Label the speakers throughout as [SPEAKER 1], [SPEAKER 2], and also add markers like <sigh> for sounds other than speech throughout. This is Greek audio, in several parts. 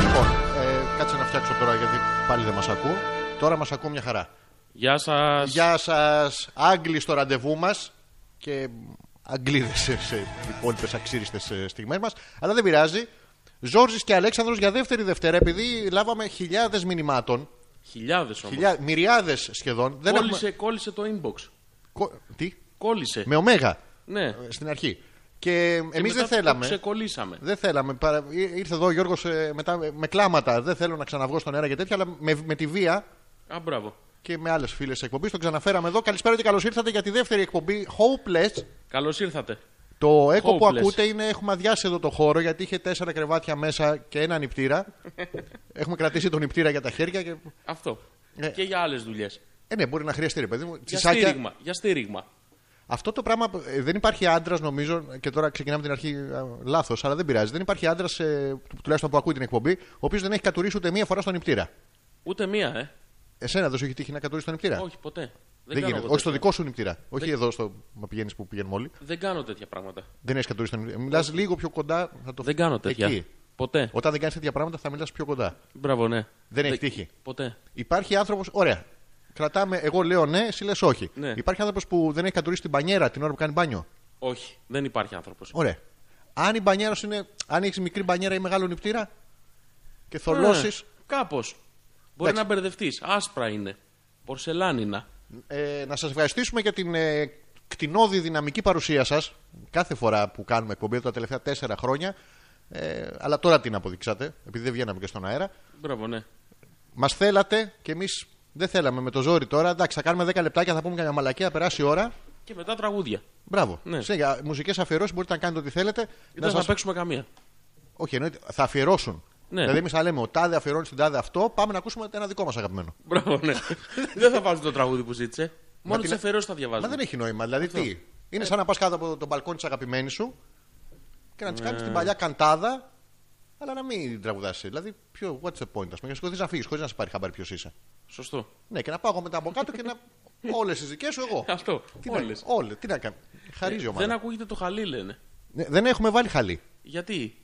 [SPEAKER 1] Λοιπόν, ε, δεν μας ακούω. Τώρα μας ακούω μια χαρά.
[SPEAKER 2] Γεια σας.
[SPEAKER 1] Γεια σας, Άγγλοι στο ραντεβού μας και Αγγλίδες σε, σε υπόλοιπες αξίριστες στιγμές μας. Αλλά δεν πειράζει. Ζόρζης και Αλέξανδρος για δεύτερη Δευτέρα, επειδή λάβαμε χιλιάδες μηνυμάτων,
[SPEAKER 2] Χιλιάδες όμως.
[SPEAKER 1] χιλιά, μυριάδες σχεδόν. Δεν
[SPEAKER 2] Κόλλησε,
[SPEAKER 1] έχουμε...
[SPEAKER 2] κόλλησε το inbox.
[SPEAKER 1] Κο- Τι,
[SPEAKER 2] Κόλλησε.
[SPEAKER 1] με ωμέγα
[SPEAKER 2] Ναι.
[SPEAKER 1] ε, στην αρχή. Και εμείς
[SPEAKER 2] μετά
[SPEAKER 1] δεν
[SPEAKER 2] το
[SPEAKER 1] θέλαμε.
[SPEAKER 2] Ξεκολλήσαμε.
[SPEAKER 1] Δεν θέλαμε. παρα- ή- Ήρθε εδώ ο Γιώργος μετά με- με κλάματα. Δεν θέλω να ξαναβγώ στον αέρα και τέτοια, αλλά με, με τη βία
[SPEAKER 2] Α, μπράβο.
[SPEAKER 1] και με άλλες φίλες εκπομπής τον ξαναφέραμε εδώ. Καλησπέρα και καλώς ήρθατε για τη δεύτερη εκπομπή Hopeless.
[SPEAKER 2] Καλώς ήρθατε.
[SPEAKER 1] Το έκο που
[SPEAKER 2] Hopeless.
[SPEAKER 1] ακούτε είναι έχουμε αδειάσει εδώ το χώρο γιατί είχε τέσσερα κρεβάτια μέσα και ένα νηπτήρα.
[SPEAKER 2] <laughs>
[SPEAKER 1] έχουμε κρατήσει τον νηπτήρα για τα χέρια και.
[SPEAKER 2] Αυτό.
[SPEAKER 1] Ναι.
[SPEAKER 2] Και για άλλες δουλειές.
[SPEAKER 1] Ε, ναι, μπορεί να χρειαστεί, ρε παιδί μου.
[SPEAKER 2] Για
[SPEAKER 1] Τσισάκια.
[SPEAKER 2] στήριγμα. Για στήριγμα.
[SPEAKER 1] Αυτό το πράγμα ε, δεν υπάρχει άντρας, νομίζω, και τώρα ξεκινάμε την αρχή λάθος, αλλά δεν πειράζει. Δεν υπάρχει άντρας, τουλάχιστον που ακούει την εκπομπή, ο οποίος δεν έχει κατουρίσει ούτε μία φορά στον νηπτήρα.
[SPEAKER 2] Ούτε μία, ε.
[SPEAKER 1] Εσένα δεν σου έχει τύχει να κατουρίσει τον νηπτήρα.
[SPEAKER 2] Όχι, ποτέ. Δεν,
[SPEAKER 1] Ναι. δεν
[SPEAKER 2] κάνω
[SPEAKER 1] γίνεται.
[SPEAKER 2] εγώ
[SPEAKER 1] Όχι στο
[SPEAKER 2] τέτοια.
[SPEAKER 1] δικό σου νηπτήρα. Όχι εδώ στο μα πηγαίνεις που πηγαίνουμε όλοι.
[SPEAKER 2] Δεν κάνω τέτοια πράγματα.
[SPEAKER 1] Δεν έχεις κατουρίσει τον νηπτήρα. Μιλά λίγο πιο κοντά. Θα το...
[SPEAKER 2] Δεν κάνω τέτοια.
[SPEAKER 1] Εκεί.
[SPEAKER 2] Ποτέ.
[SPEAKER 1] Όταν δεν κάνεις τέτοια πράγματα θα μιλάς πιο κοντά.
[SPEAKER 2] Μπράβο, ναι.
[SPEAKER 1] Δεν έχει τύχει.
[SPEAKER 2] Ποτέ.
[SPEAKER 1] Υπάρχει άνθρωπος. Ωραία. Κρατάμε, εγώ λέω ναι, εσύ λες όχι.
[SPEAKER 2] Ναι.
[SPEAKER 1] Υπάρχει άνθρωπος που δεν έχει κατουρίσει την πανιέρα την ώρα που κάνει μπάνιο.
[SPEAKER 2] Όχι. Δεν υπάρχει άνθρωπος.
[SPEAKER 1] Ωραία. Αν η μπανιέρας σου είναι. Αν έχεις μικρή μπανιέρα ή μεγάλο νηπτήρα και θολώσεις.
[SPEAKER 2] Κάπω. Ε, Μπορεί
[SPEAKER 1] Εντάξει.
[SPEAKER 2] να μπερδευτείς. Άσπρα είναι. Πορσελάνινα.
[SPEAKER 1] Ε, να σας ευχαριστήσουμε για την ε, κτηνόδη δυναμική παρουσία σας κάθε φορά που κάνουμε εκπομπή τα τελευταία τέσσερα χρόνια. Ε, αλλά τώρα την αποδείξατε, επειδή δεν βγαίναμε και στον αέρα.
[SPEAKER 2] Μπράβο, ναι.
[SPEAKER 1] Μας θέλατε και εμείς δεν θέλαμε με το ζόρι τώρα. Εντάξει, θα κάνουμε 10 λεπτάκια, θα πούμε καμιά μαλακία, περάσει η ώρα.
[SPEAKER 2] Και μετά τραγούδια.
[SPEAKER 1] Μπράβο.
[SPEAKER 2] Ναι.
[SPEAKER 1] Σε για μουσικές αφιερώσεις μπορείτε να κάνετε ό,τι θέλετε.
[SPEAKER 2] Δεν θα
[SPEAKER 1] σας-
[SPEAKER 2] παίξουμε καμία.
[SPEAKER 1] Όχι, εννοείται, θα αφιερώσουν.
[SPEAKER 2] Ναι.
[SPEAKER 1] Δηλαδή, εμείς θα λέμε ο τάδε αφιερώνει στην τάδε αυτό, πάμε να ακούσουμε ένα δικό μας αγαπημένο.
[SPEAKER 2] Μπράβο, <laughs> ναι. δεν θα βάζουν το τραγούδι που ζήτησε. Μόνο
[SPEAKER 1] την-
[SPEAKER 2] τι αφαιρώσει θα διαβάζουν.
[SPEAKER 1] Μα δεν έχει νόημα. Δηλαδή, τι.
[SPEAKER 2] Ε.
[SPEAKER 1] Είναι σαν να πας κάτω από τον μπαλκόνι της αγαπημένης σου και να τη
[SPEAKER 2] Ε.
[SPEAKER 1] κάνεις την παλιά καντάδα, αλλά να μην τραγουδάσει. Δηλαδή, ποιο, what's the point, ας πούμε. Για να φύγεις χωρίς να σε πάρει χαμπάρι ποιος είσαι.
[SPEAKER 2] Σωστό.
[SPEAKER 1] Ναι, και να πάω εγώ μετά από κάτω και
[SPEAKER 2] <laughs>
[SPEAKER 1] να. Όλες τις δικές σου εγώ.
[SPEAKER 2] Αυτό.
[SPEAKER 1] Τι
[SPEAKER 2] Όλες. Ε,
[SPEAKER 1] Να, όλες, τι να κάνω. Χαρίζει η ομάδα.
[SPEAKER 2] Δεν ακούγεται το χαλί, λένε.
[SPEAKER 1] Ναι, δεν έχουμε βάλει χαλί.
[SPEAKER 2] Γιατί.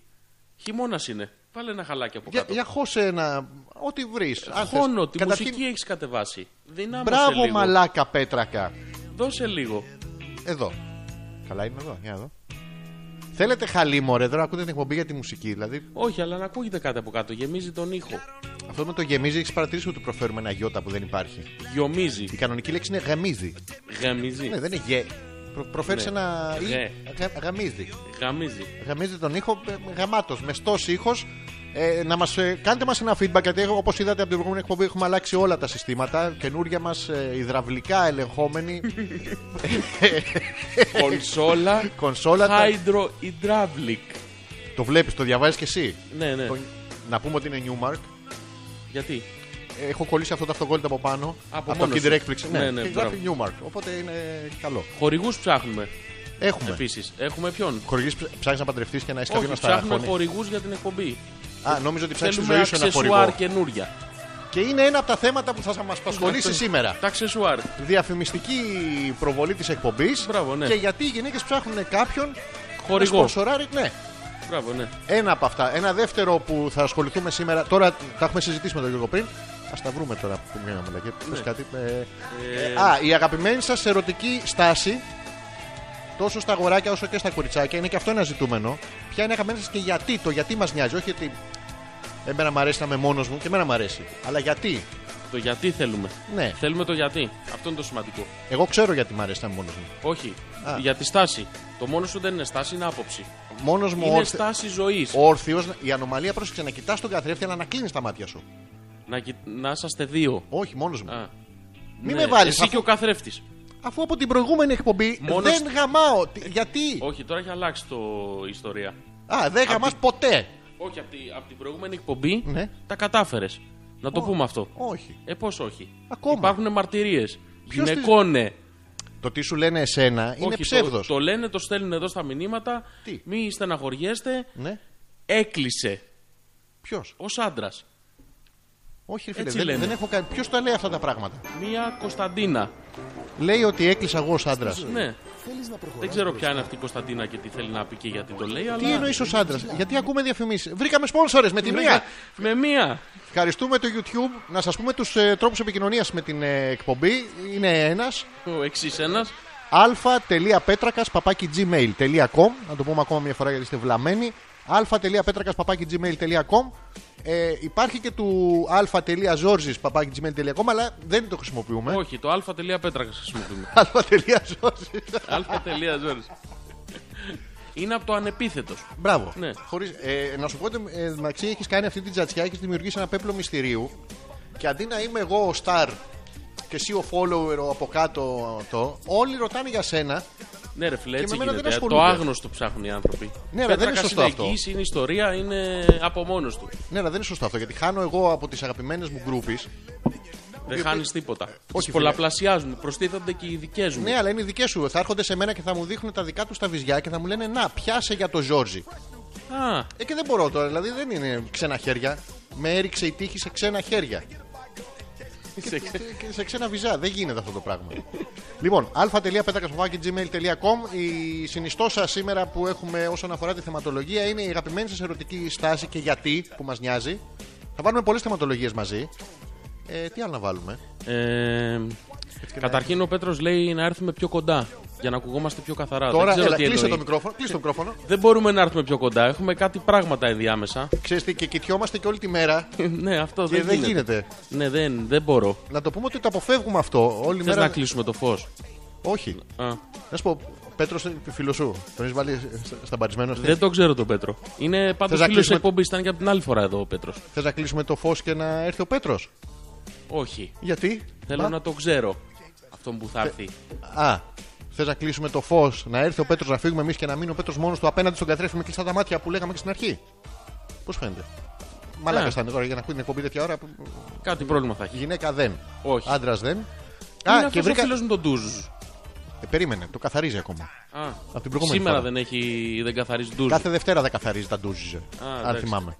[SPEAKER 2] Χειμώνας είναι. Βάλε ένα χαλάκι από
[SPEAKER 1] Για,
[SPEAKER 2] κάτω.
[SPEAKER 1] για χώσε ένα. Ό,τι βρεις.
[SPEAKER 2] Χώνο, τη μουσική έχεις κατεβάσει. Δυνάμωσε
[SPEAKER 1] Μπράβο,
[SPEAKER 2] λίγο.
[SPEAKER 1] μαλάκα πέτρακα.
[SPEAKER 2] Δώσε λίγο.
[SPEAKER 1] Εδώ. Καλά είμαι εδώ, για εδώ. Θέλετε χαλί, μωρέ, τώρα ακούτε την εκπομπή για τη μουσική. Δηλαδή,
[SPEAKER 2] Όχι, αλλά να ακούγεται κάτι από κάτω. Γεμίζει τον ήχο.
[SPEAKER 1] αυτό με το γεμίζει έχεις παρατηρήσει ότι του προφέρουμε ένα γιώτα που δεν υπάρχει.
[SPEAKER 2] Γιομίζει.
[SPEAKER 1] Η κανονική λέξη είναι γαμίζει.
[SPEAKER 2] Γαμίζει.
[SPEAKER 1] Ναι, δεν είναι γε. Προ, προφέρεις
[SPEAKER 2] Ναι.
[SPEAKER 1] ένα. ή-
[SPEAKER 2] Γε.
[SPEAKER 1] γα- γαμίζει. <laughs>
[SPEAKER 2] Γαμίζει.
[SPEAKER 1] Γαμίζει τον ήχο ε, γαμάτος, μεστό ήχος. Ε, να μας, ε, κάντε μας ένα feedback γιατί όπως είδατε από την προηγούμενη εκπομπή έχουμε αλλάξει όλα τα συστήματα. Καινούργια μας ε, υδραυλικά
[SPEAKER 2] <laughs>
[SPEAKER 1] ελεγχόμενη
[SPEAKER 2] Κονσόλα.
[SPEAKER 1] κονσόλα. ναι. τα-
[SPEAKER 2] Hydro Hydraulic.
[SPEAKER 1] Το βλέπεις, το διαβάζεις και εσύ.
[SPEAKER 2] Ναι, ναι.
[SPEAKER 1] Το- Να πούμε ότι είναι Newmark. Ε,
[SPEAKER 2] Γιατί.
[SPEAKER 1] Έχω κολλήσει αυτό το αυτοκόλλητο από πάνω.
[SPEAKER 2] Από
[SPEAKER 1] το
[SPEAKER 2] μόνος
[SPEAKER 1] Kinder
[SPEAKER 2] σου.
[SPEAKER 1] Έκπληξη.
[SPEAKER 2] Ναι, ναι,
[SPEAKER 1] και γράφει Newmark. Οπότε είναι καλό.
[SPEAKER 2] Χορηγούς ψάχνουμε
[SPEAKER 1] Έχουμε.
[SPEAKER 2] επίσης. Έχουμε ποιον.
[SPEAKER 1] Χορηγή ψάχνεις να παντρευτείς και να έχεις
[SPEAKER 2] Όχι,
[SPEAKER 1] κάποιον να
[SPEAKER 2] ψάχνουμε
[SPEAKER 1] στα
[SPEAKER 2] χορηγούς για την εκπομπή.
[SPEAKER 1] Α, νόμιζα ότι ψάχνει τη
[SPEAKER 2] Θέλουμε
[SPEAKER 1] ζωή σου ένα
[SPEAKER 2] αξεσουάρ
[SPEAKER 1] χορηγό.
[SPEAKER 2] καινούρια.
[SPEAKER 1] Και είναι ένα από τα θέματα που θα μα απασχολήσει σήμερα.
[SPEAKER 2] Τα αξεσουάρ.
[SPEAKER 1] Διαφημιστική προβολή της εκπομπής.
[SPEAKER 2] Μπράβο, ναι.
[SPEAKER 1] Και γιατί οι γυναίκες ψάχνουν κάποιον.
[SPEAKER 2] Χορηγό.
[SPEAKER 1] να σπονσοράρει- ναι.
[SPEAKER 2] Μπράβο, ναι.
[SPEAKER 1] Ένα από αυτά. Ένα δεύτερο που θα ασχοληθούμε σήμερα. Τώρα τα έχουμε συζητήσει με τον Γιώργο πριν. Ας τα βρούμε τώρα που μιλάμε. Και
[SPEAKER 2] Ναι.
[SPEAKER 1] πες κάτι. ε, ε, α, η αγαπημένη σας ερωτική στάση. Τόσο στα αγοράκια όσο και στα κοριτσάκια. Είναι και αυτό ένα ζητούμενο. Ποια είναι η αγαπημένη σα και γιατί. Το γιατί μας νοιάζει. Όχι ότι. Εμένα μου αρέσει να είμαι μόνος μου και εμένα μου αρέσει. Αλλά γιατί.
[SPEAKER 2] Το γιατί θέλουμε.
[SPEAKER 1] Ναι.
[SPEAKER 2] Θέλουμε το γιατί. Αυτό είναι το σημαντικό.
[SPEAKER 1] Εγώ ξέρω γιατί μου αρέσει να είμαι μόνος μου.
[SPEAKER 2] Όχι.
[SPEAKER 1] Α.
[SPEAKER 2] Για τη στάση. Το μόνος σου δεν είναι στάση, είναι άποψη.
[SPEAKER 1] Μόνος μου
[SPEAKER 2] Είναι
[SPEAKER 1] όρθι...
[SPEAKER 2] στάση ζωής.
[SPEAKER 1] όρθιος. Η ανομαλία πρόσεξε να κοιτάς τον καθρέφτη αλλά να κλείνεις τα μάτια σου.
[SPEAKER 2] Να, κοι- να είσαστε δύο.
[SPEAKER 1] Όχι, μόνος μου.
[SPEAKER 2] Α.
[SPEAKER 1] Μην
[SPEAKER 2] Ναι,
[SPEAKER 1] με βάλεις.
[SPEAKER 2] Εσύ και ο καθρέφτης.
[SPEAKER 1] Αφού από την προηγούμενη εκπομπή
[SPEAKER 2] Μόνος-
[SPEAKER 1] δεν γαμάω. Τι- Γιατί.
[SPEAKER 2] Όχι, τώρα έχει αλλάξει το η ιστορία.
[SPEAKER 1] Α, δεν γαμάς ποτέ.
[SPEAKER 2] Όχι, από την προηγούμενη εκπομπή
[SPEAKER 1] Ναι.
[SPEAKER 2] τα κατάφερες. Να το πούμε αυτό.
[SPEAKER 1] Όχι.
[SPEAKER 2] Ε, πώς όχι.
[SPEAKER 1] Ακόμα.
[SPEAKER 2] Υπάρχουν μαρτυρίες.
[SPEAKER 1] Ποιος τις-
[SPEAKER 2] Γυναικώνε.
[SPEAKER 1] Το τι σου λένε εσένα είναι
[SPEAKER 2] Όχι,
[SPEAKER 1] ψεύδος.
[SPEAKER 2] Το, το λένε, το στέλνουν εδώ στα μηνύματα.
[SPEAKER 1] Τι?
[SPEAKER 2] Μη στεναχωριέστε.
[SPEAKER 1] Ναι.
[SPEAKER 2] Έκλεισε.
[SPEAKER 1] Ποιος.
[SPEAKER 2] Ως άντρας.
[SPEAKER 1] Όχι, ρε φίλε,
[SPEAKER 2] Έτσι
[SPEAKER 1] δεν,
[SPEAKER 2] λένε.
[SPEAKER 1] δεν έχω κάνει. Ποιος τα λέει αυτά τα πράγματα.
[SPEAKER 2] Μία Κωνσταντίνα.
[SPEAKER 1] Λέει ότι έκλεισα εγώ ως άντρας.
[SPEAKER 2] Ναι.
[SPEAKER 3] Θέλεις να προχωράς
[SPEAKER 2] Δεν ξέρω ποια είναι αυτή η Κωνσταντίνα και τι θέλει να πει και γιατί το λέει, αλλά.
[SPEAKER 1] Τι εννοείς ως άντρας. Γιατί ακούμε διαφημίσεις. Βρήκαμε σπόνσορες με τη μία.
[SPEAKER 2] Με μία.
[SPEAKER 1] Ευχαριστούμε το YouTube. Να σας πούμε τους ε, τρόπους επικοινωνίας με την ε, εκπομπή. Είναι ένας.
[SPEAKER 2] Ο εξής ένας.
[SPEAKER 1] αλφα.πέτρακα.gmail.com Να το πούμε ακόμα μια φορά γιατί είστε βλαμμένοι. αλφα.πέτρακα.gmail.com ε, Υπάρχει και του αλφα.ζόρζη.gmail.com αλλά δεν το χρησιμοποιούμε.
[SPEAKER 2] Όχι, το α.πέτρακα χρησιμοποιούμε.
[SPEAKER 1] αλφα.ζόρζη.
[SPEAKER 2] α.ζόρι. Είναι από το ανεπίθετος.
[SPEAKER 1] Μπράβο.
[SPEAKER 2] Ναι.
[SPEAKER 1] Χωρίς, ε, να σου πω ότι ε, Μαξί έχεις κάνει αυτή την τζατσιά και δημιουργήσει ένα πέπλο μυστηρίου. Και αντί να είμαι εγώ ο star και εσύ ο follower ο από κάτω, το, όλοι ρωτάνε για σένα.
[SPEAKER 2] Ναι, ρε φίλε,
[SPEAKER 1] Και
[SPEAKER 2] έτσι
[SPEAKER 1] με μένα δεν
[SPEAKER 2] γίνεται. Το
[SPEAKER 1] ασχολούνται.
[SPEAKER 2] άγνωστο ψάχνουν οι άνθρωποι.
[SPEAKER 1] Ναι, αλλά δεν είναι
[SPEAKER 2] Πέτρακας
[SPEAKER 1] σωστό αυτό.
[SPEAKER 2] εγγύηση, είναι ιστορία, είναι από μόνος του.
[SPEAKER 1] Ναι, αλλά δεν είναι σωστό αυτό γιατί χάνω εγώ από τις αγαπημένες μου γκρούπε.
[SPEAKER 2] Δεν χάνει τίποτα.
[SPEAKER 1] Ε, φίλε.
[SPEAKER 2] Τις πολλαπλασιάζουν. Προστίθενται και οι δικές μου.
[SPEAKER 1] Ναι, αλλά είναι δικές σου. Θα έρχονται σε μένα και θα μου δείχνουν τα δικά τους τα βυζιά και θα μου λένε Να, πιάσε για το Ζόρζι.
[SPEAKER 2] Α,
[SPEAKER 1] Ε, και δεν μπορώ τώρα, δηλαδή δεν είναι ξένα χέρια. Με έριξε η τύχη σε ξένα χέρια.
[SPEAKER 2] σε-
[SPEAKER 1] Και- και σε ξένα βυζά. Δεν γίνεται αυτό το πράγμα. λοιπόν, α.πέτρακα.gmail.com Η συνιστόσα σήμερα που έχουμε όσον αφορά τη θεματολογία είναι η αγαπημένη σας ερωτική στάση και γιατί που μας νοιάζει. Θα πάρουμε πολλές θεματολογίες μαζί. Ε, τι άλλο να βάλουμε.
[SPEAKER 2] ε, καταρχήν ο Πέτρος λέει να έρθουμε πιο κοντά για να ακουγόμαστε πιο καθαρά.
[SPEAKER 1] Τώρα,
[SPEAKER 2] δεν ξέρω
[SPEAKER 1] έλα,
[SPEAKER 2] τι
[SPEAKER 1] κλείσε το
[SPEAKER 2] εννοεί.
[SPEAKER 1] μικρόφωνο. Κλείσε το μικρόφωνο.
[SPEAKER 2] Δεν μπορούμε να έρθουμε πιο κοντά. Έχουμε κάτι πράγματα ενδιάμεσα. <laughs>
[SPEAKER 1] Ξέρεις τι, και κοιτιόμαστε και όλη τη μέρα.
[SPEAKER 2] ναι, αυτό
[SPEAKER 1] Και
[SPEAKER 2] δεν,
[SPEAKER 1] δεν γίνεται.
[SPEAKER 2] Ναι, δεν, δεν μπορώ.
[SPEAKER 1] Να το πούμε ότι το αποφεύγουμε αυτό. Όλη
[SPEAKER 2] Θες
[SPEAKER 1] μέρα.
[SPEAKER 2] να κλείσουμε το φως.
[SPEAKER 1] Όχι. Να σου πω, Πέτρος, φίλος σου. Τον έχεις βάλει στα- σταμπαρισμένο.
[SPEAKER 2] Δεν το ξέρω τον Πέτρο. Είναι πάντως
[SPEAKER 1] να
[SPEAKER 2] φίλος
[SPEAKER 1] κλείσουμε-
[SPEAKER 2] εκπομπής. Ήταν και από την άλλη φορά εδώ ο Πέτρος.
[SPEAKER 1] Θες να κλείσουμε το φως και να έρθει ο Πέτρος.
[SPEAKER 2] Όχι.
[SPEAKER 1] Γιατί.
[SPEAKER 2] Θέλω
[SPEAKER 1] Μα- Ε-
[SPEAKER 2] να το ξέρω αυτόν που θα έρθει.
[SPEAKER 1] Α, θες να κλείσουμε το φως, να έρθει ο Πέτρος να φύγουμε εμείς και να μείνει ο Πέτρος μόνος του απέναντι στον καθρέφτη με κλειστά τα μάτια που λέγαμε και στην αρχή. Πώς φαίνεται. Μαλάκας
[SPEAKER 2] Ναι.
[SPEAKER 1] ήταν τώρα για να ακούει την εκπομπή τέτοια ώρα. που-
[SPEAKER 2] Κάτι πρόβλημα θα έχει.
[SPEAKER 1] Γυναίκα δεν.
[SPEAKER 2] Όχι.
[SPEAKER 1] Άντρας δεν.
[SPEAKER 2] Είναι
[SPEAKER 1] Α, και
[SPEAKER 2] αυτός ο
[SPEAKER 1] βρήκα.
[SPEAKER 2] φίλος μου τον Ντούζ.
[SPEAKER 1] Ε, περίμενε, το καθαρίζει ακόμα.
[SPEAKER 2] Α,
[SPEAKER 1] Από την προηγούμενη
[SPEAKER 2] σήμερα
[SPEAKER 1] φορά.
[SPEAKER 2] δεν, έχει, δεν καθαρίζει Ντούζ.
[SPEAKER 1] Κάθε Δευτέρα δεν καθαρίζει τα ντουζ. Αν
[SPEAKER 2] εντάξει.
[SPEAKER 1] θυμάμαι.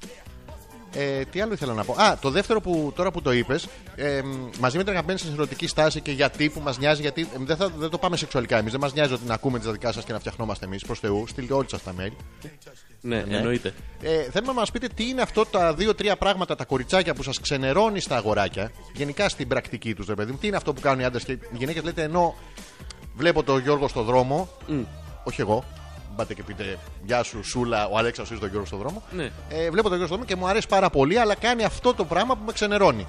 [SPEAKER 1] Ε, τι άλλο ήθελα να πω. Α, το δεύτερο που τώρα που το είπες, ε, μ, μαζί με την αγαπημένη σας ερωτική στάση και γιατί που μας νοιάζει, γιατί ε, δεν, θα, δεν το πάμε σεξουαλικά εμείς. Δεν μας νοιάζει ότι να ακούμε τις δικά σας και να φτιαχνόμαστε εμείς προς Θεού. Στείλτε όλοι σας τα mail.
[SPEAKER 2] Ναι, εννοείται.
[SPEAKER 1] Ε, θέλουμε να μας πείτε τι είναι αυτό τα δύο-τρία πράγματα, τα κοριτσάκια που σας ξενερώνει στα αγοράκια, γενικά στην πρακτική τους, ρε παιδί μου. Τι είναι αυτό που κάνουν οι άντρες και οι γυναίκες, λέτε ενώ βλέπω τον Γιώργο στο δρόμο, όχι εγώ, μπάτε και πείτε Γεια σου, Σούλα, ο Αλέξα, είσαι τον Γιώργο στο δρόμο.
[SPEAKER 2] Ναι.
[SPEAKER 1] Ε, βλέπω τον Γιώργο στο δρόμο και μου αρέσει πάρα πολύ, αλλά κάνει αυτό το πράγμα που με ξενερώνει.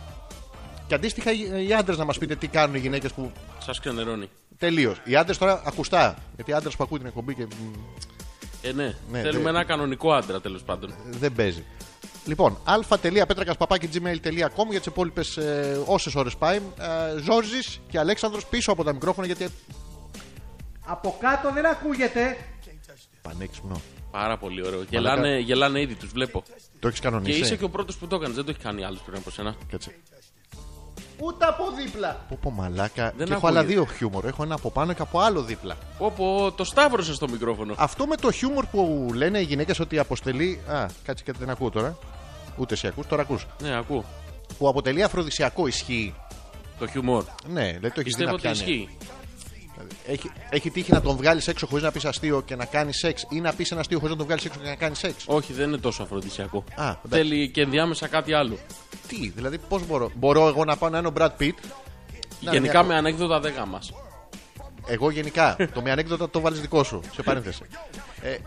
[SPEAKER 1] Και αντίστοιχα οι- οι άντρες να μας πείτε τι κάνουν οι γυναίκες που
[SPEAKER 2] Σας ξενερώνει.
[SPEAKER 1] τελείως. Οι άντρες τώρα ακουστά. Γιατί άντρες που ακούει την εκπομπή και μ,
[SPEAKER 2] Ε, ναι.
[SPEAKER 1] Ναι,
[SPEAKER 2] Θέλουμε
[SPEAKER 1] δεν-
[SPEAKER 2] ένα κανονικό άντρα τέλος πάντων.
[SPEAKER 1] δεν παίζει. Λοιπόν, α.πέτρακα.gmail.com για τις υπόλοιπες ε, όσες ώρες πάει. Ε, Ζόρζης και Αλέξανδρος πίσω από τα μικρόφωνα γιατί.
[SPEAKER 3] Από κάτω δεν ακούγεται.
[SPEAKER 1] Πανέξυπνο.
[SPEAKER 2] Πάρα πολύ ωραίο. Γελάνε, γελάνε ήδη, τους βλέπω.
[SPEAKER 1] Το έχεις
[SPEAKER 2] Και
[SPEAKER 1] κανονίσει.
[SPEAKER 2] είσαι και ο πρώτος που το έκανες. Δεν το έχει κάνει άλλος πριν από σένα.
[SPEAKER 1] Κάτσε.
[SPEAKER 3] Ούτε από δίπλα.
[SPEAKER 1] Πω, πω, μαλάκα.
[SPEAKER 2] Δεν
[SPEAKER 1] και έχω άλλα
[SPEAKER 2] ακούγεται.
[SPEAKER 1] δύο χιούμορ. Έχω ένα από πάνω και από άλλο δίπλα.
[SPEAKER 2] Όπω το σταύρωσες στο μικρόφωνο.
[SPEAKER 1] Αυτό με το χιούμορ που λένε οι γυναίκες ότι αποστελεί. Α, κάτσε κάτι δεν ακούω τώρα. Ούτε εσύ ακούς, τώρα ακούς.
[SPEAKER 2] Ναι, ακούω.
[SPEAKER 1] Που αποτελεί αφροδισιακό ισχύει.
[SPEAKER 2] Το χιουμόρ.
[SPEAKER 1] Ναι, δηλαδή το έχεις δει
[SPEAKER 2] Πιστεύω
[SPEAKER 1] να
[SPEAKER 2] ότι
[SPEAKER 1] πιάνει.
[SPEAKER 2] ισχύει.
[SPEAKER 1] Έχει, έχει τύχει να τον βγάλεις έξω χωρίς να πεις αστείο και να κάνεις σεξ ή να πεις ένα αστείο χωρίς να τον βγάλεις έξω και να κάνεις σεξ.
[SPEAKER 2] Όχι, δεν είναι τόσο αφροδισιακό.
[SPEAKER 1] εντάξει.
[SPEAKER 2] Θέλει και ενδιάμεσα κάτι άλλο.
[SPEAKER 1] Τι, δηλαδή πώς μπορώ. Μπορώ εγώ να πάω να είναι ο Brad Pitt. Να,
[SPEAKER 2] Γενικά
[SPEAKER 1] μια-
[SPEAKER 2] με ανέκδοτα δεν γάμας.
[SPEAKER 1] Εγώ γενικά. το με ανέκδοτα το βάλεις δικό σου. Σε παρένθεση.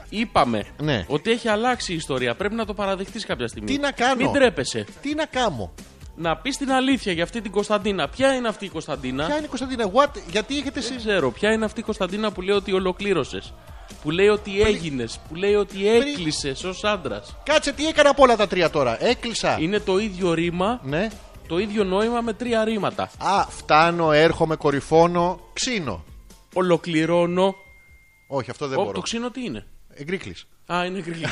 [SPEAKER 2] Είπαμε
[SPEAKER 1] Ναι.
[SPEAKER 2] ότι έχει αλλάξει η ιστορία. Πρέπει να το παραδεχτείς κάποια στιγμή.
[SPEAKER 1] Τι να κάνω?
[SPEAKER 2] Μην τρέπεσαι.
[SPEAKER 1] Τι να κάνω.
[SPEAKER 2] Να πεις την αλήθεια για αυτή την Κωνσταντίνα. Ποια είναι αυτή η Κωνσταντίνα.
[SPEAKER 1] Ποια είναι η Κωνσταντίνα, what, γιατί έχετε
[SPEAKER 2] Δεν
[SPEAKER 1] εσεί.
[SPEAKER 2] ξέρω. Ποια είναι αυτή η Κωνσταντίνα που λέει ότι ολοκλήρωσες. Που λέει ότι έγινες. Που λέει ότι έκλεισες ως άντρας.
[SPEAKER 1] Κάτσε, τι έκανα από όλα τα τρία τώρα. Έκλεισα.
[SPEAKER 2] Είναι το ίδιο ρήμα,
[SPEAKER 1] Ναι.
[SPEAKER 2] το ίδιο νόημα με τρία ρήματα.
[SPEAKER 1] Α, φτάνω, έρχομαι, κορυφώνω, ξύνω.
[SPEAKER 2] Ολοκληρώνω.
[SPEAKER 1] Όχι, αυτό δεν
[SPEAKER 2] Ο,
[SPEAKER 1] μπορώ.
[SPEAKER 2] το ξύνο τι είναι.
[SPEAKER 1] Εγκρίκλη.
[SPEAKER 2] Α, είναι
[SPEAKER 1] <laughs>
[SPEAKER 2] γκριλί.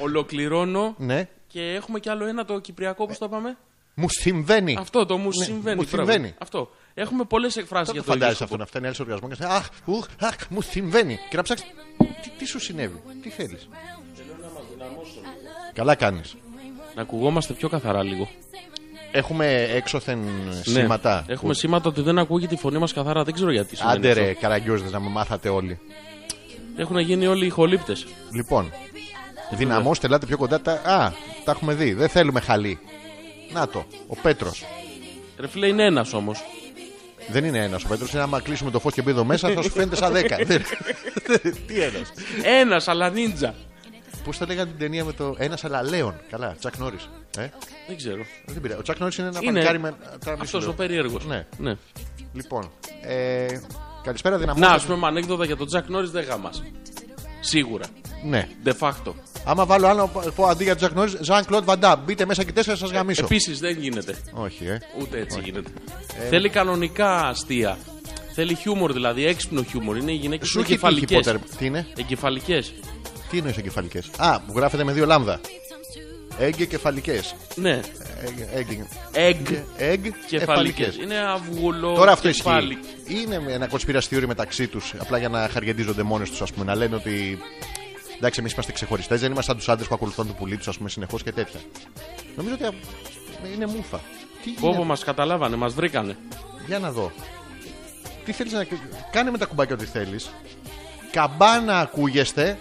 [SPEAKER 2] Ολοκληρώνω.
[SPEAKER 1] Ναι.
[SPEAKER 2] Και έχουμε κι άλλο ένα το κυπριακό, πώς το είπαμε.
[SPEAKER 1] Μου συμβαίνει.
[SPEAKER 2] Αυτό το μου συμβαίνει.
[SPEAKER 1] Ε, ναι, μου
[SPEAKER 2] μπράβο.
[SPEAKER 1] συμβαίνει.
[SPEAKER 2] Αυτό. Έχουμε πολλές εκφράσεις
[SPEAKER 1] Πώ το
[SPEAKER 2] για το ίδιο.
[SPEAKER 1] φαντάζεσαι αυτό
[SPEAKER 2] σκοπό.
[SPEAKER 1] να φτάνει άλλος οργασμός και να σου λέει, Αχ, ουχ, αχ, μου συμβαίνει. Και να ψάξεις. Τι, τι σου συνέβη, τι θέλεις. Καλά κάνεις.
[SPEAKER 2] Να ακουγόμαστε πιο καθαρά λίγο.
[SPEAKER 1] Έχουμε έξωθεν σήματα.
[SPEAKER 2] Ναι. Έχουμε σήματα ότι δεν ακούγεται η φωνή μας καθαρά. Δεν ξέρω γιατί. συμβαίνει
[SPEAKER 1] Άντε ρε,
[SPEAKER 2] αυτό.
[SPEAKER 1] καραγκιόζες, να με μάθατε όλοι.
[SPEAKER 2] Έχουν γίνει όλοι οι χολύπτε.
[SPEAKER 1] Λοιπόν, δυναμώστε, ελάτε πιο κοντά. Τα... Α, Τα έχουμε δει. Δεν θέλουμε χαλί. Να το. Ο Πέτρος.
[SPEAKER 2] Ρε φίλε, είναι ένας όμως.
[SPEAKER 1] Δεν είναι ένας ο Πέτρος. Είναι άμα κλείσουμε το φως και μπει εδώ μέσα θα σου φαίνεται σαν
[SPEAKER 2] <laughs>
[SPEAKER 1] 10. Δεν- <laughs> Τι ένας.
[SPEAKER 2] Ένας, αλλά νίντζα.
[SPEAKER 1] Πώς θα λέγανε την ταινία με το. Ένας αλλά λέον. Καλά, Τσακ Νόρις. Ε,
[SPEAKER 2] Δεν ξέρω.
[SPEAKER 1] δεν πειράζει. Ο Τσακ Νόρις είναι ένα
[SPEAKER 2] Είναι.
[SPEAKER 1] παλικάρι με. τώρα μη σου
[SPEAKER 2] Αυτό
[SPEAKER 1] λέω.
[SPEAKER 2] ο περίεργος.
[SPEAKER 1] Ναι. Λοιπόν. Ε, καλησπέρα,
[SPEAKER 2] Να,
[SPEAKER 1] δυναμώνα.
[SPEAKER 2] ας πούμε, ανέκδοτα για τον Τζακ Νόρις δεν γάμα. Σίγουρα.
[SPEAKER 1] Ναι.
[SPEAKER 2] De facto.
[SPEAKER 1] Άμα βάλω άλλο, πω αντί για Τζακ Νόρι, Ζαν Κλοντ Βαντά. Μπείτε μέσα και τέσσερα σας
[SPEAKER 2] Ε,
[SPEAKER 1] γαμίσω.
[SPEAKER 2] Επίσης δεν γίνεται.
[SPEAKER 1] Όχι, ε.
[SPEAKER 2] Ούτε έτσι γίνεται. Θέλει κανονικά αστεία. Θέλει χιούμορ, δηλαδή έξυπνο χιούμορ. Είναι οι γυναίκες
[SPEAKER 1] Σου
[SPEAKER 2] που
[SPEAKER 1] έχει τύχει
[SPEAKER 2] κεφαλικές.
[SPEAKER 1] Πότερ. Τι είναι,
[SPEAKER 2] Εγκεφαλικές.
[SPEAKER 1] τι είναι εγκεφαλικές. Α, που γράφεται με δύο λάμδα. Έγκε κεφαλικές.
[SPEAKER 2] Ναι.
[SPEAKER 1] Ε,
[SPEAKER 2] Εγ.
[SPEAKER 1] Εγ
[SPEAKER 2] Κεφαλικές.
[SPEAKER 1] κεφαλικές.
[SPEAKER 2] Είναι αυγουλό.
[SPEAKER 1] Ε, Τώρα αυτό ισχύει.
[SPEAKER 2] κεφάλι.
[SPEAKER 1] Είναι ένα κονσπιραστήριο μεταξύ τους, απλά για να χαριεντίζονται μόνοι τους, ας πούμε, να λένε ότι. Εντάξει, εμείς είμαστε ξεχωριστές, δεν είμαστε σαν τους άντρες που ακολουθούν το πουλί τους, ας πούμε, συνεχώς και τέτοια. Νομίζω ότι α, είναι μούφα. Τι
[SPEAKER 2] Πόπο
[SPEAKER 1] είναι-
[SPEAKER 2] μας καταλάβανε, μας βρήκανε.
[SPEAKER 1] Για να δω. Τι θέλεις να. Κάνε με τα κουμπάκια ό,τι θέλεις. Καμπάνα ακούγεστε.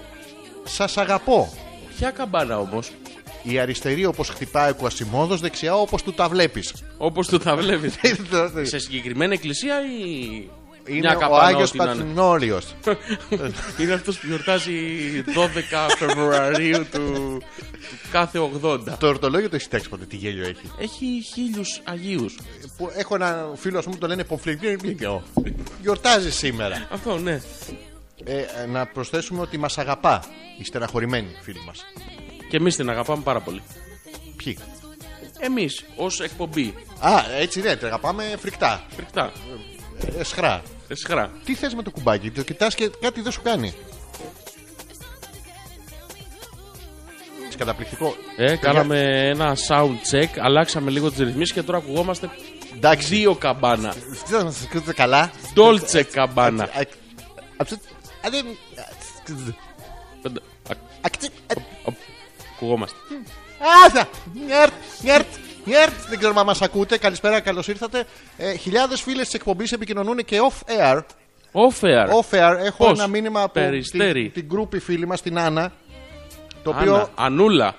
[SPEAKER 1] Σας αγαπώ.
[SPEAKER 2] Ποια καμπάνα όμως.
[SPEAKER 1] Η αριστερή όπως χτυπάει ο Κουασιμόδος, δεξιά όπως του τα βλέπεις.
[SPEAKER 2] Όπως το τα βλέπεις. <laughs> Σε συγκεκριμένη εκκλησία ή.
[SPEAKER 1] Είναι
[SPEAKER 2] μια
[SPEAKER 1] ο
[SPEAKER 2] καμπάνα
[SPEAKER 1] Άγιο
[SPEAKER 2] ό,τι να είναι.
[SPEAKER 1] Πατρινόριο.
[SPEAKER 2] Είναι αυτός που γιορτάζει 12 Φεβρουαρίου του, του κάθε 80.
[SPEAKER 1] Το ορτολόγιο το έχεις τάξει ποτέ, τι γέλιο έχει.
[SPEAKER 2] Έχει χίλιους Αγίους.
[SPEAKER 1] Που έχω ένα φίλο, ας πούμε, το λένε Πομφλιγκρίνο. Γιορτάζει σήμερα.
[SPEAKER 2] Αυτό, ναι.
[SPEAKER 1] Ε, ε, να προσθέσουμε ότι μας αγαπά η στεναχωρημένη φίλη μας.
[SPEAKER 2] Και εμείς την αγαπάμε πάρα πολύ.
[SPEAKER 1] Ποιοι.
[SPEAKER 2] Εμείς, ως εκπομπή,
[SPEAKER 1] Α, έτσι ναι, την αγαπάμε φρικτά.
[SPEAKER 2] φρικτά,
[SPEAKER 1] ε, Εσχρά.
[SPEAKER 2] εσχρά.
[SPEAKER 1] Τι θες με το κουμπάκι, το κοιτάς και κάτι δεν σου κάνει. Είσαι καταπληκτικό.
[SPEAKER 2] Ε, κάναμε ένα sound check, αλλάξαμε λίγο τις ρυθμίσεις και τώρα ακουγόμαστε
[SPEAKER 1] Εντάξει.
[SPEAKER 2] δύο καμπάνα.
[SPEAKER 1] Τι θα μας ακούτε καλά.
[SPEAKER 2] Dolce καμπάνα.
[SPEAKER 1] Α, αψε- α, δεν- α, σκ- α, κτσι- α,
[SPEAKER 2] Ακουγόμαστε.
[SPEAKER 1] Άστα! Νιέρτ, νιέρτ, νιέρτ. Δεν ξέρουμε αν μας ακούτε. Καλησπέρα, καλώς ήρθατε. Ε, χιλιάδες φίλες της εκπομπής επικοινωνούν και off-air.
[SPEAKER 2] Όφεαρ.
[SPEAKER 1] Off-air έχω
[SPEAKER 2] Πώς?
[SPEAKER 1] ένα μήνυμα από
[SPEAKER 2] Περιστέρι.
[SPEAKER 1] την, την γκρούπη φίλη μας, την Άννα. Το οποίο
[SPEAKER 2] Άννα, Ανούλα.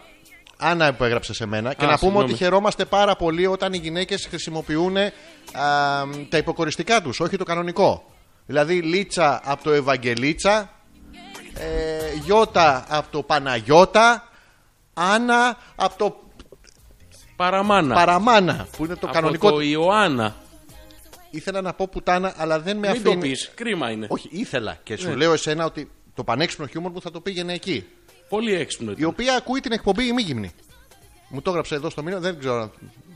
[SPEAKER 1] Άννα που έγραψε σε μένα. και
[SPEAKER 2] Α,
[SPEAKER 1] να πούμε
[SPEAKER 2] συγγνώμη.
[SPEAKER 1] ότι χαιρόμαστε πάρα πολύ όταν οι γυναίκες χρησιμοποιούν α, τα υποκοριστικά τους, όχι το κανονικό. Δηλαδή Λίτσα από το Ευαγγελίτσα, ε, Γιώτα από το Παναγιώτα, Άννα από το
[SPEAKER 2] Παραμάνα.
[SPEAKER 1] Παραμάνα που είναι το
[SPEAKER 2] Από
[SPEAKER 1] κανονικό.
[SPEAKER 2] Το Ιωάννα.
[SPEAKER 1] Ήθελα να πω πουτάνα, αλλά δεν με
[SPEAKER 2] Μην το Ναι.
[SPEAKER 1] αφήνει.
[SPEAKER 2] πεις. Κρίμα είναι.
[SPEAKER 1] όχι, ήθελα και σου λέω εσένα ότι το πανέξυπνο χιούμορ μου θα το πήγαινε εκεί.
[SPEAKER 2] Πολύ έξυπνο.
[SPEAKER 1] Η
[SPEAKER 2] ήταν.
[SPEAKER 1] οποία ακούει την εκπομπή ημίγυμνη. Μου το έγραψε εδώ στο μήνυμα, δεν ξέρω. αν-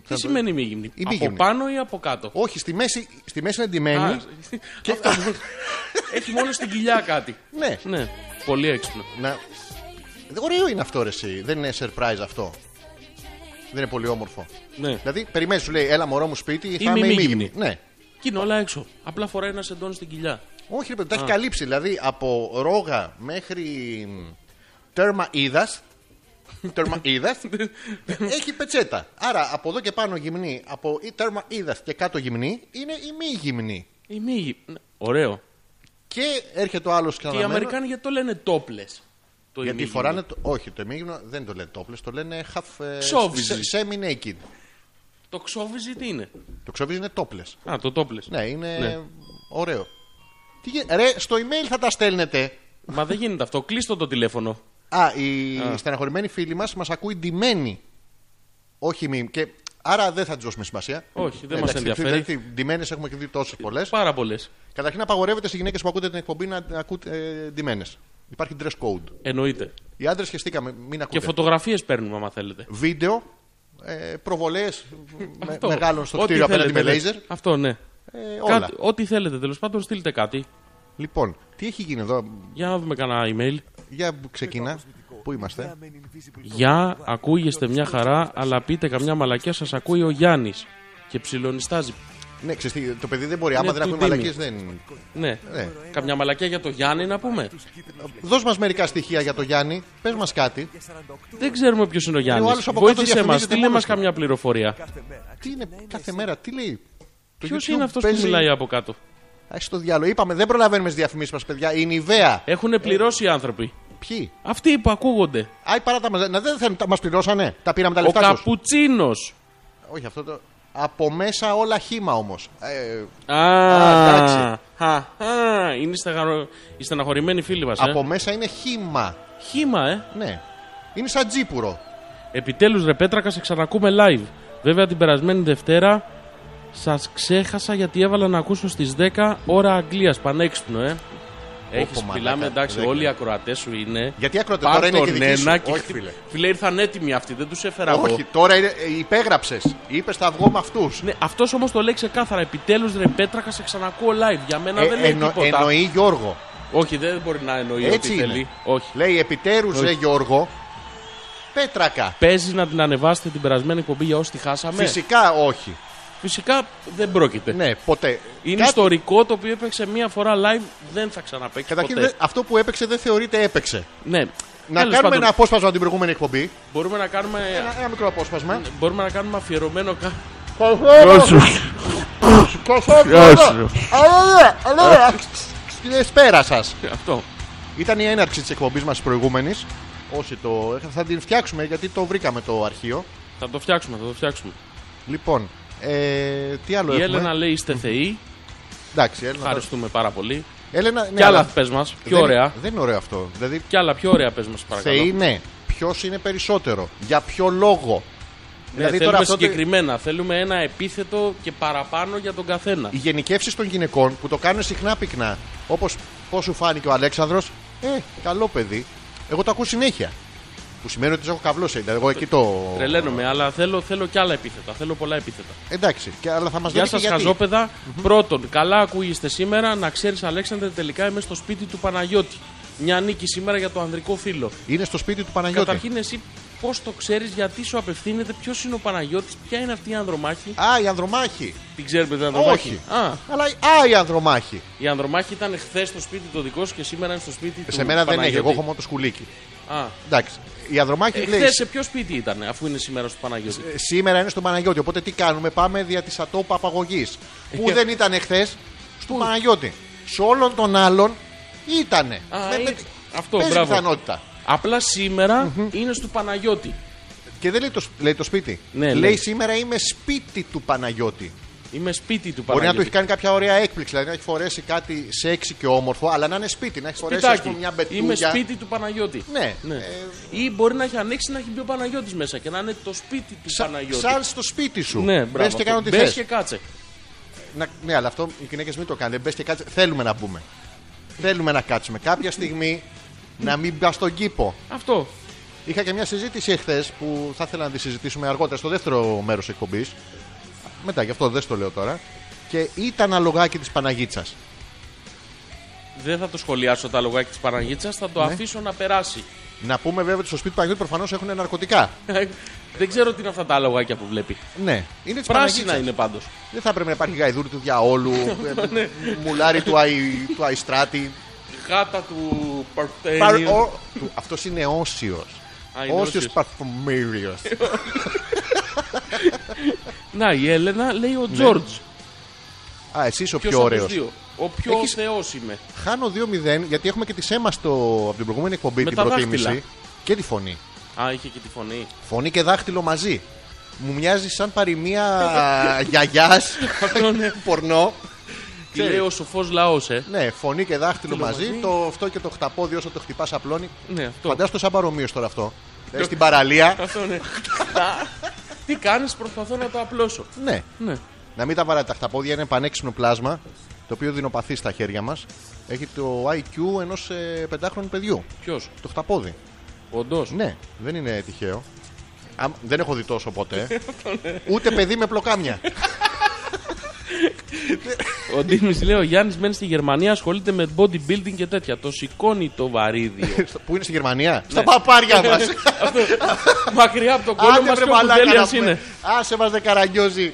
[SPEAKER 2] Τι σημαίνει μη Από
[SPEAKER 1] μήγυμνη.
[SPEAKER 2] πάνω ή από κάτω.
[SPEAKER 1] Όχι, στη μέση, στη μέση είναι
[SPEAKER 2] Α, <laughs>
[SPEAKER 1] ντυμένη.
[SPEAKER 2] αυτό μόνο- Έχει μόνο στην κοιλιά κάτι.
[SPEAKER 1] Ναι.
[SPEAKER 2] Ναι. Πολύ έξυπνο.
[SPEAKER 1] Να... Δε- Ωραίο είναι αυτό ρε εσύ. Δεν είναι surprise αυτό. Δεν είναι πολύ όμορφο.
[SPEAKER 2] Ναι.
[SPEAKER 1] Δηλαδή, περιμένεις, σου λέει, έλα μωρό μου σπίτι, θα
[SPEAKER 2] Είμαι
[SPEAKER 1] είμαι
[SPEAKER 2] ημίγυμνη.
[SPEAKER 1] ημίγυμνη. Ναι.
[SPEAKER 2] Και είναι όλα έξω. Απλά φοράει ένα σεντόνι στην κοιλιά.
[SPEAKER 1] Όχι, ρε παιδί, τα έχει καλύψει. Δηλαδή, από ρόγα μέχρι μ, τέρμα είδας.
[SPEAKER 2] <laughs>
[SPEAKER 1] τέρμα είδας. έχει πετσέτα. Άρα, από εδώ και πάνω γυμνή, από ή τέρμα είδας και κάτω γυμνή, είναι ημίγυμνη.
[SPEAKER 2] Η μύγη. Ναι. Ωραίο.
[SPEAKER 1] Και έρχεται ο άλλος και
[SPEAKER 2] Και οι
[SPEAKER 1] αναμένω-
[SPEAKER 2] Αμερικάνοι γιατί το λένε τόπλε. Το
[SPEAKER 1] Γιατί
[SPEAKER 2] ημίγυμνο.
[SPEAKER 1] φοράνε. Το... Όχι, το εμίγυμνο δεν το λένε τόπλες, το λένε half. ε,
[SPEAKER 2] Ξόβιζι.
[SPEAKER 1] se- Semi-naked.
[SPEAKER 2] Το ξόβιζι τι είναι.
[SPEAKER 1] Το ξόβιζι είναι τόπλες.
[SPEAKER 2] Α, το τόπλες.
[SPEAKER 1] Ναι, είναι
[SPEAKER 2] Ναι.
[SPEAKER 1] ωραίο. Τι... γε- Ρε, στο email θα τα στέλνετε.
[SPEAKER 2] Μα δεν γίνεται αυτό. Κλείστο το τηλέφωνο.
[SPEAKER 1] Α, η στεναχωρημένη φίλη μας μας ακούει ντυμένη. Όχι μη. Και... Άρα δεν θα της δώσουμε σημασία.
[SPEAKER 2] Όχι, δεν
[SPEAKER 1] Ε,
[SPEAKER 2] μας
[SPEAKER 1] εντάξει,
[SPEAKER 2] ενδιαφέρει.
[SPEAKER 1] Δηλαδή, ντυμένες έχουμε και δει τόσες πολλές.
[SPEAKER 2] Πάρα πολλές.
[SPEAKER 1] Καταρχήν απαγορεύεται στις γυναίκες που ακούτε την εκπομπή να ακούτε ε, ντυμένες. Υπάρχει dress code.
[SPEAKER 2] Εννοείται.
[SPEAKER 1] Οι άντρες χεστήκαμε, μην
[SPEAKER 2] Και
[SPEAKER 1] ακούτε.
[SPEAKER 2] φωτογραφίες παίρνουμε, άμα θέλετε.
[SPEAKER 1] Βίντεο, ε, προβολές
[SPEAKER 2] Αυτό.
[SPEAKER 1] μεγάλων στο
[SPEAKER 2] Ό,τι
[SPEAKER 1] κτίριο απέναντι με
[SPEAKER 2] θέλετε, ναι.
[SPEAKER 1] λέιζερ.
[SPEAKER 2] Αυτό, ναι.
[SPEAKER 1] Ε, όλα.
[SPEAKER 2] Κάτι- ό,τι θέλετε, τέλος πάντων, στείλτε κάτι.
[SPEAKER 1] Λοιπόν, τι έχει γίνει εδώ,
[SPEAKER 2] Για να δούμε κανένα email.
[SPEAKER 1] για ξεκινά. Πού είμαστε,
[SPEAKER 2] Γεια, ακούγεστε μια χαρά, αλλά πείτε καμιά μαλακιά, σας ακούει ο Γιάννης. Και ψιλονιστάζει.
[SPEAKER 1] Ναι, ξέρεις τι, το παιδί δεν μπορεί. Άμα
[SPEAKER 2] Είναι
[SPEAKER 1] δεν
[SPEAKER 2] του
[SPEAKER 1] ακούει
[SPEAKER 2] Τίμη.
[SPEAKER 1] μαλακίες, δεν.
[SPEAKER 2] Ναι.
[SPEAKER 1] Ναι.
[SPEAKER 2] Καμιά μαλακιά για το Γιάννη να πούμε.
[SPEAKER 1] Δώσ' μας μερικά στοιχεία για το Γιάννη. Πες μας κάτι.
[SPEAKER 2] Δεν ξέρουμε ποιος είναι ο
[SPEAKER 1] Ε, ο
[SPEAKER 2] Γιάννης.
[SPEAKER 1] άλλος από κάτω
[SPEAKER 2] Βοήθησε μα,
[SPEAKER 1] διαφημίζεται
[SPEAKER 2] στείλε
[SPEAKER 1] μόνος
[SPEAKER 2] μας
[SPEAKER 1] του.
[SPEAKER 2] καμιά πληροφορία.
[SPEAKER 1] Τι είναι κάθε μέρα, τι λέει. Το
[SPEAKER 2] Ποιος
[SPEAKER 1] YouTube
[SPEAKER 2] είναι αυτός που
[SPEAKER 1] παίζει-
[SPEAKER 2] μιλάει από κάτω. Ε,
[SPEAKER 1] Ας το διάλογο. Είπαμε, δεν προλαβαίνουμε τι διαφημίσεις μας, παιδιά. Είναι η Βέα.
[SPEAKER 2] Έχουν πληρώσει οι άνθρωποι.
[SPEAKER 1] Ποιοι.
[SPEAKER 2] Αυτοί που ακούγονται.
[SPEAKER 1] Α, οι παράτα μας, να δεν θέλουν, μας πληρώσανε. Τα πήραμε τα
[SPEAKER 2] Ο
[SPEAKER 1] λεφτά τους.
[SPEAKER 2] καπουτσίνος.
[SPEAKER 1] Όχι, αυτό το. Από μέσα όλα χήμα όμως. Ε, Α,
[SPEAKER 2] Α,
[SPEAKER 1] εντάξει.
[SPEAKER 2] χα, α, είναι στεγαρο- οι στεναχωρημένοι φίλοι μας.
[SPEAKER 1] από μέσα είναι χήμα.
[SPEAKER 2] Ε. Χήμα, ε.
[SPEAKER 1] Ναι. Είναι σαν τζίπουρο.
[SPEAKER 2] Επιτέλους, ρε Πέτρακα, σε ξανακούμε live. Βέβαια, την περασμένη Δευτέρα σας ξέχασα γιατί έβαλα να ακούσω στις 10 ώρα Αγγλίας. Πανέξυπνο, ε. Έχεις,
[SPEAKER 1] μαλάκα,
[SPEAKER 2] μιλάμε, εντάξει,
[SPEAKER 1] δεν-
[SPEAKER 2] όλοι οι ακροατές σου είναι.
[SPEAKER 1] Γιατί ακροατές
[SPEAKER 2] Πάρ
[SPEAKER 1] τώρα είναι και
[SPEAKER 2] τον
[SPEAKER 1] δική σου.
[SPEAKER 2] ένα και
[SPEAKER 1] Όχι,
[SPEAKER 2] χτυ-
[SPEAKER 1] φίλε.
[SPEAKER 2] Φίλε, ήρθαν έτοιμοι αυτοί, δεν τους έφερα εγώ.
[SPEAKER 1] Όχι, τώρα υπέγραψες. Είπες θα βγω με αυτούς.
[SPEAKER 2] Ναι, αυτός όμως το λέει ξεκάθαρα. Επιτέλους, ρε Πέτρακα, σε ξανακούω live. Για μένα δεν λέει τίποτα.
[SPEAKER 1] Ε, εννοεί Γιώργο.
[SPEAKER 2] Όχι, δεν μπορεί να εννοεί
[SPEAKER 1] Έτσι
[SPEAKER 2] ότι
[SPEAKER 1] είναι.
[SPEAKER 2] θέλει. Όχι.
[SPEAKER 1] Λέει επιτέρους
[SPEAKER 2] Όχι.
[SPEAKER 1] ρε Γιώργο. Πέτρακα.
[SPEAKER 2] Παίζεις να την ανεβάσετε την περασμένη εκπομπή για όσοι τη χάσαμε.
[SPEAKER 1] Φυσικά όχι.
[SPEAKER 2] Φυσικά δεν πρόκειται.
[SPEAKER 1] Ναι, ποτέ.
[SPEAKER 2] Είναι
[SPEAKER 1] Κάτι-
[SPEAKER 2] ιστορικό το οποίο έπαιξε μία φορά live, δεν θα ξαναπέξει
[SPEAKER 1] Καταρχήν
[SPEAKER 2] ποτέ.
[SPEAKER 1] δεν- αυτό που έπαιξε δεν θεωρείται έπαιξε.
[SPEAKER 2] Ναι.
[SPEAKER 1] Να
[SPEAKER 2] Τέλος
[SPEAKER 1] κάνουμε
[SPEAKER 2] πάντων,
[SPEAKER 1] ένα απόσπασμα από την προηγούμενη εκπομπή.
[SPEAKER 2] Μπορούμε να κάνουμε,
[SPEAKER 1] Ένα, ένα μικρό απόσπασμα.
[SPEAKER 2] μπορούμε να κάνουμε αφιερωμένο κα... <laughs>
[SPEAKER 1] Γεια σου. Γεια σου. Καλησπέρα σα.
[SPEAKER 2] Αυτό.
[SPEAKER 1] Ήταν η έναρξη της εκπομπής μας προηγούμενης. Όσοι το. Θα την φτιάξουμε γιατί το βρήκαμε το αρχείο.
[SPEAKER 2] Θα το φτιάξουμε, θα το φτιάξουμε.
[SPEAKER 1] Λοιπόν, ε, τι άλλο
[SPEAKER 2] Η
[SPEAKER 1] έχουμε.
[SPEAKER 2] Έλενα λέει είστε θεοί.
[SPEAKER 1] Εντάξει, Έλενα.
[SPEAKER 2] Ευχαριστούμε πάρα πολύ.
[SPEAKER 1] Έλενα, ναι,
[SPEAKER 2] Κι
[SPEAKER 1] αλλά
[SPEAKER 2] άλλα πες μας. Πιο
[SPEAKER 1] δεν-
[SPEAKER 2] ωραία.
[SPEAKER 1] Δεν είναι ωραίο αυτό. Δηλαδή,
[SPEAKER 2] Κι άλλα πιο ωραία πες μας παρακαλώ.
[SPEAKER 1] θεοί ναι. Ποιος είναι περισσότερο. Για ποιο λόγο.
[SPEAKER 2] Ναι, θέλουμε
[SPEAKER 1] Δηλαδή αυτό το-
[SPEAKER 2] συγκεκριμένα. Θέλουμε ένα επίθετο και παραπάνω για τον καθένα.
[SPEAKER 1] οι γενικεύσεις των γυναικών που το κάνουν συχνά πυκνά. Όπως πώς σου φάνηκε ο Αλέξανδρος, Ε, καλό παιδί. Εγώ το ακούω συνέχεια. Που σημαίνει ότι τους έχω καβλώσει. Δηλαδή, εγώ εκεί το.
[SPEAKER 2] Τρελαίνομαι, αλλά θέλω, θέλω κι άλλα επίθετα. Θέλω πολλά επίθετα.
[SPEAKER 1] Εντάξει, και, αλλά θα μας
[SPEAKER 2] Γεια
[SPEAKER 1] δείτε και
[SPEAKER 2] σας,
[SPEAKER 1] γιατί.
[SPEAKER 2] Χαζόπεδα. Πρώτον, καλά ακούγεστε σήμερα. Να ξέρεις, Αλέξανδρε, τελικά είμαι στο σπίτι του Παναγιώτη. Μια νίκη σήμερα για το ανδρικό φίλο.
[SPEAKER 1] Είναι στο σπίτι του Παναγιώτη.
[SPEAKER 2] Καταρχήν, εσύ πώς το ξέρεις, γιατί σου απευθύνεται, ποιος είναι ο Παναγιώτης, ποια είναι αυτή η ανδρομάχη.
[SPEAKER 1] Α, η Ανδρομάχη.
[SPEAKER 2] Την ξέρουμε την ανδρομάχη.
[SPEAKER 1] Όχι.
[SPEAKER 2] Α,
[SPEAKER 1] Αλλά α, η Ανδρομάχη. η
[SPEAKER 2] η ανδρομάχη ήταν χθες στο σπίτι το δικό σου και σήμερα είναι στο σπίτι του
[SPEAKER 1] σε μένα δεν
[SPEAKER 2] Παναγιώτη.
[SPEAKER 1] έχει.
[SPEAKER 2] Ε,
[SPEAKER 1] Εγώ έχω μόνο το σκουλίκι.
[SPEAKER 2] Α,
[SPEAKER 1] Εντάξει. Η Ανδρομάχη λέει.
[SPEAKER 2] Χθες σε ποιο σπίτι ήταν, αφού είναι σήμερα στο Παναγιώτη.
[SPEAKER 1] «Ε, Σήμερα είναι στο Παναγιώτη. Οπότε τι κάνουμε, πάμε δια της ατόπου απαγωγής. Που δεν ήταν εχθέ, στο Παναγιώτη. Σε όλων των άλλων ήτανε.
[SPEAKER 2] Α,
[SPEAKER 1] Με- με-
[SPEAKER 2] ε, αυτό,
[SPEAKER 1] παίζει
[SPEAKER 2] μπράβο.
[SPEAKER 1] πιθανότητα.
[SPEAKER 2] Απλά σήμερα είναι στο Παναγιώτη.
[SPEAKER 1] Και δεν λέει το, σ- λέει το σπίτι.
[SPEAKER 2] Ναι,
[SPEAKER 1] λέει,
[SPEAKER 2] λέει.
[SPEAKER 1] σήμερα είμαι σπίτι του Παναγιώτη.
[SPEAKER 2] Είμαι σπίτι του
[SPEAKER 1] Μπορεί να
[SPEAKER 2] Παναγιώτη.
[SPEAKER 1] του έχει κάνει κάποια ωραία έκπληξη. Δηλαδή να έχει φορέσει κάτι σεξι και όμορφο, αλλά να είναι σπίτι. Να έχει φορέσει ας
[SPEAKER 2] Σπιτάκι.
[SPEAKER 1] πούμε, μια
[SPEAKER 2] Είμαι
[SPEAKER 1] μπετούλια.
[SPEAKER 2] σπίτι του Παναγιώτη.
[SPEAKER 1] Ναι.
[SPEAKER 2] Ναι.
[SPEAKER 1] Ε,
[SPEAKER 2] Ή μπορεί να έχει ανοίξει να έχει μπει ο Παναγιώτης μέσα και να είναι το σπίτι του
[SPEAKER 1] σα-
[SPEAKER 2] Παναγιώτη.
[SPEAKER 1] σαν στο σπίτι σου.
[SPEAKER 2] Ναι,
[SPEAKER 1] Μπες
[SPEAKER 2] μπράβο.
[SPEAKER 1] και κάνω τι
[SPEAKER 2] Μπες
[SPEAKER 1] θες.
[SPEAKER 2] και κάτσε.
[SPEAKER 1] Να- ναι, αλλά αυτό οι γυναίκες μην το κάνετε. Μπες και κάτσε. Θέλουμε να μπούμε. Θέλουμε να κάτσουμε. Κάποια στιγμή να μην πας στον κήπο.
[SPEAKER 2] Αυτό.
[SPEAKER 1] Είχα και μια συζήτηση εχθές που θα ήθελα να τη συζητήσουμε αργότερα στο δεύτερο μέρος εκπομπής. Μετά, γι' αυτό δεν στο λέω τώρα. Και ήταν αλογάκι της Παναγίτσας.
[SPEAKER 2] Δεν θα το σχολιάσω τα λογάκια της Παναγίτσας, θα
[SPEAKER 1] Ναι.
[SPEAKER 2] το αφήσω να περάσει. <laughs>
[SPEAKER 1] Να πούμε βέβαια ότι στο σπίτι του Παναγιώτη προφανώς έχουν ναρκωτικά.
[SPEAKER 2] Δεν ξέρω τι είναι αυτά τα λογάκια που βλέπει.
[SPEAKER 1] Ναι, είναι της
[SPEAKER 2] Πράσινα
[SPEAKER 1] Παναγίτσας.
[SPEAKER 2] είναι Ναι. πάντως.
[SPEAKER 1] Δεν θα πρέπει να υπάρχει γαϊδούρι του διαόλου, ε, μουλάρι του, αϊ- του Αϊστράτη.
[SPEAKER 2] Γάτα του
[SPEAKER 1] Παρ-
[SPEAKER 2] Παρτένιου.
[SPEAKER 1] ο- του- Αυτός είναι όσιος.
[SPEAKER 2] Α, είναι
[SPEAKER 1] Όσιος
[SPEAKER 2] όσιος.
[SPEAKER 1] παρφουμίριος.
[SPEAKER 2] Να, η Έλενα λέει ο Τζόρτζ.
[SPEAKER 1] Α, εσύ είσαι ο
[SPEAKER 2] Ποιος
[SPEAKER 1] πιο
[SPEAKER 2] από τους
[SPEAKER 1] Ναι. ωραίος.
[SPEAKER 2] δύο. Ο πιο
[SPEAKER 1] Έχεις-
[SPEAKER 2] θεός είμαι.
[SPEAKER 1] Χάνω 2-0 γιατί έχουμε και τη ΣΕΜΑ στο, από την προηγούμενη εκπομπή
[SPEAKER 2] Με
[SPEAKER 1] την
[SPEAKER 2] τα
[SPEAKER 1] προτίμηση.
[SPEAKER 2] δάχτυλα.
[SPEAKER 1] Και τη φωνή.
[SPEAKER 2] Α, είχε και τη
[SPEAKER 1] <laughs>
[SPEAKER 2] φωνή.
[SPEAKER 1] Φωνή και δάχτυλο μαζί. Μου μοιάζει σαν
[SPEAKER 2] <laughs>
[SPEAKER 1] παροιμία γιαγιάς.
[SPEAKER 2] Αυτό
[SPEAKER 1] Ναι.
[SPEAKER 2] είναι.
[SPEAKER 1] πορνό.
[SPEAKER 2] Τι λέει ο σοφός λαός, ε.
[SPEAKER 1] Ναι, φωνή και δάχτυλο
[SPEAKER 2] Δάχτυλο
[SPEAKER 1] μαζί.
[SPEAKER 2] μαζί.
[SPEAKER 1] Το αυτό και το χταπόδι όσο το χτυπάς απλώνει.
[SPEAKER 2] Ναι, αυτό.
[SPEAKER 1] Φαντάζομαι το σαν παρομοίως τώρα αυτό. Ε, Στην παραλία.
[SPEAKER 2] Αυτό είναι. Τα- Τι κάνεις, προσπαθώ να το απλώσω.
[SPEAKER 1] ναι.
[SPEAKER 2] Ναι.
[SPEAKER 1] Να μην τα βαράτε. Τα χταπόδια είναι πανέξινο πλάσμα το οποίο δεινοπαθεί στα χέρια μας. Έχει το IQ ενός ε, πεντάχρονου παιδιού.
[SPEAKER 2] Ποιος,
[SPEAKER 1] Το χταπόδι.
[SPEAKER 2] όντως.
[SPEAKER 1] Ναι, δεν είναι τυχαίο. Α, δεν έχω δει τόσο
[SPEAKER 2] <laughs>
[SPEAKER 1] ποτέ.
[SPEAKER 2] Ναι.
[SPEAKER 1] Ούτε παιδί με πλοκάμια.
[SPEAKER 2] Ο Ντίμης λέει: Ο Γιάννης μένει στη Γερμανία, ασχολείται με bodybuilding και τέτοια. Το σηκώνει το
[SPEAKER 1] <laughs>
[SPEAKER 2] βαρύδι.
[SPEAKER 1] Στο- Πού είναι στη Γερμανία?
[SPEAKER 2] Ναι.
[SPEAKER 1] Στα παπάρια μας.
[SPEAKER 2] Μακριά από τον κόλλο μα και όπου τέλεια είναι.
[SPEAKER 1] Άσε μας δεν καραγκιόζει.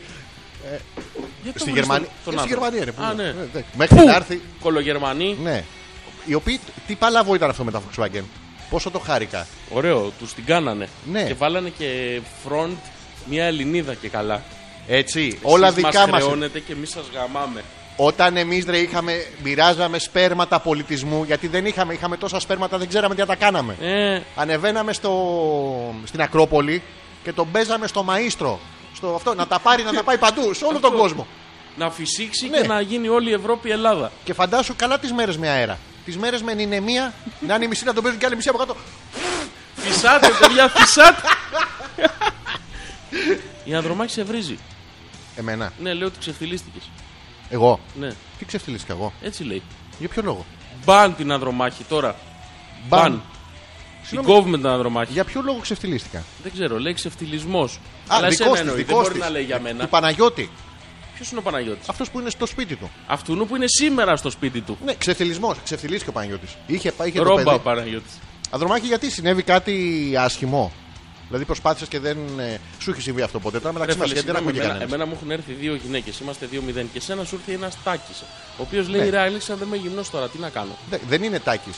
[SPEAKER 2] Γιατί
[SPEAKER 1] Στη
[SPEAKER 2] το
[SPEAKER 1] Γερμανία.
[SPEAKER 2] βρίσκω
[SPEAKER 1] Ε,
[SPEAKER 2] τον
[SPEAKER 1] Στη
[SPEAKER 2] άνθρωπο.
[SPEAKER 1] Γερμανία είναι. πού
[SPEAKER 2] Α,
[SPEAKER 1] είναι. Ε,
[SPEAKER 2] ναι.
[SPEAKER 1] δε- Μέχρι να έρθει.
[SPEAKER 2] Κολογερμανοί.
[SPEAKER 1] Ναι. Οι οποίοι. Τι παλαβό ήταν αυτό με τα Volkswagen. Πόσο το χάρηκα.
[SPEAKER 2] Ωραίο, τους την κάνανε.
[SPEAKER 1] Ναι.
[SPEAKER 2] Και βάλανε και front μια Ελληνίδα και καλά.
[SPEAKER 1] Έτσι. Όλα
[SPEAKER 2] Εσείς
[SPEAKER 1] δικά
[SPEAKER 2] μας
[SPEAKER 1] μας.
[SPEAKER 2] χρεώνετε και εμείς σας γαμάμε.
[SPEAKER 1] Όταν εμείς ρε είχαμε, μοιράζαμε σπέρματα πολιτισμού, γιατί δεν είχαμε, είχαμε τόσα σπέρματα, δεν ξέραμε τι να τα κάναμε.
[SPEAKER 2] Ε,
[SPEAKER 1] Ανεβαίναμε στο, στην Ακρόπολη και τον παίζαμε στο μαΐστρο. Στο αυτό, να τα πάρει, να τα πάει παντού, σε όλο τον κόσμο.
[SPEAKER 2] να φυσήξει
[SPEAKER 1] Ναι.
[SPEAKER 2] και να γίνει όλη η Ευρώπη Ελλάδα.
[SPEAKER 1] Και φαντάσου καλά τις μέρες με αέρα. Τις μέρες με νηνεμία, να είναι η μισή να τον παίζουν και άλλη μισή από κάτω.
[SPEAKER 2] Φυσάτε, παιδιά, φυσάτε. Η Ανδρομάχη σε βρίζει.
[SPEAKER 1] Εμένα,
[SPEAKER 2] Ναι, λέω ότι ξεφτυλίστηκε.
[SPEAKER 1] εγώ.
[SPEAKER 2] Ναι,
[SPEAKER 1] Τι ξεφτυλίστηκα εγώ.
[SPEAKER 2] έτσι λέει.
[SPEAKER 1] Για ποιο λόγο.
[SPEAKER 2] Μπαν την Ανδρομάχη τώρα. Μπαν. Την
[SPEAKER 1] Συγγνώμη,
[SPEAKER 2] κόβουμε την Ανδρομάχη.
[SPEAKER 1] Για ποιο λόγο ξεφτυλίστηκα.
[SPEAKER 2] Δεν ξέρω, λέει ξεφτυλισμός.
[SPEAKER 1] Α,
[SPEAKER 2] Αλλά
[SPEAKER 1] δικός
[SPEAKER 2] εσένα
[SPEAKER 1] της.
[SPEAKER 2] εννοεί, δεν μπορεί να λέει για μένα.
[SPEAKER 1] Του Παναγιώτη.
[SPEAKER 2] Ποιος είναι ο Παναγιώτης.
[SPEAKER 1] Αυτός που είναι στο σπίτι του.
[SPEAKER 2] Αυτού που είναι σήμερα στο σπίτι του.
[SPEAKER 1] Ναι, ξεφτυλισμός. Ξεφτυλίστηκε ο Παναγιώτης. Είχε πάει, είχε το
[SPEAKER 2] Ρόμπα ο
[SPEAKER 1] παιδί.
[SPEAKER 2] Παναγιώτη.
[SPEAKER 1] Αδρομάκι, γιατί συνέβη κάτι άσχημο. Δηλαδή προσπάθησες και δεν. ε, σου είχε συμβεί αυτό ποτέ. Τώρα μεταξύ μας γιατί δεν ακούγεται
[SPEAKER 2] εμένα,
[SPEAKER 1] κανένας.
[SPEAKER 2] εμένα μου έχουν έρθει δύο γυναίκες. Είμαστε 2-0 και σένα σου ήρθε ένας τάκης. Ο οποίος λέει:
[SPEAKER 1] Ναι.
[SPEAKER 2] Ρε Αλέξα, δεν με γυμνός τώρα, τι να κάνω.
[SPEAKER 1] Δεν είναι τάκης.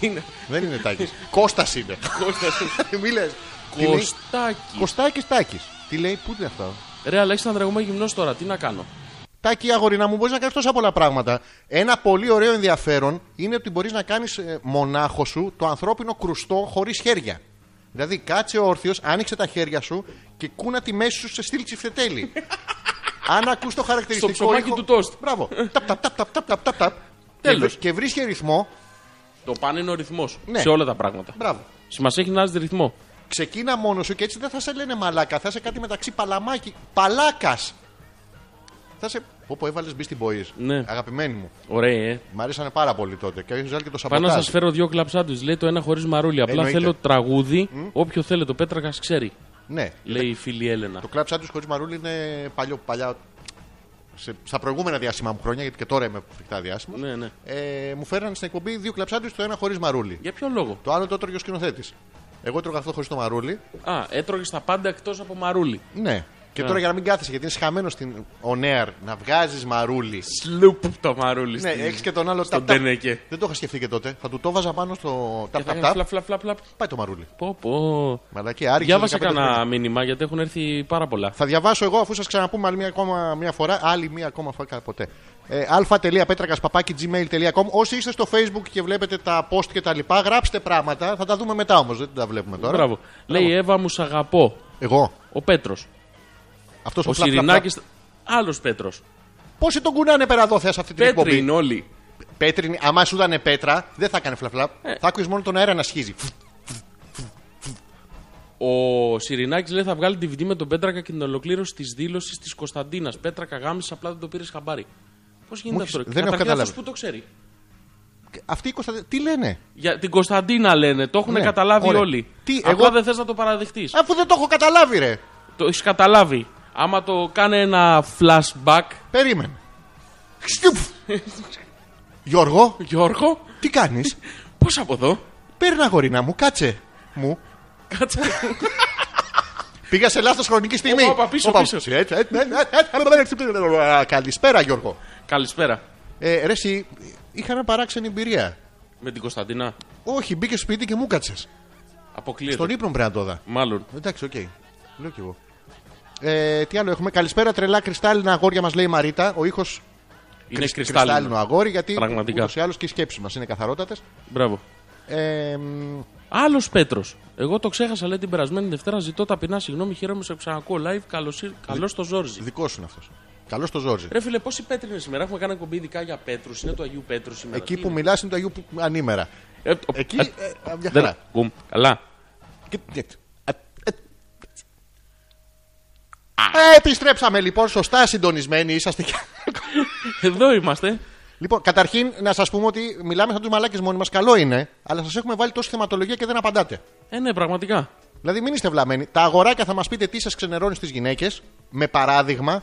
[SPEAKER 2] Τι είναι.
[SPEAKER 1] Δεν είναι τάκης. Κώστας είναι. <laughs>
[SPEAKER 2] <laughs>
[SPEAKER 1] Μη λες.
[SPEAKER 2] Κωστάκι.
[SPEAKER 1] Κωστάκη τάκης. Τι λέει, πού είναι αυτό.
[SPEAKER 2] Ρε Αλέξανδρα, εγώ είμαι γυμνός τώρα, τι να κάνω.
[SPEAKER 1] Τάκη, αγορίνα μου, μπορείς να κάνεις τόσα πολλά πράγματα. Ένα πολύ ωραίο ενδιαφέρον είναι ότι μπορείς να κάνεις μονάχο σου το ανθρώπινο κρουστό χωρίς χέρια. Δηλαδή, κάτσε όρθιος, άνοιξε τα χέρια σου και κούνα τη μέση σου σε στήλη
[SPEAKER 2] <laughs>
[SPEAKER 1] ψηφτετέλη. Αν ακούς το χαρακτηριστικό.
[SPEAKER 2] Στο ψωμάκι
[SPEAKER 1] ήχο-
[SPEAKER 2] του τοστ.
[SPEAKER 1] Μπράβο. Ταπ, ταπ, ταπ, ταπ, ταπ, ταπ, ταπ, ταπ.
[SPEAKER 2] Τέλος.
[SPEAKER 1] Και- Και βρίσκει ρυθμό.
[SPEAKER 2] Το παν είναι ο ρυθμός
[SPEAKER 1] Ναι.
[SPEAKER 2] σε όλα τα πράγματα.
[SPEAKER 1] Μπράβο.
[SPEAKER 2] Σημασία έχει ναάζει ρυθμό.
[SPEAKER 1] Ξεκίνα μόνος σου και έτσι δεν θα σε λένε μαλάκα. Θα είσαι κάτι μεταξύ παλαμάκι. Παλάκας. Θα σε. Όπου έβαλες μπει στην ποή.
[SPEAKER 2] Ναι.
[SPEAKER 1] Αγαπημένη μου.
[SPEAKER 2] Ωραία, ε.
[SPEAKER 1] Μ' αρέσανε πάρα πολύ τότε. Και έχεις βγάλει και το
[SPEAKER 2] Πάνω να
[SPEAKER 1] σαμποτάζ.
[SPEAKER 2] σας φέρω δύο κλαμπ σάντουιτς. Λέει το ένα χωρίς μαρούλι. Απλά
[SPEAKER 1] Εννοείται.
[SPEAKER 2] θέλω τραγούδι. Όποιο θέλετε, ο Πέτρακας ξέρει.
[SPEAKER 1] Ναι.
[SPEAKER 2] Λέει η φίλη Έλενα.
[SPEAKER 1] Το κλαμπ σάντουιτ χωρίς μαρούλι είναι παλιό, παλιά. σε- στα προηγούμενα διάσημα μου χρόνια, γιατί και τώρα είμαι φρικτά διάσημα.
[SPEAKER 2] Ναι, ναι.
[SPEAKER 1] Ε, μου φέρνανε στην εκπομπή δύο κλαμπ σάντουιτς, το ένα χωρίς μαρούλι.
[SPEAKER 2] Για ποιο λόγο.
[SPEAKER 1] Το άλλο το έτρωγε ο σκηνοθέτης. Εγώ τρώγα αυτό χωρίς το μαρούλι.
[SPEAKER 2] Α, έτρωγες τα πάντα εκτός από μαρούλι.
[SPEAKER 1] Ναι. Και τώρα για να μην κάθεσαι, γιατί είναι σχαμένο στην on air να βγάζεις μαρούλι.
[SPEAKER 2] Σλουπ το μαρούλι.
[SPEAKER 1] Ναι,
[SPEAKER 2] στην-
[SPEAKER 1] έχεις και τον άλλο
[SPEAKER 2] στον
[SPEAKER 1] ταπ-ταπ.
[SPEAKER 2] τενεκέ.
[SPEAKER 1] Δεν το είχα σκεφτεί και τότε. Θα του το βάζα πάνω στο
[SPEAKER 2] Και
[SPEAKER 1] ταπ
[SPEAKER 2] θα
[SPEAKER 1] ταπ
[SPEAKER 2] κάνει
[SPEAKER 1] ταπ.
[SPEAKER 2] φλαπ, φλαπ, φλαπ, φλαπ.
[SPEAKER 1] Πάει το μαρούλι.
[SPEAKER 2] Πω, πω.
[SPEAKER 1] Μαλακή, άργησε.
[SPEAKER 2] Διάβασα
[SPEAKER 1] 15 χρόνια.
[SPEAKER 2] κανένα μήνυμα γιατί έχουν έρθει πάρα πολλά.
[SPEAKER 1] Θα διαβάσω εγώ αφού σας ξαναπούμε άλλη μία, ακόμα, μία φορά. Άλλη μία ακόμα φορά κατά ποτέ. Ε, α.πέτρακα.gmail.com Όσοι είστε στο facebook και βλέπετε τα post και τα λοιπά, γράψτε πράγματα. Θα τα δούμε μετά όμως. Δεν τα βλέπουμε τώρα.
[SPEAKER 2] Μπράβο. Λέει η Εύα μου σ' αγαπώ.
[SPEAKER 1] Εγώ.
[SPEAKER 2] Ο Πέτρος.
[SPEAKER 1] Αυτός ο,
[SPEAKER 2] Ο Σιρινάκης. Άλλος Πέτρος.
[SPEAKER 1] Πόσοι τον κουνάνε πέρα εδώ, θες αυτή την
[SPEAKER 2] Πέτρι
[SPEAKER 1] εκπομπή.
[SPEAKER 2] είναι όλοι.
[SPEAKER 1] Πέτρινη. Αμά σου ήταν πέτρα, δεν θα έκανε φλαφλά.
[SPEAKER 2] Ε.
[SPEAKER 1] Θα άκουγες μόνο τον αέρα να σχίζει. Φου.
[SPEAKER 2] Ο Σιρινάκης λέει θα βγάλει DVD με τον Πέτρακα και την ολοκλήρωση της δήλωσης της Κωνσταντίνας. Πέτρακα γάμισε, απλά δεν το πήρες χαμπάρι. Πώς
[SPEAKER 1] Μου
[SPEAKER 2] γίνεται αυτό,
[SPEAKER 1] έχεις- δεν έχω
[SPEAKER 2] Καταρχήν
[SPEAKER 1] καταλάβει.
[SPEAKER 2] αυτός που το ξέρει.
[SPEAKER 1] Αυτοί οι Κωνσταντ- Τι λένε.
[SPEAKER 2] Για την Κωνσταντίνα λένε, το έχουν
[SPEAKER 1] Ναι,
[SPEAKER 2] καταλάβει
[SPEAKER 1] ωραία.
[SPEAKER 2] όλοι.
[SPEAKER 1] Τι,
[SPEAKER 2] απλά
[SPEAKER 1] εγώ-
[SPEAKER 2] δεν θες να το παραδεχτείς.
[SPEAKER 1] Αφού δεν το έχω καταλάβει, ρε.
[SPEAKER 2] Το έχεις καταλάβει. Άμα το κάνει ένα flashback,
[SPEAKER 1] Περίμενε. Χστιουπ. Γιώργο,
[SPEAKER 2] Γιώργο,
[SPEAKER 1] τι κάνεις.
[SPEAKER 2] πώς από εδώ.
[SPEAKER 1] Παίρνα γορίνα μου, κάτσε μου.
[SPEAKER 2] Κάτσε.
[SPEAKER 1] Πήγα σε λάθος χρονική στιγμή.
[SPEAKER 2] Όπα, πίσω,
[SPEAKER 1] έτσι,
[SPEAKER 2] πίσω.
[SPEAKER 1] έτσι, έτσι, έτσι, έτσι, έτσι. Α, Καλησπέρα, Γιώργο.
[SPEAKER 2] Καλησπέρα.
[SPEAKER 1] Ε, Ρε, εσύ, είχα μια παράξενη εμπειρία.
[SPEAKER 2] Με την Κωνσταντίνα.
[SPEAKER 1] Όχι, μπήκες σπίτι και μου κάτσε.
[SPEAKER 2] Αποκλείεται.
[SPEAKER 1] Στον ύπνο πρέπει να το δα.
[SPEAKER 2] Μάλλον.
[SPEAKER 1] Εντάξει, οκ. Λέω κι εγώ. Ε, τι άλλο έχουμε. Καλησπέρα, τρελά κρυστάλλινα αγόρια μας, λέει η Μαρίτα. Ο ήχος
[SPEAKER 2] Είναι
[SPEAKER 1] κρυστάλλινο
[SPEAKER 2] κρυστάλλινο.
[SPEAKER 1] αγόρι, γιατί
[SPEAKER 2] Πραγματικά.
[SPEAKER 1] ούτως ή άλλως και οι σκέψεις μας είναι καθαρότατες.
[SPEAKER 2] Μπράβο.
[SPEAKER 1] Ε, μ,
[SPEAKER 2] Άλλος Πέτρος. Εγώ το ξέχασα, λέει την περασμένη Δευτέρα. Ζητώ ταπεινά συγγνώμη, χαίρομαι σε ξανακούω live. Καλώς το Ζόρζι.
[SPEAKER 1] δικός σου είναι αυτός. Καλό στο Ζόρζι.
[SPEAKER 2] Ρε φίλε, πόσοι πέτροι είναι σήμερα. Έχουμε κάνει εκπομπή ειδικά για Πέτρους. Είναι το Αγίου Πέτρου σήμερα.
[SPEAKER 1] Εκεί
[SPEAKER 2] Τι
[SPEAKER 1] που
[SPEAKER 2] είναι?
[SPEAKER 1] μιλάς είναι το Αγίου που- Ανήμερα.
[SPEAKER 2] Ε, το-
[SPEAKER 1] Εκεί.
[SPEAKER 2] ε,
[SPEAKER 1] ε, ε, μια
[SPEAKER 2] δεν
[SPEAKER 1] χαρά.
[SPEAKER 2] Κουμ, Καλά.
[SPEAKER 1] Και- ε, ε, ε. Ε, Επιστρέψαμε λοιπόν σωστά συντονισμένοι είσαστε. και-
[SPEAKER 2] Εδώ είμαστε.
[SPEAKER 1] λοιπόν, καταρχήν να σας πούμε ότι μιλάμε σαν τους μαλάκες μόνοι μας. Καλό είναι, αλλά σας έχουμε βάλει τόση θεματολογία και δεν απαντάτε.
[SPEAKER 2] Ε, ναι, πραγματικά.
[SPEAKER 1] Δηλαδή μην είστε βλαμμένοι. Τα αγοράκια θα μας πείτε τι σας ξενερώνει στις γυναίκες, με παράδειγμα,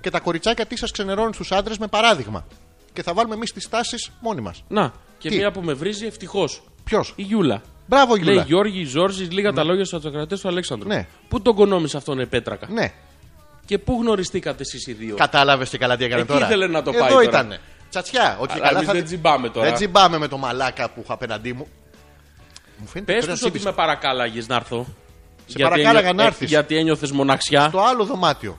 [SPEAKER 1] και τα κοριτσάκια τι σας ξενερώνει στους άντρες, με παράδειγμα. Και θα βάλουμε εμείς τις τάσεις μόνοι μας.
[SPEAKER 2] Να, και
[SPEAKER 1] Τι?
[SPEAKER 2] μία που με βρίζει ευτυχώς.
[SPEAKER 1] Ποιος.
[SPEAKER 2] Η Γιούλα.
[SPEAKER 1] Μπράβο,
[SPEAKER 2] Λέει
[SPEAKER 1] Γιούλα.
[SPEAKER 2] Γιώργη, Ζόρζης, λίγα τα λόγια στου ατζοκρατέ του Αλέξανδρου.
[SPEAKER 1] Ναι.
[SPEAKER 2] Πού τον κονόμησε αυτόν, Επέτρακα.
[SPEAKER 1] Ναι.
[SPEAKER 2] Και πού γνωριστήκατε εσείς οι δύο.
[SPEAKER 1] Κατάλαβες και καλά τι έκανε
[SPEAKER 2] Εκεί
[SPEAKER 1] τώρα.
[SPEAKER 2] ήθελε να το
[SPEAKER 1] Εδώ
[SPEAKER 2] πάει τώρα.
[SPEAKER 1] ήταν. Τσατσιά. Ότι
[SPEAKER 2] Αλλά
[SPEAKER 1] καλά
[SPEAKER 2] εμείς
[SPEAKER 1] θα-
[SPEAKER 2] δεν τζιμπάμε τώρα.
[SPEAKER 1] Δεν τζιμπάμε με το μαλάκα που είχα απέναντί μου. Μου φαίνεται
[SPEAKER 2] Πες
[SPEAKER 1] τώρα
[SPEAKER 2] του ότι
[SPEAKER 1] τσίμπησε.
[SPEAKER 2] με παρακάλαγες να έρθω. Σε
[SPEAKER 1] παρακάλαγα να έρθεις.
[SPEAKER 2] Γιατί ένιωθες μοναξιά.
[SPEAKER 1] Το άλλο δωμάτιο.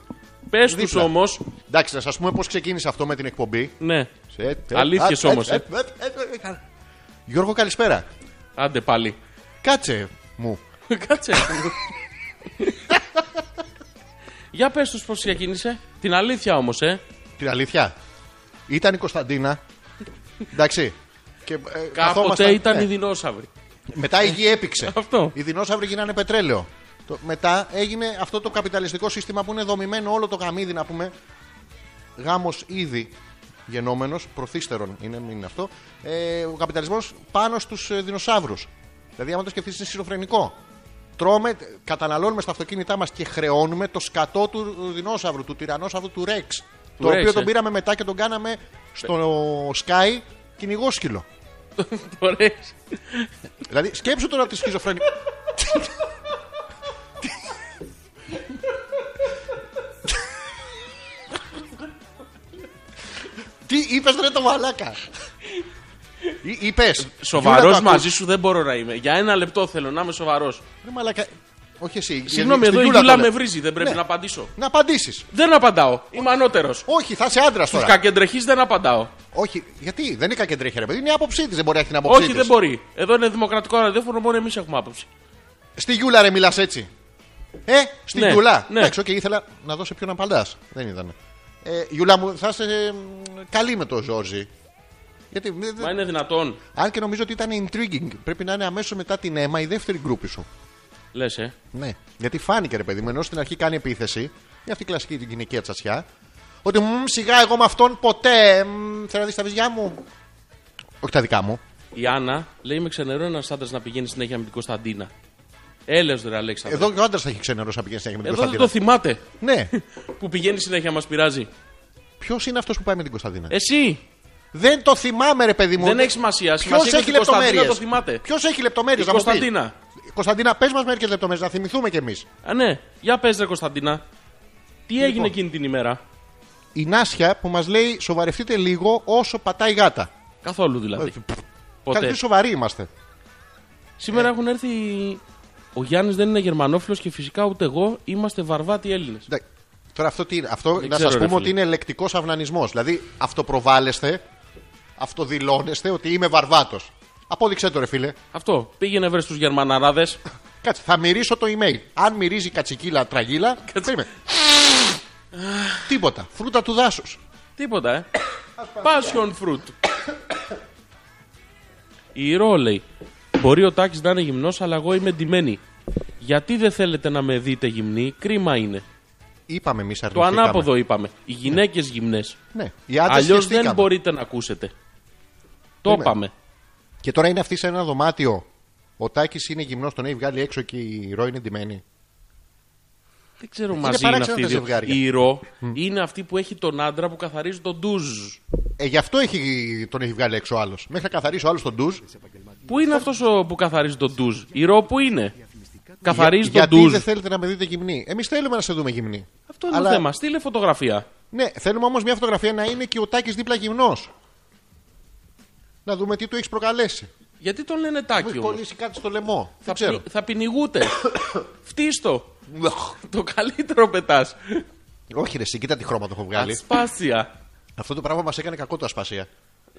[SPEAKER 2] Πε του
[SPEAKER 1] Δίπλα.
[SPEAKER 2] όμως
[SPEAKER 1] Εντάξει, να σας πούμε πώς ξεκίνησε αυτό με την εκπομπή.
[SPEAKER 2] Ναι.
[SPEAKER 1] Σε- ε,
[SPEAKER 2] Αλήθειες
[SPEAKER 1] ε,
[SPEAKER 2] όμως,
[SPEAKER 1] ε, ε,
[SPEAKER 2] ε.
[SPEAKER 1] ε, ε, ε, ε. Γιώργο, καλησπέρα.
[SPEAKER 2] Άντε πάλι. <laughs>
[SPEAKER 1] Κάτσε μου.
[SPEAKER 2] Κάτσε. Για πες τους πώς ξεκίνησε. Την αλήθεια όμως, ε.
[SPEAKER 1] Την αλήθεια. Ήταν η Κωνσταντίνα. Εντάξει. Και, ε,
[SPEAKER 2] Κάποτε
[SPEAKER 1] καθόμασταν-
[SPEAKER 2] ήταν
[SPEAKER 1] ναι.
[SPEAKER 2] οι δεινόσαυροι.
[SPEAKER 1] Μετά η γη έπηξε.
[SPEAKER 2] Αυτό.
[SPEAKER 1] Οι δεινόσαυροι γίνανε πετρέλαιο. Το- μετά έγινε αυτό το καπιταλιστικό σύστημα που είναι δομημένο όλο το γαμίδι, να πούμε. Γάμος ήδη γενόμενος, προθύστερον είναι, μην είναι αυτό. Ε, ο καπιταλισμός πάνω στους ε, δεινοσαύρους. Δηλαδή, άμα το σκεφτείς, είναι σχizοφρενικό. Τρώμε, τε- καταναλώνουμε στα αυτοκίνητά μας και χρεώνουμε το σκατό του ε, δεινόσαυρου, του τυρανόσαυρου, του Ρεξ.
[SPEAKER 2] Του
[SPEAKER 1] το
[SPEAKER 2] Rex,
[SPEAKER 1] οποίο
[SPEAKER 2] ε.
[SPEAKER 1] τον πήραμε μετά και τον κάναμε στο Sky κυνηγόσκυλο.
[SPEAKER 2] Ωραίες.
[SPEAKER 1] Δηλαδή, σκέψου τώρα τη σχιζοφρένεια. Τι είπες ρε το μαλάκα. Ή- Είπες. Γιούρα,
[SPEAKER 2] Σοβαρός
[SPEAKER 1] το ακούς.
[SPEAKER 2] μαζί σου δεν μπορώ να είμαι. Για ένα λεπτό θέλω να είμαι σοβαρός.
[SPEAKER 1] Ρε μαλάκα. Όχι εσύ. η-
[SPEAKER 2] Συγγνώμη,
[SPEAKER 1] στην
[SPEAKER 2] εδώ η
[SPEAKER 1] Γιούλα
[SPEAKER 2] Γιούλα
[SPEAKER 1] το
[SPEAKER 2] με
[SPEAKER 1] λέω.
[SPEAKER 2] βρίζει. Δεν πρέπει
[SPEAKER 1] Ναι.
[SPEAKER 2] να απαντήσω.
[SPEAKER 1] Να απαντήσεις.
[SPEAKER 2] Δεν απαντάω. Είμαι ανώτερος.
[SPEAKER 1] Όχι, θα είσαι άντρας
[SPEAKER 2] Τους
[SPEAKER 1] τώρα.
[SPEAKER 2] κακεντρεχείς δεν απαντάω.
[SPEAKER 1] Όχι, γιατί δεν είναι κακεντρέχεια, ρε παιδί. Είναι η άποψή της, δεν μπορεί να έχει την άποψή
[SPEAKER 2] Όχι,
[SPEAKER 1] της.
[SPEAKER 2] δεν μπορεί. Εδώ είναι δημοκρατικό ραδιόφωνο, μόνο εμείς έχουμε άποψη.
[SPEAKER 1] Στη Γιούλα ρε μιλάς έτσι. Ε, στη
[SPEAKER 2] Ναι,
[SPEAKER 1] Γιούλα.
[SPEAKER 2] ναι.
[SPEAKER 1] Εντάξει, και ήθελα να δω σε ποιον απαντάς. Δεν ήταν. Ε, Γιούλα μου, θα είσαι ε, μ, καλή με τον Ζόρζι. Γιατί, δε- δε-
[SPEAKER 2] Μα είναι δυνατόν.
[SPEAKER 1] Αν και νομίζω ότι ήταν intriguing, πρέπει να είναι αμέσως μετά την αίμα η δεύτερη γκρούπη σου.
[SPEAKER 2] Λες, ε.
[SPEAKER 1] Ναι. Γιατί φάνηκε ρε παιδί μου, ενώ στην αρχή κάνει επίθεση, είναι αυτή η κλασική την γυναικεία τσασιά, ότι μου σιγά εγώ με αυτόν ποτέ. μ, Θέλω να δεις τα βυζιά μου. Όχι τα δικά μου.
[SPEAKER 2] Η Άννα λέει: Με ξενερώνει ένας άντρας να πηγαίνει συνέχεια με την Κωνσταντίνα. Έλεος ρε Αλέξανδρο.
[SPEAKER 1] Εδώ και ο άντρας θα έχει ξενερώσει να πηγαίνει συνέχεια με την
[SPEAKER 2] Ε, Εδώ δεν το
[SPEAKER 1] Κωνσταντίνα.
[SPEAKER 2] θυμάται.
[SPEAKER 1] Ναι.
[SPEAKER 2] Που πηγαίνει συνέχεια, μας πειράζει.
[SPEAKER 1] Ποιος είναι αυτός που πάει με την Κωνσταντίνα.
[SPEAKER 2] Εσύ
[SPEAKER 1] Δεν το θυμάμαι, ρε παιδί μου.
[SPEAKER 2] δεν έχει σημασία.
[SPEAKER 1] Ποιος
[SPEAKER 2] Σημασία
[SPEAKER 1] έχει
[SPEAKER 2] έχει Κωνσταντίνα
[SPEAKER 1] λεπτομέρειε.
[SPEAKER 2] το θυμάται.
[SPEAKER 1] Ποιος έχει λεπτομέρειες.
[SPEAKER 2] Η Κωνσταντίνα.
[SPEAKER 1] Κωνσταντίνα, πες μας μερικές λεπτομέρειες, να θυμηθούμε κι εμείς.
[SPEAKER 2] Α, ναι. Για πες, ρε Κωνσταντίνα. Τι
[SPEAKER 1] Λοιπόν.
[SPEAKER 2] έγινε εκείνη την ημέρα.
[SPEAKER 1] Η Νάσια που μας λέει σοβαρευτείτε λίγο όσο πατάει η γάτα.
[SPEAKER 2] Καθόλου δηλαδή.
[SPEAKER 1] Κάτι
[SPEAKER 2] Ποτέ.
[SPEAKER 1] σοβαροί είμαστε.
[SPEAKER 2] Σήμερα
[SPEAKER 1] Ε.
[SPEAKER 2] έχουν έρθει. Ο Γιάννης δεν είναι Γερμανόφιλος και φυσικά ούτε εγώ είμαστε βαρβάτοι Έλληνες.
[SPEAKER 1] Εντάξει. Τώρα αυτό, τι είναι. αυτό
[SPEAKER 2] Δεν
[SPEAKER 1] να σα
[SPEAKER 2] ξέρω, ρε
[SPEAKER 1] πούμε
[SPEAKER 2] φίλε.
[SPEAKER 1] ότι είναι ελεκτικός αυνανισμός. Δηλαδή αυτοπροβάλλεστε, αυτοδηλώνεστε ότι είμαι βαρβάτος. Απόδειξε το ρε φίλε.
[SPEAKER 2] Αυτό. Πήγαινε βρε του Γερμαναράδες.
[SPEAKER 1] Κάτσε, θα μυρίσω το email. Αν μυρίζει κατσικίλα, τραγίλα. περίμενε. Τίποτα. Φρούτα του δάσους.
[SPEAKER 2] Τίποτα, ε. Passion fruit. Η Ρο λέει. Μπορεί ο Τάκης να είναι γυμνός, αλλά εγώ είμαι ντυμένη. Γιατί δεν θέλετε να με δείτε γυμνή, κρίμα είναι.
[SPEAKER 1] Είπαμε εμείς
[SPEAKER 2] Το
[SPEAKER 1] αρνητικά.
[SPEAKER 2] ανάποδο είπαμε. Οι γυναίκες γυμνές.
[SPEAKER 1] Ναι. Οι άντρες
[SPEAKER 2] Αλλιώς δεν
[SPEAKER 1] σχεστήκαμε.
[SPEAKER 2] μπορείτε να ακούσετε. Το
[SPEAKER 1] Ναι.
[SPEAKER 2] είπαμε.
[SPEAKER 1] Και τώρα είναι αυτή σε ένα δωμάτιο. Ο Τάκης είναι γυμνός, τον έχει βγάλει έξω και η Ρο είναι ντυμένη.
[SPEAKER 2] Δεν ξέρω μαζί είναι
[SPEAKER 1] παράξενα
[SPEAKER 2] αυτή.
[SPEAKER 1] τα
[SPEAKER 2] οι δύο.
[SPEAKER 1] ζευγάρια.
[SPEAKER 2] Η Ρο είναι αυτή που έχει τον άντρα που καθαρίζει τον ντουζ.
[SPEAKER 1] Ε, γι' αυτό έχει, τον έχει βγάλει έξω ο άλλος. Μέχρι να καθαρίσει ο άλλος τον ντουζ.
[SPEAKER 2] Πού είναι αυτός ο που καθαρίζει τον ντουζ. Η Ρο που είναι. Καθαρίζει τον
[SPEAKER 1] γιατί
[SPEAKER 2] ντουζ.
[SPEAKER 1] δεν θέλετε να με δείτε γυμνή. Εμείς θέλουμε να σε δούμε γυμνή.
[SPEAKER 2] Αυτό είναι το
[SPEAKER 1] Αλλά-
[SPEAKER 2] θέμα. Στείλε φωτογραφία.
[SPEAKER 1] Ναι, θέλουμε όμως μια φωτογραφία να είναι και ο Τάκης δίπλα γυμνός. Να δούμε τι του έχεις προκαλέσει.
[SPEAKER 2] Γιατί τον λένε
[SPEAKER 1] Μου
[SPEAKER 2] τάκι
[SPEAKER 1] έχει
[SPEAKER 2] όμως.
[SPEAKER 1] κολλήσει κάτι στο λαιμό.
[SPEAKER 2] Θα,
[SPEAKER 1] Δεν ξέρω.
[SPEAKER 2] πυ- θα
[SPEAKER 1] <coughs>
[SPEAKER 2] πυνηγούτε. Φτύστο. Το καλύτερο πετάς.
[SPEAKER 1] Όχι, ρε, εσύ, κοίτα τι χρώμα το έχω βγάλει.
[SPEAKER 2] Ασπάσια.
[SPEAKER 1] Αυτό το πράγμα μας έκανε κακό το ασπασία.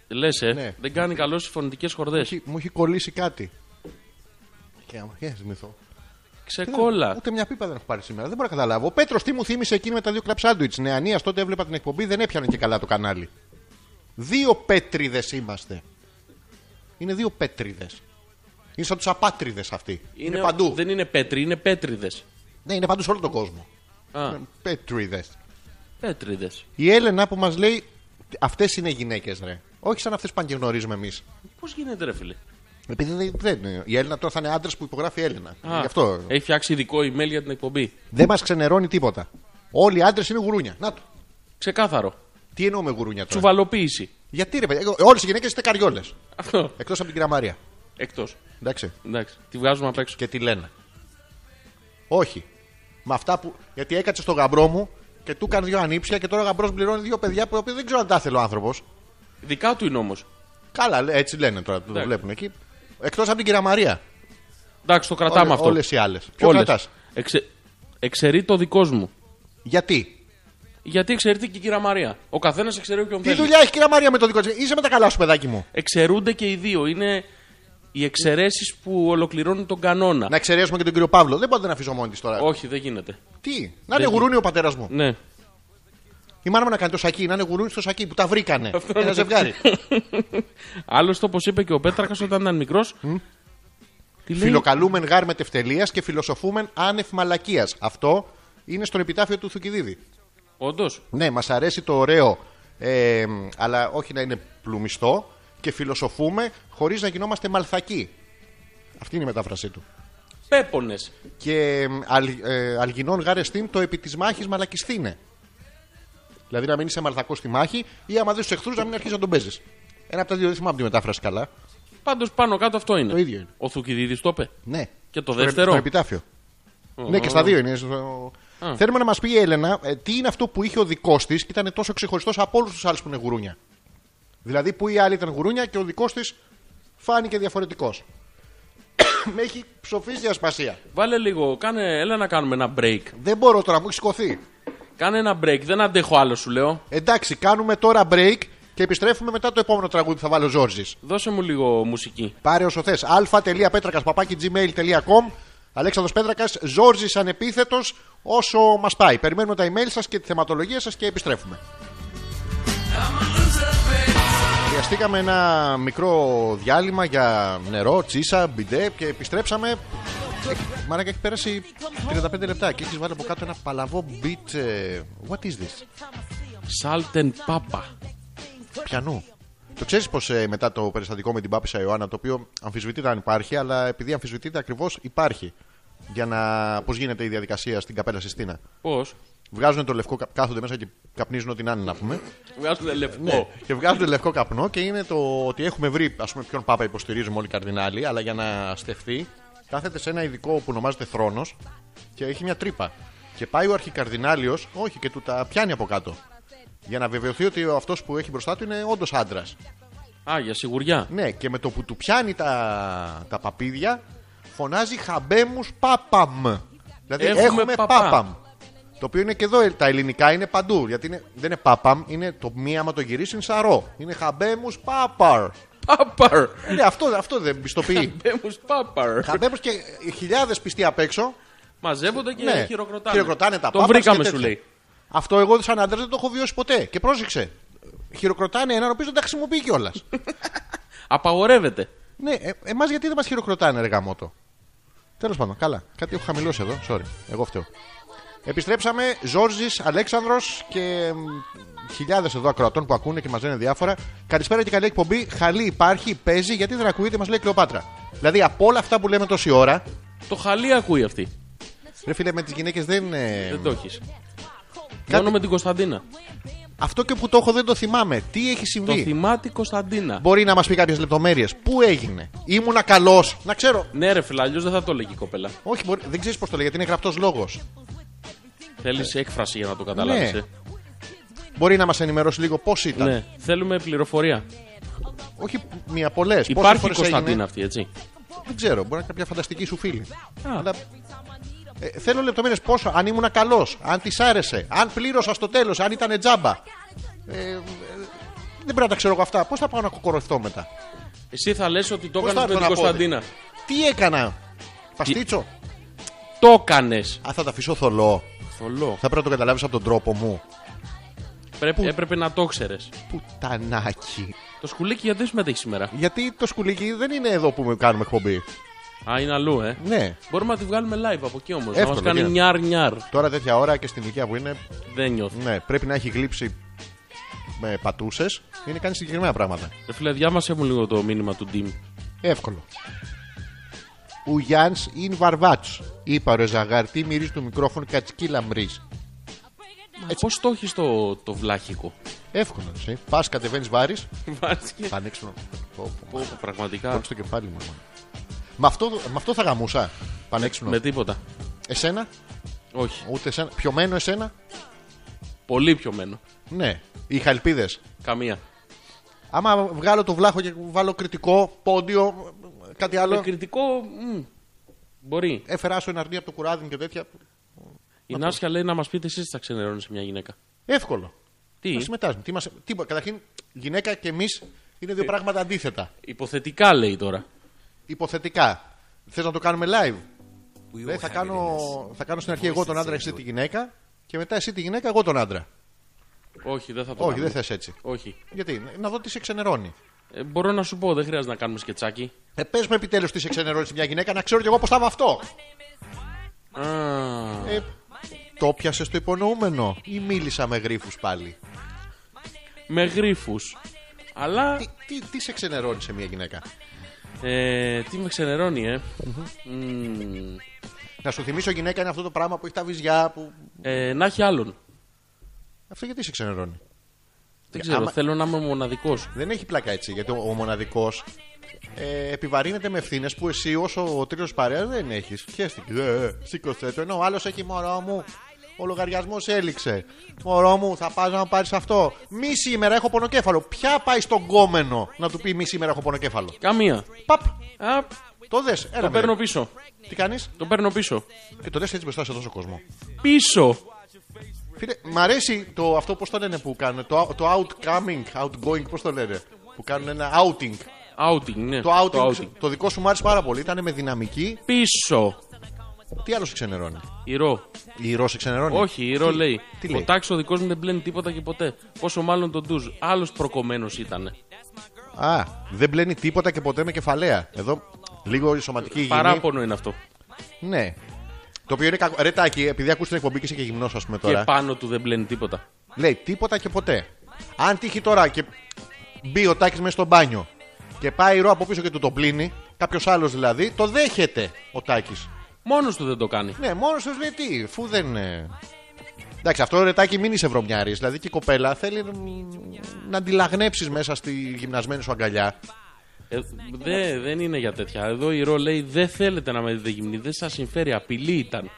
[SPEAKER 2] Λες, ε.
[SPEAKER 1] Ναι.
[SPEAKER 2] Δεν κάνει καλό στι φωνητικέ χορδές.
[SPEAKER 1] Έχει- Μου έχει κολλήσει κάτι. Και άμα και να θυμηθώ.
[SPEAKER 2] Ξεκόλα.
[SPEAKER 1] Ούτε μια πίπα δεν έχω πάρει σήμερα. Δεν μπορώ να καταλάβω. Ο Πέτρος τι μου θύμισε εκείνη με τα δύο κλαπ σάντουιτ. Νεανίας τότε έβλεπα την εκπομπή, δεν έπιανε και καλά το κανάλι. Δύο πέτριδες είμαστε. Είναι δύο πέτριδες. Είναι σαν τους απάτριδες αυτοί. Είναι, παντού.
[SPEAKER 2] Δεν είναι πέτρι, είναι πέτριδες.
[SPEAKER 1] Ναι, είναι παντού σε όλο τον κόσμο.
[SPEAKER 2] Α,
[SPEAKER 1] Ναι. Πέτριδες.
[SPEAKER 2] πέτριδες.
[SPEAKER 1] Η Έλενα που μας λέει αυτές είναι γυναίκες, ρε. Όχι σαν αυτές που πάνε και γνωρίζουμε εμείς.
[SPEAKER 2] Πώς γίνεται, ρε φίλε.
[SPEAKER 1] Επειδή δεν, δεν είναι. Η Έλενα τώρα θα είναι άντρας που υπογράφει Έλενα.
[SPEAKER 2] Α,
[SPEAKER 1] Ε,
[SPEAKER 2] Ε-
[SPEAKER 1] Γι' αυτό.
[SPEAKER 2] Έχει φτιάξει ειδικό email για την εκπομπή.
[SPEAKER 1] Δεν μας ξενερώνει τίποτα. Όλοι οι άντρες είναι γουρούνια. Να το. Ναι.
[SPEAKER 2] Ξεκάθαρο.
[SPEAKER 1] Τι εννοούμε γουρούνια τώρα.
[SPEAKER 2] Τσουβαλοποίηση.
[SPEAKER 1] Γιατί ρε παιδιά, όλες οι γυναίκες είστε καριόλες.
[SPEAKER 2] Αυτό.
[SPEAKER 1] Εκτός από την κυρία Μαρία.
[SPEAKER 2] Εκτός.
[SPEAKER 1] Εντάξει.
[SPEAKER 2] Εντάξει. Τη βγάζουμε απ' έξω.
[SPEAKER 1] Και τη λένε. Όχι. Με αυτά που. Γιατί έκατσε στο γαμπρό μου και του έκανε δύο ανήψια και τώρα ο γαμπρός πληρώνει δύο παιδιά που δεν ξέρω αν τα θέλει ο άνθρωπος.
[SPEAKER 2] Δικά του είναι όμως.
[SPEAKER 1] Καλά, λέ- έτσι λένε τώρα, το
[SPEAKER 2] Εντάξει.
[SPEAKER 1] βλέπουν εκεί. Εκτός από την κυρία Μαρία.
[SPEAKER 2] Εντάξει, το κρατάμε αυτό.
[SPEAKER 1] Όλες οι άλλες. Ποιο
[SPEAKER 2] Όλες.
[SPEAKER 1] κρατάς.
[SPEAKER 2] Εξε... Εξαιρεί το δικό μου.
[SPEAKER 1] Γιατί.
[SPEAKER 2] Γιατί εξαιρείται και η κυρία Μαρία. Ο καθένας εξαιρεί όποιον
[SPEAKER 1] Τι
[SPEAKER 2] θέλει.
[SPEAKER 1] δουλειά έχει κυρία Μαρία με το δικό της. Είσαι με τα καλά σου, παιδάκι μου.
[SPEAKER 2] Εξαιρούνται και οι δύο. Είναι οι εξαιρέσεις που ολοκληρώνουν τον κανόνα.
[SPEAKER 1] Να εξαιρέσουμε και τον κύριο Παύλο. Δεν μπορώ να την αφήσω μόνη της τώρα.
[SPEAKER 2] Όχι, δεν γίνεται.
[SPEAKER 1] Τι, να είναι γουρούνι ο πατέρας μου.
[SPEAKER 2] Ναι.
[SPEAKER 1] Η μάνα μου να κάνει το σακί, να είναι γουρούνι στο σακί που τα βρήκανε. Ένα ζευγάρι.
[SPEAKER 2] Άλλωστε, όπως είπε και ο Πέτρακα όταν ήταν μικρός. Τι λέει.
[SPEAKER 1] Φιλοκαλούμεν γάρ μετευτελεία και φιλοσοφούμεν άνευ μαλακίας. Αυτό είναι στον επιτάφιο του Θουκυδίδη.
[SPEAKER 2] Όντως.
[SPEAKER 1] Ναι, μας αρέσει το ωραίο, ε, αλλά όχι να είναι πλουμιστό και φιλοσοφούμε χωρίς να γινόμαστε μαλθακοί. Αυτή είναι η μετάφρασή του.
[SPEAKER 2] Πέπονες.
[SPEAKER 1] Και ε, αλ- ε, αλγινών γάρε στην το επί της μάχης μαλακιστήνε. Δηλαδή να μην είσαι μαλθακός στη μάχη ή άμα δεις τους εχθρούς να μην αρχίσει να τον παίζεις. Ένα από τα δύο δεν θυμάμαι τη μετάφραση καλά.
[SPEAKER 2] Πάντως πάνω κάτω αυτό είναι.
[SPEAKER 1] Το ίδιο είναι.
[SPEAKER 2] Ο Θουκυδίδης το είπε.
[SPEAKER 1] Ναι.
[SPEAKER 2] Και το
[SPEAKER 1] Στο-
[SPEAKER 2] δεύτερο.
[SPEAKER 1] Στο επιτάφιο. Ναι, και στα δύο είναι. στο- Θέλουμε να μας πει η Έλενα ε, τι είναι αυτό που είχε ο δικός της και ήταν τόσο ξεχωριστός από όλους τους άλλους που είναι γουρούνια. Δηλαδή που οι άλλοι ήταν γουρούνια και ο δικός της φάνηκε διαφορετικός. <coughs> Με έχει ψοφίσει διασπασία.
[SPEAKER 2] Βάλε λίγο, κάνε, έλα να κάνουμε ένα break.
[SPEAKER 1] Δεν μπορώ τώρα, μου έχει σηκωθεί.
[SPEAKER 2] Κάνε ένα break, δεν αντέχω άλλο σου λέω.
[SPEAKER 1] Εντάξει, κάνουμε τώρα break και επιστρέφουμε μετά το επόμενο τραγούδι που θα βάλει ο Ζόρζης.
[SPEAKER 2] Δώσε μου λίγο μουσική.
[SPEAKER 1] Πάρε όσο θες. αλφα.πέτρακα παπάκι gmail.com Αλέξανδρος Πέτρακας, Ζόρζης ανεπίθετος όσο μας πάει. Περιμένουμε τα email σας και τη θεματολογία σας και επιστρέφουμε. Χρειαστήκαμε ένα μικρό διάλειμμα για νερό, τσίσα, μπιντέ και επιστρέψαμε. Έχει- Μάρακα έχει πέρασει 35 λεπτά και έχεις βάλει από κάτω ένα παλαβό beat. ε, What is this?
[SPEAKER 2] Salt and Papa.
[SPEAKER 1] Πιανού. Το ξέρεις πως μετά το περιστατικό με την Πάπησα Ιωάννα, το οποίο αμφισβητείται αν υπάρχει, αλλά επειδή αμφισβητείται ακριβώς υπάρχει. Για να. Πώς γίνεται η διαδικασία στην καπέλα Σιστίνα.
[SPEAKER 2] Πώ.
[SPEAKER 1] Βγάζουν το λευκό, κα- κάθονται μέσα και καπνίζουν ό,τι να είναι να πούμε. Ε,
[SPEAKER 2] Βγάζουν λευκό.
[SPEAKER 1] και βγάζουν λευκό καπνό και είναι το ότι έχουμε βρει, ας πούμε, ποιον Πάπα υποστηρίζουμε όλοι οι καρδινάλοι, αλλά για να στεφτεί, κάθεται σε ένα ειδικό που ονομάζεται θρόνος και έχει μια τρύπα. Και πάει ο αρχικαρδινάλιος, όχι, και του τα πιάνει από κάτω. Για να βεβαιωθεί ότι αυτός που έχει μπροστά του είναι όντως άντρας.
[SPEAKER 2] Α, για σιγουριά.
[SPEAKER 1] Ναι, και με το που του πιάνει τα, τα παπίδια, φωνάζει χαμπέμους πάπαμ. Δηλαδή
[SPEAKER 2] Έχουμε
[SPEAKER 1] έχουμε,
[SPEAKER 2] παπά.
[SPEAKER 1] πάπαμ. Το οποίο είναι και εδώ τα ελληνικά είναι παντού. Γιατί είναι, δεν είναι πάπαμ, είναι το μία άμα το γυρίσεις είναι σαρό. Είναι χαμπέμους πάπαρ.
[SPEAKER 2] Πάπαρ.
[SPEAKER 1] Ναι, αυτό, αυτό δεν
[SPEAKER 2] <laughs>
[SPEAKER 1] πιστοποιεί.
[SPEAKER 2] Μπέμου Πάπαρ.
[SPEAKER 1] χαμπέμους και χιλιάδες πιστοί απ' έξω.
[SPEAKER 2] Μαζεύονται και
[SPEAKER 1] ναι,
[SPEAKER 2] χειροκροτάνε.
[SPEAKER 1] χειροκροτάνε τα
[SPEAKER 2] Τον
[SPEAKER 1] Papas
[SPEAKER 2] βρήκαμε
[SPEAKER 1] και
[SPEAKER 2] σου
[SPEAKER 1] τέτοια.
[SPEAKER 2] λέει.
[SPEAKER 1] Αυτό εγώ σαν άντρας δεν το έχω βιώσει ποτέ. Και πρόσεξε. Χειροκροτάνε έναν ο οποίος δεν τα χρησιμοποιεί κιόλας.
[SPEAKER 2] Απαγορεύεται.
[SPEAKER 1] Ναι, ε, εμάς γιατί δεν μας χειροκροτάνε, ρε γαμότο. Τέλος πάντων, καλά. Κάτι έχω χαμηλώσει εδώ. Sorry. Εγώ φταίω. Επιστρέψαμε, Ζόρζης, Αλέξανδρος και χιλιάδες εδώ ακροατών που ακούνε και μα λένε διάφορα. Καλησπέρα και καλή εκπομπή. Χαλή υπάρχει, παίζει, γιατί δεν ακούγεται, μας λέει η Κλεοπάτρα. Δηλαδή από όλα αυτά που λέμε τόση ώρα,
[SPEAKER 2] Το χαλί ακούει αυτή.
[SPEAKER 1] ρε φίλε, με τις γυναίκες δεν. ε,
[SPEAKER 2] Δεν το έχεις.
[SPEAKER 1] Κάτι-
[SPEAKER 2] Μόνο με την Κωνσταντίνα.
[SPEAKER 1] Αυτό και που το έχω δεν το θυμάμαι. Τι έχει
[SPEAKER 2] Το
[SPEAKER 1] συμβεί.
[SPEAKER 2] θυμάται η Κωνσταντίνα.
[SPEAKER 1] Μπορεί να μας πει κάποιες λεπτομέρειες. Πού έγινε. Ήμουνα καλός. Να ξέρω.
[SPEAKER 2] Ναι, ρε φιλά, αλλιώς δεν θα το λέγει η κοπέλα.
[SPEAKER 1] Όχι, μπορεί... δεν ξέρεις πώς το λέει, γιατί είναι γραπτός λόγος.
[SPEAKER 2] Θέλεις έκφραση για να το καταλάβεις.
[SPEAKER 1] Ε. Ναι. Μπορεί να μας ενημερώσει λίγο πώς ήταν.
[SPEAKER 2] Ναι, θέλουμε πληροφορία.
[SPEAKER 1] Όχι μία, πολλές.
[SPEAKER 2] Υπάρχει η Κωνσταντίνα αυτή, έτσι.
[SPEAKER 1] Δεν ξέρω, μπορεί να είναι κάποια φανταστική σου φίλη.
[SPEAKER 2] Α.
[SPEAKER 1] Αλλά... Ε, θέλω λεπτομέρειες πόσο, αν ήμουν καλός, αν της άρεσε, αν πλήρωσα στο τέλος, αν ήταν τζάμπα. Ε, ε, δεν πρέπει να τα ξέρω εγώ αυτά. Πώς θα πάω να κοκορευτώ μετά.
[SPEAKER 2] Εσύ θα λες ότι το
[SPEAKER 1] Πώς θα
[SPEAKER 2] έκανες με
[SPEAKER 1] έρθω
[SPEAKER 2] την
[SPEAKER 1] να πω, δε.
[SPEAKER 2] Κωνσταντίνα.
[SPEAKER 1] Τι έκανα. Παστίτσο.
[SPEAKER 2] Το έκανες.
[SPEAKER 1] Α, θα τα αφήσω θολό.
[SPEAKER 2] Θολό.
[SPEAKER 1] Θα πρέπει να το καταλάβεις από τον τρόπο μου.
[SPEAKER 2] Πρέπει, έπρεπε να το ξέρες.
[SPEAKER 1] Πουτανάκι.
[SPEAKER 2] Το σκουλίκι γιατί δεν συμμετέχεις σήμερα.
[SPEAKER 1] Γιατί το σκουλίκι δεν είναι εδώ που κάνουμε εκπομπή.
[SPEAKER 2] Α, είναι αλλού, ε.
[SPEAKER 1] Ναι.
[SPEAKER 2] Μπορούμε να τη βγάλουμε live από εκεί όμως. Να
[SPEAKER 1] Εύκολο,
[SPEAKER 2] μας κάνει
[SPEAKER 1] γίνεται.
[SPEAKER 2] νιάρ νιάρ.
[SPEAKER 1] Τώρα τέτοια ώρα και στην ηλικία που είναι,
[SPEAKER 2] Δεν νιώθω.
[SPEAKER 1] Ναι, πρέπει να έχει γλύψει με πατούσες ή να κάνει συγκεκριμένα πράγματα.
[SPEAKER 2] Ρε Ε, φίλε, διάβασε μου λίγο το μήνυμα του Ντίμ.
[SPEAKER 1] Εύκολο. Ο Γιάννης είναι βαρβάτ. Είπα ρε Ζαγάρ, τι μυρίζει το μικρόφωνο, κατσική λαμπρή.
[SPEAKER 2] Μα Ε, πώς το έχεις το, το βλάχικο.
[SPEAKER 1] Εύκολο. Ε. Πας κατεβαίνεις βάρη,
[SPEAKER 2] <laughs> Βάζεις και-
[SPEAKER 1] θα ανοίξουν. Πω, πω,
[SPEAKER 2] Πω, πω, Πραγματικά.
[SPEAKER 1] Κόψε το κεφάλι μου. εμένα. Με αυτό, με αυτό θα γαμούσα. Πανέξυπνος.
[SPEAKER 2] Με τίποτα.
[SPEAKER 1] Εσένα,
[SPEAKER 2] Όχι.
[SPEAKER 1] ούτε εσένα. Πιωμένο εσένα.
[SPEAKER 2] Πολύ πιωμένο.
[SPEAKER 1] Ναι. Είχα ελπίδε.
[SPEAKER 2] Καμία.
[SPEAKER 1] Άμα βγάλω το βλάχο και βάλω κριτικό, πόντιο, κάτι
[SPEAKER 2] Το
[SPEAKER 1] άλλο.
[SPEAKER 2] Ε, κριτικό. μμ, μπορεί.
[SPEAKER 1] Έφερα σου εναρνία από το κουράδι μου και τέτοια.
[SPEAKER 2] Η Νάσια λέει να μας πείτε εσείς τι θα ξενερώνει σε μια γυναίκα.
[SPEAKER 1] Εύκολο.
[SPEAKER 2] Τι?
[SPEAKER 1] Να συμμετάσχουμε. Τι μας... τι... Καταρχήν, γυναίκα και εμείς είναι δύο πράγματα αντίθετα.
[SPEAKER 2] Υποθετικά λέει τώρα.
[SPEAKER 1] Υποθετικά. Θες να το κάνουμε live.
[SPEAKER 4] We
[SPEAKER 1] Δεν
[SPEAKER 4] all
[SPEAKER 1] θα
[SPEAKER 4] have it
[SPEAKER 1] κάνω,
[SPEAKER 4] in us.
[SPEAKER 1] θα κάνω στην αρχή εγώ τον
[SPEAKER 4] Voices
[SPEAKER 1] άντρα, εσύ
[SPEAKER 4] and
[SPEAKER 1] τη γυναίκα. Και μετά εσύ τη γυναίκα, εγώ τον άντρα.
[SPEAKER 2] Όχι, δεν θα το
[SPEAKER 1] Όχι,
[SPEAKER 2] κάνουμε.
[SPEAKER 1] δεν θες έτσι.
[SPEAKER 2] Όχι.
[SPEAKER 1] Γιατί, να δω τι σε ξενερώνει.
[SPEAKER 2] Ε, μπορώ να σου πω, δεν χρειάζεται να κάνουμε σκετσάκι.
[SPEAKER 1] Ε, πες μου επιτέλους τι σε ξενερώνει σε μια γυναίκα, να ξέρω κι εγώ πώς θα είμαι αυτό.
[SPEAKER 2] Α,
[SPEAKER 1] Ε, το πιασε το υπονοούμενο ή μίλησα με γρήφου πάλι.
[SPEAKER 2] με γρήφου. Αλλά.
[SPEAKER 1] Τι, τι, τι σε ξενερώνει σε μια γυναίκα.
[SPEAKER 2] Ε, τι με ξενερώνει, ε. Μμμ.
[SPEAKER 1] Να σου θυμίσω, γυναίκα είναι αυτό το πράγμα που έχει τα βυζιά. Που...
[SPEAKER 2] Ε, να έχει άλλον.
[SPEAKER 1] Αυτό γιατί σε ξενερώνει.
[SPEAKER 2] Δεν ξέρω,
[SPEAKER 1] άμα-
[SPEAKER 2] θέλω να είμαι μοναδικός.
[SPEAKER 1] Δεν έχει πλάκα έτσι, γιατί ο, ο μοναδικός ε, επιβαρύνεται με ευθύνες που εσύ όσο ο τρίτος παρέας δεν έχεις. Χαίστηκε. Ε, σήκωσε το. Ενώ ο άλλος έχει μωρό μου. Ο λογαριασμός έληξε. Μωρό μου, θα πας να πάρεις αυτό. Μη σήμερα έχω πονοκέφαλο. Ποια πάει στον κόμενο να του πει Μη σήμερα έχω πονοκέφαλο.
[SPEAKER 2] Καμία.
[SPEAKER 1] Παπ, Ναι.
[SPEAKER 2] Α,
[SPEAKER 1] το δες. Ένα
[SPEAKER 2] το παίρνω πίσω.
[SPEAKER 1] Τι κάνεις.
[SPEAKER 2] Το παίρνω πίσω.
[SPEAKER 1] Και το δες έτσι μπροστά σε τόσο κόσμο.
[SPEAKER 2] Πίσω!
[SPEAKER 1] Φίλε, μ' αρέσει το, αυτό πώς το λένε που κάνουν. Το, το outcoming, outgoing, πώς το λένε. Που κάνουν ένα outing.
[SPEAKER 2] Outing, ναι.
[SPEAKER 1] Το outing, το, δικό σου μου άρεσε πάρα πολύ. Ήταν με δυναμική.
[SPEAKER 2] Πίσω!
[SPEAKER 1] Τι άλλο σε ξενερώνει.
[SPEAKER 2] Ηρώ.
[SPEAKER 1] Η Ρο σε ξενερώνει.
[SPEAKER 2] Όχι, η Ρο
[SPEAKER 1] Τι-
[SPEAKER 2] λέει.
[SPEAKER 1] Τι
[SPEAKER 2] ο
[SPEAKER 1] λέει.
[SPEAKER 2] τάξος δικός μου δεν μπλένει τίποτα και ποτέ. Πόσο μάλλον τον ντουζ. Άλλος προκομμένος ήταν.
[SPEAKER 1] Α, δεν μπλένει τίποτα και ποτέ με κεφαλαία. Εδώ λίγο η σωματική υγιεινή.
[SPEAKER 2] Παράπονο είναι αυτό.
[SPEAKER 1] Ναι. Το οποίο είναι κακό. Ρε Τάκη, επειδή ακούς την εκπομπή και είσαι και γυμνός, ας πούμε τώρα.
[SPEAKER 2] Και πάνω του δεν μπλένει τίποτα.
[SPEAKER 1] Λέει τίποτα και ποτέ. Αν τύχει τώρα και μπει ο Τάκης μέσα στο μπάνιο και πάει η Ρο από πίσω και του το πλύνει, κάποιος άλλος δηλαδή, το δέχεται ο Τάκης.
[SPEAKER 2] Μόνος του δεν το κάνει.
[SPEAKER 1] Ναι, μόνος σου λέει τι, φού δεν. ε. Εντάξει, αυτό ρετάκι μην είσαι βρωμιάρης. Δηλαδή και η κοπέλα θέλει μ, να αντιλαγνέψεις μέσα στη γυμνασμένη σου αγκαλιά.
[SPEAKER 2] Ε, δε, δεν είναι για τέτοια. Εδώ η Ρο λέει: Δεν θέλετε να με δείτε γυμνή, δεν σας συμφέρει. Απειλή ήταν.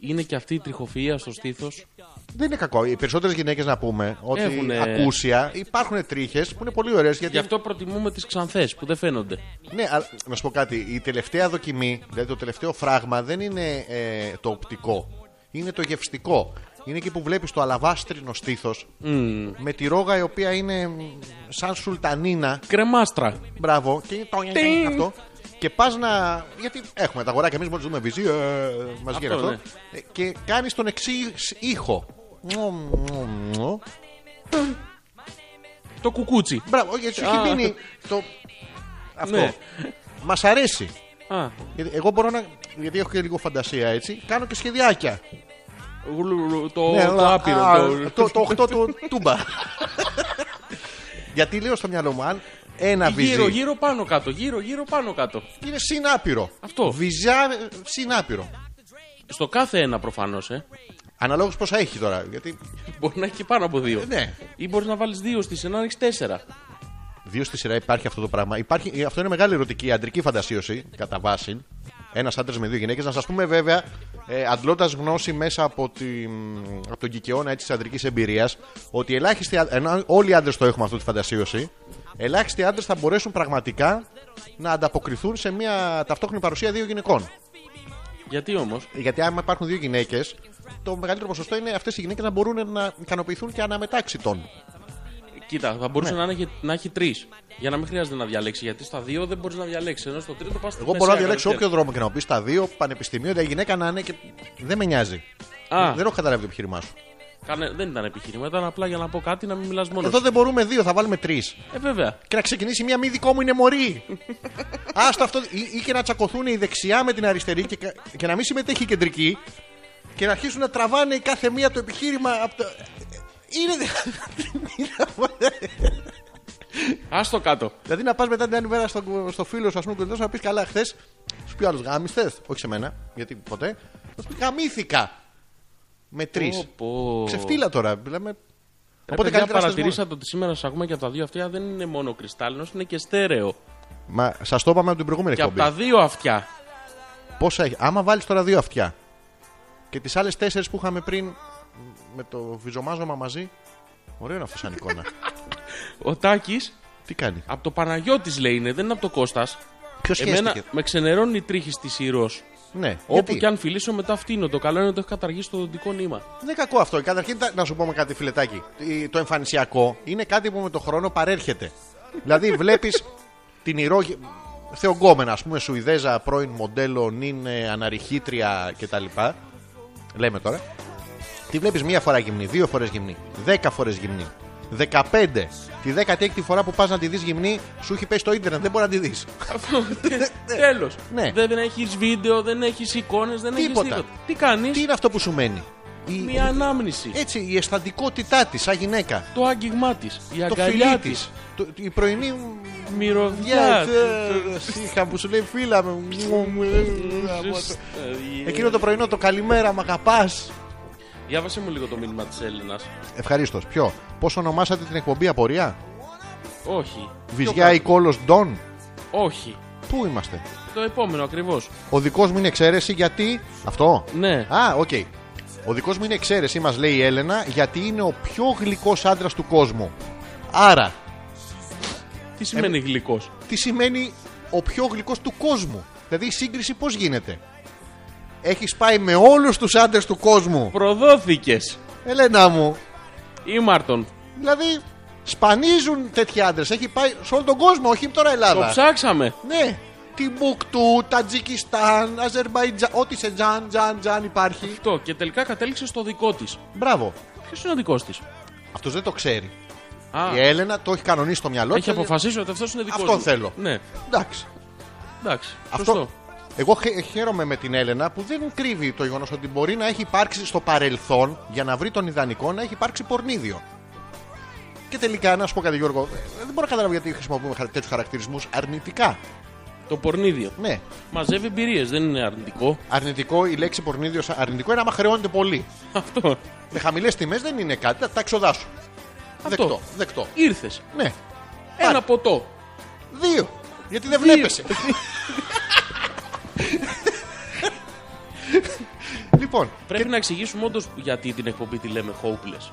[SPEAKER 2] Είναι και αυτή η τριχοφυα στο στήθος.
[SPEAKER 1] Δεν είναι κακό. Οι περισσότερες γυναίκες να πούμε ότι
[SPEAKER 2] Έχουνε-
[SPEAKER 1] ακούσια υπάρχουν τρίχες που είναι πολύ ωραίες. Γιατί...
[SPEAKER 2] Γι' αυτό προτιμούμε τις ξανθές που δεν φαίνονται.
[SPEAKER 1] Ναι, αλλά να σου πω κάτι. Η τελευταία δοκιμή, δηλαδή το τελευταίο φράγμα, δεν είναι ε, το οπτικό. Είναι το γευστικό. Είναι εκεί που βλέπεις το αλαβάστρινο στήθος
[SPEAKER 2] Μμμ.
[SPEAKER 1] με τη ρόγα η οποία είναι μ, σαν σουλτανίνα
[SPEAKER 2] Κρεμάστρα.
[SPEAKER 1] Μπράβο. Και το
[SPEAKER 2] Τιν.
[SPEAKER 1] αυτό. Και πας να. Γιατί έχουμε τα αγοράκια εμείς μόλις δούμε βυζί. Ε, Μας
[SPEAKER 2] Αυτό,
[SPEAKER 1] γίνεται αυτό.
[SPEAKER 2] ναι.
[SPEAKER 1] Ε, Και κάνεις τον εξή ήχο. Μου, μου, μου.
[SPEAKER 2] Το κουκούτσι.
[SPEAKER 1] Μπράβο, γιατί σου έχει
[SPEAKER 2] Α.
[SPEAKER 1] μείνει το. Αυτό.
[SPEAKER 2] Ναι.
[SPEAKER 1] Μας αρέσει.
[SPEAKER 2] Α,
[SPEAKER 1] Γιατί εγώ μπορώ να. Γιατί έχω και λίγο φαντασία έτσι. Κάνω και σχεδιάκια.
[SPEAKER 2] γλου- γλου- το,
[SPEAKER 1] Ναι,
[SPEAKER 2] το
[SPEAKER 1] αλλά-
[SPEAKER 2] άπειρο.
[SPEAKER 1] α,
[SPEAKER 2] το-
[SPEAKER 1] Το, το 8 του τούμπα. <laughs> Γιατί λέω στο μυαλό μου, αν ένα βυζί.
[SPEAKER 2] Γύρω, γύρω πάνω κάτω. Γύρω, γύρω πάνω κάτω.
[SPEAKER 1] Είναι συνάπηρο.
[SPEAKER 2] Αυτό.
[SPEAKER 1] Βυζιά ε, συνάπηρο.
[SPEAKER 2] Στο κάθε ένα προφανώς, ε.
[SPEAKER 1] Αναλόγως πόσα έχει τώρα. Γιατί.
[SPEAKER 2] Μπορεί να έχει και πάνω από δύο.
[SPEAKER 1] Ναι.
[SPEAKER 2] Ή μπορείς να βάλεις δύο στη σειρά να έχεις τέσσερα.
[SPEAKER 1] Δύο στη σειρά υπάρχει αυτό το πράγμα. Υπάρχει, ε, αυτό είναι μεγάλη ερωτική, αντρική φαντασίωση κατά βάση. Ένας άντρας με δύο γυναίκες. Να σας πούμε βέβαια, ε, αντλώντας γνώση μέσα από, τη, από τον κικαιώνα τη αντρική εμπειρίας, ότι ελάχιστοι, άν- ενώ όλοι οι άντρες το έχουμε αυτό τη φαντασίωση, ελάχιστοι άντρες θα μπορέσουν πραγματικά να ανταποκριθούν σε μια ταυτόχρονη παρουσία δύο γυναικών.
[SPEAKER 2] Γιατί όμως.
[SPEAKER 1] Γιατί άμα υπάρχουν δύο γυναίκες, το μεγαλύτερο ποσοστό είναι αυτές οι γυναίκες να μπορούν να ικανοποιηθούν και αναμετάξει των.
[SPEAKER 2] Κοίτα, θα μπορούσε να έχει, να έχει τρεις. Για να μην χρειάζεται να διαλέξει. Γιατί στα δύο δεν μπορείς να διαλέξεις. Ενώ στο τρίτο πας.
[SPEAKER 1] Εγώ μπορώ να διαλέξω όποιο δρόμο και να μου πεις τα δύο, πανεπιστημίο, η γυναίκα να είναι και. Δεν με νοιάζει.
[SPEAKER 2] Α.
[SPEAKER 1] Δεν έχω καταλάβει το επιχείρημά σου.
[SPEAKER 2] Κάνε... Δεν ήταν επιχείρημα, ήταν απλά για να πω κάτι να μην μιλάς μόνος.
[SPEAKER 1] Εδώ δεν μπορούμε δύο, θα βάλουμε τρεις.
[SPEAKER 2] Ε, βέβαια.
[SPEAKER 1] Και να ξεκινήσει μία μη δικό μου είναι μωρή. Άστα αυτό. Ή, ή και να τσακωθούν η δεξιά με την αριστερή και, κα- και να μην συμμετέχει η κεντρική και να αρχίσουν να τραβάνε η κάθε μία το επιχείρημα από το. Είναι. <laughs>
[SPEAKER 2] Ας το κάτω.
[SPEAKER 1] δηλαδή να πας μετά την άλλη μέρα στο, στο φίλο σου, ας πούμε, και να πεις καλά, χθες σου πει άλλο γάμιστες. Όχι σε μένα, γιατί ποτέ. Θα σου πει γαμήθηκα. Με τρεις.
[SPEAKER 2] Πω, πω.
[SPEAKER 1] Ξεφτύλα τώρα. Μιλάμε.
[SPEAKER 2] Ρε, παιδιά,
[SPEAKER 1] να στες
[SPEAKER 2] παρατηρήσατε ότι σήμερα σας ακούμε και από τα δύο αυτιά δεν είναι μόνο κρυστάλλινος, είναι και στέρεο.
[SPEAKER 1] μόνο. Μα σας το είπαμε από την προηγούμενη
[SPEAKER 2] Και από
[SPEAKER 1] εκπομπή.
[SPEAKER 2] τα δύο αυτιά.
[SPEAKER 1] Πόσα έχει. Άμα βάλεις τώρα δύο αυτιά και τις άλλες τέσσερις που είχαμε πριν με το βυζομάζωμα μαζί. Ωραίο είναι αυτό σαν
[SPEAKER 2] <laughs>
[SPEAKER 1] εικόνα.
[SPEAKER 2] Ο Τάκης
[SPEAKER 1] τι κάνει.
[SPEAKER 2] από το Παναγιώτης λέει είναι, δεν είναι από το Κώστας.
[SPEAKER 1] Ποιος
[SPEAKER 2] Εμένα
[SPEAKER 1] σχέστηκε.
[SPEAKER 2] με ξενερώνει η τρίχη τη Ηρώ.
[SPEAKER 1] Ναι.
[SPEAKER 2] Όπου
[SPEAKER 1] Γιατί?
[SPEAKER 2] και αν φιλήσω, μετά φτύνω. Το καλό είναι ότι έχω καταργήσει το δοντικό νήμα.
[SPEAKER 1] Είναι κακό αυτό. Καταρχήν, τα- να σου πούμε κάτι, φιλετάκι. Ε, Το εμφανισιακό είναι κάτι που με το χρόνο παρέρχεται. δηλαδή, βλέπεις την ηρώ- Θεογκόμενα, ας πούμε, Σουηδέζα, πρώην μοντέλο, νυν ε, αναρριχήτρια κτλ. Λέμε τώρα. Τη βλέπεις μία φορά γυμνή, δύο φορές γυμνή, δέκα φορές γυμνή, δεκαπέντε. Τη δεκατέκτη φορά που πας να τη δεις γυμνή, σου έχει πέσει το ίντερνετ, δεν μπορεί να τη δεις.
[SPEAKER 2] Τέλος.
[SPEAKER 1] Ναι.
[SPEAKER 2] Δεν έχεις βίντεο, δεν έχεις εικόνες, δεν έχεις
[SPEAKER 1] Τίποτα.
[SPEAKER 2] τίποτα. Τι κάνεις,
[SPEAKER 1] Τι είναι αυτό που σου μένει. Η-
[SPEAKER 2] μια ανάμνηση.
[SPEAKER 1] Έτσι, η αισθαντικότητά της σαν γυναίκα.
[SPEAKER 2] Το άγγιγμά της, η
[SPEAKER 1] το
[SPEAKER 2] αγκαλιά
[SPEAKER 1] φιλί
[SPEAKER 2] της,
[SPEAKER 1] της. Η πρωινή
[SPEAKER 2] μυρωδιά.
[SPEAKER 1] γεια. ε,
[SPEAKER 2] το-
[SPEAKER 1] Είχα που σου λέει φίλα με. μου, μου, ε, από το- Εκείνο το πρωινό το καλημέρα, μ' αγαπά.
[SPEAKER 2] Διάβασε μου λίγο το μήνυμα της Έλληνας.
[SPEAKER 1] Ευχαρίστως. Ποιο. Πώς ονομάσατε την εκπομπή απορία.
[SPEAKER 2] Όχι.
[SPEAKER 1] Βυζιά ή κόλος Ντόν.
[SPEAKER 2] Όχι.
[SPEAKER 1] Πού είμαστε.
[SPEAKER 2] Το επόμενο ακριβώς.
[SPEAKER 1] Ο δικός μου είναι εξαίρεση γιατί. Αυτό.
[SPEAKER 2] Ναι.
[SPEAKER 1] Α, οκ. Ο δικός μου είναι εξαίρεση, μας λέει η Έλενα, γιατί είναι ο πιο γλυκός άντρας του κόσμου. Άρα,
[SPEAKER 2] Τι σημαίνει γλυκός.
[SPEAKER 1] τι σημαίνει ο πιο γλυκός του κόσμου. Δηλαδή η σύγκριση πώς γίνεται. Έχεις πάει με όλους τους άντρες του κόσμου.
[SPEAKER 2] Προδόθηκες.
[SPEAKER 1] Ελένα μου.
[SPEAKER 2] Ήμαρτον.
[SPEAKER 1] Δηλαδή σπανίζουν τέτοιοι άντρες. Έχει πάει σε όλο τον κόσμο, όχι τώρα
[SPEAKER 2] Το
[SPEAKER 1] Ελλάδα.
[SPEAKER 2] ψάξαμε.
[SPEAKER 1] ναι. Τιμπουκτού, Τατζικιστάν, Αζερμπαϊτζάν, ό,τι σε τζαν, τζαν, τζαν υπάρχει.
[SPEAKER 2] Αυτό. Και τελικά κατέληξε στο δικό της.
[SPEAKER 1] Μπράβο.
[SPEAKER 2] Ποιος είναι ο δικός της.
[SPEAKER 1] Αυτός δεν το ξέρει.
[SPEAKER 2] Α,
[SPEAKER 1] Η Έλενα το έχει κανονίσει στο μυαλό
[SPEAKER 2] έχει
[SPEAKER 1] της.
[SPEAKER 2] αποφασίσει ότι αυτός είναι δικός
[SPEAKER 1] Αυτόν θέλω.
[SPEAKER 2] Ναι.
[SPEAKER 1] Εντάξει.
[SPEAKER 2] Εντάξει.
[SPEAKER 1] Αυτό.
[SPEAKER 2] Σωστό.
[SPEAKER 1] Εγώ χαι- χαίρομαι με την Έλενα που δεν κρύβει το γεγονός ότι μπορεί να έχει υπάρξει στο παρελθόν για να βρει τον ιδανικό να έχει υπάρξει πορνίδιο. Και τελικά, να σου πω κάτι, Γιώργο, ε, δεν μπορώ να καταλάβω γιατί χρησιμοποιούμε τέτοιους χαρακτηρισμούς αρνητικά.
[SPEAKER 2] Το πορνίδιο.
[SPEAKER 1] Ναι,
[SPEAKER 2] Μαζεύει εμπειρίες, δεν είναι αρνητικό. <laughs>
[SPEAKER 1] αρνητικό, η λέξη πορνίδιο σαν αρνητικό είναι άμα χρεώνεται πολύ.
[SPEAKER 2] Αυτό.
[SPEAKER 1] Με χαμηλές τιμές δεν είναι κάτι, τα- τα έξοδά σου. Δεκτό, δεκτό.
[SPEAKER 2] Ήρθες.
[SPEAKER 1] Ναι,
[SPEAKER 2] Ένα ποτό.
[SPEAKER 1] δύο. Γιατί δεν βλέπεσαι. λοιπόν,
[SPEAKER 2] Πρέπει να εξηγήσουμε όντως γιατί την εκπομπή τη λέμε Hopeless.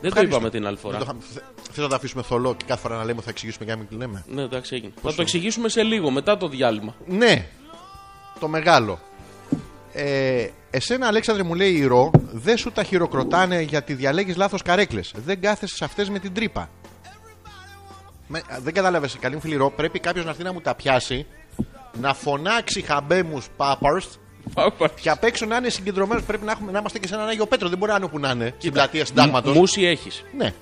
[SPEAKER 2] Δεν το
[SPEAKER 1] Ευχαριστώ.
[SPEAKER 2] είπαμε την άλλη φορά.
[SPEAKER 1] Δεν το είχα- θε- Θέλω να τα αφήσουμε θολό και κάθε φορά να λέμε θα εξηγήσουμε και να μην λέμε.
[SPEAKER 2] Ναι, εντάξει, έγινε. Θα το εξηγήσουμε σε λίγο, μετά το διάλειμμα. <laughs>
[SPEAKER 1] Ναι, το μεγάλο. Ε, εσένα, Αλέξανδρε, μου λέει η Ρο, δεν σου τα χειροκροτάνε γιατί διαλέγεις λάθος καρέκλες. Δεν κάθεσαι σε αυτές με την τρύπα. Με, α, δεν κατάλαβες, καλή μου φίλη Ρο, πρέπει κάποιος να έρθει να μου τα πιάσει, να φωνάξει χαμπέμους πάπαρστ
[SPEAKER 2] Πάπα.
[SPEAKER 1] και απ' έξω να είναι συγκεντρωμένος. Πρέπει να, έχουμε, να είμαστε και σε έναν Άγιο Πέτρο. Δεν μπορεί να είναι όπου να είναι στην πλατεία συντάγματος.
[SPEAKER 2] Μούση έχεις.
[SPEAKER 1] Ναι.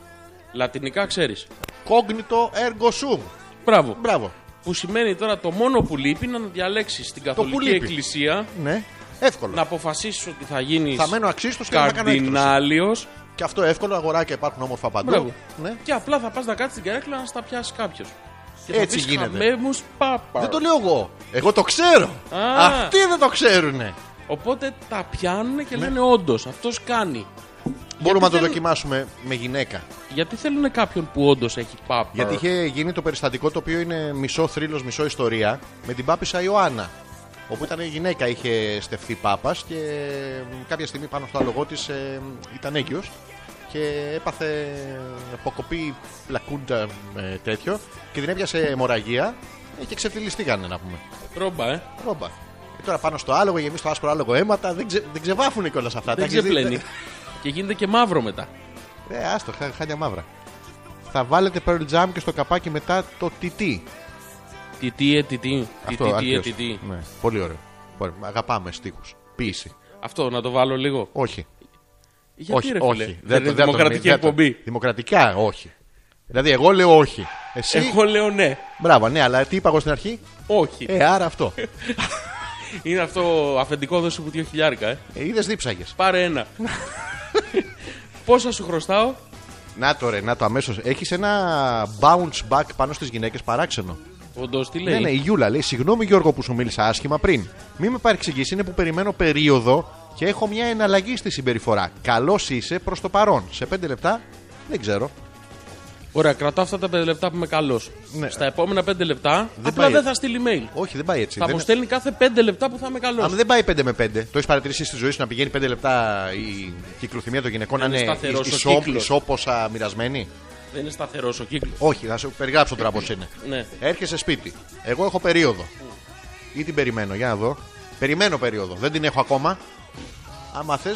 [SPEAKER 2] Λατινικά ξέρεις.
[SPEAKER 1] Κόγνητο έργο σου.
[SPEAKER 2] Μπράβο.
[SPEAKER 1] Μπράβο.
[SPEAKER 2] Που σημαίνει τώρα το μόνο που λείπει είναι να διαλέξεις την
[SPEAKER 1] που
[SPEAKER 2] Καθολική
[SPEAKER 1] λείπει.
[SPEAKER 2] Εκκλησία,
[SPEAKER 1] Ναι. Εύκολο.
[SPEAKER 2] να αποφασίσεις ότι θα γίνεις
[SPEAKER 1] Θα μένω αξίστος και θα κάνω έκτρωση.
[SPEAKER 2] καρδινάλιος.
[SPEAKER 1] Και αυτό εύκολο, αγοράκια υπάρχουν όμορφα παντού.
[SPEAKER 2] Μπράβο.
[SPEAKER 1] Ναι.
[SPEAKER 2] Και απλά θα πας να κάτσεις στην καρέκλα να στα πιάσεις κάποιος.
[SPEAKER 1] Έτσι γίνεται.
[SPEAKER 2] πάπα.
[SPEAKER 1] Δεν το λέω εγώ. Εγώ το ξέρω.
[SPEAKER 2] Α.
[SPEAKER 1] Αυτοί δεν το ξέρουν.
[SPEAKER 2] Οπότε τα πιάνουν
[SPEAKER 1] Ναι.
[SPEAKER 2] και λένε όντως αυτός κάνει.
[SPEAKER 1] Μπορούμε να το
[SPEAKER 2] δεν-
[SPEAKER 1] δοκιμάσουμε με γυναίκα.
[SPEAKER 2] Γιατί θέλουν κάποιον που όντως έχει πάπα.
[SPEAKER 1] Γιατί είχε γίνει το περιστατικό το οποίο είναι μισό θρύλος, μισό ιστορία με την πάπησα Ιωάννα. Όπου ήταν η γυναίκα, είχε στεφθεί πάπας και μ, κάποια στιγμή πάνω στο άλογο της ήταν έγκυος και έπαθε αποκοπή πλακούντα ε, τέτοιο και την έπιασε αιμορραγία ε, και ξεφτυλιστήκανε να πούμε.
[SPEAKER 2] Ρόμπα, ε.
[SPEAKER 1] Ρόμπα. Και τώρα πάνω στο άλογο, γεμίσει το άσπρο άλογο αίματα, δεν, ξε, δεν ξεβάφουν κιόλας αυτά. Τα
[SPEAKER 2] Δεν
[SPEAKER 1] έχεις δει?
[SPEAKER 2] ξεπλένει. και γίνεται και μαύρο μετά.
[SPEAKER 1] Ε, άστο, χα- χάλια μαύρα. Θα βάλετε Pearl Jam και στο καπάκι μετά το TT.
[SPEAKER 2] Τι τι ε, τι τι. Τι τι τι ε,
[SPEAKER 1] ακριβώς.
[SPEAKER 2] τι τι.
[SPEAKER 1] Ναι, πολύ ωραίο. Πολύ- Αγαπάμε στίχους. Ποίηση.
[SPEAKER 2] Αυτό να το βάλω λίγο.
[SPEAKER 1] Όχι.
[SPEAKER 2] Γιατί
[SPEAKER 1] όχι,
[SPEAKER 2] ρε
[SPEAKER 1] όχι.
[SPEAKER 2] φίλε.
[SPEAKER 1] Δεν
[SPEAKER 2] Δεν είναι
[SPEAKER 1] το- δεν το-
[SPEAKER 2] δημοκρατική
[SPEAKER 1] δεν το-
[SPEAKER 2] εκπομπή.
[SPEAKER 1] Δημοκρατικά, όχι. Δηλαδή, εγώ λέω όχι. Εσύ.
[SPEAKER 2] Εγώ λέω ναι.
[SPEAKER 1] Μπράβο, ναι, αλλά τι είπα εγώ στην αρχή.
[SPEAKER 2] Όχι.
[SPEAKER 1] Ε, άρα αυτό.
[SPEAKER 2] Είναι αυτό αφεντικό δώσε που 2.000 ε.
[SPEAKER 1] ε, Είδες δίψαγε.
[SPEAKER 2] Πάρε
[SPEAKER 1] <laughs>
[SPEAKER 2] ένα. Πόσα σου χρωστάω.
[SPEAKER 1] Να το ρε, να το αμέσως. Έχεις ένα bounce back πάνω στις γυναίκες παράξενο.
[SPEAKER 2] Όντως τι
[SPEAKER 1] Ναι, ναι,
[SPEAKER 2] λέει.
[SPEAKER 1] η Γιούλα λέει: Συγγνώμη Γιώργο που σου μίλησα άσχημα πριν. Μην με παρεξηγήσει, είναι που περιμένω περίοδο και έχω μια εναλλαγή στη συμπεριφορά. Καλός είσαι προς το παρόν. Σε πέντε λεπτά δεν ξέρω.
[SPEAKER 2] Ωραία, κρατάω αυτά τα 5 λεπτά που είμαι καλός.
[SPEAKER 1] Ναι.
[SPEAKER 2] Στα επόμενα 5 λεπτά απλά
[SPEAKER 1] πάει
[SPEAKER 2] δεν
[SPEAKER 1] έτσι.
[SPEAKER 2] θα στείλει mail.
[SPEAKER 1] Όχι, δεν πάει έτσι.
[SPEAKER 2] Θα
[SPEAKER 1] δεν...
[SPEAKER 2] μου στέλνει κάθε 5 λεπτά που θα είμαι καλός.
[SPEAKER 1] Αν δεν πάει 5 με 5, το έχεις παρατηρήσει στη ζωή σου να πηγαίνει 5 λεπτά η κυκλοθυμία των γυναικών να
[SPEAKER 2] είναι
[SPEAKER 1] είναι
[SPEAKER 2] σταθερός ο
[SPEAKER 1] ισό-
[SPEAKER 2] κύκλος.
[SPEAKER 1] ισόποσα μοιρασμένη.
[SPEAKER 2] Δεν είναι σταθερός ο κύκλος.
[SPEAKER 1] Όχι, θα σου περιγράψω τώρα πώς είναι.
[SPEAKER 2] Ναι.
[SPEAKER 1] Έρχεσαι σπίτι. Εγώ έχω περίοδο. ή την περιμένω. Για να δω. Περιμένω περίοδο. Δεν την έχω ακόμα. Άμα θες.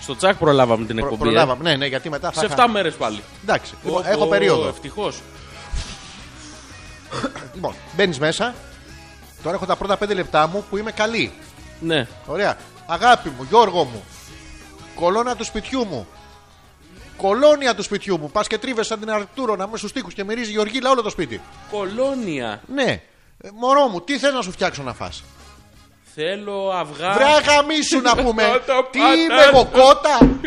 [SPEAKER 2] Στο τσακ προλάβαμε την εκπομπή. ε.
[SPEAKER 1] Προλάβαμε. Ναι, ναι, γιατί μετά θα.
[SPEAKER 2] Σε
[SPEAKER 1] χα-
[SPEAKER 2] 7 μέρες πάλι.
[SPEAKER 1] Εντάξει. Λοιπόν, έχω περίοδο.
[SPEAKER 2] Ευτυχώς.
[SPEAKER 1] Λοιπόν, μπαίνεις μέσα. Τώρα έχω τα πρώτα 5 λεπτά μου που είμαι καλή.
[SPEAKER 2] Ναι.
[SPEAKER 1] Ωραία. Αγάπη μου, Γιώργο μου. Κολόνα του σπιτιού μου. Κολόνια του σπιτιού μου. Πας και τρίβεσαι σαν την Αρκτούρο να με στους τοίχους και μυρίζει Γεωργίλα όλο το σπίτι.
[SPEAKER 2] Κολόνια.
[SPEAKER 1] Ναι. Ε, Μωρό μου, τι θέλω να σου φτιάξω να φας
[SPEAKER 2] Θέλω αυγά.
[SPEAKER 1] Βράγα μίσου να πούμε.
[SPEAKER 2] Το
[SPEAKER 1] Τι
[SPEAKER 2] πατά-
[SPEAKER 1] είμαι εγώ, κότα.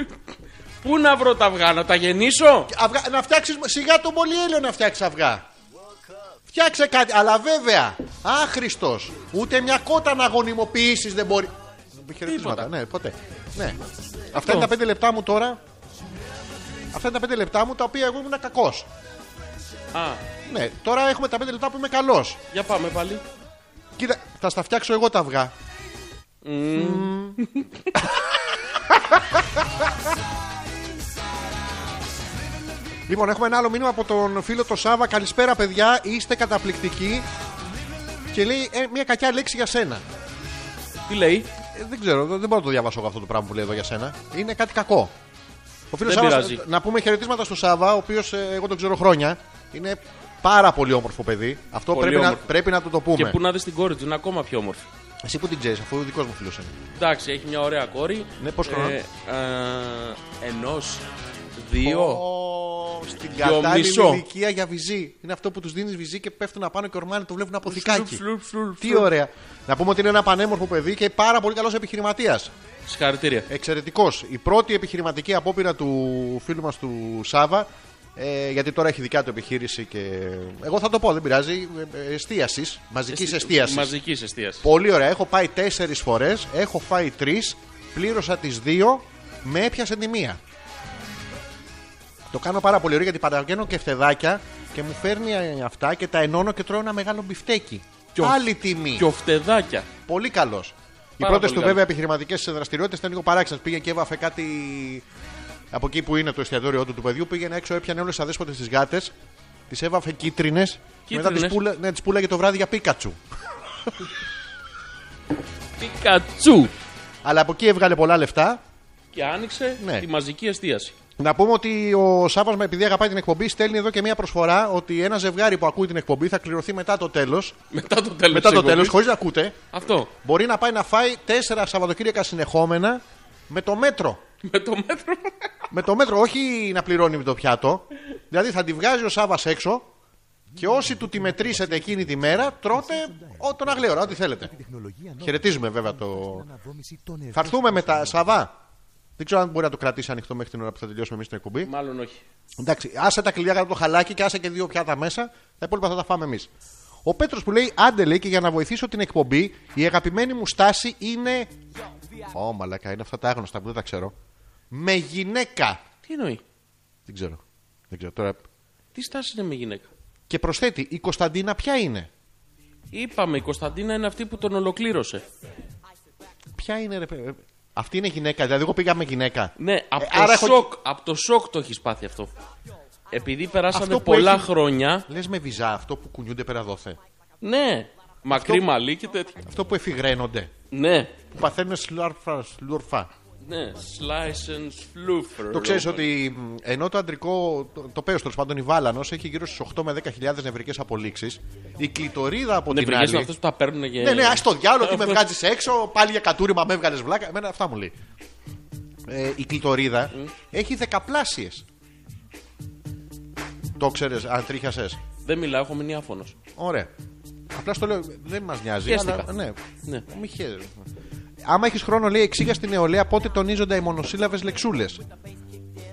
[SPEAKER 2] Πού να βρω τα αυγά, να τα γεννήσω.
[SPEAKER 1] Αυγά- να φτιάξεις. Σιγά το μολυέλιο να φτιάξει αυγά. Φτιάξε κάτι, αλλά βέβαια άχρηστος. Ούτε μια κότα να γονιμοποιήσεις δεν μπορεί. Χαιρετίσματα, ναι, ποτέ. Ναι. Αυτά είναι τα πέντε λεπτά μου τώρα. Αυτά είναι τα πέντε λεπτά μου τα οποία εγώ ήμουν κακός.
[SPEAKER 2] Α,
[SPEAKER 1] Ναι, τώρα έχουμε τα πέντε λεπτά που είμαι καλός.
[SPEAKER 2] για πάμε πάλι.
[SPEAKER 1] Κοίτα, θα στα φτιάξω εγώ τα αυγά. Μμμ. λοιπόν, έχουμε ένα άλλο μήνυμα από τον φίλο το Σάβα. Καλησπέρα, παιδιά. Είστε καταπληκτικοί. Και λέει ε, μια κακιά λέξη για σένα.
[SPEAKER 2] Τι λέει.
[SPEAKER 1] Ε, δεν ξέρω, δεν δεν μπορώ να το διαβάσω εγώ αυτό το πράγμα που λέει εδώ για σένα. Είναι κάτι κακό. Ο φίλος
[SPEAKER 2] Δεν
[SPEAKER 1] Σάβας,
[SPEAKER 2] πειράζει.
[SPEAKER 1] να πούμε χαιρετίσματα στο Σάβα, ο οποίος εγώ τον ξέρω χρόνια. Είναι πάρα πολύ όμορφο παιδί. Αυτό
[SPEAKER 2] Πολύ
[SPEAKER 1] πρέπει να,
[SPEAKER 2] όμορφο.
[SPEAKER 1] πρέπει να του το πούμε.
[SPEAKER 2] Και πού να δεις την κόρη του, είναι ακόμα πιο όμορφη.
[SPEAKER 1] Εσύ που την ξέρεις, αφού ο δικός μου φίλος είναι.
[SPEAKER 2] Εντάξει, έχει μια ωραία κόρη. Ε,
[SPEAKER 1] Ναι, πώς χρονών?
[SPEAKER 2] Ενός, δύο.
[SPEAKER 1] Ω, Στην
[SPEAKER 2] Δυο
[SPEAKER 1] κατάλληλη
[SPEAKER 2] μισό.
[SPEAKER 1] ηλικία για βυζί. Είναι αυτό που τους δίνεις βυζί και πέφτουν απάνω και ορμάνε το βλέπουν από
[SPEAKER 2] Φλουπ,
[SPEAKER 1] θικάκι.
[SPEAKER 2] φλουπ, φλουπ,
[SPEAKER 1] Τι
[SPEAKER 2] φλουπ.
[SPEAKER 1] ωραία. Να πούμε ότι είναι ένα πανέμορφο παιδί και πάρα πολύ καλός επιχειρηματίας.
[SPEAKER 2] Συγχαρητήρια.
[SPEAKER 1] Εξαιρετικός. Η πρώτη επιχειρηματική απόπειρα του φίλου μας του Σάβα. Ε, γιατί τώρα έχει δικιά του επιχείρηση και. Εγώ θα το πω, δεν πειράζει. Ε, Εστίασης. Μαζικής εστίασης.
[SPEAKER 2] Μαζικής εστίασης.
[SPEAKER 1] Πολύ ωραία. Έχω πάει τέσσερις φορές. Έχω φάει τρεις. Πλήρωσα τις δύο. Με έπιασε τη μία. Το κάνω πάρα πολύ ωραία γιατί παραγγέλνω και φτεδάκια και μου φέρνει ε, αυτά και τα ενώνω και τρώω ένα μεγάλο μπιφτέκι.
[SPEAKER 2] Ποιο-
[SPEAKER 1] Άλλη τιμή.
[SPEAKER 2] Κιοφτεδάκια.
[SPEAKER 1] Πολύ καλός. Οι
[SPEAKER 2] Πάρα
[SPEAKER 1] πρώτε
[SPEAKER 2] πολύ
[SPEAKER 1] του
[SPEAKER 2] καλός.
[SPEAKER 1] βέβαια επιχειρηματικές δραστηριότητες ήταν λίγο παράξενες. Πήγε και έβαφε κάτι. Από εκεί που είναι το εστιατόριό του του παιδιού, πήγαινε έξω, έπιανε όλες τις αδέσποτες τις γάτες, τις έβαφε κίτρινες. Μετά
[SPEAKER 2] Κίτρινες.
[SPEAKER 1] τι πούλα, ναι, τις πούλαγε το βράδυ για Πίκατσου.
[SPEAKER 2] Πικατσού.
[SPEAKER 1] Αλλά από εκεί έβγαλε πολλά λεφτά.
[SPEAKER 2] Και άνοιξε
[SPEAKER 1] Ναι.
[SPEAKER 2] τη μαζική εστίαση.
[SPEAKER 1] Να πούμε ότι ο Σάβα, επειδή αγαπάει την εκπομπή, στέλνει εδώ και μία προσφορά ότι ένα ζευγάρι που ακούει την εκπομπή θα κληρωθεί μετά το τέλος.
[SPEAKER 2] Μετά το τέλος.
[SPEAKER 1] Μετά το τέλος, χωρίς να ακούτε,
[SPEAKER 2] Αυτό.
[SPEAKER 1] μπορεί να πάει να φάει τέσσερα Σαββατοκύριακα συνεχόμενα με το μέτρο.
[SPEAKER 2] Με το μέτρο.
[SPEAKER 1] με το μέτρο, όχι να πληρώνει με το πιάτο. Δηλαδή θα τη βγάζει ο Σάβα έξω και όσοι του τη μετρήσετε εκείνη τη μέρα, τρώτε ό, τον αγλέωρα, ό,τι θέλετε.
[SPEAKER 4] Τεχνολογία νόμου.
[SPEAKER 1] Χαιρετίζουμε βέβαια το.
[SPEAKER 4] Αναβόμηση των
[SPEAKER 1] Θα έρθουμε μετά, Σαβά. Δεν ξέρω αν μπορεί να το κρατήσει ανοιχτό μέχρι την ώρα που θα τελειώσουμε εμείς την εκπομπή.
[SPEAKER 2] Μάλλον όχι.
[SPEAKER 1] Εντάξει, άσε τα κλειδιά κάτω από το χαλάκι και άσε και δύο πιάτα μέσα. Τα υπόλοιπα θα τα φάμε εμείς. Ο Πέτρος που λέει: Άντε λέει και για να βοηθήσω την εκπομπή, η αγαπημένη μου στάση είναι. Ω, μαλακά, είναι αυτά τα άγνωστα που δεν τα ξέρω. Με γυναίκα.
[SPEAKER 2] Τι εννοεί.
[SPEAKER 1] Δεν ξέρω. Δεν ξέρω τώρα.
[SPEAKER 2] Τι στάση είναι με γυναίκα.
[SPEAKER 1] Και προσθέτει: Η Κωνσταντίνα ποια είναι.
[SPEAKER 2] Είπαμε, η Κωνσταντίνα είναι αυτή που τον ολοκλήρωσε.
[SPEAKER 1] Ποια είναι, ρε παιδί. Αυτή είναι γυναίκα, δηλαδή εγώ πήγα με γυναίκα.
[SPEAKER 2] Ναι, από,
[SPEAKER 1] Ε,
[SPEAKER 2] το,
[SPEAKER 1] άρα έχω-
[SPEAKER 2] σοκ, απ' το σοκ το έχεις πάθει αυτό. Επειδή
[SPEAKER 1] Αυτό
[SPEAKER 2] περάσανε
[SPEAKER 1] που
[SPEAKER 2] πολλά
[SPEAKER 1] έχει-
[SPEAKER 2] χρόνια.
[SPEAKER 1] Λες με βυζά αυτό που κουνιούνται πέρα δόθε.
[SPEAKER 2] Ναι, μακρύ μαλλί και τέτοια.
[SPEAKER 1] Αυτό που εφηγραίνονται.
[SPEAKER 2] Ναι,
[SPEAKER 1] Που παθαίνουν σλουρφα. σλουρφα.
[SPEAKER 2] ναι. Slice and floofer.
[SPEAKER 1] Το ξέρεις ότι μ, ενώ το αντρικό, το, το πέος τέλος πάντων, η βάλανος έχει γύρω στι 8 με 10 χιλιάδες νευρικές απολύξεις. Η κλητορίδα από την
[SPEAKER 2] Νευρικές
[SPEAKER 1] άλλη.
[SPEAKER 2] Ναι, είναι αυτές που τα Ε, παίρνουν για.
[SPEAKER 1] Ναι, ναι, ας το διάλογο,
[SPEAKER 2] <laughs>
[SPEAKER 1] τι με βγάζεις έξω, πάλι για κατούριμα με έβγαλες βλάκα. Εμένα αυτά μου λέει. Ε, η κλητορίδα έχει δεκαπλάσιες. Το ξέρεις, αν τρίχιασες.
[SPEAKER 2] Δεν μιλάω, έχω μείνει άφωνος.
[SPEAKER 1] Ωραία. Απλά στο λέω, δεν μας νοιάζει.
[SPEAKER 2] Πιέστηκα.
[SPEAKER 1] Αλλά, ναι,
[SPEAKER 2] Ναι.
[SPEAKER 1] μη χαίρεσαι. Άμα έχεις χρόνο, λέει, εξήγα στην νεολαία πότε τονίζονται οι μονοσύλλαβες λεξούλες.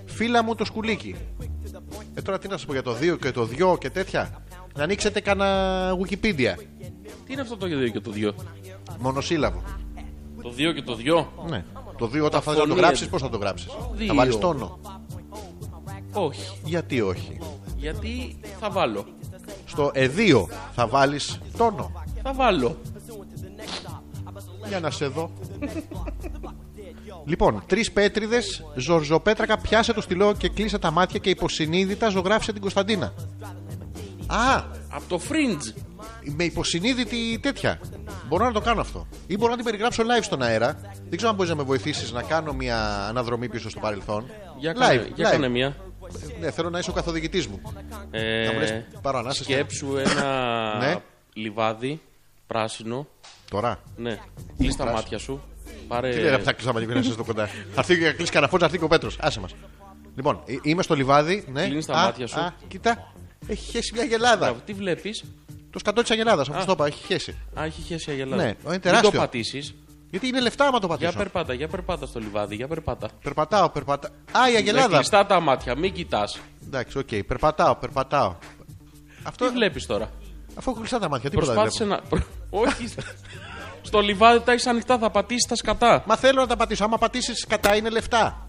[SPEAKER 1] Φίλα μου το σκουλίκι. Ε, τώρα τι να σας πω για το 2 και το 2 και τέτοια. Να ανοίξετε κανένα Wikipedia.
[SPEAKER 2] Τι είναι αυτό το 2 και το 2.
[SPEAKER 1] Μονοσύλλαβο.
[SPEAKER 2] Το 2 και το 2.
[SPEAKER 1] Ναι. Το 2 όταν θα το
[SPEAKER 2] Φωνή.
[SPEAKER 1] γράψεις, πώς θα το γράψεις.
[SPEAKER 2] Δύο.
[SPEAKER 1] Θα βάλεις τόνο.
[SPEAKER 2] Όχι.
[SPEAKER 1] Γιατί όχι.
[SPEAKER 2] Γιατί θα βάλω.
[SPEAKER 1] Στο εδίο θα βάλεις τόνο.
[SPEAKER 2] Θα βάλω.
[SPEAKER 1] Για να σε δω. λοιπόν, τρεις πέτριδες, Ζορζοπέτρακα, πιάσε το στυλό και κλείσε τα μάτια και υποσυνείδητα ζωγράφισε την Κωνσταντίνα. Α,
[SPEAKER 2] Από το fringe.
[SPEAKER 1] με υποσυνείδητη τέτοια. Μπορώ να το κάνω αυτό. Ή μπορώ να την περιγράψω live στον αέρα. Δεν ξέρω αν μπορείς να με βοηθήσεις να κάνω μια αναδρομή πίσω στο παρελθόν.
[SPEAKER 2] Για
[SPEAKER 1] live,
[SPEAKER 2] κάνε, για
[SPEAKER 1] live.
[SPEAKER 2] κάνε μία.
[SPEAKER 1] Ναι, θέλω να είσαι ο καθοδηγητής μου.
[SPEAKER 2] Ε,
[SPEAKER 1] να μου λες παρανάσε.
[SPEAKER 2] σκέψου ένα
[SPEAKER 1] Ναι.
[SPEAKER 2] λιβάδι πράσινο.
[SPEAKER 1] Τώρα.
[SPEAKER 2] Ναι. Κλείς τα μάτια σου. Πάρε...
[SPEAKER 1] Τι λέει να ψάξει να να είσαι στο κοντά. Θα έρθει και κλείσει κανένα φως, θα έρθει και ο Πέτρος. Άσε μας. Λοιπόν, ε, είμαι στο λιβάδι. Ναι.
[SPEAKER 2] Κλείνεις τα
[SPEAKER 1] Α,
[SPEAKER 2] μάτια σου.
[SPEAKER 1] Α, κοίτα. Έχει χέσει μια γελάδα.
[SPEAKER 2] Μπράβο, Τι βλέπεις.
[SPEAKER 1] Το σκατό της Αγελάδας, όπως το είπα, έχει χέσει.
[SPEAKER 2] Α, έχει χέσει η αγελάδα.
[SPEAKER 1] Ναι, είναι
[SPEAKER 2] Μην
[SPEAKER 1] τεράστιο.
[SPEAKER 2] το πατήσεις.
[SPEAKER 1] Γιατί είναι λεφτά άμα το
[SPEAKER 2] Για
[SPEAKER 1] πατήσω.
[SPEAKER 2] περπάτα, για περπάτα στο λιβάδι, για περπάτα.
[SPEAKER 1] Περπατάω, περπατάω. Α, η
[SPEAKER 2] Με
[SPEAKER 1] Αγελάδα.
[SPEAKER 2] Κλειστά τα μάτια, μην κοιτάς.
[SPEAKER 1] Εντάξει, οκ, περπατάω, περπατάω. Αυτό,
[SPEAKER 2] Τι βλέπεις τώρα.
[SPEAKER 1] αφού έχω κλειστά τα μάτια, τίποτα δεν
[SPEAKER 2] Προσπάθησε
[SPEAKER 1] βλέπω.
[SPEAKER 2] να. προ- Όχι. Στο λιβάδι τα έχεις ανοιχτά, θα πατήσεις τα σκατά.
[SPEAKER 1] Μα θέλω να τα πατήσω. Άμα πατήσεις κατά είναι λεφτά.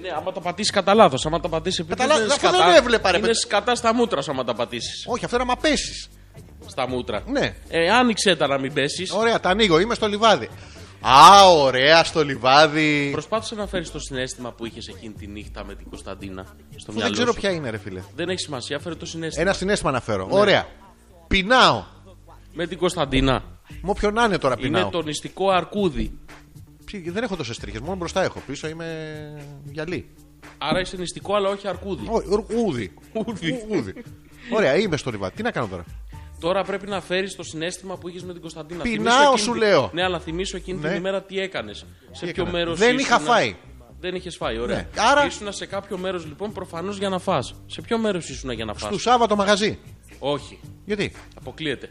[SPEAKER 2] Ναι, άμα τα πατήσεις κατά λάθος. Άμα τα πατήσει επειδή
[SPEAKER 1] Κατά λάθος, αυτό δεν έβλεπα, ρε
[SPEAKER 2] Είναι
[SPEAKER 1] παιδί.
[SPEAKER 2] σκατά στα μούτρα σου άμα τα πατήσεις.
[SPEAKER 1] Όχι, αυτό είναι άμα πέσεις.
[SPEAKER 2] Στα μούτρα.
[SPEAKER 1] Ναι.
[SPEAKER 2] Ε, άνοιξε τα να μην πέσεις.
[SPEAKER 1] Ωραία, τα ανοίγω, είμαι στο λιβάδι. Α, ωραία, στο λιβάδι.
[SPEAKER 2] Προσπάθησε να φέρεις το συνέστημα που είχες εκείνη τη νύχτα με την Κωνσταντίνα στο
[SPEAKER 1] Που δεν
[SPEAKER 2] μυαλό
[SPEAKER 1] ξέρω
[SPEAKER 2] σου.
[SPEAKER 1] ποια είναι, ρε φίλε.
[SPEAKER 2] Δεν έχει σημασία, φέρε το συνέστημα.
[SPEAKER 1] Ένα συνέστημα να
[SPEAKER 2] Ναι.
[SPEAKER 1] φέρω. Ωραία. Πεινάω. Ε.
[SPEAKER 2] Με την Κωνσταντίνα.
[SPEAKER 1] Με όποιον να είναι τώρα πεινάω.
[SPEAKER 2] Είναι το νηστικό αρκούδι.
[SPEAKER 1] Ψι- Δεν έχω τόσες τρίχες, μόνο μπροστά έχω. Πίσω είμαι γυαλί.
[SPEAKER 2] Άρα είσαι νηστικό, αλλά όχι αρκούδι.
[SPEAKER 1] Ω, ουρ- Ούδι.
[SPEAKER 2] Ούδι.
[SPEAKER 1] Ου- ούδι. Ωραία, είμαι στο λιβάδι. Τι να κάνω τώρα.
[SPEAKER 2] Τώρα πρέπει να φέρεις το συνέστημα που είχες με την Κωνσταντίνα.
[SPEAKER 1] Πεινάω,
[SPEAKER 2] Θυμήσου εκείνη
[SPEAKER 1] σου
[SPEAKER 2] τη-
[SPEAKER 1] λέω.
[SPEAKER 2] Ναι, αλλά θυμίσω εκείνη
[SPEAKER 1] Ναι.
[SPEAKER 2] την ημέρα τι έκανες. Σε ποιο
[SPEAKER 1] έκανα?
[SPEAKER 2] μέρος.
[SPEAKER 1] Δεν είχα φάει.
[SPEAKER 2] Δεν είχες φάει, ωραία.
[SPEAKER 1] Ναι. Άρα-
[SPEAKER 2] Ήσουνα σε κάποιο μέρος λοιπόν προφανώς για να φά. Σε ποιο μέρος ήσουνα για να φά.
[SPEAKER 1] Του Σάββατο μαγαζί.
[SPEAKER 2] Όχι,
[SPEAKER 1] Γιατί,
[SPEAKER 2] αποκλείεται.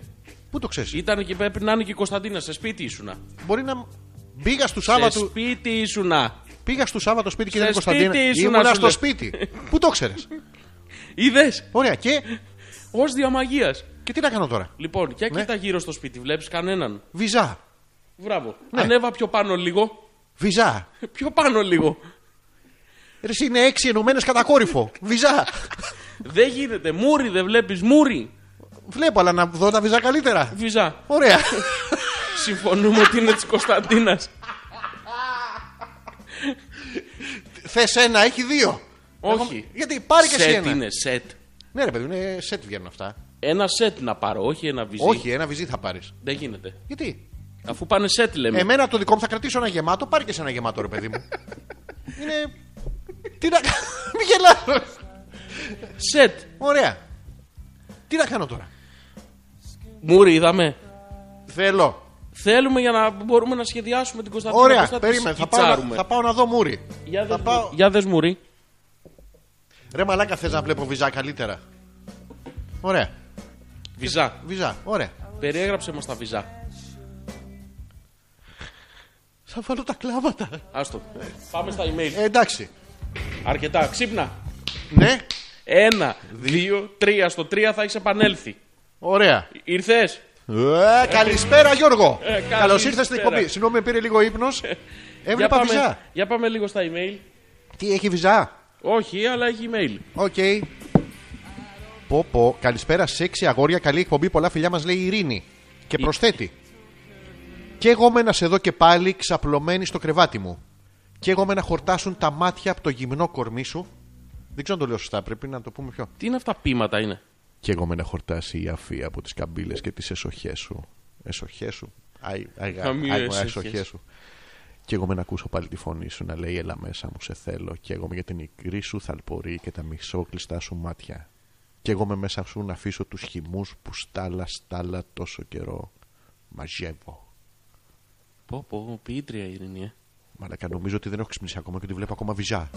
[SPEAKER 1] πού το ξέρεις.
[SPEAKER 2] Ήταν και πρέπει να είναι και η Κωνσταντίνα, σε σπίτι ήσουνα.
[SPEAKER 1] Μπορεί να. Πήγα στο
[SPEAKER 2] Σε
[SPEAKER 1] Σάββατο,
[SPEAKER 2] σπίτι ήσουνα.
[SPEAKER 1] πήγα στο Σάββατο σπίτι και
[SPEAKER 2] Σε
[SPEAKER 1] ήταν η Κωνσταντίνα.
[SPEAKER 2] σπίτι ήσουν, να
[SPEAKER 1] Ήμουνα
[SPEAKER 2] σου
[SPEAKER 1] στο
[SPEAKER 2] λέω.
[SPEAKER 1] σπίτι. Πού το ξέρει.
[SPEAKER 2] Είδες,
[SPEAKER 1] Ωραία, και,
[SPEAKER 2] ως διαμαγεία.
[SPEAKER 1] και τι να κάνω τώρα.
[SPEAKER 2] Λοιπόν, για
[SPEAKER 1] Ναι.
[SPEAKER 2] κοίτα γύρω στο σπίτι, βλέπεις κανέναν.
[SPEAKER 1] Βυζά.
[SPEAKER 2] Μπράβο.
[SPEAKER 1] Ναι.
[SPEAKER 2] Ανέβα πιο πάνω λίγο. <laughs>
[SPEAKER 1] Βυζά.
[SPEAKER 2] Πιο πάνω λίγο.
[SPEAKER 1] Ρε, εσύ είναι έξι ενωμένες κατά κόρυφο. Βυζά.
[SPEAKER 2] δεν γίνεται. Μούρι, δεν βλέπεις μούρι.
[SPEAKER 1] Βλέπω, αλλά να δω τα βυζά καλύτερα.
[SPEAKER 2] Βυζά.
[SPEAKER 1] Ωραία.
[SPEAKER 2] Συμφωνούμε ότι είναι της Κωνσταντίνας.
[SPEAKER 1] Θε ένα, έχει δύο.
[SPEAKER 2] Όχι.
[SPEAKER 1] Γιατί πάρει και εσύ
[SPEAKER 2] Σετ
[SPEAKER 1] ένα.
[SPEAKER 2] είναι σετ.
[SPEAKER 1] Ναι, ρε παιδί, μου, είναι σετ βγαίνουν αυτά.
[SPEAKER 2] Ένα σετ να πάρω, όχι ένα βυζί.
[SPEAKER 1] Όχι, ένα βυζί θα πάρεις.
[SPEAKER 2] Δεν γίνεται.
[SPEAKER 1] Γιατί.
[SPEAKER 2] Αφού πάνε σετ λέμε.
[SPEAKER 1] Εμένα το δικό μου θα κρατήσω ένα γεμάτο, πάρει και σε ένα γεμάτο, ρε παιδί
[SPEAKER 2] <laughs>
[SPEAKER 1] μου. είναι. Τι να. <laughs> κάνω, Μην γελάω.
[SPEAKER 2] Σετ.
[SPEAKER 1] Ωραία. Τι να κάνω τώρα.
[SPEAKER 2] Μούρι είδαμε.
[SPEAKER 1] Θέλω.
[SPEAKER 2] Θέλουμε για να μπορούμε να σχεδιάσουμε την Κωνσταντίνα.
[SPEAKER 1] Ωραία,
[SPEAKER 2] πώς τη
[SPEAKER 1] περίμενε. Θα πάω, να,
[SPEAKER 2] σκιτσάρουμε.
[SPEAKER 1] θα πάω να δω Μούρι.
[SPEAKER 2] Για
[SPEAKER 1] θα
[SPEAKER 2] δες,
[SPEAKER 1] πάω...
[SPEAKER 2] Μούρι. για δες Μούρι.
[SPEAKER 1] Ρε μαλάκα, θες να βλέπω βυζά καλύτερα. Ωραία.
[SPEAKER 2] Βυζά.
[SPEAKER 1] Βυζά, ωραία.
[SPEAKER 2] Περιέγραψε μας τα βυζά.
[SPEAKER 1] Θα βάλω τα κλάματα.
[SPEAKER 2] Άστο. Πάμε στα email.
[SPEAKER 1] Ε, εντάξει.
[SPEAKER 2] Αρκετά. Ξύπνα.
[SPEAKER 1] Ναι,
[SPEAKER 2] Ένα, δύο, τρία. Στο τρία θα έχεις επανέλθει.
[SPEAKER 1] ωραία.
[SPEAKER 2] Ήρθες.
[SPEAKER 1] Ε, καλησπέρα Γιώργο.
[SPEAKER 2] Ε, καλησπέρα. Ε,
[SPEAKER 1] Καλώς ήρθες στην εκπομπή. Συγγνώμη, με πήρε λίγο ύπνος.
[SPEAKER 2] Για
[SPEAKER 1] Έβλεπα βυζά.
[SPEAKER 2] πάμε, για πάμε λίγο στα email.
[SPEAKER 1] Τι έχει βυζά.
[SPEAKER 2] Όχι, αλλά έχει email.
[SPEAKER 1] Οκ. Πω πω, καλησπέρα σεξι αγόρια, καλή εκπομπή, πολλά φιλιά μας λέει η Ειρήνη. Και προσθέτει. Κι εγώ με να σε δω και πάλι ξαπλωμένη στο κρεβάτι μου. Κι εγώ με να χορτάσουν τα μάτια από το γυμνό κορμί σου. Δεν ξέρω αν το λέω σωστά, πρέπει να το πούμε πιο.
[SPEAKER 2] Τι είναι αυτά πείματα είναι.
[SPEAKER 1] Κι εγώ με να χορτάσει η αφή από τις καμπύλες και τις εσοχές σου. Εσοχές σου. Αϊ, αϊ,
[SPEAKER 2] Καμία
[SPEAKER 1] αϊ,
[SPEAKER 2] εσοχές.
[SPEAKER 1] εσοχές σου. Κι εγώ με να ακούσω πάλι τη φωνή σου να λέει «Έλα μέσα μου, σε θέλω». Κι εγώ με για την υγρή σου θαλπορή και τα μισόκλειστά σου μάτια. Κι εγώ με μέσα σου να αφήσω τους χυμούς που στάλα στάλα τόσο καιρό. Μαζεύω.
[SPEAKER 2] Πω πω, ποιήτρια η Ειρήνη, ε.
[SPEAKER 1] Μαλακα, νομίζω ότι δεν έχω ξυπνήσει ακόμα και ότι βλέπω ακόμα βυζά.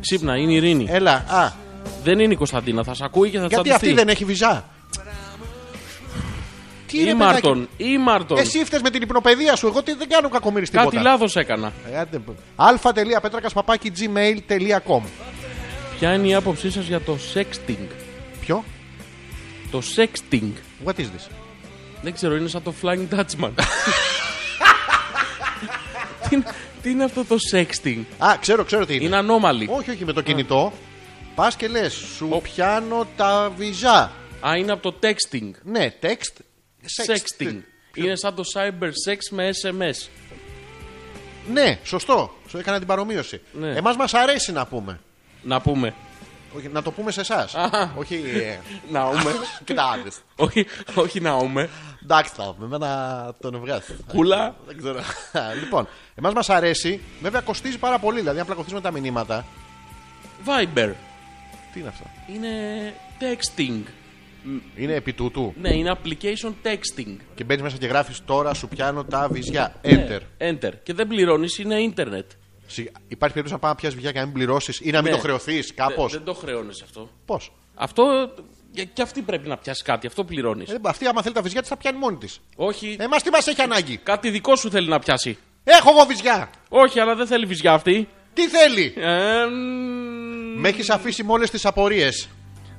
[SPEAKER 2] Ξύπνα, είναι η Ειρήνη.
[SPEAKER 1] Έλα, α,
[SPEAKER 2] Δεν είναι η Κωνσταντίνα, θα σε ακούει και θα
[SPEAKER 1] Ε. γιατί
[SPEAKER 2] τσαντιστεί.
[SPEAKER 1] αυτή δεν έχει βυζά. Τι
[SPEAKER 2] Ή
[SPEAKER 1] είναι
[SPEAKER 2] Μάρτον, ή Μάρτον.
[SPEAKER 1] Εσύ φταίς με την υπνοπαιδεία σου. Εγώ τι- δεν κάνω κακομοίρης τίποτα. Ε,
[SPEAKER 2] Κάτι λάθος έκανα.
[SPEAKER 1] αλφα.πέτρακα.gmail.com
[SPEAKER 2] Ποια είναι η άποψή σας για το sexting.
[SPEAKER 1] Ποιο?
[SPEAKER 2] Το sexting.
[SPEAKER 1] What is this?
[SPEAKER 2] Δεν ξέρω, είναι σαν το Flying
[SPEAKER 1] <laughs>
[SPEAKER 2] Dutchman. τι, είναι- τι είναι αυτό το sexting.
[SPEAKER 1] Α, ξέρω, ξέρω τι είναι.
[SPEAKER 2] Είναι ανώμαλη.
[SPEAKER 1] Όχι, όχι, με το κινητό. Πας και λες, σου πιάνω τα βυζά.
[SPEAKER 2] Α, είναι από το texting.
[SPEAKER 1] Ναι, text. sext.
[SPEAKER 2] Sexting. Είναι σαν το cyber sex με SMS.
[SPEAKER 1] Ναι, σωστό. Σου έκανα την παρομοίωση.
[SPEAKER 2] Ναι.
[SPEAKER 1] Εμάς μας αρέσει να πούμε.
[SPEAKER 2] Να πούμε.
[SPEAKER 1] Όχι, να το πούμε σε εσάς. Όχι.
[SPEAKER 2] <laughs>
[SPEAKER 1] ε, <laughs>
[SPEAKER 2] Ναούμε.
[SPEAKER 1] Κοιτάξτε.
[SPEAKER 2] όχι, όχι ναούμε.
[SPEAKER 1] Εντάξει, θα με εμένα τον βγάζει.
[SPEAKER 2] Κούλα.
[SPEAKER 1] Δεν ξέρω. λοιπόν, εμάς μας αρέσει. Βέβαια κοστίζει πάρα πολύ. Δηλαδή, αν πλακωθεί με τα μηνύματα.
[SPEAKER 2] Viber.
[SPEAKER 1] Τι είναι αυτό.
[SPEAKER 2] Είναι texting.
[SPEAKER 1] Είναι επί τούτου.
[SPEAKER 2] Ναι, είναι application texting.
[SPEAKER 1] Και μπαίνεις μέσα και γράφεις τώρα σου πιάνω τα βυζιά.
[SPEAKER 2] Ναι.
[SPEAKER 1] Enter.
[SPEAKER 2] Enter. Και δεν πληρώνεις, είναι internet.
[SPEAKER 1] Συ- Υπάρχει περίπτωση να πάμε να πιάσει βυζιά και να μην πληρώσεις ή να μην
[SPEAKER 2] Ναι.
[SPEAKER 1] το χρεωθείς κάπως.
[SPEAKER 2] Δεν, δεν το χρεώνεις αυτό.
[SPEAKER 1] Πώς.
[SPEAKER 2] Αυτό. Και, και αυτή πρέπει να πιάσει κάτι. Αυτό πληρώνεις.
[SPEAKER 1] αυτή, Ε, άμα θέλει τα βυζιά της, θα πιάνει μόνη της.
[SPEAKER 2] Όχι.
[SPEAKER 1] Εμά Ε, τι μας έχει ανάγκη.
[SPEAKER 2] Κάτι δικό σου θέλει να πιάσει.
[SPEAKER 1] Έχω εγώ βυζιά.
[SPEAKER 2] Όχι, αλλά δεν θέλει βυζιά αυτή.
[SPEAKER 1] Τι θέλει.
[SPEAKER 2] Ε, μ,
[SPEAKER 1] Με έχεις αφήσει με όλες τις απορίες.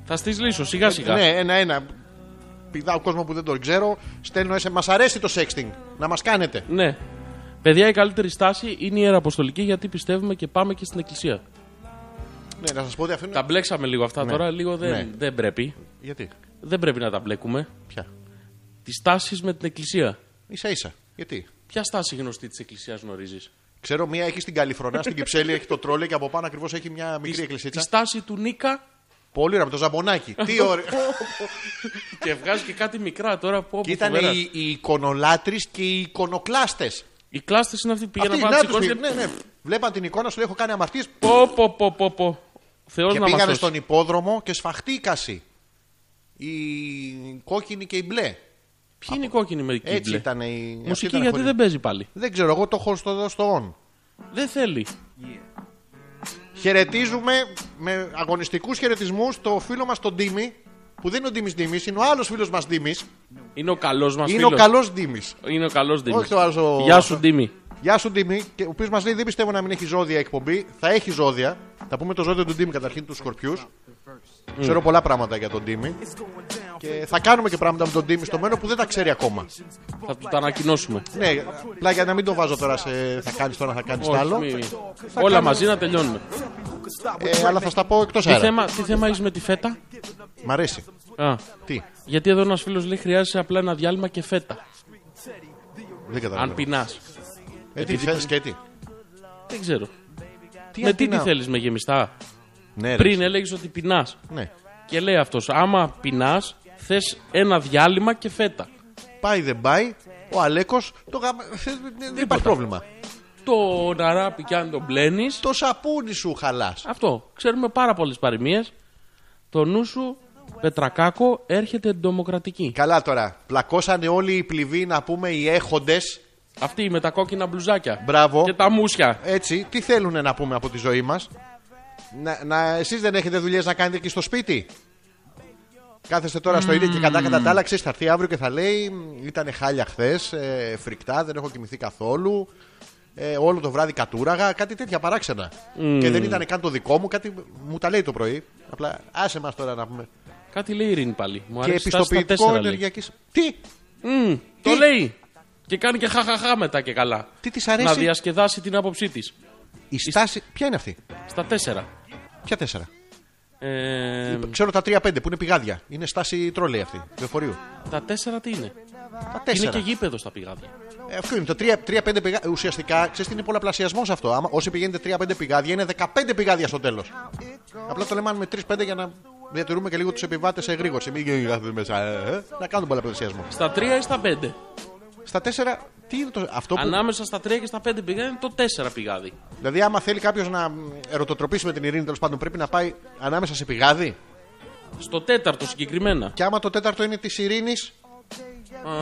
[SPEAKER 2] θα στις λύσω σιγά σιγά.
[SPEAKER 1] Ναι, ένα-ένα. Πηδάω κόσμο που δεν τον ξέρω. Στέλνω SMS. Μας αρέσει το sexting. Να μας κάνετε.
[SPEAKER 2] Ναι. Παιδιά, η καλύτερη στάση είναι η ιεραποστολική γιατί πιστεύουμε και πάμε και στην εκκλησία.
[SPEAKER 1] Ναι, να σας πω ότι αυτό είναι.
[SPEAKER 2] Τα μπλέξαμε λίγο αυτά τώρα, λίγο δεν,
[SPEAKER 1] Ναι.
[SPEAKER 2] δεν πρέπει.
[SPEAKER 1] Γιατί.
[SPEAKER 2] Δεν πρέπει να τα μπλέκουμε.
[SPEAKER 1] Ποια.
[SPEAKER 2] Τις τάσεις με την εκκλησία.
[SPEAKER 1] σα ίσα. Γιατί.
[SPEAKER 2] Ποια στάση γνωστή της εκκλησίας γνωρίζεις.
[SPEAKER 1] Ξέρω, μία έχει στην Καλιφρονά, στην Κυψέλη έχει το τρόλε και από πάνω ακριβώς έχει μια μικρή
[SPEAKER 2] Της
[SPEAKER 1] εκκλησίτσα.
[SPEAKER 2] στάση του Νίκα
[SPEAKER 1] Πολύ ωραία, με το ζαμπονάκι.
[SPEAKER 2] <laughs>
[SPEAKER 1] Τι ωραία.
[SPEAKER 2] και βγάζει και κάτι μικρά τώρα που
[SPEAKER 1] Και ήταν
[SPEAKER 2] φοβερά.
[SPEAKER 1] οι, οι εικονολάτρε και οι εικονοκλάστες.
[SPEAKER 2] Οι κλάστες είναι αυτοί που πήγαιναν
[SPEAKER 1] Αυτοί
[SPEAKER 2] να πάνε
[SPEAKER 1] να
[SPEAKER 2] να
[SPEAKER 1] τους
[SPEAKER 2] σηκώσουν.
[SPEAKER 1] ναι, ναι. Βλέπαν την εικόνα σου, λέει, έχω κάνει αμαρτίες.
[SPEAKER 2] Πω, πω, πω, πω, πω. Θεός
[SPEAKER 1] Και
[SPEAKER 2] να μας
[SPEAKER 1] πήγανε
[SPEAKER 2] σώσει.
[SPEAKER 1] στον υπόδρομο και σφαχτήκασι. Η κόκκινη και η μπλε.
[SPEAKER 2] Ποιοι είναι οι κόκκινοι μερικοί
[SPEAKER 1] Έτσι
[SPEAKER 2] μπλε?
[SPEAKER 1] ήταν η. αυτή
[SPEAKER 2] Μουσική
[SPEAKER 1] ήταν η
[SPEAKER 2] γιατί
[SPEAKER 1] χορη-
[SPEAKER 2] δεν παίζει πάλι.
[SPEAKER 1] Δεν ξέρω, εγώ το έχω στο, εδώ στο on.
[SPEAKER 2] Δεν θέλει.
[SPEAKER 1] Χαιρετίζουμε με αγωνιστικούς χαιρετισμούς το φίλο μας τον Ντίμη. Που δεν είναι ο Ντίμης Ντίμης, είναι ο άλλος φίλος μας Ντίμης.
[SPEAKER 2] Είναι ο καλός μας
[SPEAKER 1] Είναι ο
[SPEAKER 2] φίλος.
[SPEAKER 1] καλός Ντίμης.
[SPEAKER 2] Είναι ο καλός Ντίμης.
[SPEAKER 1] Όχι το άλλο. ο-
[SPEAKER 2] Γεια σου, Ντίμη.
[SPEAKER 1] Γεια σου, Ντίμη. Και ο οποίος μας λέει: Δεν πιστεύω να μην έχει ζώδια εκπομπή. Θα έχει ζώδια. Θα πούμε το ζώδιο του Ντίμη καταρχήν του Σκορπιούς.
[SPEAKER 2] Mm.
[SPEAKER 1] Ξέρω πολλά πράγματα για τον Ντίμη. Και θα κάνουμε και πράγματα με τον Ντίμη στο μέλλον που δεν τα ξέρει ακόμα.
[SPEAKER 2] Θα του τα ανακοινώσουμε.
[SPEAKER 1] Ναι, απλά για να μην το βάζω τώρα σε θα κάνεις τώρα, θα κάνεις τ'
[SPEAKER 2] Όχι,
[SPEAKER 1] άλλο.
[SPEAKER 2] μη- Όλα μαζί να τελειώνουμε.
[SPEAKER 1] Ε, αλλά θα στα πω εκτός
[SPEAKER 2] Τι
[SPEAKER 1] αέρα.
[SPEAKER 2] θέμα, τι θέμα έχεις με τη φέτα.
[SPEAKER 1] Μ' αρέσει.
[SPEAKER 2] Α,
[SPEAKER 1] Τι,
[SPEAKER 2] γιατί εδώ ένας φίλος λέει χρειάζεσαι απλά ένα διάλειμμα και φέτα.
[SPEAKER 1] δεν
[SPEAKER 2] Αν
[SPEAKER 1] καταλαβαίνω.
[SPEAKER 2] πεινάς.
[SPEAKER 1] Ε, τι θε και τι.
[SPEAKER 2] Δεν ξέρω.
[SPEAKER 1] Τι
[SPEAKER 2] με
[SPEAKER 1] αν
[SPEAKER 2] τι τη
[SPEAKER 1] πεινάω.
[SPEAKER 2] θέλεις με γεμιστά.
[SPEAKER 1] Ναι, ρε.
[SPEAKER 2] Πριν έλεγες ότι πεινάς.
[SPEAKER 1] Ναι.
[SPEAKER 2] Και λέει αυτός, άμα πεινάς, θες ένα διάλειμμα και φέτα.
[SPEAKER 1] Πάει δεν πάει. Ο Αλέκος το γαμα- Δεν υπάρχει πρόβλημα.
[SPEAKER 2] Το ναράπι και αν τον μπλένεις.
[SPEAKER 1] Το σαπούνι σου χαλάς.
[SPEAKER 2] Αυτό. Ξέρουμε πάρα πολλές παροιμίες. Το νου σου, Πετρακάκο, έρχεται ντομοκρατική.
[SPEAKER 1] Καλά τώρα. Πλακώσανε όλοι οι πληβοί να πούμε οι έχοντες.
[SPEAKER 2] Αυτή με τα κόκκινα μπλουζάκια.
[SPEAKER 1] Μπράβο.
[SPEAKER 2] Και τα μουσια.
[SPEAKER 1] Έτσι, τι θέλουν να πούμε από τη ζωή μας. Να, να, Εσείς δεν έχετε δουλειές να κάνετε εκεί στο σπίτι. Κάθεστε τώρα στο ίδιο και κατά κατά τα άλλα. ξέρεις, θα έρθει αύριο και θα λέει: Ήταν χάλια χθες, ε, φρικτά, δεν έχω κοιμηθεί καθόλου. Ε, όλο το βράδυ κατούραγα, κάτι τέτοια παράξενα. Και δεν ήταν καν το δικό μου, κάτι μου τα λέει το πρωί. Απλά άσε μας τώρα να πούμε.
[SPEAKER 2] Κάτι λέει η Ειρήνη πάλι. Μου
[SPEAKER 1] και
[SPEAKER 2] αρέσει στάση στα
[SPEAKER 1] επιστοποιητικό
[SPEAKER 2] τέσσερα, λέει.
[SPEAKER 1] ενεργειακής. Τι,
[SPEAKER 2] Μμμ, Το
[SPEAKER 1] Τι?
[SPEAKER 2] λέει. Και κάνει και χαχαχά μετά και καλά.
[SPEAKER 1] τι της
[SPEAKER 2] Να
[SPEAKER 1] αρέσει.
[SPEAKER 2] διασκεδάσει την άποψή της.
[SPEAKER 1] Η στάση, ποια είναι αυτή,
[SPEAKER 2] Στα τέσσερα.
[SPEAKER 1] ποια τέσσερα.
[SPEAKER 2] Ε,
[SPEAKER 1] Ξέρω τα 3-5 που είναι πηγάδια. Είναι στάση τρόλεϊ αυτή, λεωφορείου.
[SPEAKER 2] τα τέσσερα τι είναι.
[SPEAKER 1] Τα
[SPEAKER 2] Είναι
[SPEAKER 1] 4.
[SPEAKER 2] και γήπεδος στα πηγάδια.
[SPEAKER 1] Ε, αυτό είναι. Το 3-5 πηγάδια. Ουσιαστικά ξέρεις τι είναι πολλαπλασιασμός αυτό. Άμα, όσοι πηγαίνετε 3-5 πηγάδια είναι 15 πηγάδια στο τέλος. Απλά το λέμε αν με 3-5 για να διατηρούμε και λίγο τους επιβάτες σε γρήγορση. Μην κάθονται μέσα. ε, ε, να κάνουν πολλαπλασιασμό.
[SPEAKER 2] Στα τρία ή στα πέντε.
[SPEAKER 1] Στα 4. Τι είναι το, αυτό που.
[SPEAKER 2] Ανάμεσα στα τρία και στα πέντε πηγάδια είναι το τέσσερα πηγάδι.
[SPEAKER 1] Δηλαδή, άμα θέλει κάποιος να μ, ερωτοτροπήσει με την ειρήνη, τέλος πάντων πρέπει να πάει ανάμεσα σε πηγάδι.
[SPEAKER 2] Στο τέταρτο συγκεκριμένα.
[SPEAKER 1] Και άμα το τέταρτο είναι της ειρήνης,
[SPEAKER 2] Α,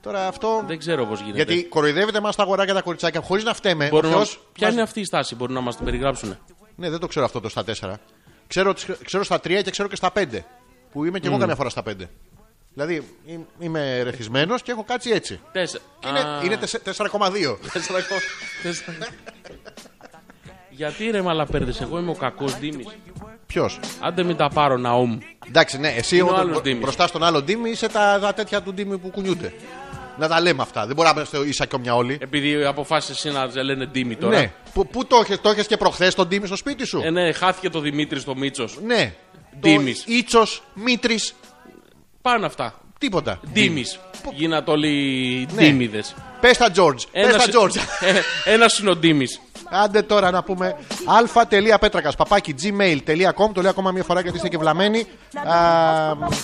[SPEAKER 1] τώρα αυτό.
[SPEAKER 2] δεν ξέρω πώς γίνεται.
[SPEAKER 1] Γιατί κοροϊδεύετε μας τα αγορά και τα κοριτσάκια χωρίς να φταίμε. Ο
[SPEAKER 2] Μπορούν να-
[SPEAKER 1] Θεός
[SPEAKER 2] Ποια
[SPEAKER 1] μας-
[SPEAKER 2] είναι αυτή η στάση, μπορούν να μας την περιγράψουν.
[SPEAKER 1] Ναι, δεν το ξέρω αυτό το στα 4. Ξέρω, τις- ξέρω στα 3 και ξέρω και στα 5. Που είμαι και εγώ καμιά φορά στα 5. Δηλαδή εί- είμαι ρεθισμένος και έχω κάτσει έτσι.
[SPEAKER 2] Τέσσερα.
[SPEAKER 1] Και είναι,
[SPEAKER 2] Α,
[SPEAKER 1] είναι τεσσε- 4,2.
[SPEAKER 2] τέσσερα ακόμα. Τέσσερα. <laughs> Γιατί ρε μαλαπέρδες, εγώ είμαι ο κακός Ντίμης.
[SPEAKER 1] Ποιος.
[SPEAKER 2] Άντε μην τα πάρω Ναούμ.
[SPEAKER 1] Εντάξει, ναι, εσύ
[SPEAKER 2] ο
[SPEAKER 1] όταν
[SPEAKER 2] άλλος
[SPEAKER 1] μπρο-
[SPEAKER 2] Ντίμης.
[SPEAKER 1] μπροστά στον άλλο Ντίμη είσαι τα, τα τέτοια του Ντίμη που κουνιούνται. Να τα λέμε αυτά. Δεν μπορούμε να είμαστε ίσα και όμοια όλοι.
[SPEAKER 2] Επειδή αποφάσισες εσύ να σε λένε Ντίμη Ε, τώρα.
[SPEAKER 1] ναι. Που, που το έχεις, το έχεις και προχθές τον Ντίμη στο σπίτι σου.
[SPEAKER 2] Ε, ναι, χάθηκε το Δημήτρης στο Μίτσος.
[SPEAKER 1] ναι.
[SPEAKER 2] Ντίμης.
[SPEAKER 1] Το Ήτσος, Μήτρης,
[SPEAKER 2] Πάνε αυτά. Ε,
[SPEAKER 1] τίποτα.
[SPEAKER 2] Ντίμης. Γίνατε όλοι
[SPEAKER 1] Ναι.
[SPEAKER 2] Ντίμιδες.
[SPEAKER 1] Πες τα Τζόρτζ. Πες τα Τζόρτζ.
[SPEAKER 2] ε, Ένας είναι ο Ντίμης.
[SPEAKER 1] Άντε τώρα να πούμε αλφα.πέτρακα παπάκι gmail.com. Το λέω ακόμα μια φορά γιατί είστε και βλαμμένοι.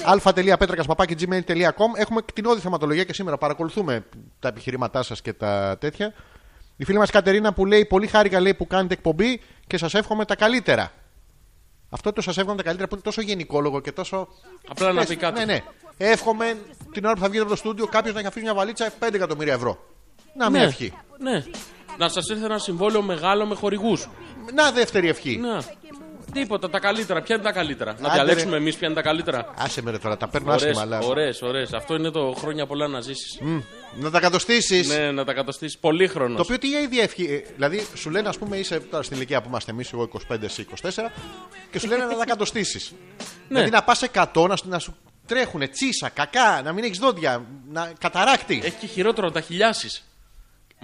[SPEAKER 1] αλφα.πέτρακα παπάκι gmail.com. Έχουμε κτηνόδη θεματολογία και σήμερα παρακολουθούμε τα επιχειρήματά σας και τα τέτοια. Η φίλη μας Κατερίνα που λέει: Πολύ χάρηκα λέει, που κάνετε εκπομπή και σας εύχομαι τα καλύτερα. Αυτό το σας εύχομαι τα καλύτερα που είναι τόσο γενικόλογο και τόσο.
[SPEAKER 2] Απλά να πει κάτι.
[SPEAKER 1] Ναι, ναι. Εύχομαι την ώρα που θα βγείτε από το στούντιο κάποιος να έχει αφήσει μια βαλίτσα 5 εκατομμύρια ευρώ. Να μια
[SPEAKER 2] Ναι.
[SPEAKER 1] ευχή.
[SPEAKER 2] Ναι. Να σας ήρθε ένα συμβόλαιο μεγάλο με χορηγούς.
[SPEAKER 1] Να δεύτερη ευχή.
[SPEAKER 2] Ναι. Τίποτα, τα καλύτερα. Ποια είναι τα καλύτερα. Να
[SPEAKER 1] Άντε,
[SPEAKER 2] διαλέξουμε
[SPEAKER 1] ρε.
[SPEAKER 2] εμείς ποια είναι τα καλύτερα.
[SPEAKER 1] Άσε με ρε τώρα, τα παίρνω
[SPEAKER 2] Ωραίες,
[SPEAKER 1] άσχημα. Αλλά...
[SPEAKER 2] ωραίες, ωραίες. Αυτό είναι το χρόνια πολλά να ζήσεις.
[SPEAKER 1] Να τα κατοστήσεις.
[SPEAKER 2] Ναι, να τα καταστήσει πολύχρονος.
[SPEAKER 1] Το οποίο τι ίδια ευχή. ε, Δηλαδή, σου λένε, ας πούμε, είσαι τώρα στην ηλικία που είμαστε εμείς, εγώ 25, εσύ 24, και σου λένε να τα κατοστήσεις.
[SPEAKER 2] Ναι.
[SPEAKER 1] Δηλαδή να πας 100, να, σου- να σου τρέχουνε τσίσα, κακά, να μην έχεις δόντια, να καταράκτη.
[SPEAKER 2] Έχει και χειρότερο να τα
[SPEAKER 1] Ε,
[SPEAKER 2] χιλιάσει.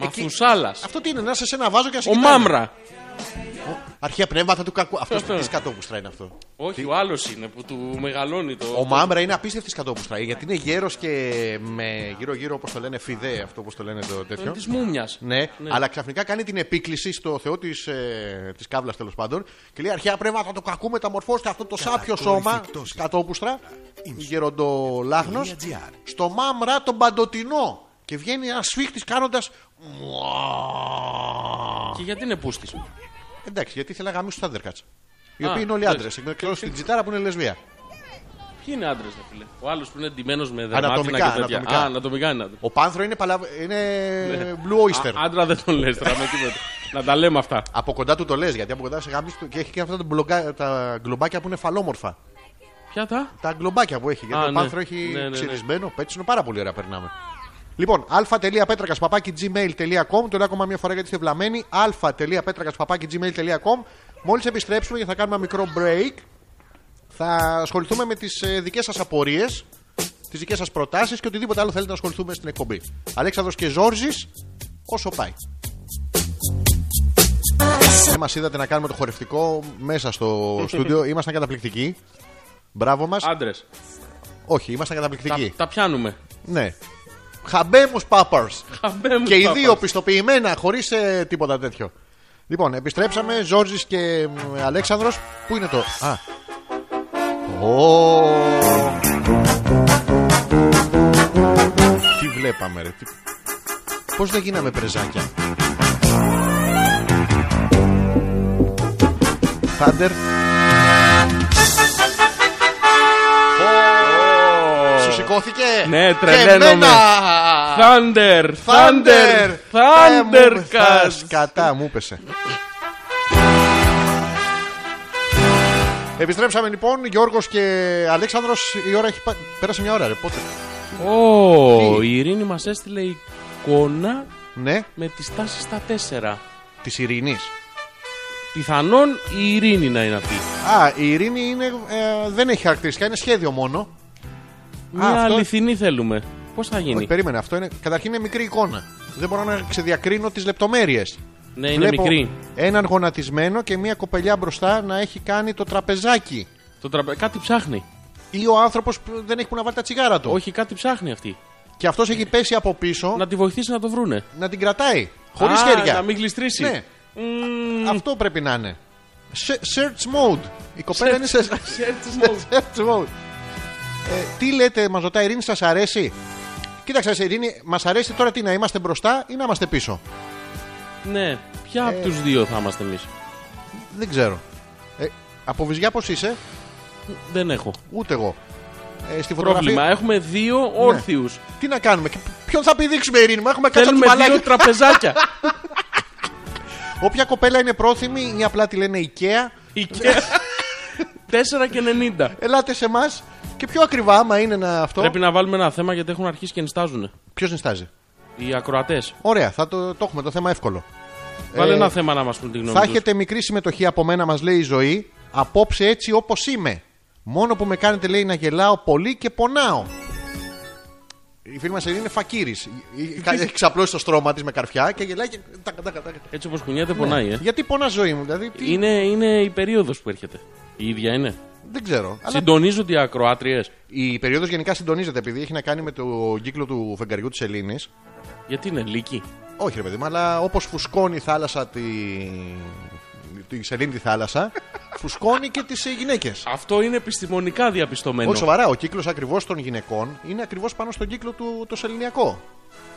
[SPEAKER 1] Εκεί-
[SPEAKER 2] Μαθουσάλας.
[SPEAKER 1] Αυτό τι είναι, να είσαι σε ένα βάζο και να σε
[SPEAKER 2] Ο
[SPEAKER 1] κοιτάνε.
[SPEAKER 2] Μάμρα.
[SPEAKER 1] Αρχαία πνεύματα του κακού. Αυτός
[SPEAKER 2] Αυτό.
[SPEAKER 1] τι σκατόπουστρα είναι αυτό.
[SPEAKER 2] Όχι, ο άλλος είναι που του μεγαλώνει το.
[SPEAKER 1] Ο Μάμρα είναι απίστευτη σκατόπουστρα. Γιατί είναι γέρος και με γύρω-γύρω, όπως το λένε, φιδέ, αυτό όπως το λένε το τέτοιο.
[SPEAKER 2] Της μούμιας.
[SPEAKER 1] Ναι, αλλά ξαφνικά κάνει την επίκληση στο θεό της ε, της κάβλα τέλος πάντων και λέει αρχαία πνεύματα του κακού μεταμορφώστε αυτό το σάπιο σώμα, κατόπουστρα, γεροντολάχνο, στο μάμρα τον παντοτινό. Και βγαίνει ένα σφίχτης κάνοντας.
[SPEAKER 2] Και γιατί είναι πούστης.
[SPEAKER 1] Εντάξει, γιατί ήθελα να γαμίσω του Thundercats. Οι
[SPEAKER 2] Α,
[SPEAKER 1] οποίοι είναι όλοι
[SPEAKER 2] εντάξει.
[SPEAKER 1] άντρες, εκτό την τσιτάρα που είναι λεσβία.
[SPEAKER 2] Ποιοι είναι άντρες, ρε φίλε. Ο άλλος που είναι εντυμένο με
[SPEAKER 1] Ανατομικά,
[SPEAKER 2] δερμάτινα και τέτοια.
[SPEAKER 1] ανατομικά.
[SPEAKER 2] Α, ανατομικά είναι άντρα.
[SPEAKER 1] Ο Πάνθρο είναι, παλα... είναι blue oyster.
[SPEAKER 2] Α, Άντρα δεν τον λες τώρα με τίποτα. Να τα λέμε αυτά.
[SPEAKER 1] Από κοντά του το λες, γιατί από κοντά σε γάμισε του και έχει και αυτά τα, μπλογκά- τα γκλομπάκια που είναι φαλόμορφα.
[SPEAKER 2] Ποια τα.
[SPEAKER 1] Τα γκλομπάκια που έχει. Γιατί
[SPEAKER 2] Α,
[SPEAKER 1] το
[SPEAKER 2] ναι.
[SPEAKER 1] πάνθρο έχει
[SPEAKER 2] Ναι, ναι, ναι.
[SPEAKER 1] ξυρισμένο, πέτσινο, πάρα πολύ ωραία περνάμε. Λοιπόν, α.πέτρακα παπάκι gmail.com. Το λέω ακόμα μια φορά γιατί είστε βλαμμένοι. α.πέτρακα παπάκι gmail.com. Μόλις επιστρέψουμε και θα κάνουμε ένα μικρό break, θα ασχοληθούμε με ε, τι δικές σας απορίες, τις δικές σας προτάσεις και οτιδήποτε άλλο θέλετε να ασχοληθούμε στην εκπομπή. Αλέξανδρος και Ζόρζης όσο πάει. Δεν μας είδατε να κάνουμε το χορευτικό μέσα
[SPEAKER 2] <laughs>
[SPEAKER 1] στο στούντιο. Ήμασταν καταπληκτικοί. Μπράβο μας.
[SPEAKER 2] Άντρες.
[SPEAKER 1] Όχι, ήμασταν
[SPEAKER 2] Τα,
[SPEAKER 1] καταπληκτικοί.
[SPEAKER 2] τα πιάνουμε.
[SPEAKER 1] Ναι. Χαμπέμους πάπαρ.
[SPEAKER 2] Χαμπέ μου
[SPEAKER 1] Και οι
[SPEAKER 2] τα
[SPEAKER 1] δύο
[SPEAKER 2] πας.
[SPEAKER 1] πιστοποιημένα, χωρίς τίποτα τέτοιο. Λοιπόν, επιστρέψαμε. Ζόρζης και μ, Αλέξανδρος Πού είναι το. Α. Ω. Τι βλέπαμε, ρε. Τι... Πώς δεν γίναμε πρεζάκια. Thunder. Σου σηκώθηκε.
[SPEAKER 2] Ναι,
[SPEAKER 1] Και
[SPEAKER 2] τρελαίνομαι.
[SPEAKER 1] εμένα.
[SPEAKER 2] Thunder!
[SPEAKER 1] Thunder!
[SPEAKER 2] Thunder!
[SPEAKER 1] Ε,
[SPEAKER 2] Thundercast!
[SPEAKER 1] Κατά, μου πέσε. Επιστρέψαμε λοιπόν, Γιώργος και Αλέξανδρος, η ώρα έχει πα- πέρασε μια ώρα ρε, πότε.
[SPEAKER 2] Ω,
[SPEAKER 1] Τι?
[SPEAKER 2] η Ειρήνη μας έστειλε εικόνα
[SPEAKER 1] Ναι,
[SPEAKER 2] με τις τάσεις στα τέσσερα.
[SPEAKER 1] της Ειρηνής.
[SPEAKER 2] Πιθανόν η Ειρήνη να είναι αυτή.
[SPEAKER 1] Α, η Ειρήνη είναι, ε, δεν έχει χαρακτηριστικά, είναι σχέδιο μόνο.
[SPEAKER 2] Μια
[SPEAKER 1] αυτό-
[SPEAKER 2] αληθινή θέλουμε. Πώς θα γίνει.
[SPEAKER 1] Όχι, περίμενε, αυτό είναι, καταρχήν είναι μικρή εικόνα. Δεν μπορώ να ξεδιακρίνω τις λεπτομέρειες.
[SPEAKER 2] ναι, είναι μικρή.
[SPEAKER 1] έναν γονατισμένο και μια κοπελιά μπροστά να έχει κάνει το τραπεζάκι.
[SPEAKER 2] Το τραπε... Κάτι ψάχνει.
[SPEAKER 1] Ή ο άνθρωπος που δεν έχει που να βάλει τα τσιγάρα του.
[SPEAKER 2] Όχι, κάτι ψάχνει αυτή.
[SPEAKER 1] Και αυτός έχει πέσει από πίσω να,
[SPEAKER 2] Να τη βοηθήσει να το βρούνε.
[SPEAKER 1] την κρατάει. Χωρίς
[SPEAKER 2] Α,
[SPEAKER 1] χέρια.
[SPEAKER 2] Να μην γλιστρήσει.
[SPEAKER 1] Ναι.
[SPEAKER 2] Μμμ,
[SPEAKER 1] Αυτό πρέπει να είναι. Σε- Search mode. Η κοπέλα
[SPEAKER 2] Search-
[SPEAKER 1] είναι σε
[SPEAKER 2] search mode.
[SPEAKER 1] search mode. Ε, τι λέτε, μας ρωτάει η Ειρήνη, σας αρέσει. Κοίταξε, σε Ειρήνη, μας αρέσει τώρα τι να είμαστε μπροστά ή να είμαστε πίσω.
[SPEAKER 2] ναι. Ποια
[SPEAKER 1] Ε.
[SPEAKER 2] από τους δύο θα είμαστε εμείς.
[SPEAKER 1] Δεν ξέρω. Ε, από βυζιά πώς είσαι,
[SPEAKER 2] Δεν έχω.
[SPEAKER 1] ούτε εγώ. Ε, στη φωτογραφία.
[SPEAKER 2] Πρόβλημα. Έχουμε
[SPEAKER 1] Ναι.
[SPEAKER 2] δύο όρθιους.
[SPEAKER 1] Τι να κάνουμε, και ποιον θα πηδήξουμε, Ειρήνη μου, έχουμε κάτσει από
[SPEAKER 2] Θέλουμε
[SPEAKER 1] τη
[SPEAKER 2] δύο
[SPEAKER 1] μαλάκια. <laughs>
[SPEAKER 2] τραπεζάκια.
[SPEAKER 1] Όποια κοπέλα είναι πρόθυμη ή απλά τη λένε IKEA,
[SPEAKER 2] Ikea. 4 και 90.
[SPEAKER 1] ελάτε σε εμάς. Και πιο ακριβά, άμα είναι να αυτό.
[SPEAKER 2] Πρέπει να βάλουμε ένα θέμα γιατί έχουν αρχίσει και ενστάζουν.
[SPEAKER 1] Ποιο νιστάζει.
[SPEAKER 2] Οι ακροατές.
[SPEAKER 1] Ωραία, θα το, το έχουμε το θέμα εύκολο.
[SPEAKER 2] Βάλε
[SPEAKER 1] Ε,
[SPEAKER 2] ένα θέμα να μας πούν τη γνώμη
[SPEAKER 1] Θα
[SPEAKER 2] τους.
[SPEAKER 1] έχετε μικρή συμμετοχή από μένα, μας λέει η ζωή. Απόψε έτσι όπως είμαι. Μόνο που με κάνετε λέει να γελάω πολύ και πονάω. Η φίλη μας είναι φακύρης.
[SPEAKER 2] <laughs>
[SPEAKER 1] Έχει ξαπλώσει το στρώμα της με καρφιά και γελάει και. τα- τα- τα- τα-
[SPEAKER 2] Έτσι όπως κουνιέται, πονάει. Ε.
[SPEAKER 1] Γιατί πονά ζωή μου, δηλαδή. τι-
[SPEAKER 2] Είναι, είναι η περίοδος που έρχεται. Η ίδια είναι.
[SPEAKER 1] Δεν ξέρω. Αλλά
[SPEAKER 2] Συντονίζονται οι ακροάτριες.
[SPEAKER 1] η περίοδος γενικά συντονίζεται επειδή έχει να κάνει με το κύκλο του φεγγαριού της Ελλήνης.
[SPEAKER 2] Γιατί είναι λύκη.
[SPEAKER 1] Όχι, ρε παιδί μου, αλλά όπως φουσκώνει η θάλασσα τη. τη σελήνη τη θάλασσα, φουσκώνει και τις γυναίκες.
[SPEAKER 2] Αυτό είναι επιστημονικά διαπιστωμένο.
[SPEAKER 1] Όχι σοβαρά, ο κύκλος ακριβώς των γυναικών είναι ακριβώς πάνω στον κύκλο του το σεληνιακό.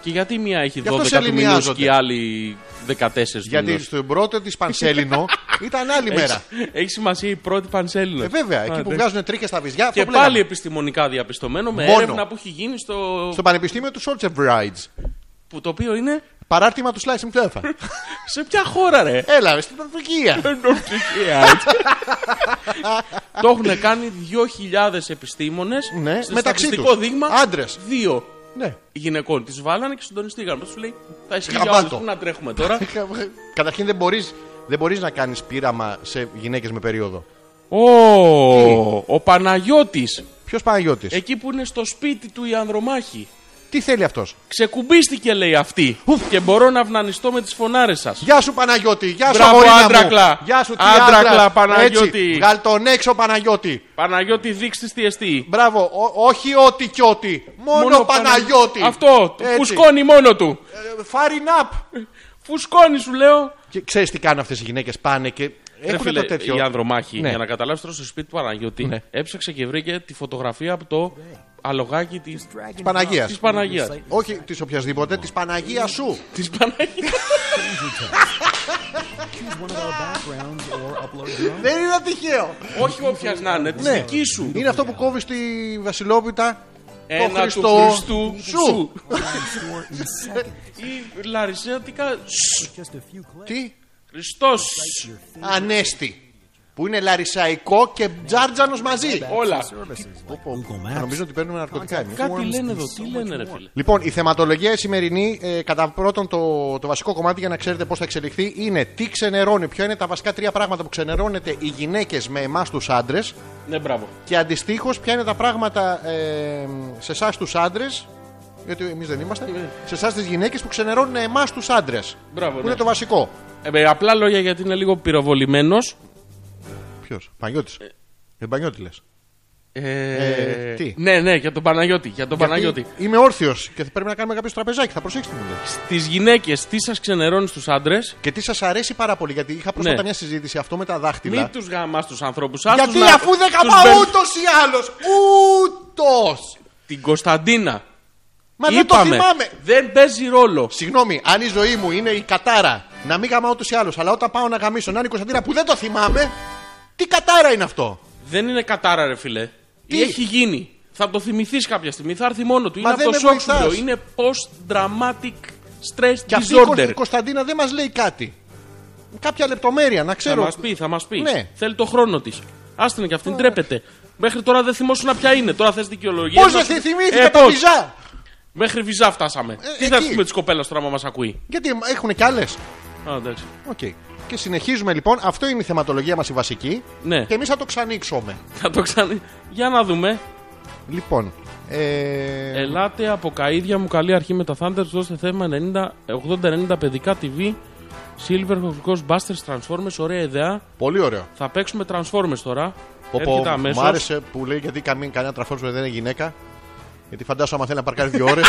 [SPEAKER 2] Και γιατί μία έχει
[SPEAKER 1] Γι' αυτό
[SPEAKER 2] 12 του μηνός
[SPEAKER 1] σεληνιάζονται.
[SPEAKER 2] και η άλλη 14 του
[SPEAKER 1] Γιατί
[SPEAKER 2] μηνός.
[SPEAKER 1] στον πρώτο της Πανσέλινο ήταν άλλη μέρα.
[SPEAKER 2] Έχεις, έχει σημασία η πρώτη πανσέλινο.
[SPEAKER 1] Ε, βέβαια, εκεί που βγάζουν τρίχες στα βυζιά, αυτό
[SPEAKER 2] Και
[SPEAKER 1] που
[SPEAKER 2] πάλι
[SPEAKER 1] λέγαμε.
[SPEAKER 2] επιστημονικά διαπιστωμένο με
[SPEAKER 1] Μόνο.
[SPEAKER 2] έρευνα που έχει γίνει στο.
[SPEAKER 1] Στο Πανεπιστήμιο του Σόλτσεβριντζ.
[SPEAKER 2] Που το οποίο είναι.
[SPEAKER 1] Παράρτημα του Σλάι Μτέφα.
[SPEAKER 2] <laughs> Σε ποια χώρα, ρε! <laughs>
[SPEAKER 1] Έλα, στην Νορβηγία.
[SPEAKER 2] Εν Νορβηγία, έτσι. Το έχουν κάνει 2.000 επιστήμονες.
[SPEAKER 1] Ναι,
[SPEAKER 2] στο
[SPEAKER 1] μεταξύ
[SPEAKER 2] στατιστικό
[SPEAKER 1] τους.
[SPEAKER 2] δείγμα.
[SPEAKER 1] Άντρες.
[SPEAKER 2] Δύο
[SPEAKER 1] ναι.
[SPEAKER 2] γυναικών. Τις βάλανε και συντονιστήκαν. Τους λέει, θα ισχύει για
[SPEAKER 1] Γαμπάτο.
[SPEAKER 2] όλους, Πού να τρέχουμε τώρα.
[SPEAKER 1] <laughs> Καταρχήν δεν μπορείς δεν μπορείς να κάνεις πείραμα σε γυναίκες με περίοδο.
[SPEAKER 2] Ω, ο Παναγιώτης
[SPEAKER 1] Ποιος Παναγιώτης.
[SPEAKER 2] εκεί που είναι στο σπίτι του η Ανδρομάχη.
[SPEAKER 1] Τι θέλει αυτός.
[SPEAKER 2] Ξεκουμπίστηκε, λέει αυτή. Και μπορώ να αυνανιστώ με τις φωνάρες σας.
[SPEAKER 1] Γεια σου Παναγιώτη, γεια σου
[SPEAKER 2] Μπράβο,
[SPEAKER 1] αγορίνα μου.
[SPEAKER 2] άντρακλα.
[SPEAKER 1] Γεια σου τι
[SPEAKER 2] Άντρακλα,
[SPEAKER 1] άντρας.
[SPEAKER 2] Παναγιώτη.
[SPEAKER 1] Έτσι, βγάλ τον έξω Παναγιώτη.
[SPEAKER 2] Παναγιώτη, δείξτε τι εστί.
[SPEAKER 1] Μπράβο, ο- όχι ό,τι κι ό,τι. Μόνο, Παναγιώτη.
[SPEAKER 2] Αυτό, το
[SPEAKER 1] Έτσι.
[SPEAKER 2] φουσκώνει μόνο του.
[SPEAKER 1] Ε, Firing up.
[SPEAKER 2] Φουσκώνει, σου λέω.
[SPEAKER 1] Και ξέρεις τι κάνουν αυτές οι γυναίκες, πάνε και.
[SPEAKER 2] Ρε
[SPEAKER 1] Έχουν
[SPEAKER 2] φίλε,
[SPEAKER 1] το τέτοιο.
[SPEAKER 2] η Ανδρομάχη,
[SPEAKER 1] Ναι.
[SPEAKER 2] για να καταλάβεις τώρα στο σπίτι του Παναγιώτη, έψαξε και βρήκε τη φωτογραφία από το αλογάκι της
[SPEAKER 1] Της Παναγίας.
[SPEAKER 2] της Παναγίας.
[SPEAKER 1] Όχι της οποιασδήποτε, της Παναγίας σου.
[SPEAKER 2] Της Παναγίας.
[SPEAKER 1] Δεν είναι τυχαίο.
[SPEAKER 2] <laughs> Όχι όποιας να είναι, της
[SPEAKER 1] Ναι.
[SPEAKER 2] δική σου.
[SPEAKER 1] Είναι αυτό που κόβεις στη Βασιλόπιτα. το
[SPEAKER 2] Ένα του
[SPEAKER 1] Χριστό
[SPEAKER 2] Χριστού σου.
[SPEAKER 1] σου.
[SPEAKER 2] Ή Λαρισιατικά
[SPEAKER 1] Τι.
[SPEAKER 2] Χριστός.
[SPEAKER 1] Ανέστη. Που είναι λαρισαϊκό και τζάρτζανος
[SPEAKER 2] Ε,
[SPEAKER 1] μαζί.
[SPEAKER 2] Όλα.
[SPEAKER 1] Πω, πω. Θα Νομίζω ότι παίρνουμε ναρκωτικά εμείς.
[SPEAKER 2] Κάτι λένε εδώ, τι λένε ρε φίλε.
[SPEAKER 1] Λοιπόν, η θεματολογία η σημερινή, ε, κατά πρώτον το, το βασικό κομμάτι για να ξέρετε πώς θα εξελιχθεί, είναι τι ξενερώνει, ποια είναι τα βασικά τρία πράγματα που ξενερώνεται οι γυναίκες με εμάς τους άντρες
[SPEAKER 2] Ναι, μπράβο.
[SPEAKER 1] και αντιστοίχως ποια είναι τα πράγματα ε, σε εσάς τους άντρες. Γιατί εμείς δεν είμαστε. Σε εσάς τις γυναίκες που ξενερώνουν εμάς τους άντρες.
[SPEAKER 2] Μπράβο,
[SPEAKER 1] Που
[SPEAKER 2] ναι.
[SPEAKER 1] είναι το βασικό.
[SPEAKER 2] Ε, με απλά λόγια γιατί είναι λίγο πυροβολημένος.
[SPEAKER 1] Ποιος, Πανιώτης. Ε, ε, Πανιώτη λες.
[SPEAKER 2] Ε,
[SPEAKER 1] Ε, τι?
[SPEAKER 2] Ναι, ναι, για τον Παναγιώτη. Για τον Παναγιώτη.
[SPEAKER 1] Είμαι όρθιος και θα πρέπει να κάνουμε κάποιο τραπεζάκι. Θα προσέξετε μου λέει.
[SPEAKER 2] Στις γυναίκες, τι σας ξενερώνει στους άντρες.
[SPEAKER 1] Και τι σας αρέσει πάρα πολύ, γιατί είχα πρόσφατα
[SPEAKER 2] Ναι.
[SPEAKER 1] μια συζήτηση αυτό με τα δάχτυλα.
[SPEAKER 2] Μην τους γαμάς τους ανθρώπους.
[SPEAKER 1] Γιατί αφού δεν καμπά ούτως ή άλλως. Ούτως.
[SPEAKER 2] Την Κωνσταντίνα.
[SPEAKER 1] Μα δεν το
[SPEAKER 2] Είπαμε,
[SPEAKER 1] θυμάμαι.
[SPEAKER 2] Δεν παίζει ρόλο.
[SPEAKER 1] Συγγνώμη, αν η ζωή μου είναι η κατάρα, να μην γαμάω ούτω ή άλλω. Αλλά όταν πάω να γαμίσω να είναι η Κωνσταντίνα που δεν το θυμάμαι, τι κατάρα είναι αυτό.
[SPEAKER 2] Δεν είναι κατάρα, ρε φιλέ.
[SPEAKER 1] Τι?
[SPEAKER 2] Έχει γίνει. Θα το θυμηθείς κάποια στιγμή. Θα έρθει μόνο του.
[SPEAKER 1] Μα
[SPEAKER 2] είναι
[SPEAKER 1] δεν
[SPEAKER 2] από το
[SPEAKER 1] με
[SPEAKER 2] σοκ σου
[SPEAKER 1] βοηθάς.
[SPEAKER 2] λέω. Είναι post-dramatic stress
[SPEAKER 1] Και αυτή η Κωνσ-
[SPEAKER 2] disorder.
[SPEAKER 1] η Κωνσταντίνα δεν μας λέει κάτι. Κάποια λεπτομέρεια, να
[SPEAKER 2] Θα
[SPEAKER 1] ξέρω.
[SPEAKER 2] μας πει, θα μας πει.
[SPEAKER 1] Ναι.
[SPEAKER 2] Θέλει το χρόνο της. Άστε την και αυτήν τρέπεται. Μέχρι τώρα δεν θυμόσουν ποια είναι. Τώρα θες δικαιολογία.
[SPEAKER 1] Πώς δεν θυμήθηκα
[SPEAKER 2] Ε,
[SPEAKER 1] τα
[SPEAKER 2] πώς.
[SPEAKER 1] πιζά.
[SPEAKER 2] Μέχρι βυζά φτάσαμε. Τι θα
[SPEAKER 1] εκεί.
[SPEAKER 2] πούμε της κοπέλας τώρα, μας ακούει.
[SPEAKER 1] Γιατί έχουν κι άλλες.
[SPEAKER 2] Α, εντάξει.
[SPEAKER 1] Οκ. Και συνεχίζουμε λοιπόν. Αυτό είναι η θεματολογία μας η βασική.
[SPEAKER 2] Ναι.
[SPEAKER 1] Και εμείς θα το ξανοίξουμε.
[SPEAKER 2] Θα το ξανά. Για να δούμε.
[SPEAKER 1] Λοιπόν. Ε...
[SPEAKER 2] Ελάτε από καίδια μου, καλή αρχή με τα Thunders. Δώστε θέμα 90, 80-90 παιδικά TV. Silver Ghostbusters Transformers, ωραία ιδέα.
[SPEAKER 1] Πολύ ωραίο.
[SPEAKER 2] Θα παίξουμε Transformers τώρα.
[SPEAKER 1] Πω, πω,
[SPEAKER 2] Έρχεται
[SPEAKER 1] μου
[SPEAKER 2] αμέσως.
[SPEAKER 1] άρεσε που λέει γιατί καμία, κανένα τραφόσπορ δεν είναι γυναίκα. Γιατί φαντάζομαι άμα θέλει να παρκάρει δύο ώρες.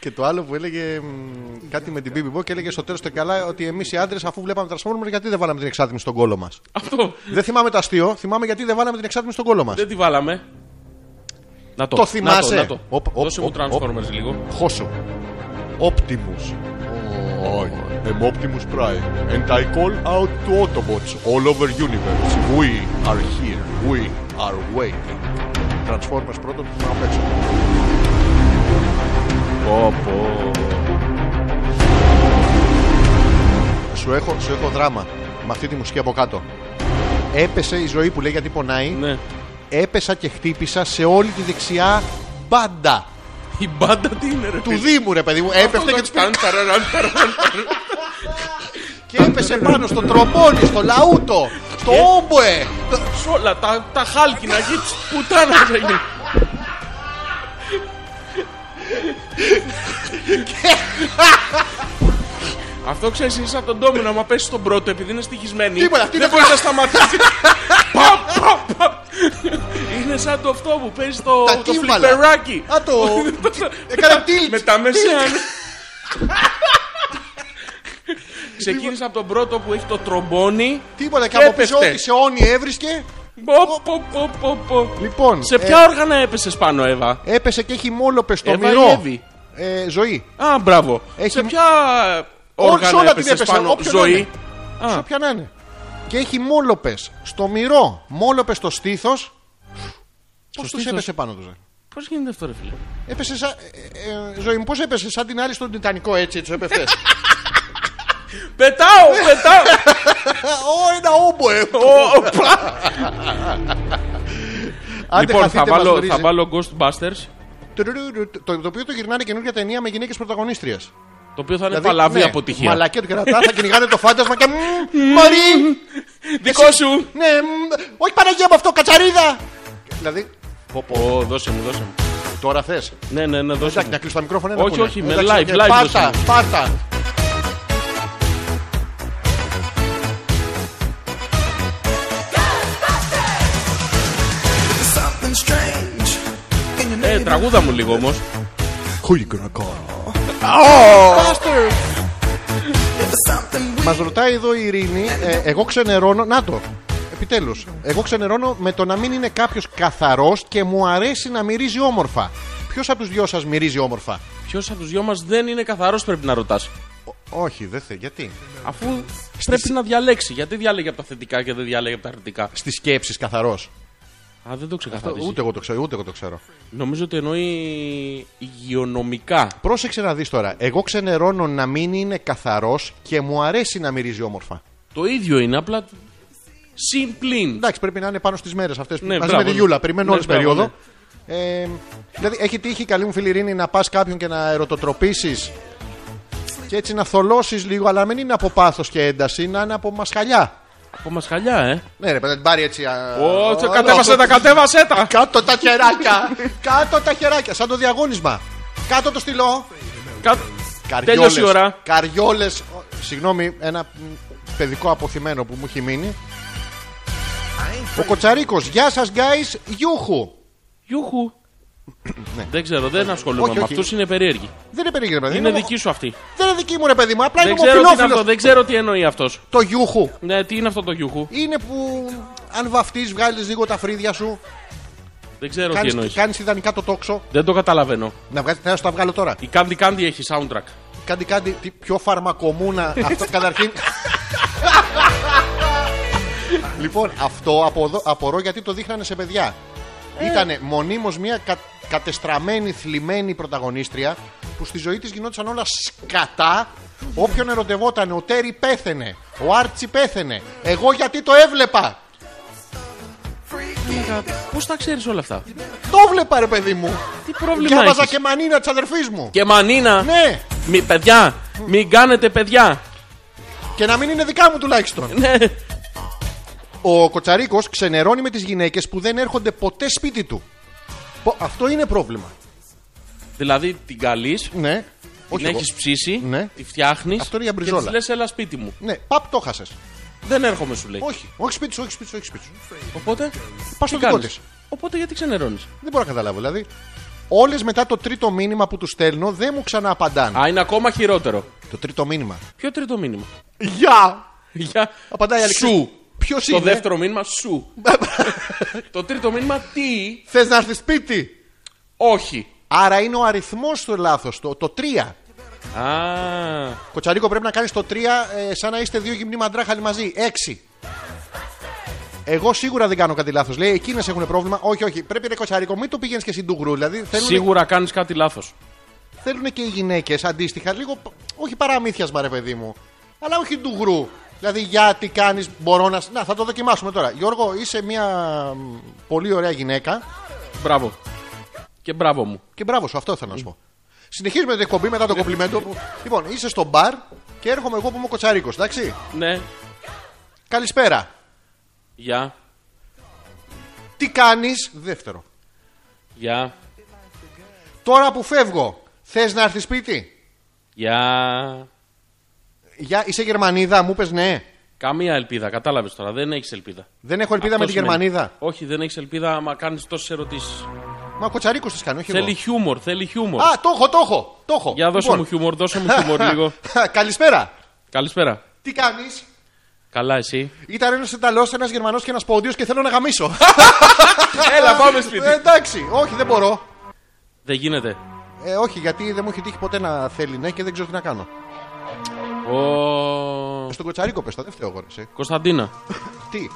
[SPEAKER 1] και το άλλο που έλεγε μ, κάτι με την BB Bo και έλεγε στο τέλος του καλά ότι εμείς οι άντρες αφού βλέπαμε Transformers γιατί δεν βάλαμε την εξάτμιση στον κόλο μας.
[SPEAKER 2] Αυτό
[SPEAKER 1] δεν θυμάμαι το αστείο, θυμάμαι γιατί δεν βάλαμε την εξάτμιση στον κόλο μας.
[SPEAKER 2] δεν τη βάλαμε. Να το,
[SPEAKER 1] Το θυμάσαι.
[SPEAKER 2] Να το, να το.
[SPEAKER 1] Οπ, οπ,
[SPEAKER 2] Δώσε μου
[SPEAKER 1] οπ,
[SPEAKER 2] Transformers λίγο.
[SPEAKER 1] Χώσου. Optimus. I am Optimus Prime and I call out to Autobots all over universe. We are here. We are waiting. Transformers πρώτον που θα παίξω.
[SPEAKER 2] Πω, πω.
[SPEAKER 1] Σου έχω, σου έχω δράμα με αυτή τη μουσική από κάτω. Έπεσε η ζωή που λέει γιατί πονάει.
[SPEAKER 2] Ναι.
[SPEAKER 1] Έπεσα και χτύπησα σε όλη τη δεξιά μπάντα.
[SPEAKER 2] Η μπάντα τι είναι, ρε.
[SPEAKER 1] Του Δήμου ρε παιδί μου. Έπεφτε και
[SPEAKER 2] και
[SPEAKER 1] τους πήγα. Και έπεσε πάνω στο τρομπόνι, στο λαούτο, στο όμποε.
[SPEAKER 2] Σε όλα τα, τα χάλκινα εκεί της πουτάνας εκεί. Αυτό ξέρεις είναι σαν τον ντόμινο άμα πέσει στον πρώτο επειδή είναι στοιχισμένη
[SPEAKER 1] Τίποτα, αυτή
[SPEAKER 2] δεν
[SPEAKER 1] είναι
[SPEAKER 2] μπορείς να σταματήσεις. Παπ, παπ, παπ. Είναι σαν το αυτό που παίζεις το,
[SPEAKER 1] Τα
[SPEAKER 2] το
[SPEAKER 1] κύμαλα.
[SPEAKER 2] φλιπεράκι.
[SPEAKER 1] Α, το... Έκανε tilt.
[SPEAKER 2] Με τα μεσαία. Ξεκίνησα από τον πρώτο που έχει το τρομπόνι.
[SPEAKER 1] Τίποτα και
[SPEAKER 2] Και
[SPEAKER 1] από πίσω
[SPEAKER 2] έπεφτε.
[SPEAKER 1] ό,τι σε όνει έβρισκε.
[SPEAKER 2] Πο, πο, πο, πο, πο.
[SPEAKER 1] Λοιπόν,
[SPEAKER 2] Σε
[SPEAKER 1] ε,
[SPEAKER 2] ποια όργανα έπεσες πάνω, Εύα.
[SPEAKER 1] έπεσε και έχει μόλοπες στο
[SPEAKER 2] Εύα ή
[SPEAKER 1] μυρό.
[SPEAKER 2] Εύη?
[SPEAKER 1] Ε, ζωή.
[SPEAKER 2] Α, μπράβο.
[SPEAKER 1] Έχει
[SPEAKER 2] Σε
[SPEAKER 1] μ-
[SPEAKER 2] ποια ε,
[SPEAKER 1] Όχι, σε
[SPEAKER 2] όργανα
[SPEAKER 1] όλα την
[SPEAKER 2] έπεσες
[SPEAKER 1] έπεσα,
[SPEAKER 2] πάνω,
[SPEAKER 1] όποιον
[SPEAKER 2] ζωή.
[SPEAKER 1] είναι. Σε
[SPEAKER 2] Α,
[SPEAKER 1] ποια να είναι. Και έχει μόλοπες στο μυρό, μόλοπες στο στήθος. Πώ
[SPEAKER 2] Στο
[SPEAKER 1] τους
[SPEAKER 2] στήθος.
[SPEAKER 1] έπεσε πάνω του, ρε.
[SPEAKER 2] πώς γίνεται αυτό, ρε φίλε.
[SPEAKER 1] Έπεσε σαν. ε, ε, ζωή μου, πώς έπεσε σαν την άλλη στον Τιτανικό έτσι, έτσι
[SPEAKER 2] <laughs>
[SPEAKER 1] έπεφτε.
[SPEAKER 2] Πετάω, πετάω.
[SPEAKER 1] <laughs> Ω, ένα όμπο έχω.
[SPEAKER 2] Ω, ω,
[SPEAKER 1] Άντε,
[SPEAKER 2] Λοιπόν, θα
[SPEAKER 1] χαθείτε, μας
[SPEAKER 2] βάλω,
[SPEAKER 1] βρίζει.
[SPEAKER 2] θα βάλω Ghostbusters.
[SPEAKER 1] Τουρουρουρου, Το, το οποίο το γυρνάνε καινούργια ταινία με γυναίκες πρωταγωνίστριε.
[SPEAKER 2] Το οποίο θα είναι
[SPEAKER 1] Δηλαδή, ναι,
[SPEAKER 2] παλαβή αποτυχία.
[SPEAKER 1] Μαλακία του κερατά, θα κυνηγάνε το φάντασμα και. μ, Μωρή!
[SPEAKER 2] <laughs> Δικό σου!
[SPEAKER 1] Ναι, μ, όχι Παναγία μου αυτό, κατσαρίδα! Δηλαδή,
[SPEAKER 2] Πω, πω, δώσε μου, δώσε μου.
[SPEAKER 1] τώρα θες.
[SPEAKER 2] Ναι, ναι, ναι,
[SPEAKER 1] Εντάξει,
[SPEAKER 2] δώσε μου.
[SPEAKER 1] να κλείσω τα μικρόφωνα.
[SPEAKER 2] Όχι,
[SPEAKER 1] να ακούνε.
[SPEAKER 2] όχι, με
[SPEAKER 1] Εντάξει,
[SPEAKER 2] live,
[SPEAKER 1] οκ,
[SPEAKER 2] live
[SPEAKER 1] Πάρτα,
[SPEAKER 2] δώσε
[SPEAKER 1] πάρτα.
[SPEAKER 4] Something strange in your
[SPEAKER 2] Ε,
[SPEAKER 4] neighborhood.
[SPEAKER 2] τραγούδα μου λίγο όμως.
[SPEAKER 1] Who you gonna call?
[SPEAKER 4] There's something
[SPEAKER 1] Μας
[SPEAKER 4] weird.
[SPEAKER 1] ρωτάει εδώ η Ειρήνη, ε, εγώ ξενερώνω. Να το. Επιτέλους. Εγώ ξενερώνω με το να μην είναι κάποιος καθαρός και μου αρέσει να μυρίζει όμορφα. Ποιος από τους δυο σας μυρίζει όμορφα.
[SPEAKER 2] Ποιος από τους δυο μας δεν είναι καθαρός, πρέπει να ρωτάς.
[SPEAKER 1] Όχι, δεν θε. Γιατί.
[SPEAKER 2] Αφού πρέπει να διαλέξει. Γιατί διάλεγε από τα θετικά και δεν διάλεγε από τα αρνητικά.
[SPEAKER 1] Στις σκέψεις καθαρός.
[SPEAKER 2] Α, δεν το ξεκαθαρίζει.
[SPEAKER 1] Ε, Ούτε εγώ το ξέρω, ούτε εγώ το ξέρω.
[SPEAKER 2] Νομίζω ότι εννοεί υγειονομικά.
[SPEAKER 1] Πρόσεξε να δεις τώρα. Εγώ ξενερώνω να μην είναι καθαρός και μου αρέσει να μυρίζει όμορφα.
[SPEAKER 2] Το ίδιο είναι, απλά. Συμπλήν.
[SPEAKER 1] Εντάξει, πρέπει να είναι πάνω στις μέρες αυτές που
[SPEAKER 2] Ναι,
[SPEAKER 1] μαζί
[SPEAKER 2] μπράβο,
[SPEAKER 1] με τη
[SPEAKER 2] ναι.
[SPEAKER 1] Γιούλα. Περιμένω
[SPEAKER 2] Ναι,
[SPEAKER 1] όλη την
[SPEAKER 2] μπράβο, ναι.
[SPEAKER 1] περίοδο. Ε, δηλαδή, έχει τύχει η καλή μου φίλη Ειρήνη να πας κάποιον και να ερωτοτροπήσεις και έτσι να θολώσεις λίγο, αλλά να μην είναι από πάθος και ένταση, να είναι από μασχαλιά.
[SPEAKER 2] Από μασχαλιά, ε.
[SPEAKER 1] Ναι, ρε, πρέπει να την πάρει έτσι. α,
[SPEAKER 2] Ω, τσε,
[SPEAKER 1] α,
[SPEAKER 2] κατέβασε
[SPEAKER 1] αυτό-
[SPEAKER 2] τα, κατέβασε τα!
[SPEAKER 1] Κάτω τα χεράκια! κάτω τα χεράκια, σαν το διαγώνισμα. Κάτω το στυλό.
[SPEAKER 2] Κα-
[SPEAKER 1] Καριόλες,
[SPEAKER 2] Τέλειωσε η ώρα.
[SPEAKER 1] Καριόλες. Συγγνώμη, ένα μ, παιδικό αποθυμένο που μου έχει μείνει. Ο Κοτσαρίκος, γεια σας guys, γιούχου.
[SPEAKER 2] Γιούχου. Δεν ξέρω, δεν ασχολούμαι
[SPEAKER 1] Ναι. όχι,
[SPEAKER 2] με
[SPEAKER 1] όχι.
[SPEAKER 2] αυτούς, είναι περίεργοι.
[SPEAKER 1] Δεν είναι περίεργο, παιδί.
[SPEAKER 2] Είναι
[SPEAKER 1] μου.
[SPEAKER 2] δική σου αυτή.
[SPEAKER 1] Δεν είναι δική μου, ρε παιδί μου. Απλά
[SPEAKER 2] Δεν
[SPEAKER 1] είμαι
[SPEAKER 2] ξέρω, τι είναι αυτό,
[SPEAKER 1] ομοφυλόφιλος.
[SPEAKER 2] δεν ξέρω τι εννοεί αυτός.
[SPEAKER 1] Το γιούχου
[SPEAKER 2] Ναι, τι είναι αυτό το γιούχου.
[SPEAKER 1] είναι που αν βαφτείς βγάλεις λίγο τα φρύδια σου,
[SPEAKER 2] Δεν ξέρω τι εννοείς.
[SPEAKER 1] κάνεις, κάνεις ιδανικά το τόξο.
[SPEAKER 2] Δεν το καταλαβαίνω.
[SPEAKER 1] Να βγάλεις θέλω να σου τα βγάλω τώρα.
[SPEAKER 2] Η Candy Candy έχει soundtrack.
[SPEAKER 1] Κάντι κάντι, τι πιο φαρμακομούνα. αυτό καταρχήν. λοιπόν, αυτό αποδο- απορώ γιατί το δείχνανε σε παιδιά. Ήτανε μονίμως μια κα- κατεστραμμένη, θλιμμένη πρωταγωνίστρια που στη ζωή της γινόντουσαν όλα σκατά. Όποιον ερωτευόταν, ο Τέρι πέθαινε, ο Άρτσι πέθαινε. Εγώ γιατί το έβλεπα.
[SPEAKER 2] Πώς τα ξέρεις όλα αυτά.
[SPEAKER 1] Το έβλεπα ρε παιδί μου.
[SPEAKER 2] Τι πρόβλημα
[SPEAKER 1] Διάβαζα
[SPEAKER 2] έχεις.
[SPEAKER 1] και μανίνα της αδερφής μου.
[SPEAKER 2] Και μανίνα.
[SPEAKER 1] Ναι,
[SPEAKER 2] Μη, παιδιά, μην κάνετε παιδιά.
[SPEAKER 1] και να μην είναι δικά μου τουλάχιστον.
[SPEAKER 2] Ναι.
[SPEAKER 1] Ο Κοτσαρίκος ξενερώνει με τις γυναίκες που δεν έρχονται ποτέ σπίτι του. Πο- Αυτό είναι πρόβλημα.
[SPEAKER 2] δηλαδή την καλείς,
[SPEAKER 1] Ναι.
[SPEAKER 2] την
[SPEAKER 1] εγώ.
[SPEAKER 2] έχεις ψήσει,
[SPEAKER 1] Ναι.
[SPEAKER 2] τη φτιάχνεις.
[SPEAKER 1] Αυτό είναι για
[SPEAKER 2] και
[SPEAKER 1] μπριζόλα.
[SPEAKER 2] τη λες, έλα σπίτι μου.
[SPEAKER 1] Ναι, παπ, το χάσες.
[SPEAKER 2] Δεν έρχομαι, σου λέει.
[SPEAKER 1] Όχι, όχι σπίτι σου, όχι σπίτι σου, όχι σπίτι σου.
[SPEAKER 2] Οπότε.
[SPEAKER 1] Πας
[SPEAKER 2] τι
[SPEAKER 1] στο δικό
[SPEAKER 2] κάνεις?
[SPEAKER 1] της.
[SPEAKER 2] Οπότε γιατί ξενερώνεις.
[SPEAKER 1] Δεν μπορώ να καταλάβω. Δηλαδή, όλες μετά το τρίτο μήνυμα που τους στέλνω δεν μου ξανααπαντάνε.
[SPEAKER 2] Α, είναι ακόμα χειρότερο.
[SPEAKER 1] Το τρίτο μήνυμα.
[SPEAKER 2] Ποιο τρίτο μήνυμα. <laughs>
[SPEAKER 1] Γεια!
[SPEAKER 2] Για...
[SPEAKER 1] Απαντάει η Αλεξή. ναι.
[SPEAKER 2] Σου.
[SPEAKER 1] Ποιος
[SPEAKER 2] Το
[SPEAKER 1] είναι. <laughs>
[SPEAKER 2] δεύτερο μήνυμα σου. το τρίτο μήνυμα τι.
[SPEAKER 1] Θες να έρθεις σπίτι.
[SPEAKER 2] Όχι.
[SPEAKER 1] Άρα είναι ο αριθμός του λάθος. Το, το 3.
[SPEAKER 2] Α,
[SPEAKER 1] Κοτσαρίκο πρέπει να κάνεις το 3 ε, σαν να είστε δύο γυμνοί μαντράχαλοι μαζί. 6. Εγώ σίγουρα δεν κάνω κάτι λάθος. Λέει εκείνες έχουν πρόβλημα. Όχι, όχι. Πρέπει να κοτσαρίκο, μην το πηγαίνεις και εσύ ντουγκρού. Δηλαδή θέλουν,
[SPEAKER 2] σίγουρα κάνεις κάτι λάθος.
[SPEAKER 1] θέλουν και οι γυναίκες αντίστοιχα. Λίγο, π- όχι παραμύθιασμα, ρε παιδί μου. Αλλά όχι ντουγκρού. Δηλαδή, για τι κάνεις, μπορώ να. σ- Να, θα το δοκιμάσουμε τώρα. Γιώργο, είσαι μια μ, πολύ ωραία γυναίκα.
[SPEAKER 2] Μπράβο. Και μπράβο μου.
[SPEAKER 1] Και μπράβο σου, αυτό θέλω να σου πω. Συνεχίζουμε την εκπομπή μετά το κομπλιμέντο. που- Λοιπόν, είσαι στο μπαρ και έρχομαι εγώ που είμαι ο κοτσαρίκος, εντάξει.
[SPEAKER 2] Ναι.
[SPEAKER 1] Καλησπέρα.
[SPEAKER 2] Γεια.
[SPEAKER 1] Τι κάνεις Δεύτερο.
[SPEAKER 2] Γεια.
[SPEAKER 1] Τώρα που φεύγω, θες να έρθεις σπίτι.
[SPEAKER 2] Γεια.
[SPEAKER 1] Για, είσαι Γερμανίδα, μου πες ναι.
[SPEAKER 2] Καμία ελπίδα, κατάλαβες τώρα. Δεν έχεις ελπίδα.
[SPEAKER 1] Δεν έχω ελπίδα
[SPEAKER 2] Αυτό
[SPEAKER 1] με τη
[SPEAKER 2] σημαίνει.
[SPEAKER 1] Γερμανίδα.
[SPEAKER 2] Όχι, δεν έχεις ελπίδα άμα κάνεις τόσες ερωτήσεις.
[SPEAKER 1] Μα ο Κοτσαρίκο τι κάνει, όχι εγώ.
[SPEAKER 2] Θέλει χιούμορ, θέλει χιούμορ.
[SPEAKER 1] Α, το έχω, το έχω. Το έχω.
[SPEAKER 2] Για δώσε
[SPEAKER 1] Λοιπόν.
[SPEAKER 2] μου χιούμορ, δώσε μου
[SPEAKER 1] <laughs>
[SPEAKER 2] χιούμορ λίγο.
[SPEAKER 1] Καλησπέρα.
[SPEAKER 2] Καλησπέρα.
[SPEAKER 1] Τι κάνεις.
[SPEAKER 2] Καλά, εσύ.
[SPEAKER 1] Ήταν ένας Ιταλός, ένας Γερμανός και ένας Πόντιος και θέλω να γαμίσω.
[SPEAKER 2] <laughs> Έλα,
[SPEAKER 1] <laughs>
[SPEAKER 2] πάμε σπίτι.
[SPEAKER 1] Ε, εντάξει, όχι, δεν μπορώ.
[SPEAKER 2] Δεν γίνεται.
[SPEAKER 1] Ε, όχι, γιατί δεν μου έχει τύχει ποτέ να θέλει ναι και δεν ξέρω τι να κάνω. Ε,
[SPEAKER 2] Ο...
[SPEAKER 1] Στον Κοτσαρίκο πες τα, δεν φταίω εγώ. ρε, εσύ.
[SPEAKER 2] Κωνσταντίνα.
[SPEAKER 1] Τι.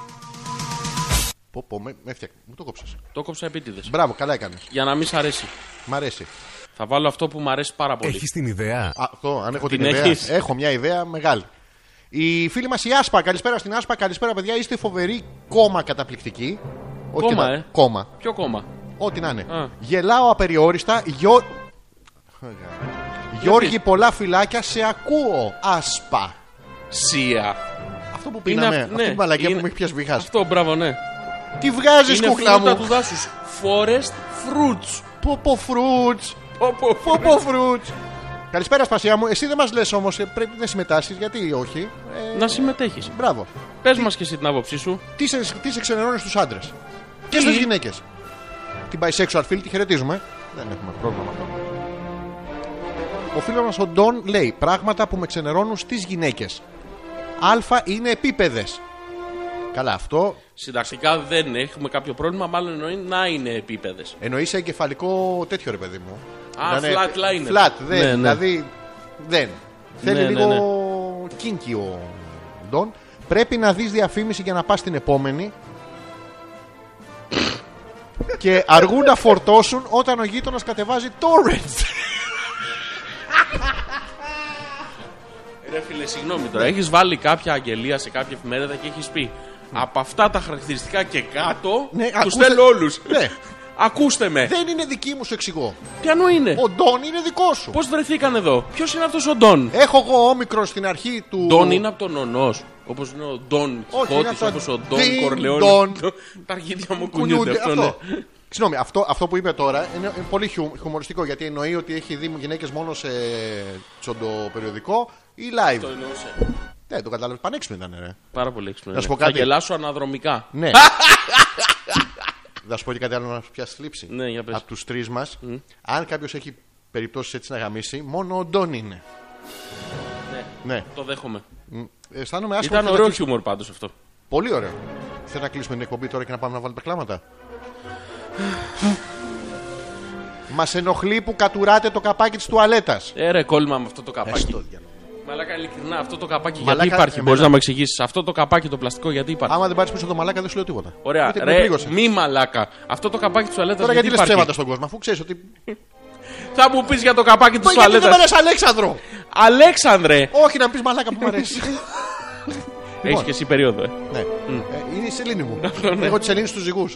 [SPEAKER 1] Πω, πω, με, με έφτιαξε. Μου το κόψες.
[SPEAKER 2] Το κόψα επίτηδες.
[SPEAKER 1] Μπράβο, καλά έκανες.
[SPEAKER 2] Για να μην σ' αρέσει.
[SPEAKER 1] Μ' αρέσει.
[SPEAKER 2] Θα βάλω αυτό που μου αρέσει πάρα πολύ.
[SPEAKER 5] Έχεις την ιδέα.
[SPEAKER 1] Α, αυτό, αν έχω την,
[SPEAKER 2] Την
[SPEAKER 1] ιδέα.
[SPEAKER 2] έχεις.
[SPEAKER 1] Έχω μια ιδέα μεγάλη. Η φίλη μας η Άσπα, καλησπέρα στην Άσπα, καλησπέρα παιδιά. Είστε φοβεροί κόμμα καταπληκτικοί. Όχι
[SPEAKER 2] Κόμμα,
[SPEAKER 1] και τα-
[SPEAKER 2] ε.
[SPEAKER 1] Κόμμα.
[SPEAKER 2] Ποιο κόμμα.
[SPEAKER 1] Ό,τι να είναι.
[SPEAKER 2] Α.
[SPEAKER 1] Γελάω απεριόριστα. Γιο... Γιώργη, πολλά φυλάκια, σε ακούω. Άσπα.
[SPEAKER 2] Σία.
[SPEAKER 1] Αυτό που πίναμε.
[SPEAKER 2] αυ-
[SPEAKER 1] Αυτή
[SPEAKER 2] ναι,
[SPEAKER 1] η μαλακία
[SPEAKER 2] είναι-
[SPEAKER 1] που με έχει πιάσει βήχας.
[SPEAKER 2] Αυτό, μπράβο, ναι.
[SPEAKER 1] Τι βγάζεις,
[SPEAKER 2] Είναι
[SPEAKER 1] κούκλα
[SPEAKER 2] φρούτα του
[SPEAKER 1] μου.
[SPEAKER 2] δάσους. Forest fruits.
[SPEAKER 1] Ποπο φρούτς.
[SPEAKER 2] Πω, πω, πω.
[SPEAKER 1] Ποπο φρούτς. Καλησπέρα, Σπασία μου. Εσύ δεν μας λες όμως, ε, πρέπει να συμμετάσχεις. Γιατί όχι. Ε,
[SPEAKER 2] Να συμμετέχεις.
[SPEAKER 1] Μπράβο.
[SPEAKER 2] Πες μας και εσύ την άποψή σου.
[SPEAKER 1] Τι σε, τι σε ξενερώνει στους άντρες και στις γυναίκες. Την bisexual φίλη τη χαιρετίζουμε. Δεν έχουμε πρόβλημα με αυτό. Ο φίλος μας ο Ντόν λέει πράγματα που με ξενερώνουν στις γυναίκες. Α είναι επίπεδες. Καλά, αυτό
[SPEAKER 2] Συντακτικά δεν έχουμε κάποιο πρόβλημα, μάλλον εννοεί να είναι επίπεδες.
[SPEAKER 1] εννοείς σε εγκεφαλικό τέτοιο ρε παιδί μου.
[SPEAKER 2] Α,
[SPEAKER 1] Να είναι
[SPEAKER 2] flatliner.
[SPEAKER 1] Flat, δεν.
[SPEAKER 2] Ναι, ναι.
[SPEAKER 1] Δηλαδή, δεν. Θέλει
[SPEAKER 2] ναι,
[SPEAKER 1] λίγο
[SPEAKER 2] ναι.
[SPEAKER 1] kinky ο Ντόν. Πρέπει να δεις διαφήμιση για να πας στην επόμενη. και αργούν να φορτώσουν όταν ο γείτονας κατεβάζει torrents.
[SPEAKER 2] Ρε φίλε, συγγνώμη τώρα. Έχεις βάλει κάποια αγγελία σε κάποια εφημερίδα και έχεις πει από αυτά τα χαρακτηριστικά και κάτω
[SPEAKER 1] Ναι,
[SPEAKER 2] τους
[SPEAKER 1] ακούστε-
[SPEAKER 2] θέλω όλους.
[SPEAKER 1] Ναι.
[SPEAKER 2] Ακούστε με.
[SPEAKER 1] δεν είναι δική μου, σου εξηγώ.
[SPEAKER 2] Τι ανού είναι.
[SPEAKER 1] Ο Ντόν είναι δικό σου.
[SPEAKER 2] Πώς βρεθήκαν εδώ. Ποιος είναι αυτός ο Ντόν.
[SPEAKER 1] Έχω εγώ όμικρο στην αρχή του.
[SPEAKER 2] Ντόν είναι από τον Ονός. Όπως είναι ο Ντόν
[SPEAKER 1] είναι από
[SPEAKER 2] Κιχώτη,
[SPEAKER 1] τον
[SPEAKER 2] όπως ο Ντόν
[SPEAKER 1] Διν
[SPEAKER 2] Κορλεόνι.
[SPEAKER 1] Ντόν.
[SPEAKER 2] <laughs> Τα αρχίδια μου κουνιούνται.
[SPEAKER 1] κουνιούνται.
[SPEAKER 2] Αυτό, ναι.
[SPEAKER 1] Αυτό. Συγγνώμη, αυτό, αυτό που είπε τώρα είναι, είναι πολύ χιου, χιουμοριστικό γιατί εννοεί ότι έχει δει γυναίκες μόνο σε τσοντοπεριοδικό ή live.
[SPEAKER 2] Το εννοούσε.
[SPEAKER 1] Ναι, το κατάλαβες. Πανέξυπνο ήταν, ρε.
[SPEAKER 2] Πάρα πολύ έξυπνο.
[SPEAKER 1] Να σου
[SPEAKER 2] είναι.
[SPEAKER 1] πω κάτι.
[SPEAKER 2] Θα γελάσω αναδρομικά.
[SPEAKER 1] Ναι.
[SPEAKER 2] <laughs>
[SPEAKER 1] Θα σου πω και κάτι άλλο να σου πιάσει θλίψη.
[SPEAKER 2] Ναι, για πες.
[SPEAKER 1] Από τους τρεις μας, αν κάποιος έχει περιπτώσεις έτσι να γαμίσει, μόνο ο Ντόν είναι. Ναι.
[SPEAKER 2] Το δέχομαι.
[SPEAKER 1] Μ, Αισθάνομαι άσχημα.
[SPEAKER 2] Ήταν
[SPEAKER 1] που θα
[SPEAKER 2] ωραίο
[SPEAKER 1] κλείσουμε-
[SPEAKER 2] χιούμορ πάντως αυτό.
[SPEAKER 1] Πολύ ωραίο. Θέλω να κλείσουμε την εκπομπή τώρα και να πάμε να βάλουμε τα
[SPEAKER 2] <sighs>
[SPEAKER 1] κλάματα. Μας ενοχλεί που κατουράτε το καπάκι της τουαλέτας.
[SPEAKER 2] Ε, ρε, κόλλημα με αυτό το καπάκι.
[SPEAKER 1] Στο διάλογο.
[SPEAKER 2] Μαλάκα, ειλικρινά, αυτό το καπάκι
[SPEAKER 1] ε, Μαλάκα,
[SPEAKER 2] γιατί υπάρχει.
[SPEAKER 1] εμένα-
[SPEAKER 2] Μπορείς να μου εξηγήσεις. Αυτό το καπάκι το πλαστικό γιατί υπάρχει.
[SPEAKER 1] Άμα δεν πάρεις πίσω το μαλάκα, δεν σου λέω τίποτα.
[SPEAKER 2] Ωραία,
[SPEAKER 1] Ούτε- με
[SPEAKER 2] ρε,
[SPEAKER 1] πλήγωσε.
[SPEAKER 2] μη μαλάκα. Αυτό το καπάκι της τουαλέτας
[SPEAKER 1] Τώρα γιατί λες
[SPEAKER 2] υπάρχει.
[SPEAKER 1] ψέματα στον κόσμο, αφού ξέρεις ότι.
[SPEAKER 2] Θα μου πεις για το καπάκι της
[SPEAKER 1] Μα γιατί δεν
[SPEAKER 2] τουαλέτα.
[SPEAKER 1] μ' αρέσει, Αλέξανδρο!
[SPEAKER 2] Αλέξανδρε!
[SPEAKER 1] Όχι να πεις μαλάκα που μου αρέσει.
[SPEAKER 2] <laughs>
[SPEAKER 1] Λοιπόν.
[SPEAKER 2] Έχεις και εσύ περίοδο. ε.
[SPEAKER 1] ναι. Ε, είναι η σελήνη
[SPEAKER 2] Ναι,
[SPEAKER 1] μου. Εγώ τη σελήνη στους ζυγούς.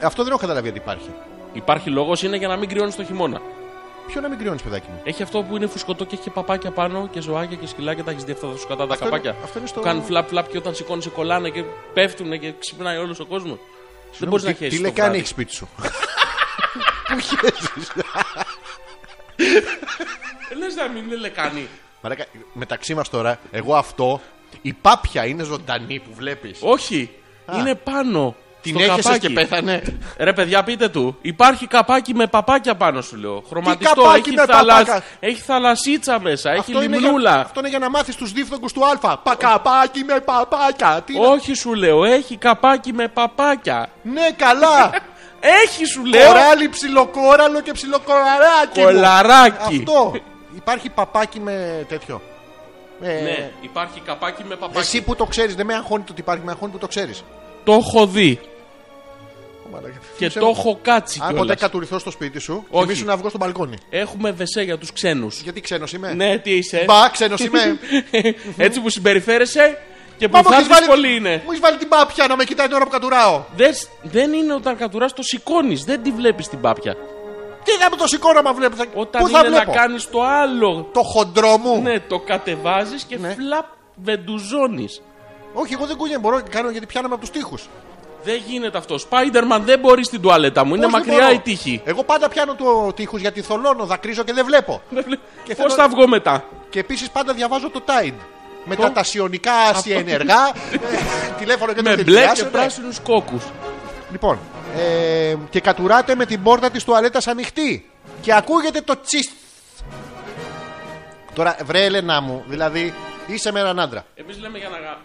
[SPEAKER 1] Αυτό δεν έχω καταλάβει γιατί υπάρχει.
[SPEAKER 2] Υπάρχει λόγος είναι για να μην κρυώνεις το χειμώνα.
[SPEAKER 1] Ποιο να μην κρυώνεις, παιδάκι μου.
[SPEAKER 2] Έχει αυτό που είναι φουσκωτό και έχει και παπάκια πάνω και ζωάκια και σκυλάκια. Τα έχεις δει αυτά τα σκατά τα
[SPEAKER 1] Αυτό είναι-
[SPEAKER 2] καπάκια.
[SPEAKER 1] αυτό είναι στο-
[SPEAKER 2] Που Κάνουν φλαπ φλαπ και όταν σηκώνει σε κολλάνε και πέφτουν και ξυπνάει όλος ο κόσμος. Δεν μπορείς να
[SPEAKER 1] Τι- Τι
[SPEAKER 2] χέσει. το
[SPEAKER 1] λεκάνη
[SPEAKER 2] βράδυ.
[SPEAKER 1] έχεις σπίτι σου. Πού χέζεις.
[SPEAKER 2] Λε Ε, να μην είναι λεκάνη.
[SPEAKER 1] Μαλάκα, μεταξύ μας τώρα, εγώ αυτό. Η πάπια είναι ζωντανή που βλέπεις.
[SPEAKER 2] Όχι, είναι πάνω.
[SPEAKER 1] Την
[SPEAKER 2] στο
[SPEAKER 1] έχεσες
[SPEAKER 2] καπάκι.
[SPEAKER 1] και πέθανε.
[SPEAKER 2] Ρε παιδιά, πείτε του. Υπάρχει καπάκι με παπάκια πάνω σου, λέω. Χρωματιστό.
[SPEAKER 1] καπάκι
[SPEAKER 2] έχει,
[SPEAKER 1] με
[SPEAKER 2] θαλασ-
[SPEAKER 1] παπάκα?
[SPEAKER 2] έχει θαλασσίτσα μέσα. έχει
[SPEAKER 1] είναι για,
[SPEAKER 2] λιμνούλα.
[SPEAKER 1] αυτό είναι για να μάθεις τους δίφθογκους του Α. Πακαπάκι με παπάκια. Τι είναι-
[SPEAKER 2] Όχι, σου λέω. Έχει καπάκι με παπάκια.
[SPEAKER 1] Ναι, καλά.
[SPEAKER 2] Έχει, σου λέω.
[SPEAKER 1] Κοράλι, ψιλοκόραλο και ψιλοκοραράκι. μου.
[SPEAKER 2] Κολαράκι.
[SPEAKER 1] Αυτό. Υπάρχει παπάκι με τέτοιο. Ε,
[SPEAKER 2] Ναι, υπάρχει καπάκι με παπάκι.
[SPEAKER 1] Εσύ που το ξέρεις, δεν με αγχώνει το ότι υπάρχει, με αγχώνει που το ξέρεις.
[SPEAKER 2] Το έχω δει και το έχω κάτσει
[SPEAKER 1] Αν ποτέ
[SPEAKER 2] κιόλας.
[SPEAKER 1] κατουριθώ στο σπίτι σου,
[SPEAKER 2] Όχι.
[SPEAKER 1] θυμίσου να βγω στο μπαλκόνι.
[SPEAKER 2] Έχουμε βεσέ για τους ξένους.
[SPEAKER 1] Γιατί ξένος είμαι.
[SPEAKER 2] Ναι, τι είσαι.
[SPEAKER 1] Μπα, ξένος
[SPEAKER 2] <laughs>
[SPEAKER 1] είμαι.
[SPEAKER 2] Έτσι που συμπεριφέρεσαι και
[SPEAKER 1] Μα
[SPEAKER 2] που
[SPEAKER 1] μου
[SPEAKER 2] θα
[SPEAKER 1] έχεις
[SPEAKER 2] δεις
[SPEAKER 1] βάλει-
[SPEAKER 2] πολύ είναι.
[SPEAKER 1] Μου έχεις βάλει την πάπια να με κοιτάει τώρα που κατουράω.
[SPEAKER 2] Δες, δεν είναι όταν κατουράς το σηκώνεις, δεν τη βλέπεις την πάπια.
[SPEAKER 1] Τι να με το σηκώνω μα βλέπω. θα-
[SPEAKER 2] Όταν
[SPEAKER 1] Πού θα
[SPEAKER 2] είναι να
[SPEAKER 1] βλέπω.
[SPEAKER 2] κάνεις το άλλο,
[SPEAKER 1] Το χοντρό μου.
[SPEAKER 2] ναι, το κατεβάζεις και
[SPEAKER 1] Ναι.
[SPEAKER 2] φλαπ βεντουζώνεις.
[SPEAKER 1] Όχι, εγώ δεν κούνιαμαι. Μπορώ να κάνω γιατί πιάνομαι από τους τοίχους.
[SPEAKER 2] Δεν γίνεται αυτό. Spider-Man δεν μπορεί στην τουαλέτα μου. Είναι μακριά η τύχη.
[SPEAKER 1] Εγώ πάντα πιάνω του τοίχους γιατί θολώνω, δακρύζω και δεν βλέπω.
[SPEAKER 2] <laughs> Δεν βλέ-
[SPEAKER 1] Και
[SPEAKER 2] Πώς
[SPEAKER 1] θέλω-
[SPEAKER 2] θα βγω μετά.
[SPEAKER 1] Και επίσης πάντα διαβάζω το Tide. μετά τα σιωνικά άσια ενεργά, ε, τηλέφωνο και
[SPEAKER 2] Με
[SPEAKER 1] το
[SPEAKER 2] μπλε και
[SPEAKER 1] τηλεδιάσιο, ναι.
[SPEAKER 2] πράσινους κόκκους.
[SPEAKER 1] Λοιπόν, ε, και κατουράτε με την πόρτα της τουαλέτας ανοιχτή και ακούγεται το τσίστ. Τώρα, βρε Ελένα μου, δηλαδή είσαι με έναν άντρα.
[SPEAKER 2] Εμείς λέμε για να γα-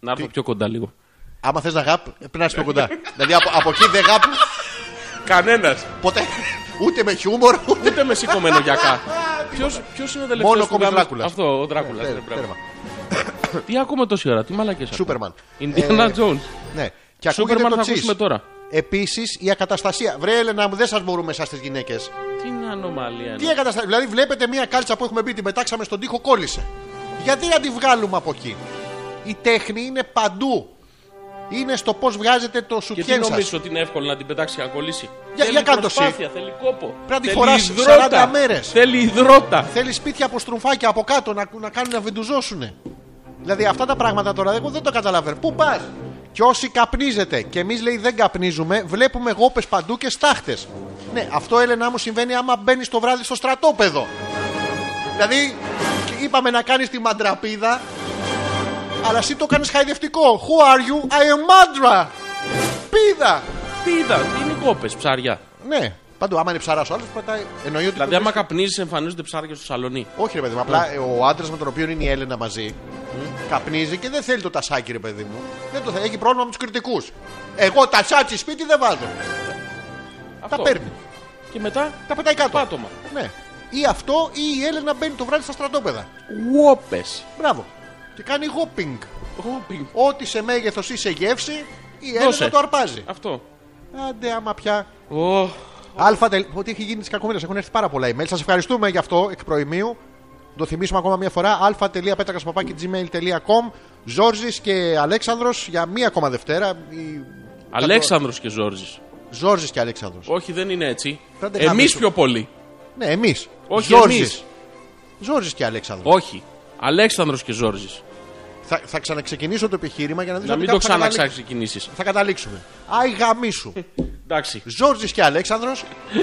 [SPEAKER 2] Να έρθω πιο κοντά λίγο.
[SPEAKER 1] Άμα θες να γάπ, πρέπει να είσαι πιο κοντά. δηλαδή από, από εκεί δεν γάπ
[SPEAKER 2] Κανένας.
[SPEAKER 1] ποτέ. Ούτε με χιούμορ, ούτε.
[SPEAKER 2] Ούτε με σηκωμένο για κά. Ποιος είναι ο τελευταίος.
[SPEAKER 1] Μόνο κόμις Δράκουλας.
[SPEAKER 2] Αυτό, ο Δράκουλας.
[SPEAKER 1] ναι, Τέρμα.
[SPEAKER 2] Τι ακούμε τόση ώρα, τι μαλακές.
[SPEAKER 1] Σούπερμαν.
[SPEAKER 2] Ιντιάνα Τζόουν.
[SPEAKER 1] Ναι. Και ακούγεται
[SPEAKER 2] Σούπερμαν
[SPEAKER 1] το
[SPEAKER 2] θα
[SPEAKER 1] τσίστ.
[SPEAKER 2] ακούσουμε τώρα.
[SPEAKER 1] Επίσης η ακαταστασία. Βρε, Έλενα μου, δεν σας μπορούμε εσάς τις γυναίκες.
[SPEAKER 2] Τι είναι ανομαλία.
[SPEAKER 1] Τι ακαταστασία. Δηλαδή, βλέπετε μια κάλτσα που έχουμε μπει, την πετάξαμε στον τοίχο, κόλλησε. Γιατί να τη βγάλουμε από εκεί. Η τέχνη είναι παντού. Είναι στο πώς βγάζετε το
[SPEAKER 2] Γιατί
[SPEAKER 1] σουτιέν σα.
[SPEAKER 2] νομίζω ότι είναι εύκολο να την πετάξει και να κολλήσει.
[SPEAKER 1] Για-
[SPEAKER 2] θέλει
[SPEAKER 1] για κάτω εσύ.
[SPEAKER 2] προσπάθεια, θέλει κόπο.
[SPEAKER 1] να τη
[SPEAKER 2] θέλει
[SPEAKER 1] φοράς 40
[SPEAKER 2] υδρότα,
[SPEAKER 1] μέρες.
[SPEAKER 2] Θέλει υδρότα.
[SPEAKER 1] Θέλει σπίτια από στρουμφάκια από κάτω να, να κάνουν να βεντουζώσουνε. Δηλαδή αυτά τα πράγματα τώρα εγώ δεν το καταλαβαίνω. Πού πας! Και όσοι καπνίζετε και εμείς λέει δεν καπνίζουμε, βλέπουμε γόπες παντού και στάχτες. Ναι, αυτό Έλενα μου συμβαίνει άμα μπαίνεις το βράδυ στο στρατόπεδο. Δηλαδή είπαμε να κάνεις τη μαντραπίδα, αλλά εσύ το κάνεις χαϊδευτικό. Who are you? I am Mandra! Πίδα!
[SPEAKER 2] Τι είδα, τι είναι κόπες, ψάρια.
[SPEAKER 1] Ναι, παντού. Άμα είναι ψαράς ο άλλος, πετάει. Εννοεί ότι.
[SPEAKER 2] Δηλαδή,
[SPEAKER 1] το
[SPEAKER 2] άμα
[SPEAKER 1] βρίσκει.
[SPEAKER 2] καπνίζεις, εμφανίζονται ψάρια στο σαλονί.
[SPEAKER 1] Όχι, ρε παιδί μου. Απλά
[SPEAKER 2] Ναι.
[SPEAKER 1] ε, ο άντρας με τον οποίο είναι η Έλενα μαζί καπνίζει και δεν θέλει το τασάκι, ρε παιδί μου. Δεν το θέλει. Έχει πρόβλημα με τους κριτικούς. Εγώ τασάκι σπίτι δεν βάζω.
[SPEAKER 2] Αυτό.
[SPEAKER 1] Τα παίρνει.
[SPEAKER 2] Και μετά,
[SPEAKER 1] Τα πετάει κάτω.
[SPEAKER 2] πάτωμα.
[SPEAKER 1] Ναι. Ή αυτό ή η Έλενα μπαίνει το βράδυ στα στρατόπεδα.
[SPEAKER 2] Γόπε.
[SPEAKER 1] Μπράβο. Και κάνει hopping.
[SPEAKER 2] Γόπινγκ.
[SPEAKER 1] Ό,τι σε μέγεθος ή σε γεύση, η Έλενα
[SPEAKER 2] Δώσε.
[SPEAKER 1] το αρπάζει.
[SPEAKER 2] Αυτό.
[SPEAKER 1] Άντε άμα πια.
[SPEAKER 2] Ω,
[SPEAKER 1] Αλφα τελ- Ό,τι έχει γίνει της κακομοίρας. Έχουν έρθει πάρα πολλά email. Σας ευχαριστούμε γι' αυτό εκ προημίου. Το θυμίσουμε ακόμα μια φορά. αλφα.πέτρακα.gmail.com Ζόρζης και Αλέξανδρος για μία ακόμα Δευτέρα. Η...
[SPEAKER 2] Αλέξανδρος και Ζόρζης.
[SPEAKER 1] Ζόρζης και Αλέξανδρος.
[SPEAKER 2] Όχι, δεν είναι έτσι.
[SPEAKER 1] Θα την
[SPEAKER 2] Εμείς
[SPEAKER 1] γαμίσουμε.
[SPEAKER 2] πιο πολύ.
[SPEAKER 1] Ναι, εμείς.
[SPEAKER 2] Όχι εμείς.
[SPEAKER 1] Ζόρζης και Αλέξανδρος.
[SPEAKER 2] Όχι. Αλέξανδρος και Ζόρζης.
[SPEAKER 1] Θα, θα ξαναξεκινήσω το επιχείρημα για να δεις
[SPEAKER 2] Να μην το ξαναξακινήσεις.
[SPEAKER 1] Θα καταλήξουμε. Άι
[SPEAKER 2] <laughs>
[SPEAKER 1] γαμίσου.
[SPEAKER 2] Εντάξει.
[SPEAKER 1] Ζόρζης και Αλέξανδρος.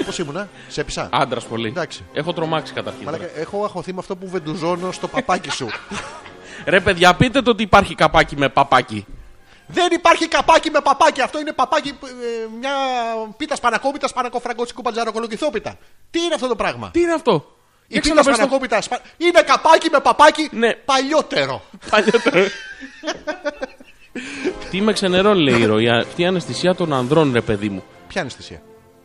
[SPEAKER 1] Πώς ήμουνα, σε πισά.
[SPEAKER 2] Άντρας πολύ.
[SPEAKER 1] Εντάξει.
[SPEAKER 2] Έχω τρομάξει καταρχήν.
[SPEAKER 1] Μαλάκα,
[SPEAKER 2] τώρα.
[SPEAKER 1] έχω αχωθεί με αυτό που βεντουζώνω στο παπάκι σου.
[SPEAKER 2] Ρε παιδιά, πείτε το ότι υπάρχει καπάκι με παπάκι.
[SPEAKER 1] Δεν υπάρχει καπάκι με παπάκι. Αυτό είναι παπάκι, ε, μια πίτα σπανακόπιτα, σπανακοφραγκότσικου παντζαροκολοκυθόπιτα. Τι είναι αυτό το πράγμα.
[SPEAKER 2] Τι είναι αυτό.
[SPEAKER 1] Η
[SPEAKER 2] Για
[SPEAKER 1] πίτα
[SPEAKER 2] ξαναπες το.
[SPEAKER 1] σπανακόπιτα. σπα- Είναι καπάκι με παπάκι
[SPEAKER 2] Ναι.
[SPEAKER 1] παλιότερο.
[SPEAKER 2] Παλιότερο. Τι με ξενερώνει, λέει η ροή. Αυτή η αναισθησία των ανδρών, ρε παιδί μου.
[SPEAKER 1] Ποια αναισθησία.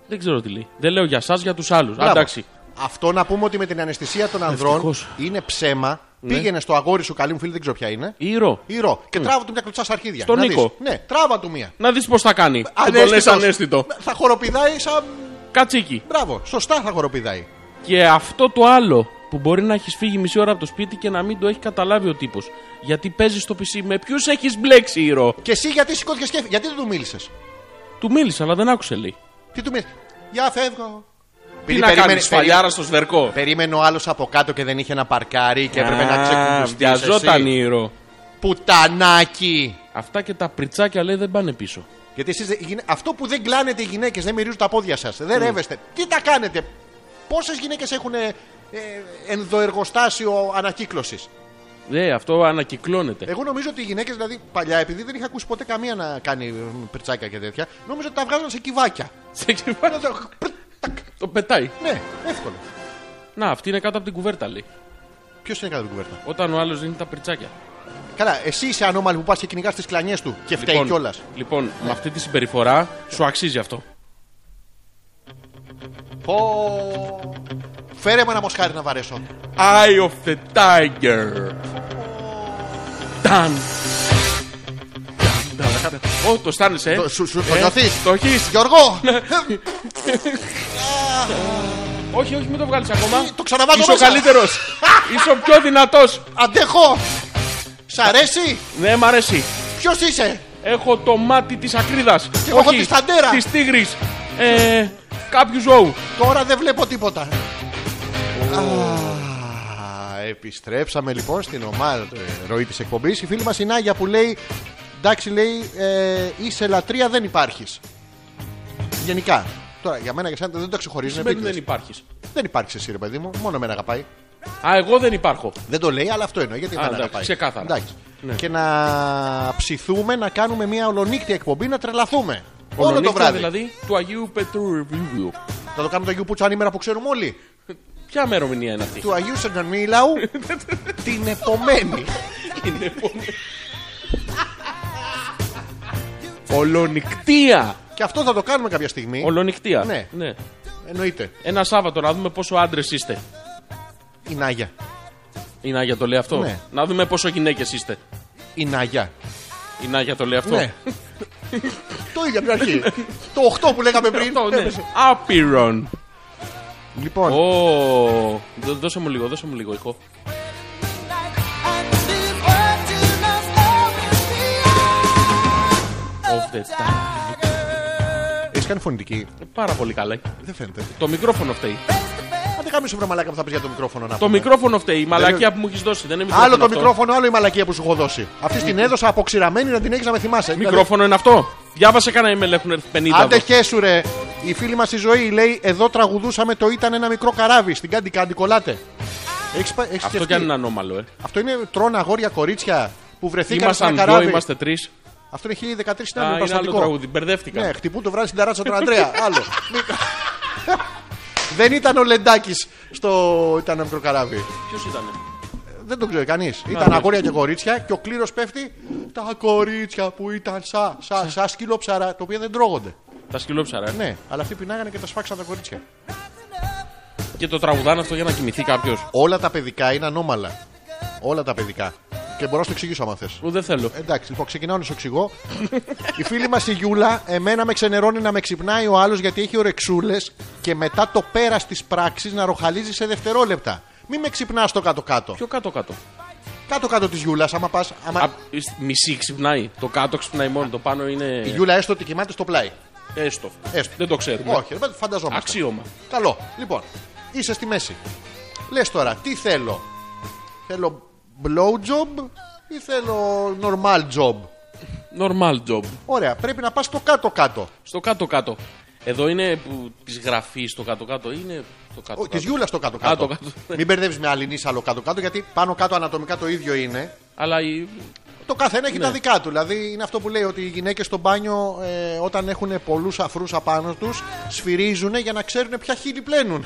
[SPEAKER 2] Δεν ξέρω τι λέει. Δεν λέω για εσάς, για τους άλλους.
[SPEAKER 1] Μπράβο.
[SPEAKER 2] Εντάξει.
[SPEAKER 1] Αυτό να πούμε ότι με την αναισθησία των ανδρών
[SPEAKER 2] Ευτυχώς.
[SPEAKER 1] είναι ψέμα.
[SPEAKER 2] Ναι.
[SPEAKER 1] Πήγαινε στο αγόρι σου, καλή μου φίλη, δεν ξέρω ποια είναι.
[SPEAKER 2] Ήρο.
[SPEAKER 1] Ήρω. Και τράβα του μια κλωτσά στα αρχίδια.
[SPEAKER 2] Ναι. Στον
[SPEAKER 1] Να δεις.
[SPEAKER 2] Νίκο.
[SPEAKER 1] Ναι, τράβα του μια.
[SPEAKER 2] Να δεις πώς θα κάνει. Αν το λες
[SPEAKER 1] Ανέστητος.
[SPEAKER 2] ανέστητο.
[SPEAKER 1] Θα χοροπηδάει σαν.
[SPEAKER 2] Κατσίκι.
[SPEAKER 1] Μπράβο, σωστά θα χοροπηδάει.
[SPEAKER 2] Και αυτό το άλλο που μπορεί να έχεις φύγει μισή ώρα από το σπίτι και να μην το έχει καταλάβει ο τύπος. Γιατί παίζεις στο PC. Με ποιους έχεις μπλέξει, Ήρο.
[SPEAKER 1] Και εσύ γιατί σηκώθηκε και έφυγες? γιατί δεν του μίλησες.
[SPEAKER 2] Του μίλησα, αλλά δεν άκουσε, λέει.
[SPEAKER 1] Τι του μίλησες. Για φεύγω.
[SPEAKER 2] Τι να κάνεις, φαλιάρα στο σβερκό.
[SPEAKER 1] Περίμενε ο άλλος από κάτω και δεν είχε να παρκάρει και έπρεπε να
[SPEAKER 2] Α,
[SPEAKER 1] ξεκουμπιστεί.
[SPEAKER 2] βιαζόταν, Ήρο.
[SPEAKER 1] Πουτανάκι!
[SPEAKER 2] Αυτά και τα πριτσάκια λέει δεν πάνε πίσω.
[SPEAKER 1] Γιατί εσείς, δεν- οι γυνα- αυτό που δεν κλάνετε οι γυναίκες, δεν μυρίζουν τα πόδια σας, δεν ρεύεστε. Τι τα κάνετε, Πόσες γυναίκες έχουν ε, ε, ενδοεργοστάσιο ανακύκλωσης.
[SPEAKER 2] Ε, αυτό ανακυκλώνεται.
[SPEAKER 1] Εγώ νομίζω ότι οι γυναίκες, δηλαδή παλιά, επειδή δεν είχα ακούσει ποτέ καμία να κάνει μ, πριτσάκια και τέτοια, νόμιζα ότι τα βγάζαν σε κυβάκια.
[SPEAKER 2] Σε ξεβάζει, το πετάει.
[SPEAKER 1] ναι, εύκολο.
[SPEAKER 2] Να, αυτή είναι κάτω από την κουβέρτα λέει.
[SPEAKER 1] Ποιος είναι κάτω από την κουβέρτα.
[SPEAKER 2] Όταν ο άλλος δίνει τα πριτσάκια.
[SPEAKER 1] Καλά, εσύ είσαι ανώμαλη που πας και κυνηγάς τις κλανιές του και φταίει Ναι. κιόλας.
[SPEAKER 2] λοιπόν με αυτή τη συμπεριφορά σου αξίζει αυτό.
[SPEAKER 1] Πω. Φέρε με ένα μοσχάρι να βαρέσω.
[SPEAKER 2] Eye of the Tiger. Ταν. Ω, το αισθάνεσαι, ε.
[SPEAKER 1] Το- Σου, σου το
[SPEAKER 2] Ε,
[SPEAKER 1] νιώθεις?
[SPEAKER 2] Το έχεις.
[SPEAKER 1] Γιώργο!
[SPEAKER 2] Ναι. Όχι, όχι, μην το βγάλεις ακόμα.
[SPEAKER 1] Τι, το ξαναβάζω
[SPEAKER 2] Είσαι ο
[SPEAKER 1] μέσα.
[SPEAKER 2] καλύτερος.
[SPEAKER 1] <laughs>
[SPEAKER 2] Είσαι ο πιο δυνατός.
[SPEAKER 1] Αντέχω! Σ' αρέσει!
[SPEAKER 2] Ναι, μ' αρέσει.
[SPEAKER 1] Ποιος είσαι!
[SPEAKER 2] Έχω το μάτι της ακρίδας.
[SPEAKER 1] εγώ έχω τη σταντέρα.
[SPEAKER 2] Της τίγρης. Ε, κάποιου ζώου.
[SPEAKER 1] Τώρα δεν βλέπω τίποτα. Α, Επιστρέψαμε λοιπόν στην ομάδα ε, ροή της εκπομπής. Η φίλη μας η Νάγια που λέει: Εντάξει, λέει, ε, είσαι λατρεία, δεν υπάρχεις. Γενικά. Τώρα για μένα και σένα δεν το ξεχωρίζουν.
[SPEAKER 2] Σημαίνει
[SPEAKER 1] επίτηδες.
[SPEAKER 2] δεν υπάρχεις.
[SPEAKER 1] Δεν υπάρχεις εσύ, ρε παιδί μου. Μόνο εμένα αγαπάει.
[SPEAKER 2] Α, εγώ δεν υπάρχω.
[SPEAKER 1] Δεν το λέει, αλλά αυτό εννοεί. Γιατί δεν
[SPEAKER 2] εντάξει,
[SPEAKER 1] αγαπάει.
[SPEAKER 2] ξεκάθαρα.
[SPEAKER 1] Εντάξει.
[SPEAKER 2] Ναι.
[SPEAKER 1] Και να ψηθούμε να κάνουμε μια ολονύκτια εκπομπή να τρελαθούμε. Όλο το
[SPEAKER 2] Ολονύχτα,
[SPEAKER 1] βράδυ.
[SPEAKER 2] Δηλαδή του Αγίου Πετρού
[SPEAKER 1] Θα το κάνουμε το Αγίου Πουτσάνη ημέρα που ξέρουμε όλοι.
[SPEAKER 2] Ποια μερομηνία είναι αυτή.
[SPEAKER 1] Του Αγίου
[SPEAKER 2] <laughs>
[SPEAKER 1] Σαντανίλαου την επομένη.
[SPEAKER 2] Είναι πολύ- Ολονικτία.
[SPEAKER 1] Και αυτό θα το κάνουμε κάποια στιγμή.
[SPEAKER 2] Ολονικτία.
[SPEAKER 1] Ναι. Εννοείται.
[SPEAKER 2] Ένα Σάββατο να δούμε πόσο άντρες είστε.
[SPEAKER 1] Η Νάγια.
[SPEAKER 2] Η Νάγια το λέει αυτό.
[SPEAKER 1] Ναι.
[SPEAKER 2] Να δούμε πόσο γυναίκες είστε.
[SPEAKER 1] Η Νάγια.
[SPEAKER 2] Η Νάγια το λέει αυτό.
[SPEAKER 1] Ναι. το ίδιο από την αρχή. το 8 που λέγαμε πριν.
[SPEAKER 2] <laughs> <laughs>
[SPEAKER 1] <laughs>
[SPEAKER 2] Αυτό, ναι.
[SPEAKER 1] έπεσε.
[SPEAKER 2] Άπειρον.
[SPEAKER 1] Λοιπόν,
[SPEAKER 2] Ω, δώ- Δώσε μου λίγο, δώσε μου λίγο ηχό. Of the time.
[SPEAKER 1] έχεις κάνει φωνητική.
[SPEAKER 2] Πάρα πολύ καλά.
[SPEAKER 1] Δεν φαίνεται.
[SPEAKER 2] Το μικρόφωνο φταίει.
[SPEAKER 1] Αν δεν κάνουμε σοβαρά μαλάκα που θα πεις για το μικρόφωνο να
[SPEAKER 2] Το
[SPEAKER 1] πούμε.
[SPEAKER 2] μικρόφωνο φταίει. Η μαλακία που μου έχεις δώσει. Δεν είναι μικρόφωνο.
[SPEAKER 1] Άλλο το
[SPEAKER 2] αυτό.
[SPEAKER 1] μικρόφωνο, άλλο η μαλακία που σου έχω δώσει. Αυτή την έδωσα αποξηραμένη να την έχεις να με θυμάσαι.
[SPEAKER 2] Μικρόφωνο είναι αυτό. Διάβασε κανένα email έχουν έρθει 50.
[SPEAKER 1] Άντε
[SPEAKER 2] εδώ.
[SPEAKER 1] χέσουρε. Η φίλη μας η ζωή λέει: Εδώ τραγουδούσαμε το ήταν ένα μικρό καράβι στην Κάντι Κάντι κολλάτε. Έχεις, πα- έχεις
[SPEAKER 2] Αυτό
[SPEAKER 1] σκεφτεί.
[SPEAKER 2] κι αν είναι ανώμαλο, ε.
[SPEAKER 1] αυτό είναι τρόνα αγόρια κορίτσια που βρεθήκαν σε ένα
[SPEAKER 2] Ήμασταν δύο,
[SPEAKER 1] καράβι.
[SPEAKER 2] είμαστε τρεις.
[SPEAKER 1] Αυτό είναι 1013 ήταν
[SPEAKER 2] Α, είναι άλλο
[SPEAKER 1] επαναστατικό.
[SPEAKER 2] τραγούδι. Μπερδεύτηκα.
[SPEAKER 1] Ναι, χτυπούν το βράδυ στην ταράτσα τον
[SPEAKER 2] <laughs>
[SPEAKER 1] Αντρέα. άλλο. Μη- Δεν ήταν ο Λεντάκης στο ήταν ένα μικρό καράβι.
[SPEAKER 2] Ποιο ήταν. ε?
[SPEAKER 1] Δεν το ξέρει κανεί. Ήταν
[SPEAKER 2] ναι.
[SPEAKER 1] αγόρια και κορίτσια και ο κλήρος πέφτει. Τα κορίτσια που ήταν σα, σα, σα σκύλο ψαρά, τα οποία δεν τρώγονται.
[SPEAKER 2] Τα σκυλόψαρα. ε.
[SPEAKER 1] Ναι, αλλά αυτοί πεινάγανε και τα σφάξαν τα κορίτσια.
[SPEAKER 2] Και το τραγουδάνε αυτό για να κοιμηθεί κάποιος.
[SPEAKER 1] Όλα τα παιδικά είναι ανώμαλα. Όλα τα παιδικά. Και μπορώ να σου το εξηγήσω άμα θες.
[SPEAKER 2] Εγώ δεν θέλω.
[SPEAKER 1] Εντάξει, λοιπόν, ξεκινάω να σου
[SPEAKER 2] <laughs>
[SPEAKER 1] εξηγώ. η φίλη μα η Γιούλα, εμένα με ξενερώνει να με ξυπνάει ο άλλος γιατί έχει ορεξούλες και μετά το πέρας της πράξης να ροχαλίζει σε δευτερόλεπτα. Μην με ξυπνάς το κάτω-κάτω.
[SPEAKER 2] Πιο κάτω-κάτω.
[SPEAKER 1] Κάτω-κάτω της Γιούλας, άμα πας. Άμα...
[SPEAKER 2] Α, σ- Μισή ξυπνάει. Το κάτω ξυπνάει μόνο. Το πάνω
[SPEAKER 1] Η
[SPEAKER 2] είναι.
[SPEAKER 1] Γιούλα έστω ότι κοιμάται στο πλάι.
[SPEAKER 2] Έστω.
[SPEAKER 1] Έστω.
[SPEAKER 2] Δεν το ξέρουμε.
[SPEAKER 1] Όχι, δεν φανταζόμαστε.
[SPEAKER 2] Αξίωμα.
[SPEAKER 1] Καλό. Λοιπόν, είσαι στη μέση. Λες τώρα, τι θέλω. Θέλω blowjob ή θέλω normal job.
[SPEAKER 2] Normal job.
[SPEAKER 1] Ωραία, πρέπει να πας στο κάτω-κάτω.
[SPEAKER 2] Στο κάτω-κάτω. Εδώ είναι που της γραφής στο κάτω-κάτω. Είναι το κάτω.
[SPEAKER 1] Της Γιούλας στο
[SPEAKER 2] Α, το
[SPEAKER 1] κάτω-κάτω.
[SPEAKER 2] κάτω.
[SPEAKER 1] Μην μπερδεύεις με αλληνή άλλο κάτω-κάτω, γιατί πάνω-κάτω ανατομικά το ίδιο είναι.
[SPEAKER 2] Αλλά η...
[SPEAKER 1] Το καθένα έχει τα δικά του. Δηλαδή είναι αυτό που λέει ότι οι γυναίκες στο μπάνιο ε, όταν έχουν πολλούς αφρούς απάνω τους σφυρίζουν για να ξέρουν ποια χείλη πλένουν.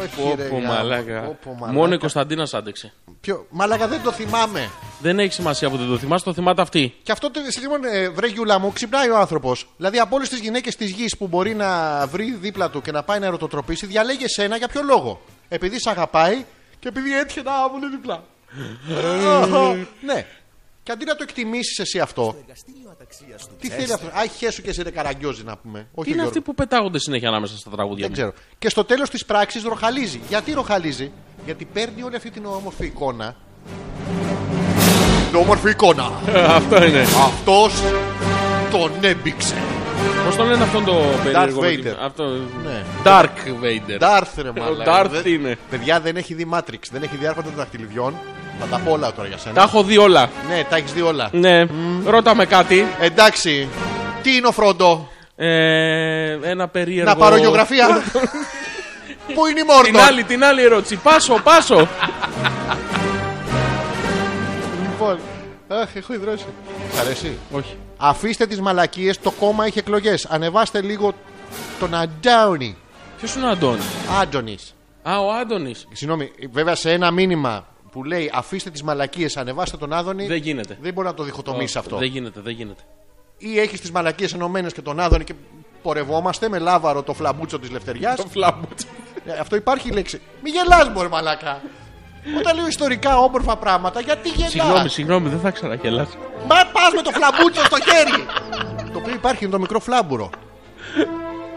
[SPEAKER 1] Όχι, ρε,
[SPEAKER 2] Πόπο
[SPEAKER 1] γάμο.
[SPEAKER 2] μαλάκα.
[SPEAKER 1] Πω, πω, μαλάκα.
[SPEAKER 2] Μόνο η Κωνσταντίνας άντεξε.
[SPEAKER 1] Ποιο- Μαλάκα δεν το θυμάμαι.
[SPEAKER 2] Δεν έχει σημασία που δεν το θυμάσαι, το θυμάται αυτή.
[SPEAKER 1] Και αυτό το λοιπόν, ε, βρε Γιούλα μου, ξυπνάει ο άνθρωπος. Δηλαδή από όλες τις γυναίκες της γης που μπορεί να βρει δίπλα του και να πάει να ερωτοτροπήσει, διαλέγει εσένα για ποιο λόγο. Επειδή σε αγαπάει και επειδή έτυχε να μου διπλά.
[SPEAKER 2] Ε.
[SPEAKER 1] ναι. Και αντί να το εκτιμήσεις εσύ αυτό. Τι θέλει αυτό. Α, χέσου και εσύ ρε καραγκιόζη να πούμε.
[SPEAKER 2] Τι
[SPEAKER 1] Όχι
[SPEAKER 2] είναι
[SPEAKER 1] Γιώργο.
[SPEAKER 2] αυτοί που πετάγονται συνέχεια ανάμεσα στα τραγούδια
[SPEAKER 1] Δεν
[SPEAKER 2] μου.
[SPEAKER 1] ξέρω. Και στο τέλος της πράξης ροχαλίζει. Γιατί ροχαλίζει, Γιατί παίρνει όλη αυτή την όμορφη εικόνα. Την όμορφη εικόνα.
[SPEAKER 2] <laughs> Αυτό είναι.
[SPEAKER 1] Αυτός τον έμπηξε.
[SPEAKER 2] Πώς το λένε αυτόν το περίεργο. με την-
[SPEAKER 1] Vader.
[SPEAKER 2] Αυτό...
[SPEAKER 1] Ναι.
[SPEAKER 2] Dark Vader.
[SPEAKER 1] Ντάρθ ρε μαλάκα.
[SPEAKER 2] Darth
[SPEAKER 1] Δεν-
[SPEAKER 2] είναι.
[SPEAKER 1] Παιδιά δεν έχει δει Matrix, δεν έχει δει άρχοντα των δαχτυλιδιών. Θα τα πω όλα τώρα για σένα.
[SPEAKER 2] Τα έχω δει όλα.
[SPEAKER 1] Ναι, τα έχεις δει όλα.
[SPEAKER 2] Ναι. Ρώτα με κάτι.
[SPEAKER 1] Εντάξει, τι είναι ο Φρόντο,
[SPEAKER 2] Ε, ένα περίεργο.
[SPEAKER 1] να πάρω γεωγραφία. Πού είναι η
[SPEAKER 2] Την
[SPEAKER 1] Μόρτο.
[SPEAKER 2] άλλη, την άλλη ερώτηση. Πάσο, πάσο.
[SPEAKER 1] Λοιπόν, αχ, έχω ιδρώσει. Σ' αρέσει.
[SPEAKER 2] Όχι.
[SPEAKER 1] Αφήστε τις μαλακίες, το κόμμα έχει εκλογές. Ανεβάστε λίγο τον Αντώνη.
[SPEAKER 2] Ποιος είναι ο Αντώνης.
[SPEAKER 1] Άντωνης.
[SPEAKER 2] Α, ο Άντωνης.
[SPEAKER 1] Συγγνώμη, βέβαια σε ένα μήνυμα που λέει αφήστε τις μαλακίες, ανεβάστε τον Άδωνη.
[SPEAKER 2] Δεν γίνεται.
[SPEAKER 1] Δεν μπορεί να το διχοτομήσει αυτό.
[SPEAKER 2] Δεν γίνεται, δεν γίνεται.
[SPEAKER 1] Ή έχεις τις μαλακίες ενωμένες και τον Άδωνη και πορευόμαστε με λάβαρο <laughs> το φλαμπούτσο της λευτεριάς.
[SPEAKER 2] Το φλάμποτ.
[SPEAKER 1] Ε, αυτό υπάρχει η λέξη. Μη γελάς, μπορεί μαλακά. Όταν λέω ιστορικά όμορφα πράγματα, γιατί
[SPEAKER 2] Συγγνώμη,
[SPEAKER 1] γελάς.
[SPEAKER 2] συγγνώμη, δεν θα ξαναγελάς.
[SPEAKER 1] Μα πας με το φλαμπούτσο στο χέρι. το οποίο υπάρχει είναι το μικρό φλάμπουρο.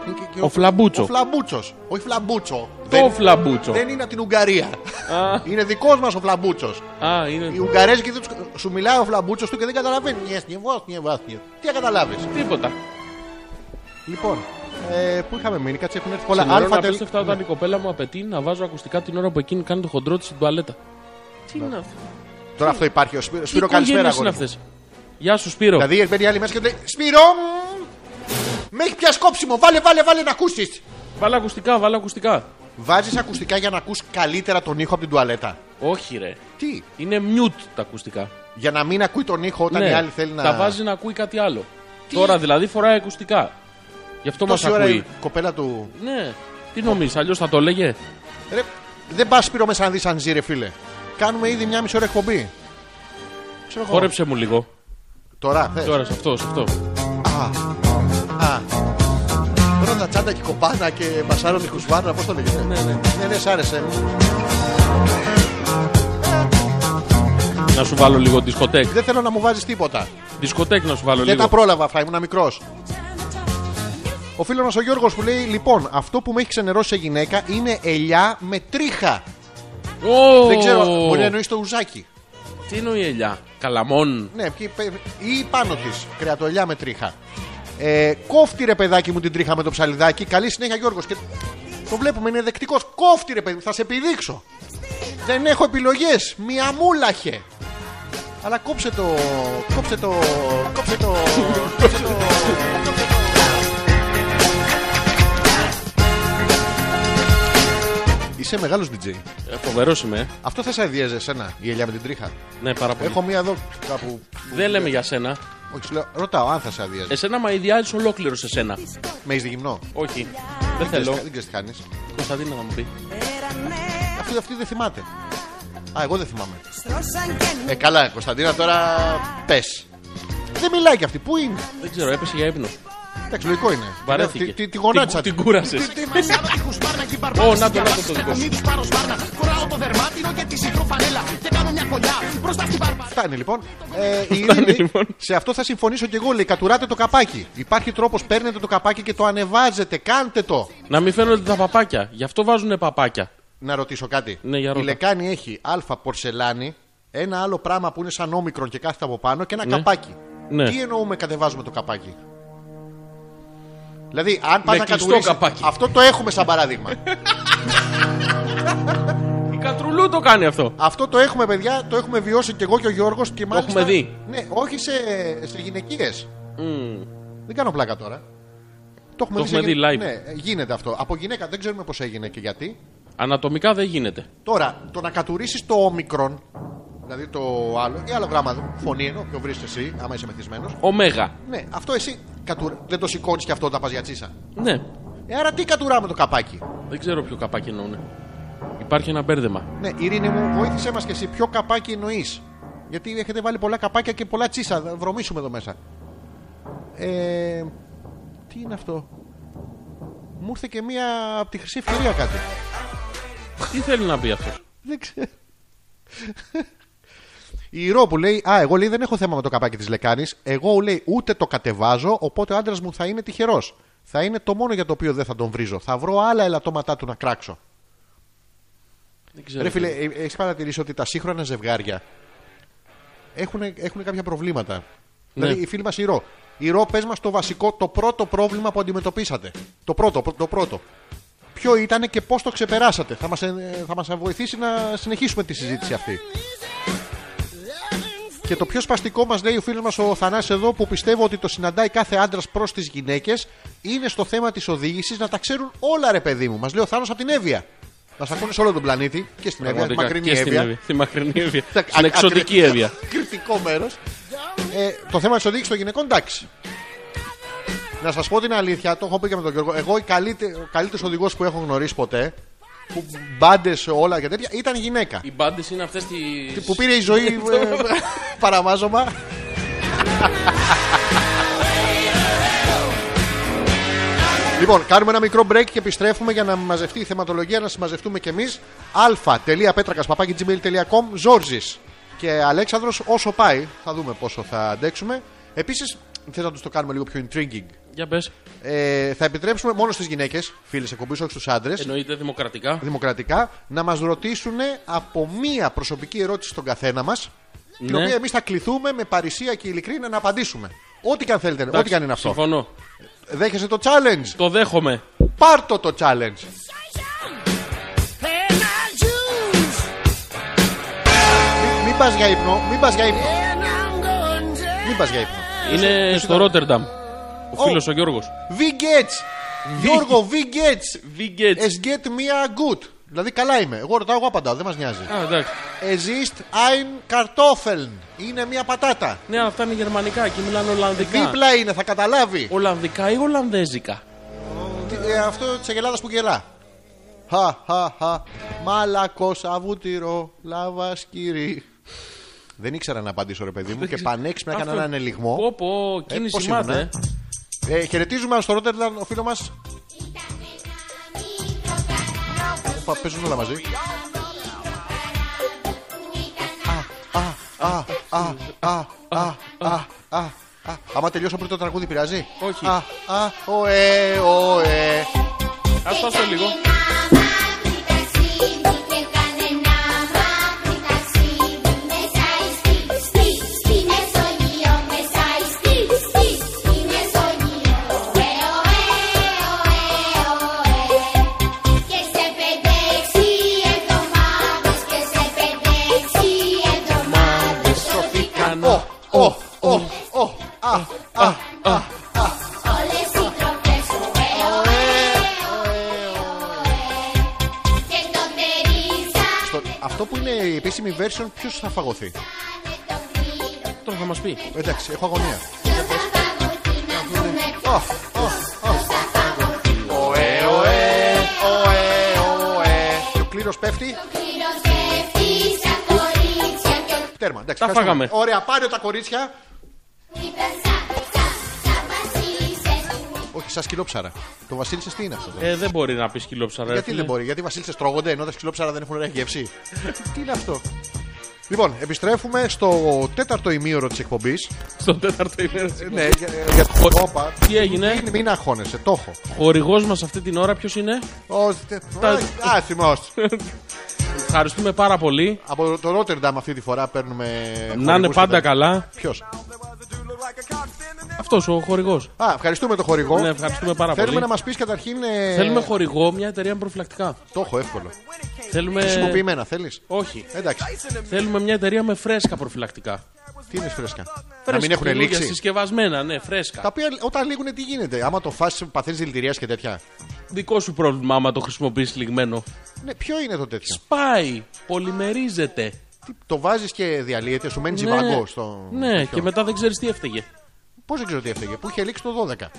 [SPEAKER 1] Είναι και- και
[SPEAKER 2] Ο φλαμπούτσο.
[SPEAKER 1] Ο φλαμπούτσος. Όχι φλαμπούτσο.
[SPEAKER 2] Το
[SPEAKER 1] Δεν,
[SPEAKER 2] φλαμπούτσο.
[SPEAKER 1] δεν είναι από την Ουγγαρία.
[SPEAKER 2] Α.
[SPEAKER 1] είναι δικός μας ο φλαμπούτσος.
[SPEAKER 2] Α, είναι.
[SPEAKER 1] Οι Ουγγαρέζοι και δεν τους- σου μιλάει ο φλαμπούτσος του και δεν καταλαβαίνεις. Νιες, νιεβός, νιεβάς, νιε. Τι θα καταλάβεις.
[SPEAKER 2] Τίποτα.
[SPEAKER 1] Λοιπόν, ε, πού είχαμε μείνει, κάτσε έχουν έρθει πολλά.
[SPEAKER 2] Αλφα
[SPEAKER 1] Αλφα
[SPEAKER 2] να
[SPEAKER 1] τελ-
[SPEAKER 2] πέφτει αυτά όταν η κοπέλα μου απαιτεί να βάζω ακουστικά την ώρα που εκείνη κάνει το χοντρό της στην τουαλέτα. Τι είναι αυτό.
[SPEAKER 1] Τώρα αυτό υπάρχει. Ο Σπύρο,
[SPEAKER 2] Τι
[SPEAKER 1] Σπύρο καλησπέρα.
[SPEAKER 2] οικογένειες είναι
[SPEAKER 1] αγόρι μου.
[SPEAKER 2] αυτές. Γεια σου Σπύρο.
[SPEAKER 1] Δηλαδή μπαίνει η άλλη μέσα και του λέει Σπύρο, μ, με έχει πιάσει κόψιμο. Βάλε, βάλε, βάλε να ακούσεις.
[SPEAKER 2] Βάλα ακουστικά, βάλα ακουστικά.
[SPEAKER 1] Βάζεις ακουστικά για να ακούς καλύτερα τον ήχο από την τουαλέτα.
[SPEAKER 2] Όχι, ρε.
[SPEAKER 1] Τι,
[SPEAKER 2] Είναι mute τα ακουστικά.
[SPEAKER 1] για να μην ακούει τον ήχο όταν η άλλη θέλει να.
[SPEAKER 2] Ναι, Τα βάζει να ακούει κάτι άλλο. Τώρα δηλαδή φοράει ακουστικά. Γι' αυτό μας
[SPEAKER 1] Τόση ώρα
[SPEAKER 2] ακούει.
[SPEAKER 1] η κοπέλα του.
[SPEAKER 2] Ναι. Τι νομίζεις, αλλιώς θα το λέγε.
[SPEAKER 1] Ρε, δεν πας πήρω μέσα να δεις αν ζει, ρε φίλε. Κάνουμε ήδη μια μισή ώρα εκπομπή. Ξέρω εγώ.
[SPEAKER 2] Χόρεψε μου λίγο.
[SPEAKER 1] Τώρα, θες.
[SPEAKER 2] Τώρα σε αυτό, σε αυτό.
[SPEAKER 1] Α. Τώρα τα τσάντα και κομπάνα και μασάρων κουσβάνα, πώς το λέγεται.
[SPEAKER 2] Ναι, ναι.
[SPEAKER 1] ναι, ναι, σ' άρεσε.
[SPEAKER 2] Να σου βάλω λίγο δισκοτέκ.
[SPEAKER 1] Δεν θέλω να μου βάζεις τίποτα.
[SPEAKER 2] Δισκοτέκ να σου βάλω
[SPEAKER 1] Δεν
[SPEAKER 2] λίγο.
[SPEAKER 1] τα πρόλαβα αυτά, ήμουν μικρός. Ο φίλος μας ο Γιώργος που λέει: Λοιπόν, αυτό που με έχει ξενερώσει σε γυναίκα είναι ελιά με τρίχα.
[SPEAKER 2] Ω,
[SPEAKER 1] Δεν ξέρω, μπορεί να εννοείς το ουζάκι.
[SPEAKER 2] Τι εννοεί η ελιά. Καλαμών.
[SPEAKER 1] Ναι, ποιοι πε- ή πάνω της. Κρεατοελιά με τρίχα. Ε, κόφτη ρε παιδάκι μου την τρίχα με το ψαλιδάκι. Καλή συνέχεια Γιώργος. Και το βλέπουμε, είναι δεκτικός. Κόφτη ρε παιδί μου, θα σε επιδείξω. Δεν έχω επιλογές. Μια μούλαχε. Αλλά κόψε το. Κόψε το. Κόψε το. κόψε το. Είσαι μεγάλος DJ.
[SPEAKER 2] Ε, Φοβερός είμαι. ε.
[SPEAKER 1] Αυτό θα σε αδειέζε εσένα, η ελιά με την τρίχα.
[SPEAKER 2] Ναι, πάρα πολύ.
[SPEAKER 1] Έχω μία εδώ κάπου.
[SPEAKER 2] Δεν λέμε για σένα.
[SPEAKER 1] Όχι, σου λέω, ρωτάω αν θα σε αδειάζει.
[SPEAKER 2] Εσένα μα ιδιάζεις ολόκληρο σε σένα.
[SPEAKER 1] Με είσαι γυμνό.
[SPEAKER 2] Όχι. Δεν
[SPEAKER 1] Ξέρεις-
[SPEAKER 2] θέλω.
[SPEAKER 1] Δεν ξέρεις τι κάνεις.
[SPEAKER 2] Κωνσταντίνα να μου πει.
[SPEAKER 1] Αυτή, αυτή δεν θυμάται. Α, εγώ δεν θυμάμαι.
[SPEAKER 4] Στρώσαν και
[SPEAKER 1] Ε, καλά, Κωνσταντίνα, τώρα πες. Δεν μιλάει κι αυτή. Πού είναι.
[SPEAKER 2] Δεν ξέρω, έπεσε για ύπνο.
[SPEAKER 1] Εντάξει, λογικό είναι.
[SPEAKER 2] Βαρέθηκε.
[SPEAKER 1] Τη, τη, τη
[SPEAKER 2] Την
[SPEAKER 1] γονάτισα.
[SPEAKER 2] κου- την κούρασες.
[SPEAKER 1] Τη- τη- τη-
[SPEAKER 2] Ω, να το να το το δικό σου.
[SPEAKER 1] Φτάνει λοιπόν. Ε, η Ειρήνη,
[SPEAKER 2] λοιπόν.
[SPEAKER 1] σε αυτό θα συμφωνήσω κι εγώ. Λέει, κατουράτε το καπάκι. Υπάρχει τρόπος, παίρνετε το καπάκι και το ανεβάζετε. Κάντε το.
[SPEAKER 2] Να μην φαίνονται τα παπάκια. Γι' αυτό βάζουνε παπάκια.
[SPEAKER 1] Να ρωτήσω κάτι.
[SPEAKER 2] Ναι, για
[SPEAKER 1] Η
[SPEAKER 2] ρώτα.
[SPEAKER 1] λεκάνη έχει αλφα πορσελάνη, ένα άλλο πράγμα που είναι σαν όμικρον και κάθεται από πάνω και ένα καπάκι.
[SPEAKER 2] Ναι.
[SPEAKER 1] Τι εννοούμε κατεβάζουμε το καπάκι. Δηλαδή, αν πας
[SPEAKER 2] Με
[SPEAKER 1] να
[SPEAKER 2] κλειστό
[SPEAKER 1] κατουρίσεις,
[SPEAKER 2] καπάκι.
[SPEAKER 1] αυτό το έχουμε σαν
[SPEAKER 2] <laughs>
[SPEAKER 1] παράδειγμα.
[SPEAKER 2] Η Κατρουλού το κάνει αυτό.
[SPEAKER 1] αυτό το έχουμε, παιδιά, το έχουμε βιώσει και εγώ και ο Γιώργος και μάλιστα...
[SPEAKER 2] έχουμε δει.
[SPEAKER 1] Ναι, όχι σε, σε γυναικείες. Δεν κάνω πλάκα τώρα. Το έχουμε,
[SPEAKER 2] Το
[SPEAKER 1] σε
[SPEAKER 2] έχουμε
[SPEAKER 1] γυνα-
[SPEAKER 2] δει live.
[SPEAKER 1] Ναι, ε, γίνεται αυτό. Από γυναίκα δεν ξέρουμε πώς έγινε και γιατί.
[SPEAKER 2] Ανατομικά δεν γίνεται.
[SPEAKER 1] Τώρα, το να κατουρίσεις το όμικρον, δηλαδή το άλλο, ή άλλο γράμμα, φωνή εννοώ, ποιο βρίσκεις εσύ, άμα είσαι μεθυσμένος.
[SPEAKER 2] Ωμέγα.
[SPEAKER 1] Ναι, αυτό εσύ κατου... δεν το σηκώνεις και αυτό όταν πας για τσίσα.
[SPEAKER 2] Ναι.
[SPEAKER 1] Ε, άρα τι κατουράμε το καπάκι.
[SPEAKER 2] Δεν ξέρω ποιο καπάκι εννοούνε. Υπάρχει ένα μπέρδεμα.
[SPEAKER 1] Ναι, Ειρήνη μου, βοήθησέ μας και εσύ, ποιο καπάκι εννοείς. Γιατί έχετε βάλει πολλά καπάκια και πολλά τσίσα, θα βρωμίσουμε εδώ μέσα. Ε, τι είναι αυτό. Μου ήρθε και μία από τη χρυσή ευκαιρία κάτι.
[SPEAKER 2] Τι θέλει να πει αυτός.
[SPEAKER 1] Δεν ξέρω. Η Ρο που λέει, Α, εγώ λέει δεν έχω θέμα με το καπάκι της λεκάνης. Εγώ λέει ούτε το κατεβάζω, οπότε ο άντρας μου θα είναι τυχερός. Θα είναι το μόνο για το οποίο δεν θα τον βρίζω. Θα βρω άλλα ελαττώματά του να κράξω.
[SPEAKER 2] Δεν ξέρω.
[SPEAKER 1] Ρε φίλε, έχεις παρατηρήσει ότι τα σύγχρονα ζευγάρια έχουν, έχουν κάποια προβλήματα. Δηλαδή, η φίλη μας η Ρο. Η Ρο, πες μας το βασικό, το πρώτο πρόβλημα που αντιμετωπίσατε. Το πρώτο, πρω- το πρώτο. Ποιο ήταν και πώς το ξεπεράσατε. Θα μας θα μας βοηθήσει να συνεχίσουμε τη συζήτηση αυτή. Και το πιο σπαστικό μας λέει ο φίλος μας ο Θανάς εδώ που πιστεύω ότι το συναντάει κάθε άντρας προς τις γυναίκες είναι στο θέμα της οδήγησης να τα ξέρουν όλα ρε παιδί μου. Μας λέει ο Θάνος από την Εύβοια. Μας ακούνε σε όλο τον πλανήτη και στην Εύβοια, τη
[SPEAKER 2] Πραγματικά,
[SPEAKER 1] μακρινή
[SPEAKER 2] και στην
[SPEAKER 1] Εύβοια.
[SPEAKER 2] Εύβοια. Στη μακρινή Εύβοια.
[SPEAKER 1] Τα-
[SPEAKER 2] Στην
[SPEAKER 1] ακ-
[SPEAKER 2] εξωτική
[SPEAKER 1] ακρι-
[SPEAKER 2] Εύβοια.
[SPEAKER 1] <laughs> Κριτικό μέρος. Ε, το θέμα της οδήγησης των γυναικών, εντάξει. Να σας πω την αλήθεια, το έχω πει και με τον Γιώργο. Εγώ, η καλύτε- ο καλύτερος οδηγός που έχω γνωρίσει ποτέ, που μπάντε όλα και τέτοια, ήταν γυναίκα.
[SPEAKER 2] Οι μπάντες είναι αυτές τις.
[SPEAKER 1] Που πήρε η ζωή ε, παραμάζωμα. Λοιπόν, κάνουμε ένα μικρό break και επιστρέφουμε για να μαζευτεί η θεματολογία, να συμμαζευτούμε κι εμείς. αλφα.πέτρακα.gmail.com Ζόρζης και Αλέξανδρος όσο πάει. Θα δούμε πόσο θα αντέξουμε. Επίσης, θέλω να τους το κάνουμε λίγο πιο intriguing.
[SPEAKER 2] Για πες.
[SPEAKER 1] Ε, θα επιτρέψουμε μόνο στις γυναίκες, φίλες εκπομπής, όχι στους άντρες
[SPEAKER 2] Εννοείται δημοκρατικά.
[SPEAKER 1] δημοκρατικά να μας ρωτήσουν από μία προσωπική ερώτηση στον καθένα μας την
[SPEAKER 2] Ναι.
[SPEAKER 1] οποία εμείς θα κληθούμε με παρησία και ειλικρίνεια να απαντήσουμε. Ό,τι και αν θέλετε, ό,τι
[SPEAKER 2] Εντάξει,
[SPEAKER 1] και αν είναι αυτό.
[SPEAKER 2] Συμφωνώ.
[SPEAKER 1] Δέχεσαι το challenge.
[SPEAKER 2] Το δέχομαι.
[SPEAKER 1] Πάρτο το challenge. Μην- Μην πας για ύπνο, μην πας για ύπνο. Μην πας για ύπνο.
[SPEAKER 2] Είναι στο Ρότερνταμ. Ο
[SPEAKER 1] Ω.
[SPEAKER 2] φίλο ο Γιώργος.
[SPEAKER 1] Βι Γκέτς, Γιώργο, we gets.
[SPEAKER 2] Βιγκέτς.
[SPEAKER 1] Es get μία good. Δηλαδή καλά είμαι. Εγώ ρωτάω, εγώ απαντάω. Δεν μας νοιάζει.
[SPEAKER 2] Α, εντάξει.
[SPEAKER 1] Es ist ein Kartoffeln. Είναι μία πατάτα.
[SPEAKER 2] Ναι, αλλά αυτά είναι γερμανικά και μιλάνε Ολλανδικά.
[SPEAKER 1] Δίπλα είναι, θα καταλάβει.
[SPEAKER 2] Ολλανδικά ή Ολλανδέζικα.
[SPEAKER 1] Τι- ε, αυτό της Αγελάδας που γελά. Χα, χα, χα. Μάλακος, αβούτυρο, λάβα, σκύρι. Δεν ήξερα να απαντήσω, ρε παιδί μου, και πανέξυπνα έκανα
[SPEAKER 2] Αυτό-
[SPEAKER 1] έναν ελιγμό.
[SPEAKER 2] Πω, πω, κίνηση
[SPEAKER 1] πώς
[SPEAKER 2] μάθε. ε.
[SPEAKER 1] ήμουν, Ε, χαιρετίζουμε στο Ρότερνταμ ο φίλος μας. Παίζουν όλα μαζί. Α, α, α, α, α, α, α, α, α. Άμα τελειώσω πριν το τραγούδι, πειράζει.
[SPEAKER 2] Όχι.
[SPEAKER 1] Α, α, ο, ε, ο, ε.
[SPEAKER 2] Ας πάω λίγο.
[SPEAKER 1] Ο, ο, ο, ο, α, α, α. Στο- Αυτό που είναι η επίσημη version, ποιος θα φαγωθεί.
[SPEAKER 2] Τώρα θα μας πει.
[SPEAKER 1] Εντάξει, έχω αγωνία. Ωε, ωε, ωε, ωε. Και ο κλήρος πέφτει. Τέρμα, εντάξει.
[SPEAKER 2] Τα
[SPEAKER 1] ευχαριστούμε.
[SPEAKER 2] φάγαμε.
[SPEAKER 1] Ωραία, πάρε τα κορίτσια. Όχι, σαν σκυλόψαρα. Το Βασίλισσες τι είναι αυτό. τώρα?
[SPEAKER 2] Ε, δεν μπορεί να πεις σκυλόψαρα.
[SPEAKER 1] γιατί δεν μπορεί, γιατί οι Βασίλισσες τρώγονται ενώ τα σκυλόψαρα δεν έχουν ωραία γεύση. τι είναι αυτό. Λοιπόν, επιστρέφουμε στο τέταρτο ημίωρο της εκπομπής.
[SPEAKER 2] Στον τέταρτο ημέρα.
[SPEAKER 1] Ναι, για- για- όπα.
[SPEAKER 2] Τι έγινε,
[SPEAKER 1] Μην αγχώνεσαι, το έχω.
[SPEAKER 2] χορηγός μας αυτή την ώρα ποιος είναι.
[SPEAKER 1] Ω, τε-
[SPEAKER 2] Τα-
[SPEAKER 1] Άσημος.
[SPEAKER 2] Ευχαριστούμε πάρα πολύ.
[SPEAKER 1] Από το Ρότερνταμ αυτή τη φορά παίρνουμε.
[SPEAKER 2] Να είναι πάντα καλά.
[SPEAKER 1] Ποιος.
[SPEAKER 2] Αυτός ο χορηγός.
[SPEAKER 1] Α, ευχαριστούμε το χορηγό.
[SPEAKER 2] Ναι, ευχαριστούμε πάρα
[SPEAKER 1] Θέλουμε να
[SPEAKER 2] πολύ.
[SPEAKER 1] μας πεις καταρχήν. ε,
[SPEAKER 2] Θέλουμε χορηγό, μια εταιρεία με προφυλακτικά.
[SPEAKER 1] Το έχω εύκολο.
[SPEAKER 2] Θέλουμε.
[SPEAKER 1] Χρησιμοποιημένα θέλεις.
[SPEAKER 2] Όχι.
[SPEAKER 1] Εντάξει,
[SPEAKER 2] Θέλουμε μια εταιρεία με φρέσκα προφυλακτικά.
[SPEAKER 1] τι είναι φρέσκα. Να
[SPEAKER 2] Φρέσκα,
[SPEAKER 1] μην έχουν
[SPEAKER 2] καινούργια,
[SPEAKER 1] λήξει.
[SPEAKER 2] Συσκευασμένα, ναι, φρέσκα.
[SPEAKER 1] Τα οποία όταν λήγουν τι γίνεται. Άμα το φάσει, παθαίνεις δηλητηρία και τέτοια.
[SPEAKER 2] Δικό σου πρόβλημα άμα το χρησιμοποιήσει λιγμένο.
[SPEAKER 1] Ναι, ποιο είναι το τέτοιο.
[SPEAKER 2] Σπάει, πολυμερίζεται.
[SPEAKER 1] Τι, το βάζεις και διαλύεται, σου μένει ζιβάγκο στο.
[SPEAKER 2] ναι και μετά δεν ξέρεις τι έφταιγε.
[SPEAKER 1] Πώς δεν ξέρω τι έφταιγε, που είχε λήξει το 12.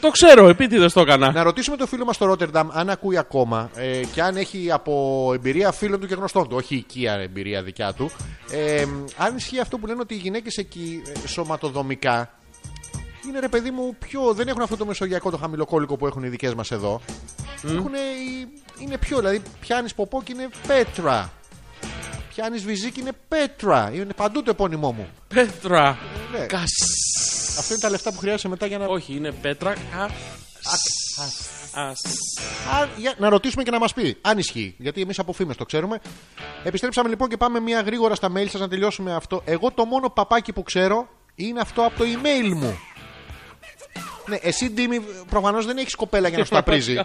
[SPEAKER 2] Το ξέρω, επίτηδες το έκανα.
[SPEAKER 1] Να ρωτήσουμε το φίλο μας στο Ρότερνταμ αν ακούει ακόμα ε, και αν έχει από εμπειρία φίλων του και γνωστών του, όχι οικία εμπειρία δικιά του. Ε, αν ισχύει αυτό που λένε ότι οι γυναίκες εκεί ε, σωματοδομικά είναι ρε παιδί μου πιο. δεν έχουν αυτό το μεσογειακό το χαμηλοκόλικο που έχουν οι δικές μας εδώ. Έχουνε οι- είναι πιο, δηλαδή πιάνεις ποπό και είναι πέτρα. Πιάνει βυζί και είναι πέτρα. Είναι παντού το επώνυμό μου.
[SPEAKER 2] Πέτρα.
[SPEAKER 1] Ναι.
[SPEAKER 2] Κασ.
[SPEAKER 1] Αυτό είναι τα λεφτά που χρειάζεσαι μετά για να.
[SPEAKER 2] Όχι, είναι πέτρα. Κας. Ας.
[SPEAKER 1] Ας, για- να ρωτήσουμε και να μας πει αν ισχύει. Γιατί εμείς από φήμες το ξέρουμε. Επιστρέψαμε λοιπόν και πάμε μία γρήγορα στα mail σας να τελειώσουμε αυτό. Εγώ το μόνο παπάκι που ξέρω είναι αυτό από το email μου. Ναι, εσύ Ντίμη, προφανώς δεν έχεις κοπέλα για να σου τα
[SPEAKER 2] <laughs>
[SPEAKER 1] πρίζει.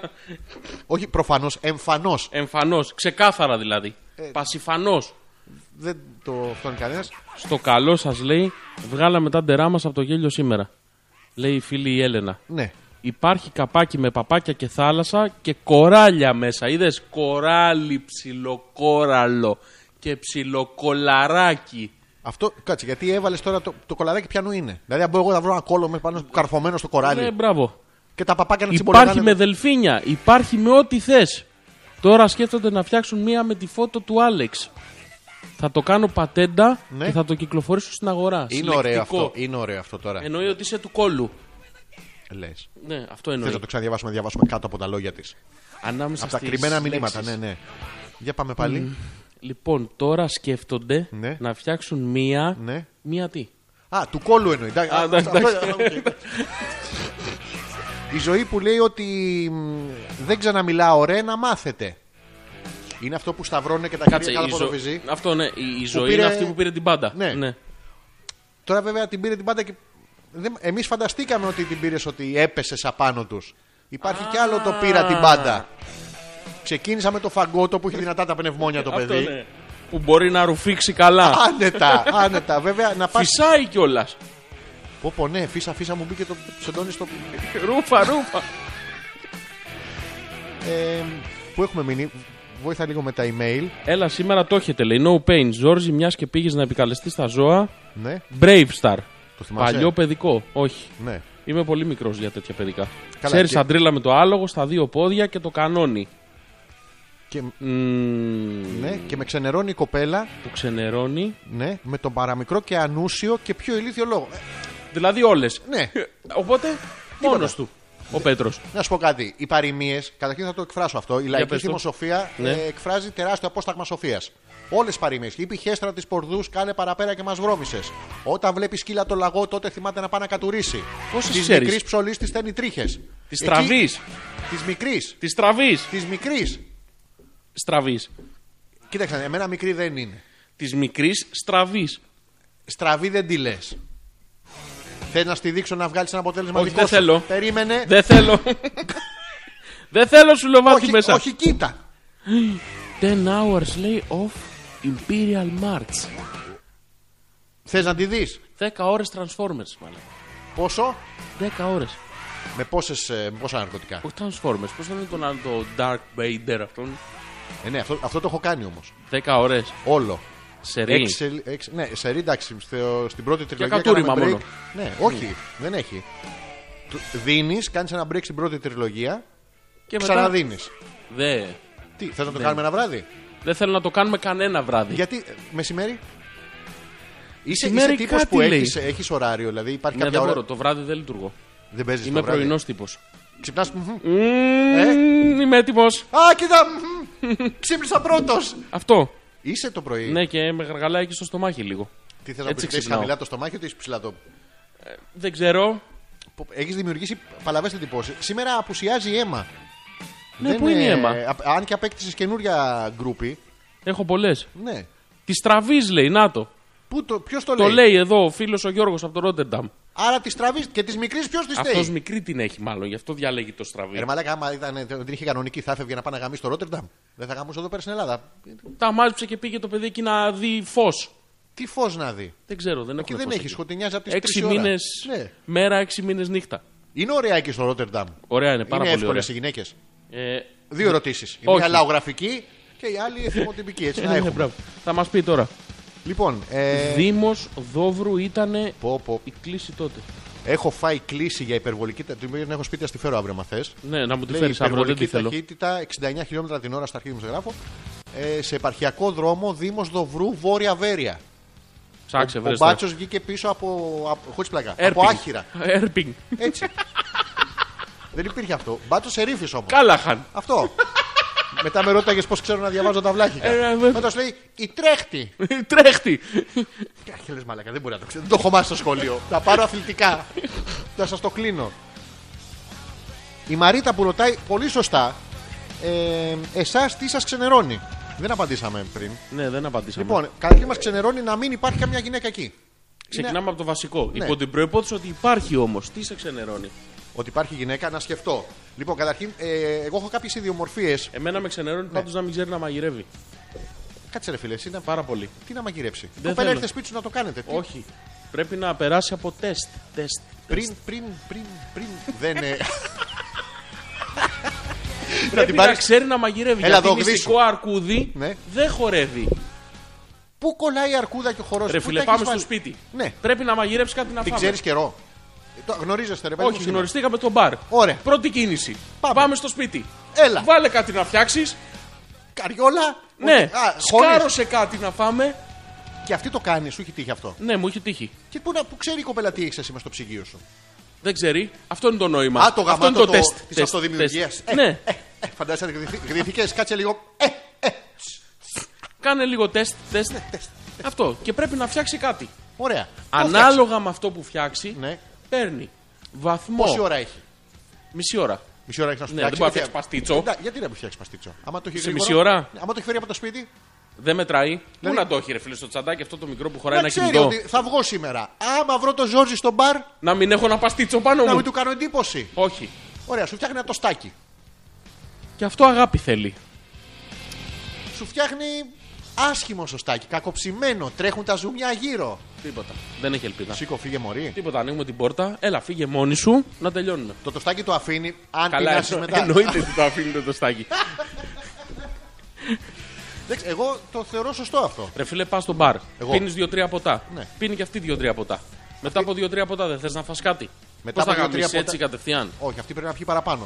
[SPEAKER 1] Όχι, προφανώ, εμφανώς.
[SPEAKER 2] Εμφανώς, ξεκάθαρα δηλαδή. Πασιφανώς.
[SPEAKER 1] Δεν το φτώνει κανένας.
[SPEAKER 2] Στο καλό σας λέει, βγάλαμε τα ντερά μας από το γέλιο σήμερα. Λέει η φίλη η Έλενα.
[SPEAKER 1] Ναι.
[SPEAKER 2] Υπάρχει καπάκι με παπάκια και θάλασσα και κοράλια μέσα. Είδες κοράλι, ψιλοκόραλο και ψιλοκολαράκι.
[SPEAKER 1] Αυτό, κάτσε, γιατί έβαλες τώρα το, το κολαράκι πιανού είναι. Δηλαδή, αν μπορώ εγώ να βρω ένα κόλλο με πάνω καρφωμένο στο κοράλι
[SPEAKER 2] Ναι, μπράβο.
[SPEAKER 1] και τα παπάκια να
[SPEAKER 2] Υπάρχει
[SPEAKER 1] τσιμπολιάνε.
[SPEAKER 2] με δελφίνια, υπάρχει με ό,τι θες. Τώρα σκέφτονται να φτιάξουν μία με τη φώτο του Άλεξ. Θα το κάνω πατέντα
[SPEAKER 1] Ναι.
[SPEAKER 2] και θα το κυκλοφορήσω στην αγορά.
[SPEAKER 1] Είναι ωραίο
[SPEAKER 2] Συλλεκτικό.
[SPEAKER 1] αυτό. Είναι ωραίο αυτό τώρα.
[SPEAKER 2] Εννοεί ότι είσαι του κόλου.
[SPEAKER 1] Λες.
[SPEAKER 2] Ναι, αυτό
[SPEAKER 1] Θε
[SPEAKER 2] εννοεί.
[SPEAKER 1] να το ξαναδιαβάσουμε, να διαβάσουμε κάτω από τα λόγια της.
[SPEAKER 2] Ανάμεσα
[SPEAKER 1] Από τα
[SPEAKER 2] στις
[SPEAKER 1] κρυμμένα μηνύματα,
[SPEAKER 2] λέξεις.
[SPEAKER 1] ναι, ναι. Για πάμε πάλι.
[SPEAKER 2] Λοιπόν, τώρα σκέφτονται
[SPEAKER 1] Ναι.
[SPEAKER 2] να φτιάξουν μία.
[SPEAKER 1] Ναι.
[SPEAKER 2] Μία τι.
[SPEAKER 1] Α, του κόλου εννοεί. Εντάξει,
[SPEAKER 2] Α, εντάξει.
[SPEAKER 1] αυτό- αυτό- οκ. Η ζωή που λέει ότι μ, δεν ξαναμιλάω, ρε, να μάθετε. Είναι αυτό που σταυρώνε και τα
[SPEAKER 2] Κάτσε,
[SPEAKER 1] χέρια
[SPEAKER 2] η
[SPEAKER 1] κάτω από το
[SPEAKER 2] ζω-
[SPEAKER 1] βυζί.
[SPEAKER 2] Αυτό ναι, η- η, ζωή
[SPEAKER 1] πήρε-
[SPEAKER 2] είναι αυτή που πήρε την πάντα.
[SPEAKER 1] Ναι. Τώρα βέβαια την πήρε την πάντα και. δεν- Εμείς φανταστήκαμε ότι την πήρες ότι έπεσες απάνω τους. Υπάρχει κι άλλο το πήρα την πάντα. Ξεκίνησα με το φαγκότο που είχε δυνατά τα πνευμόνια το
[SPEAKER 2] Αυτό
[SPEAKER 1] παιδί.
[SPEAKER 2] ναι. Που μπορεί να ρουφήξει καλά.
[SPEAKER 1] ναι. Άνετα, άνετα. Βέβαια να πας
[SPEAKER 2] Φυσάει κιόλας.
[SPEAKER 1] Πω πω ναι, φύσα φύσα μου μπήκε το ψεντόνι στο...
[SPEAKER 2] Ρούφα, ρούφα.
[SPEAKER 1] Ε, που έχουμε μείνει, βοήθα λίγο με τα email.
[SPEAKER 2] Έλα, σήμερα το έχετε, λέει. No pain. Ζόρζι, μιας και πήγες να επικαλεστείς τα ζώα.
[SPEAKER 1] Ναι,
[SPEAKER 2] Brave Star.
[SPEAKER 1] το θυμάσαι.
[SPEAKER 2] Παλιό παιδικό. Όχι.
[SPEAKER 1] Ναι.
[SPEAKER 2] Είμαι πολύ μικρός για τέτοια παιδικά.
[SPEAKER 1] Καλά,
[SPEAKER 2] Ξέρεις,
[SPEAKER 1] και-
[SPEAKER 2] αντρίλα με το άλογο, στα δύο πόδια και το κανόνι.
[SPEAKER 1] Και,
[SPEAKER 2] Μμμ,
[SPEAKER 1] ναι, και με ξενερώνει η κοπέλα
[SPEAKER 2] Που ξενερώνει.
[SPEAKER 1] ναι, με τον παραμικρό και ανούσιο και πιο ηλίθιο λόγο. Ε,
[SPEAKER 2] Δηλαδή όλες.
[SPEAKER 1] ναι,
[SPEAKER 2] <laughs> Οπότε, μόνος του. Ο Πέτρος.
[SPEAKER 1] να σου πω κάτι. Οι παροιμίες, καταρχήν θα το εκφράσω αυτό. Η λαϊκή
[SPEAKER 2] πες το.
[SPEAKER 1] θυμοσοφία
[SPEAKER 2] Ναι.
[SPEAKER 1] ε, εκφράζει τεράστιο απόσταγμα σοφίας. Όλες τι παροιμίε. Είπε η χέστρα της Πορδούς, κάνε παραπέρα και μας βρώμησες. Όταν βλέπεις σκύλα το λαγό, τότε θυμάται να πάει να κατουρίσει.
[SPEAKER 2] Πόσες
[SPEAKER 1] Της
[SPEAKER 2] ξέρεις?
[SPEAKER 1] μικρής ψωλής της στέλνει τρίχες.
[SPEAKER 2] Της τραβής.
[SPEAKER 1] Της μικρής.
[SPEAKER 2] Της τραβής.
[SPEAKER 1] Της μικρής.
[SPEAKER 2] Στραβή.
[SPEAKER 1] Κοίταξε, εμένα μικρή δεν είναι.
[SPEAKER 2] Της μικρής στραβής.
[SPEAKER 1] Στραβή δεν τη λες. Θε να στη δείξω να βγάλεις ένα αποτέλεσμα
[SPEAKER 2] Όχι,
[SPEAKER 1] δικό
[SPEAKER 2] δεν
[SPEAKER 1] σου.
[SPEAKER 2] θέλω.
[SPEAKER 1] Περίμενε.
[SPEAKER 2] Δεν θέλω. <laughs> Δεν θέλω σου λοβάτι
[SPEAKER 1] όχι,
[SPEAKER 2] μέσα.
[SPEAKER 1] όχι, κοίτα.
[SPEAKER 2] 10 hours lay off Imperial March.
[SPEAKER 1] Θες να τη δεις.
[SPEAKER 2] 10 ώρες Transformers, μάλλον.
[SPEAKER 1] Πόσο,
[SPEAKER 2] 10 ώρες.
[SPEAKER 1] με, πόσες, ε, με πόσα ναρκωτικά.
[SPEAKER 2] Όχι Transformers, πώς θα είναι τον άλλο το Dark Vader αυτόν.
[SPEAKER 1] Ε, ναι, αυτό, αυτό το έχω κάνει όμως.
[SPEAKER 2] 10 ώρες.
[SPEAKER 1] Όλο.
[SPEAKER 2] Σε ρί.
[SPEAKER 1] Έξι, έξι, ναι, σε ρίνταξη στο- στην πρώτη τριλογία.
[SPEAKER 2] κατούριμα
[SPEAKER 1] κάναμε break.
[SPEAKER 2] μόνο.
[SPEAKER 1] Ναι, όχι, δεν έχει. Δίνεις, κάνεις ένα break στην πρώτη τριλογία,
[SPEAKER 2] Και μετά... Ναι.
[SPEAKER 1] ξαναδίνεις.
[SPEAKER 2] Δε.
[SPEAKER 1] Τι, θες να το κάνουμε ένα βράδυ.
[SPEAKER 2] Δεν θέλω να το κάνουμε κανένα βράδυ.
[SPEAKER 1] Γιατί, ε, μεσημέρι. Είσαι,
[SPEAKER 2] Μεσημέρι
[SPEAKER 1] είσαι τύπος
[SPEAKER 2] κάτι
[SPEAKER 1] που
[SPEAKER 2] λέει.
[SPEAKER 1] έχεις, έχεις ωράριο, δηλαδή υπάρχει
[SPEAKER 2] Ναι,
[SPEAKER 1] κάποια
[SPEAKER 2] δεν
[SPEAKER 1] ώρα.
[SPEAKER 2] μπορώ, το βράδυ δεν λειτουργώ.
[SPEAKER 1] Δεν παίζεις
[SPEAKER 2] Είμαι
[SPEAKER 1] το βράδυ. Ε?
[SPEAKER 2] πρωινός τύπος.
[SPEAKER 1] Ξυπνάς,
[SPEAKER 2] <laughs>
[SPEAKER 1] μμμ.
[SPEAKER 2] Μμμ, Είμαι έτοιμος.
[SPEAKER 1] Α, κοίτα! μμμ, Ξύπνησα πρώτος!
[SPEAKER 2] Αυτό.
[SPEAKER 1] Είσαι το πρωί.
[SPEAKER 2] Ναι, και με γαργαλάει εκεί στο στομάχι λίγο.
[SPEAKER 1] Τι θες να πει,
[SPEAKER 2] Έτσι
[SPEAKER 1] έχει
[SPEAKER 2] ξυπνάω.
[SPEAKER 1] χαμηλά το στομάχι ή έχει ψηλά το.
[SPEAKER 2] Δεν ξέρω.
[SPEAKER 1] Έχεις δημιουργήσει παλαβές εντυπώσει. Σήμερα απουσιάζει αίμα.
[SPEAKER 2] Ναι,
[SPEAKER 1] Δεν,
[SPEAKER 2] πού είναι η
[SPEAKER 1] ε,
[SPEAKER 2] αίμα?
[SPEAKER 1] α- αν και απέκτησες καινούρια γκρούπι.
[SPEAKER 2] Έχω πολλές.
[SPEAKER 1] Ναι.
[SPEAKER 2] Τη τραβή λέει, να το.
[SPEAKER 1] Πού το, ποιος το,
[SPEAKER 2] Το
[SPEAKER 1] λέει.
[SPEAKER 2] λέει εδώ ο φίλος ο Γιώργος από το Ρότερνταμ.
[SPEAKER 1] Άρα τη τραβή και της μικρής ποιος τη
[SPEAKER 2] Αυτός
[SPEAKER 1] θέλει.
[SPEAKER 2] μικρή την έχει μάλλον, γι' αυτό διαλέγει το στραβή.
[SPEAKER 1] Ρε μαλάκα, άμα ήταν, ε, δεν είχε κανονική, θα έφευγε να πάει να γαμίσει στο Ρότερνταμ. Δεν θα γαμούσε εδώ πέρα στην Ελλάδα.
[SPEAKER 2] Τα μάζεψε και πήγε το παιδί εκεί να δει φως.
[SPEAKER 1] Τι φως να δει.
[SPEAKER 2] Δεν ξέρω, δεν έχω
[SPEAKER 1] Και δεν έχει, σκοτεινιάζει από τις 3
[SPEAKER 2] Έξι μήνες
[SPEAKER 1] Ναι.
[SPEAKER 2] μέρα, έξι μήνες νύχτα.
[SPEAKER 1] Είναι ωραία και στο Ρότερνταμ.
[SPEAKER 2] Ωραία είναι, πάρα
[SPEAKER 1] Είναι
[SPEAKER 2] πολύ
[SPEAKER 1] εύκολες
[SPEAKER 2] ωραία.
[SPEAKER 1] οι γυναίκες.
[SPEAKER 2] Ε,
[SPEAKER 1] Δύο ερωτήσεις. Η
[SPEAKER 2] Όχι.
[SPEAKER 1] μία λαογραφική και η άλλη εθιμοτυπική. Έτσι να
[SPEAKER 2] ναι,
[SPEAKER 1] έχουμε.
[SPEAKER 2] μπράβο. θα μας πει τώρα.
[SPEAKER 1] Λοιπόν, ε,
[SPEAKER 2] Δήμος Δήμο Δόβρου ήταν
[SPEAKER 1] πω, πω.
[SPEAKER 2] η κλίση τότε. έχω
[SPEAKER 1] έχω φάει κλίση για υπερβολική ταχύτητα. Την έχω σπίτι, ας τη φέρω αύριο, μα θες.
[SPEAKER 2] Ναι, να μου τη
[SPEAKER 1] Λέει,
[SPEAKER 2] φέρεις αύριο, δεν
[SPEAKER 1] υπερβολική
[SPEAKER 2] τη θέλω.
[SPEAKER 1] ταχύτητα 69 χιλιόμετρα την ώρα στα αρχή δημοσιογράφο. Ε, σε επαρχιακό δρόμο Δήμος Δοβρού, Βόρεια Βέρεια.
[SPEAKER 2] Ψάξε,
[SPEAKER 1] ο
[SPEAKER 2] βρες.
[SPEAKER 1] Μπάτσος βγήκε πίσω από. από χωρίς πλάκα. Από άχυρα.
[SPEAKER 2] Έρπινγκ.
[SPEAKER 1] Έτσι. Δεν υπήρχε αυτό. Μπάτσος ερήφης όμως.
[SPEAKER 2] Κάλαχαν. <laughs>
[SPEAKER 1] Αυτό. Μετά με ρώταγες πώς ξέρω να διαβάζω τα βλάχικα.
[SPEAKER 2] Ε, ε, ε.
[SPEAKER 1] Μετά σου λέει η τρέχτη.
[SPEAKER 2] Τρέχτη.
[SPEAKER 1] Και άρχισε, λες, μαλάκα, δεν μπορεί να το ξέρω. Δεν το έχω μάθει στο σχολείο. Θα πάρω αθλητικά. Θα σας το κλείνω. Η Μαρίτα που ρωτάει πολύ σωστά, ε, εσάς τι σας ξενερώνει. Δεν απαντήσαμε πριν.
[SPEAKER 2] ναι, δεν απαντήσαμε.
[SPEAKER 1] Λοιπόν, καταρχήν μας ξενερώνει να μην υπάρχει καμιά γυναίκα εκεί.
[SPEAKER 2] Ξεκινάμε από το βασικό.
[SPEAKER 1] Ναι.
[SPEAKER 2] Υπό την προπόθεση ότι υπάρχει όμως. Τι σε ξενερώνει.
[SPEAKER 1] Ότι υπάρχει γυναίκα, να σκεφτώ. Λοιπόν, καταρχήν, ε, εγώ έχω κάποιες ιδιομορφίες.
[SPEAKER 2] Εμένα με ξενερώνει
[SPEAKER 1] Ναι.
[SPEAKER 2] πάντως να μην ξέρει να μαγειρεύει.
[SPEAKER 1] Κάτσε ρε φίλε, εσύ να...
[SPEAKER 2] Πάρα πολύ.
[SPEAKER 1] τι να μαγειρέψει.
[SPEAKER 2] Δεν
[SPEAKER 1] Κοπέλα
[SPEAKER 2] θέλω.
[SPEAKER 1] ήρθε σπίτι σου να το κάνετε. Τι-
[SPEAKER 2] Όχι. Πρέπει να περάσει από τεστ. Τεστ.
[SPEAKER 1] Πριν, πριν, πριν, πριν. δεν.
[SPEAKER 2] <laughs>
[SPEAKER 1] ε, Να
[SPEAKER 2] Πρέπει
[SPEAKER 1] την
[SPEAKER 2] να
[SPEAKER 1] πάρεις.
[SPEAKER 2] ξέρει να μαγειρεύει.
[SPEAKER 1] Έλα
[SPEAKER 2] γιατί
[SPEAKER 1] εδώ,
[SPEAKER 2] μυστικό αρκούδι
[SPEAKER 1] Ναι.
[SPEAKER 2] δεν χορεύει.
[SPEAKER 1] Πού κολλάει η αρκούδα και ο χορός
[SPEAKER 2] Ρε φίλε, πάμε στο σπίτι.
[SPEAKER 1] Ναι.
[SPEAKER 2] Πρέπει να μαγειρέψει κάτι να
[SPEAKER 1] Την
[SPEAKER 2] φάμε.
[SPEAKER 1] ξέρεις καιρό. Ε, Το γνωρίζεστε, ρε παιδί μου,
[SPEAKER 2] Όχι,
[SPEAKER 1] σήμερα.
[SPEAKER 2] γνωριστήκαμε το μπαρ.
[SPEAKER 1] Ωραία.
[SPEAKER 2] Πρώτη κίνηση.
[SPEAKER 1] Πάμε.
[SPEAKER 2] στο σπίτι.
[SPEAKER 1] Έλα.
[SPEAKER 2] Βάλε κάτι να φτιάξεις.
[SPEAKER 1] Καριόλα.
[SPEAKER 2] Ναι.
[SPEAKER 1] Ότι- Α, χωρίς.
[SPEAKER 2] Σκάρωσε κάτι να φάμε.
[SPEAKER 1] Και αυτή το κάνει, σου έχει τύχει αυτό.
[SPEAKER 2] Ναι, μου έχει τύχει.
[SPEAKER 1] Και πού, να, πού ξέρει η κοπέλα τι έχεις εσύ μες στο ψυγείο σου.
[SPEAKER 2] Δεν ξέρει. Αυτό είναι το νόημα.
[SPEAKER 1] Α, το
[SPEAKER 2] Αυτό είναι
[SPEAKER 1] γαμάτο
[SPEAKER 2] το,
[SPEAKER 1] το,
[SPEAKER 2] τεστ.
[SPEAKER 1] της
[SPEAKER 2] Τεστ,
[SPEAKER 1] αυτοδημιουργίας.
[SPEAKER 2] τεστ. ναι.
[SPEAKER 1] Ε, φαντάζεσαι, γδυθ- γδυθήκες, κάτσε λίγο. Ε,
[SPEAKER 2] Κάνε λίγο τεστ.
[SPEAKER 1] Ναι,
[SPEAKER 2] τεστ. Αυτό. Και πρέπει να φτιάξει κάτι.
[SPEAKER 1] ωραία. Το
[SPEAKER 2] Ανάλογα με αυτό που φτιάξει,
[SPEAKER 1] Ναι.
[SPEAKER 2] παίρνει βαθμό.
[SPEAKER 1] φτιάξεις. Πόση ώρα έχει.
[SPEAKER 2] Μισή ώρα.
[SPEAKER 1] Μισή ώρα έχεις να σου
[SPEAKER 2] Ναι,
[SPEAKER 1] φτιάξει.
[SPEAKER 2] δεν
[SPEAKER 1] Γιατί-
[SPEAKER 2] μπορεί να φτιάξεις παστίτσο.
[SPEAKER 1] Ναι, Γιατί να μην φτιάξεις παστίτσο. Άμα το έχει
[SPEAKER 2] Σε
[SPEAKER 1] γρήγορα-
[SPEAKER 2] μισή ώρα?
[SPEAKER 1] Ναι, Άμα το έχει φέρει από το σπίτι,
[SPEAKER 2] Δεν μετράει. Πού
[SPEAKER 1] Δηλαδή-
[SPEAKER 2] να το έχει ρε φίλε στο τσαντάκι αυτό το μικρό που χωράει
[SPEAKER 1] να
[SPEAKER 2] ένα
[SPEAKER 1] ξέρει
[SPEAKER 2] κινητό.
[SPEAKER 1] ότι θα βγω σήμερα. Άμα βρω το Ζόρζι στο μπαρ,
[SPEAKER 2] Να μην έχω ένα παστίτσο πάνω
[SPEAKER 1] να
[SPEAKER 2] μου.
[SPEAKER 1] μην του κάνω εντύπωση.
[SPEAKER 2] Όχι.
[SPEAKER 1] Ωραία, σου φτιάχνει ένα τοστάκι.
[SPEAKER 2] Και αυτό αγάπη θέλει.
[SPEAKER 1] σου φτιάχνει άσχημο σωστάκι, κακοψημένο, τρέχουν τα ζουμιά γύρω.
[SPEAKER 2] Τίποτα. Δεν έχει ελπίδα.
[SPEAKER 1] Σήκω, φύγε μωρή.
[SPEAKER 2] Τίποτα. Ανοίγουμε την πόρτα. Έλα, φύγε μόνη σου να τελειώνουμε.
[SPEAKER 1] Το τοστάκι το αφήνει, αν
[SPEAKER 2] Καλά,
[SPEAKER 1] πεινάσεις
[SPEAKER 2] εννο-
[SPEAKER 1] μετά.
[SPEAKER 2] εννοείται ότι το αφήνει το τοστάκι.
[SPEAKER 1] Εντάξει, εγώ το θεωρώ σωστό αυτό.
[SPEAKER 2] Ρε φίλε, πας στο μπαρ.
[SPEAKER 1] Εγώ.
[SPEAKER 2] Πίνεις δύο-τρία ποτά.
[SPEAKER 1] Ναι.
[SPEAKER 2] Πίνει και αυτή δύο-τρία ποτά. Μετά από δύο-τρία ποτά δεν θες να φας κάτι.
[SPEAKER 1] Μετά από
[SPEAKER 2] Πώς θα
[SPEAKER 1] δύο-τρία
[SPEAKER 2] γαμίσεις
[SPEAKER 1] ποτά-
[SPEAKER 2] έτσι κατευθείαν.
[SPEAKER 1] Όχι, αυτή πρέπει να πιει παραπάνω.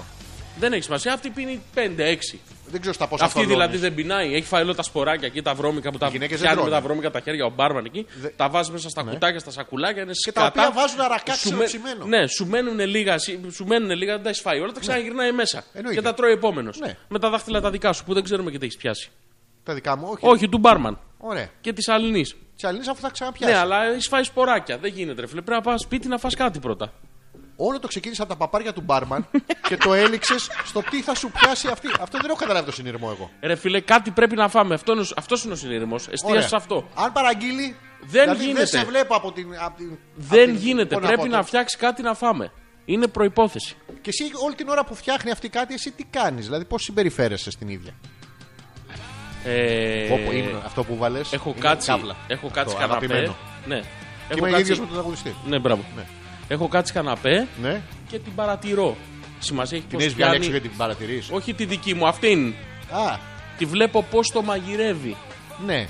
[SPEAKER 2] Δεν έχει σημασία. Αυτή πίνει 5-6.
[SPEAKER 1] Δεν ξέρω στα πόσα
[SPEAKER 2] Αυτή
[SPEAKER 1] θολώνεις.
[SPEAKER 2] δηλαδή δεν πεινάει. Έχει φάει όλα τα σποράκια εκεί, τα βρώμικα που τα
[SPEAKER 1] γυναίκες δεν
[SPEAKER 2] πιάνει με
[SPEAKER 1] τρώνε. Ναι.
[SPEAKER 2] τα βρώμικα τα χέρια ο μπάρμαν εκεί. Τα βάζεις μέσα στα κουτάκια, στα σακουλάκια. Είναι
[SPEAKER 1] Και τα
[SPEAKER 2] σκατά.
[SPEAKER 1] οποία βάζουν αρακά
[SPEAKER 2] Σου με-
[SPEAKER 1] ξεροψημένο.
[SPEAKER 2] Ναι, σου μένουν λίγα, σι- σου μένουνε λίγα, δεν τα έχεις φάει όλα, τα ξαναγυρνάει μέσα.
[SPEAKER 1] Ναι. Εννοείται.
[SPEAKER 2] Και τα τρώει επόμενος.
[SPEAKER 1] Ναι.
[SPEAKER 2] Με τα δάχτυλα τα δικά σου που δεν ξέρουμε και τι έχεις πιάσει.
[SPEAKER 1] Τα δικά μου, όχι.
[SPEAKER 2] Όχι, του μπάρμαν
[SPEAKER 1] Ωραία.
[SPEAKER 2] και της αλληνή.
[SPEAKER 1] Τσαλίνεις αφού θα ξαναπιάσει.
[SPEAKER 2] Ναι, αλλά έχεις φάει σποράκια. Δεν γίνεται, ρε φίλε. Πρέπει να πας σπίτι να φας κάτι πρώτα.
[SPEAKER 1] Όλο το ξεκίνησε από τα παπάρια του
[SPEAKER 2] <laughs>
[SPEAKER 1] μπάρμαν και το έληξες στο τι θα σου πιάσει αυτή. Αυτό δεν έχω καταλάβει το συνειρμό εγώ.
[SPEAKER 2] Ρε φίλε, κάτι πρέπει να φάμε. Αυτό είναι, ο- αυτός είναι ο συνειρμός. Εστίασες σε αυτό.
[SPEAKER 1] Αν παραγγείλει.
[SPEAKER 2] Δεν
[SPEAKER 1] δηλαδή,
[SPEAKER 2] γίνεται.
[SPEAKER 1] Δεν σε βλέπω από την. απ' την- απ'
[SPEAKER 2] Δεν
[SPEAKER 1] την-
[SPEAKER 2] γίνεται.
[SPEAKER 1] πώς
[SPEAKER 2] Πρέπει
[SPEAKER 1] πω,
[SPEAKER 2] να
[SPEAKER 1] το-
[SPEAKER 2] φτιάξεις κάτι να φάμε. Είναι προπόθεση.
[SPEAKER 1] Και εσύ όλη την ώρα που φτιάχνει αυτή κάτι, εσύ τι κάνεις, δηλαδή πώς συμπεριφέρεσαι στην ίδια.
[SPEAKER 2] Ε,
[SPEAKER 1] Όπου είναι αυτό που βάλες.
[SPEAKER 2] έχω κάτσει, έχω κάτσει
[SPEAKER 1] Το
[SPEAKER 2] καναπέ.
[SPEAKER 1] αγαπημένο.
[SPEAKER 2] Ναι.
[SPEAKER 1] Και
[SPEAKER 2] Έχω
[SPEAKER 1] είμαι
[SPEAKER 2] κάτσει-
[SPEAKER 1] ίδιος με τον τραγουδιστή.
[SPEAKER 2] Ναι, μπράβο.
[SPEAKER 1] Ναι.
[SPEAKER 2] Έχω κάτσει καναπέ
[SPEAKER 1] Ναι.
[SPEAKER 2] και την παρατηρώ. Σημασία έχει
[SPEAKER 1] Την
[SPEAKER 2] πως
[SPEAKER 1] έχεις βγάλει
[SPEAKER 2] πιάνει-
[SPEAKER 1] έξω γιατί την παρατηρείς.
[SPEAKER 2] Όχι τη δική μου, αυτήν.
[SPEAKER 1] Α,
[SPEAKER 2] Τη βλέπω πώ το μαγειρεύει.
[SPEAKER 1] ναι.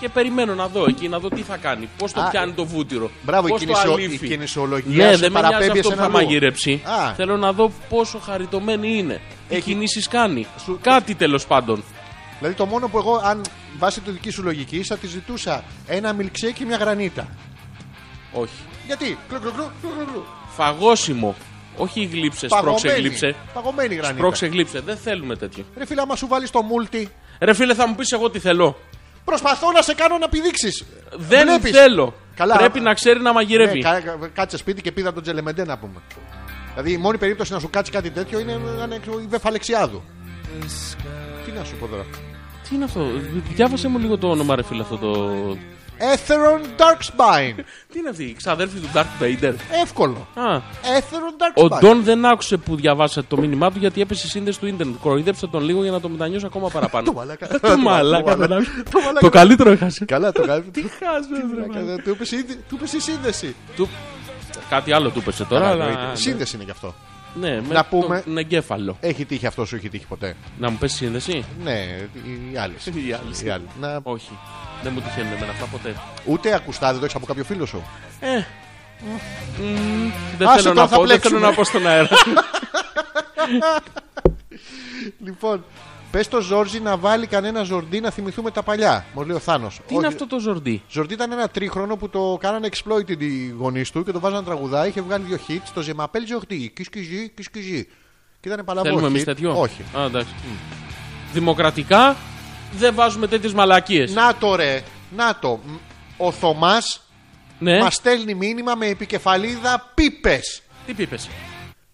[SPEAKER 2] Και περιμένω να δω εκεί, να δω τι θα κάνει. Πώ το
[SPEAKER 1] Α,
[SPEAKER 2] πιάνει το βούτυρο.
[SPEAKER 1] Μπράβο, η,
[SPEAKER 2] πώς το
[SPEAKER 1] κινησιο... η
[SPEAKER 2] αλήφει.
[SPEAKER 1] κινησιολογία
[SPEAKER 2] Ναι,
[SPEAKER 1] σου
[SPEAKER 2] δεν με νοιάζει
[SPEAKER 1] παραπέμπει
[SPEAKER 2] αυτό που
[SPEAKER 1] σε
[SPEAKER 2] θα
[SPEAKER 1] ένα άλλο.
[SPEAKER 2] μαγειρέψει.
[SPEAKER 1] Α.
[SPEAKER 2] Θέλω να δω πόσο χαριτωμένη είναι. Τι
[SPEAKER 1] Έχει-
[SPEAKER 2] κινήσεις κάνει.
[SPEAKER 1] Σου-
[SPEAKER 2] Κάτι τέλος πάντων.
[SPEAKER 1] Δηλαδή το μόνο που εγώ, αν βάσει τη δική σου λογική, θα της ζητούσα ένα μιλξέκι και μια γρανίτα.
[SPEAKER 2] Όχι.
[SPEAKER 1] Γιατί, κλου, κλου, κλου, κλου, κλου, κλου.
[SPEAKER 2] Φαγόσιμο. Όχι γλύψε, σπρώξε
[SPEAKER 1] Παγωμένη.
[SPEAKER 2] γλύψε.
[SPEAKER 1] Παγωμένη γρανίτα.
[SPEAKER 2] Σπρώξε γλύψε. Δεν θέλουμε τέτοιο.
[SPEAKER 1] Ρε φίλε, άμα σου βάλεις το μούλτι,
[SPEAKER 2] Ρε φίλε, θα μου πεις εγώ τι θέλω.
[SPEAKER 1] προσπαθώ να σε κάνω να πηδήξεις.
[SPEAKER 2] Δεν θέλω.
[SPEAKER 1] Καλά.
[SPEAKER 2] Πρέπει να ξέρει να μαγειρεύει.
[SPEAKER 1] Ναι, κα- κα- κάτσε σπίτι και πήδα τον Τζελεμεντέ να πούμε. Δηλαδή η μόνη περίπτωση να σου κάτσει κάτι τέτοιο είναι να είναι ξέρω, η βεφαλεξιάδου. Τι να σου πω τώρα.
[SPEAKER 2] Τι είναι αυτό. Διάβασε μου λίγο το όνομα, ρε φίλε, αυτό το.
[SPEAKER 1] Έθερον Darkspine.
[SPEAKER 2] Τι είναι αυτή, η ξαδέρφη του Darth Vader.
[SPEAKER 1] Εύκολο.
[SPEAKER 2] Α,
[SPEAKER 1] Έθερον
[SPEAKER 2] ο
[SPEAKER 1] Darkspine.
[SPEAKER 2] Ντόν δεν άκουσε που διαβάσατε το μήνυμά του γιατί έπεσε η σύνδεση του Ιντερνετ. Κοροϊδέψτε τον λίγο για να το μετανιώσει ακόμα
[SPEAKER 1] <laughs> Το
[SPEAKER 2] παραπάνω.
[SPEAKER 1] μαλάκα.
[SPEAKER 2] <laughs> Το μαλάκα. δεν άκουσε.
[SPEAKER 1] Το μαλάκα.
[SPEAKER 2] Το καλύτερο έχασε.
[SPEAKER 1] Καλά, το κάνει. Τι
[SPEAKER 2] Χάσμες, ρε, μαλάκα.
[SPEAKER 1] μαλάκα, Του είπες ήδη- του είπες η σύνδεση.
[SPEAKER 2] Του- Κάτι άλλο του έπεσε τώρα.
[SPEAKER 1] Καλά,
[SPEAKER 2] αλλά-
[SPEAKER 1] εννοείται. Σύνδεση είναι γι' αυτό.
[SPEAKER 2] Ναι, με
[SPEAKER 1] Να πούμε-
[SPEAKER 2] τον εγκέφαλο.
[SPEAKER 1] Έχει τύχει αυτός, σου έχει τύχει ποτέ.
[SPEAKER 2] Να μου πέσει σύνδεση.
[SPEAKER 1] Ναι, οι άλλες.
[SPEAKER 2] Οι άλλες.
[SPEAKER 1] Να...
[SPEAKER 2] Όχι. Δεν μου τυχαίνουν εμένα αυτά ποτέ.
[SPEAKER 1] Ούτε ακουστά, δεν το έχεις από κάποιο φίλο σου.
[SPEAKER 2] Ε. μμ, Δεν
[SPEAKER 1] Άσε τώρα,
[SPEAKER 2] θέλω να
[SPEAKER 1] θα
[SPEAKER 2] πω, δεν
[SPEAKER 1] μπλέξουμε.
[SPEAKER 2] θέλω να πω στον αέρα.
[SPEAKER 1] Λοιπόν, πες το Ζόρζι να βάλει κανένα ζορντί να θυμηθούμε τα παλιά. Μου λέει ο Θάνος.
[SPEAKER 2] Τι είναι αυτό το ζορντί.
[SPEAKER 1] Ζορντί ήταν ένα τρίχρονο που το κάνανε exploited οι γονείς του και το βάζανε να τραγουδάει. Είχε βγάλει δύο hits. Το Ζεμαπέλ Ζορντί. Κισκιζί, κισκιζί. Και ήταν παλαβός.
[SPEAKER 2] Θέλουμε
[SPEAKER 1] hit.
[SPEAKER 2] εμείς τέτοιο.
[SPEAKER 1] Όχι.
[SPEAKER 2] Α, εντάξει. Δημοκρατικά δεν βάζουμε τέτοιες μαλακίες.
[SPEAKER 1] Να το ρε. Να το. Μ, Ο Θωμάς
[SPEAKER 2] Ναι,
[SPEAKER 1] μας στέλνει μήνυμα με επικεφαλίδα πίπες.
[SPEAKER 2] τι πίπες.